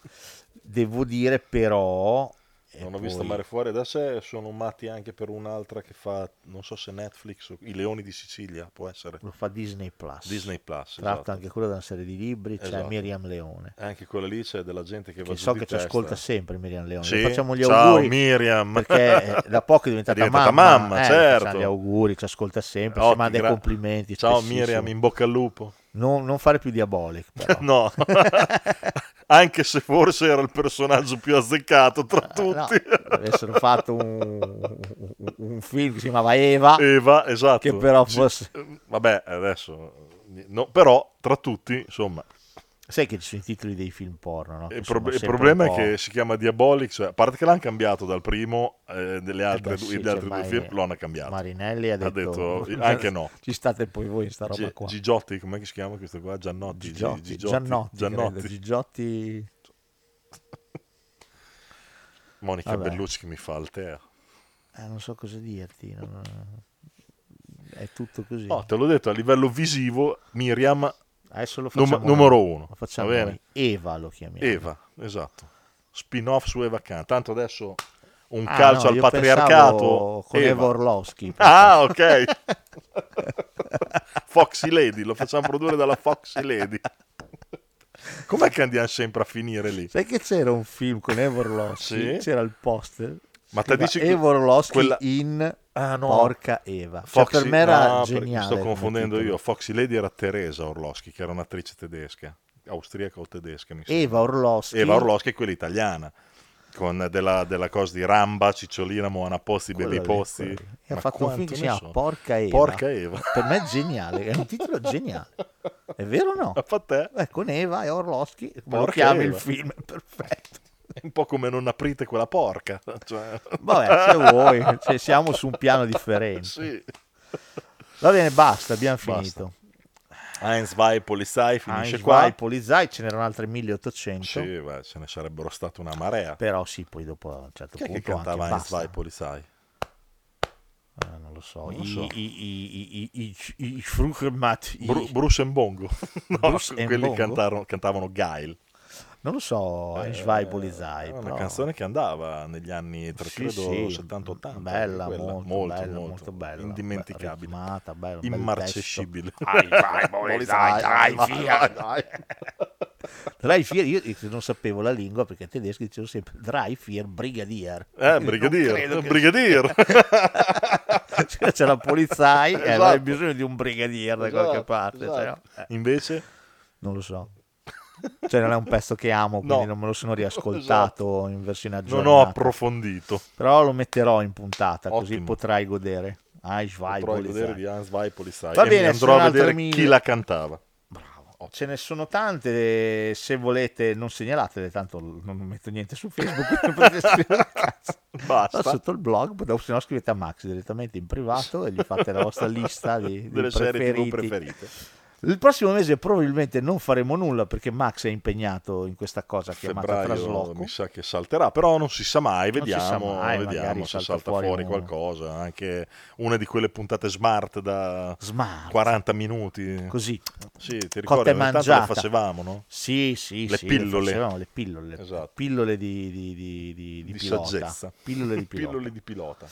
Speaker 7: Devo dire però... e
Speaker 3: Non ho visto
Speaker 7: poi-
Speaker 3: Mare Fuori, adesso è- sono matti anche per un'altra che fa, non so se Netflix o I Leoni di Sicilia, può essere.
Speaker 7: Lo fa Disney Plus.
Speaker 3: Disney Plus,
Speaker 7: Mm. Tratta
Speaker 3: esatto.
Speaker 7: anche quella da una serie di libri, c'è
Speaker 3: Esatto.
Speaker 7: Miriam Leone.
Speaker 3: Anche quella lì c'è della gente che, va
Speaker 7: Che
Speaker 3: giù
Speaker 7: so
Speaker 3: di
Speaker 7: che ci
Speaker 3: testa.
Speaker 7: ascolta sempre Miriam Leone.
Speaker 3: Sì?
Speaker 7: Le facciamo gli
Speaker 3: Ciao,
Speaker 7: auguri.
Speaker 3: Miriam.
Speaker 7: Perché eh, da poco è diventata,
Speaker 3: È diventata
Speaker 7: mamma.
Speaker 3: mamma,
Speaker 7: eh, le
Speaker 3: certo.
Speaker 7: facciamo gli auguri, ci ascolta sempre,
Speaker 3: Ottimo,
Speaker 7: ci manda
Speaker 3: gra-
Speaker 7: i complimenti.
Speaker 3: Ciao
Speaker 7: spessissimo.
Speaker 3: Miriam, in bocca al lupo.
Speaker 7: Non, non fare più diabolic. però.
Speaker 3: No, anche se forse era il personaggio più azzeccato tra
Speaker 7: Eh, No,
Speaker 3: tutti.
Speaker 7: avessero fatto un, un- un film che si chiamava Eva.
Speaker 3: Eva, esatto.
Speaker 7: Che però
Speaker 3: Sì,
Speaker 7: fosse...
Speaker 3: eh, Vabbè, adesso... eh, no, però, tra tutti, insomma,
Speaker 7: Sai che ci sono i titoli dei film porno, no? Che
Speaker 3: il,
Speaker 7: sono
Speaker 3: prob- il
Speaker 7: sempre
Speaker 3: problema
Speaker 7: un
Speaker 3: è
Speaker 7: po'-
Speaker 3: che si chiama Diabolic, cioè, a parte che l'hanno cambiato dal primo, eh, delle altre,
Speaker 7: beh,
Speaker 3: due-
Speaker 7: sì,
Speaker 3: degli altri
Speaker 7: ormai
Speaker 3: due film lo hanno cambiato.
Speaker 7: Marinelli ha detto-
Speaker 3: anche no.
Speaker 7: Ci state poi voi in sta roba
Speaker 3: Gi-
Speaker 7: qua.
Speaker 3: Gigiotti, com'è che si chiama questo qua? Giannotti. Gi-
Speaker 7: Gigiotti,
Speaker 3: Gigiotti.
Speaker 7: Giannotti,
Speaker 3: Giannotti.
Speaker 7: credo, eh, Gigiotti-
Speaker 3: Monica
Speaker 7: Vabbè.
Speaker 3: Bellucci che mi fa il tè.
Speaker 7: eh, non so cosa dirti, non- eh, è tutto così.
Speaker 3: No, te l'ho detto, a livello visivo Miriam
Speaker 7: Adesso lo
Speaker 3: num-
Speaker 7: facciamo
Speaker 3: numero
Speaker 7: noi.
Speaker 3: uno.
Speaker 7: Lo facciamo
Speaker 3: va bene?
Speaker 7: noi. Eva lo chiamiamo.
Speaker 3: Eva, esatto. Spin-off su Eva Khan. Tanto adesso un
Speaker 7: Ah,
Speaker 3: calcio
Speaker 7: no,
Speaker 3: al
Speaker 7: io
Speaker 3: patriarcato.
Speaker 7: pensavo con Eva Orlowski.
Speaker 3: Ah, ok. Foxy Lady, lo facciamo produrre dalla Foxy Lady. Com'è che andiamo sempre a finire lì?
Speaker 7: Sai che c'era un film con Eva Orlowski?
Speaker 3: Sì?
Speaker 7: C'era il poster.
Speaker 3: Ma te
Speaker 7: Scriveva
Speaker 3: dici
Speaker 7: Eva Orlowski
Speaker 3: quella-
Speaker 7: in
Speaker 3: Ah, no.
Speaker 7: Porca Eva. Cioè, per me era
Speaker 3: no, perché mi
Speaker 7: geniale.
Speaker 3: Sto
Speaker 7: come
Speaker 3: confondendo
Speaker 7: titolo.
Speaker 3: io. Foxy Lady era Teresa Orlowski, che era un'attrice tedesca, austriaca o tedesca. Mi sembra.
Speaker 7: Eva Orlowski.
Speaker 3: Eva Orlowski è quella italiana, con della, della cosa di Ramba, Cicciolina, Moana Pozzi,
Speaker 7: Quello
Speaker 3: Baby
Speaker 7: lì,
Speaker 3: Pozzi.
Speaker 7: quello lì. E ha
Speaker 3: Ma
Speaker 7: fatto un film
Speaker 3: quanto
Speaker 7: che si
Speaker 3: ne
Speaker 7: chiama
Speaker 3: so.
Speaker 7: Porca Eva.
Speaker 3: Porca Eva.
Speaker 7: Per me è geniale, è un titolo geniale. È vero o no? Eh, con Eva e Orlowski, come lo
Speaker 3: Porca
Speaker 7: chiami
Speaker 3: Eva.
Speaker 7: il film, è perfetto.
Speaker 3: È un po' come non aprite quella porca. cioè.
Speaker 7: Vabbè, se vuoi, cioè, siamo su un piano differente.
Speaker 3: Sì.
Speaker 7: Va bene, basta, abbiamo finito.
Speaker 3: Heinz Vai Polisai finisce
Speaker 7: Heinz
Speaker 3: qua.
Speaker 7: Weil, Polizai, ce n'erano altre 1800.
Speaker 3: Sì, beh, ce ne sarebbero state una marea.
Speaker 7: Però sì, poi dopo a un certo
Speaker 3: Chi è che
Speaker 7: punto anche
Speaker 3: cantava Heinz
Speaker 7: basta.
Speaker 3: Vai Polisai?
Speaker 7: Eh, non lo so,
Speaker 3: Non
Speaker 7: i,
Speaker 3: so.
Speaker 7: i, i, i, i, i, i Fruchermat, i-
Speaker 3: Bru- Bruce and Bongo. no,
Speaker 7: Bruce and
Speaker 3: quelli
Speaker 7: Bongo?
Speaker 3: cantarono- cantavano Gail.
Speaker 7: non lo so,
Speaker 3: Eh,
Speaker 7: Einschweig Polizei,
Speaker 3: Era una
Speaker 7: però-
Speaker 3: canzone che andava negli anni tra-
Speaker 7: Sì,
Speaker 3: credo
Speaker 7: sì,
Speaker 3: 70-80.
Speaker 7: bella,
Speaker 3: quella.
Speaker 7: molto, bella, molto bella,
Speaker 3: Indimenticabile.
Speaker 7: ritmata, bella, un bel
Speaker 3: immarcescibile.
Speaker 7: testo. Ai, vai, Boris, dai, dai, via. Dreifier, io non sapevo la lingua perché in tedesco dicevo sempre Dreifier Brigadier.
Speaker 3: Eh,
Speaker 7: Non
Speaker 3: brigadier,
Speaker 7: credo che-
Speaker 3: brigadier.
Speaker 7: Cioè, c'era Polizai e
Speaker 3: Esatto.
Speaker 7: aveva bisogno di un brigadier da qualche
Speaker 3: Esatto,
Speaker 7: parte. cioè,
Speaker 3: esatto.
Speaker 7: eh,
Speaker 3: Invece
Speaker 7: non lo so. Cioè, non è un pezzo che amo, quindi
Speaker 3: No.
Speaker 7: non me lo sono riascoltato
Speaker 3: Esatto.
Speaker 7: in versione
Speaker 3: non
Speaker 7: aggiornata.
Speaker 3: ho approfondito.
Speaker 7: Però lo metterò in puntata, così
Speaker 3: Ottimo.
Speaker 7: potrai godere. Einschweig
Speaker 3: Potrò
Speaker 7: Polizei.
Speaker 3: godere di Hans Weipolisai.
Speaker 7: eh. Va
Speaker 3: e
Speaker 7: bene,
Speaker 3: mi andrò
Speaker 7: sono
Speaker 3: a vedere
Speaker 7: altre
Speaker 3: chi
Speaker 7: mille.
Speaker 3: la cantava.
Speaker 7: Ce ne sono tante, se volete non segnalatele, tanto l- non metto niente su Facebook, quindi potete scrivere a cazzo.
Speaker 3: Basta.
Speaker 7: No, sotto il blog, però se no scrivete a Max direttamente in privato e gli fate la vostra lista di, di
Speaker 3: Delle serie TV
Speaker 7: preferiti.
Speaker 3: preferite.
Speaker 7: Il prossimo mese probabilmente non faremo nulla perché Max è impegnato in questa cosa chiamata
Speaker 3: Febbraio
Speaker 7: trasloco.
Speaker 3: mi sa che salterà, però non si sa mai,
Speaker 7: Non si sa
Speaker 3: vediamo,
Speaker 7: mai, magari
Speaker 3: vediamo se
Speaker 7: salta
Speaker 3: salta
Speaker 7: fuori
Speaker 3: fuori,
Speaker 7: un-
Speaker 3: qualcosa, anche una di quelle puntate smart da
Speaker 7: Smart.
Speaker 3: 40 minuti.
Speaker 7: Così.
Speaker 3: Sì, ti
Speaker 7: Cotta
Speaker 3: ricordi,
Speaker 7: e
Speaker 3: ogni tanto
Speaker 7: mangiata.
Speaker 3: le facevamo, no?
Speaker 7: Sì, sì,
Speaker 3: Le
Speaker 7: sì,
Speaker 3: pillole. Esatto.
Speaker 7: facevamo, le pillole, pillole di, di, di, di, di
Speaker 3: Di
Speaker 7: pilota.
Speaker 3: saggezza.
Speaker 7: Pillole di pilota.
Speaker 3: Pillole di pilota.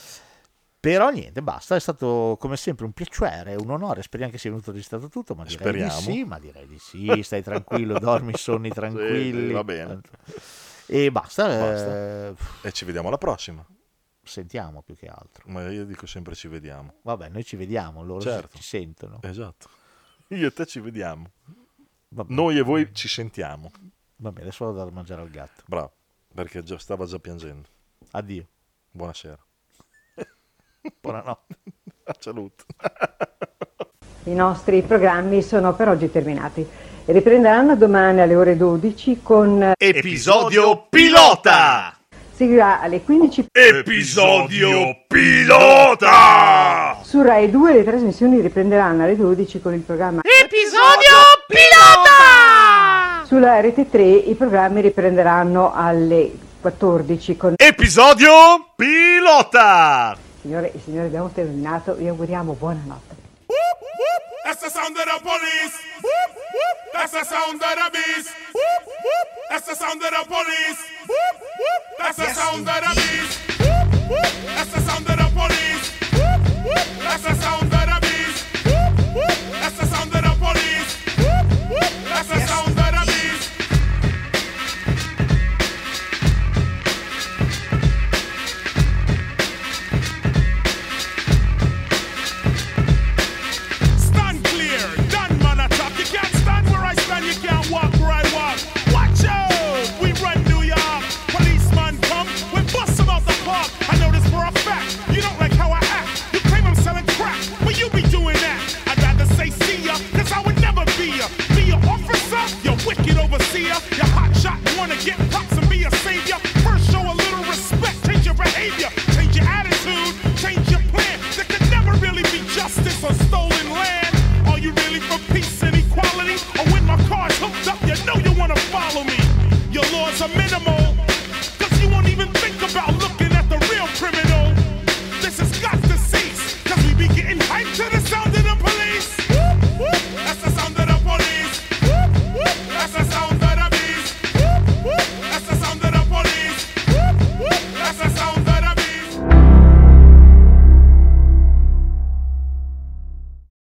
Speaker 7: Però niente, basta, è stato come sempre un piacere, un onore, speriamo che sia venuto registrato tutto, ma direi
Speaker 3: Speriamo.
Speaker 7: di sì, ma direi di sì, stai tranquillo, dormi sonni
Speaker 3: Sì,
Speaker 7: tranquilli.
Speaker 3: va bene.
Speaker 7: E basta. eh,
Speaker 3: Basta. E ci vediamo alla prossima.
Speaker 7: Sentiamo più che altro.
Speaker 3: Ma io dico sempre ci vediamo.
Speaker 7: Vabbè, noi ci vediamo, loro
Speaker 3: Certo.
Speaker 7: ci sentono.
Speaker 3: Esatto. Io e te ci vediamo. Noi e voi ci sentiamo.
Speaker 7: Va bene, adesso vado a mangiare al gatto.
Speaker 3: Bravo, perché già- stava già piangendo.
Speaker 7: Addio.
Speaker 3: Buonasera.
Speaker 7: Buonanotte.
Speaker 3: Saluto.
Speaker 1: I nostri programmi sono per oggi terminati. Riprenderanno domani alle ore 12 con...
Speaker 2: Episodio pilota!
Speaker 1: Seguirà alle 15
Speaker 2: Episodio pilota!
Speaker 1: su Rai 2 le trasmissioni riprenderanno alle 12 con il programma...
Speaker 6: Episodio pilota!
Speaker 1: Sulla rete 3 i programmi riprenderanno alle 14 con...
Speaker 2: Episodio pilota!
Speaker 1: Signore e signori abbiamo terminato, vi auguriamo buonanotte.
Speaker 2: That's the é sound of the police! Whoop, whoop. That's the sound of the beast! Whoop, whoop. That's the é sound of the police! Whoop, whoop. That's the sound of the beast! Whoop, whoop. That's the é sound of the police! Whoop, whoop. That's the sound of the beast! Whoop, whoop. That's the é sound of the police! Whoop, whoop. That's the sound of the beast! Stand clear, done man attack. You can't stand where I stand, you can't walk where I walk. Watch out, we run New York. Policeman come, we bust them out the park. I know this for a fact. You don't like how I act. You claim I'm selling crack, but you be doing that. I'd rather say see ya, cause I would never be ya. Be your officer, your wicked overseer. Your hot shot, wanna get props and be a savior. First show a little respect, change your behavior, change your attitude, change your plan. There could never really be justice on stolen land. Are you really for peace and equality? Or when my car's hooked up, you know you wanna follow me. Your laws are minimal,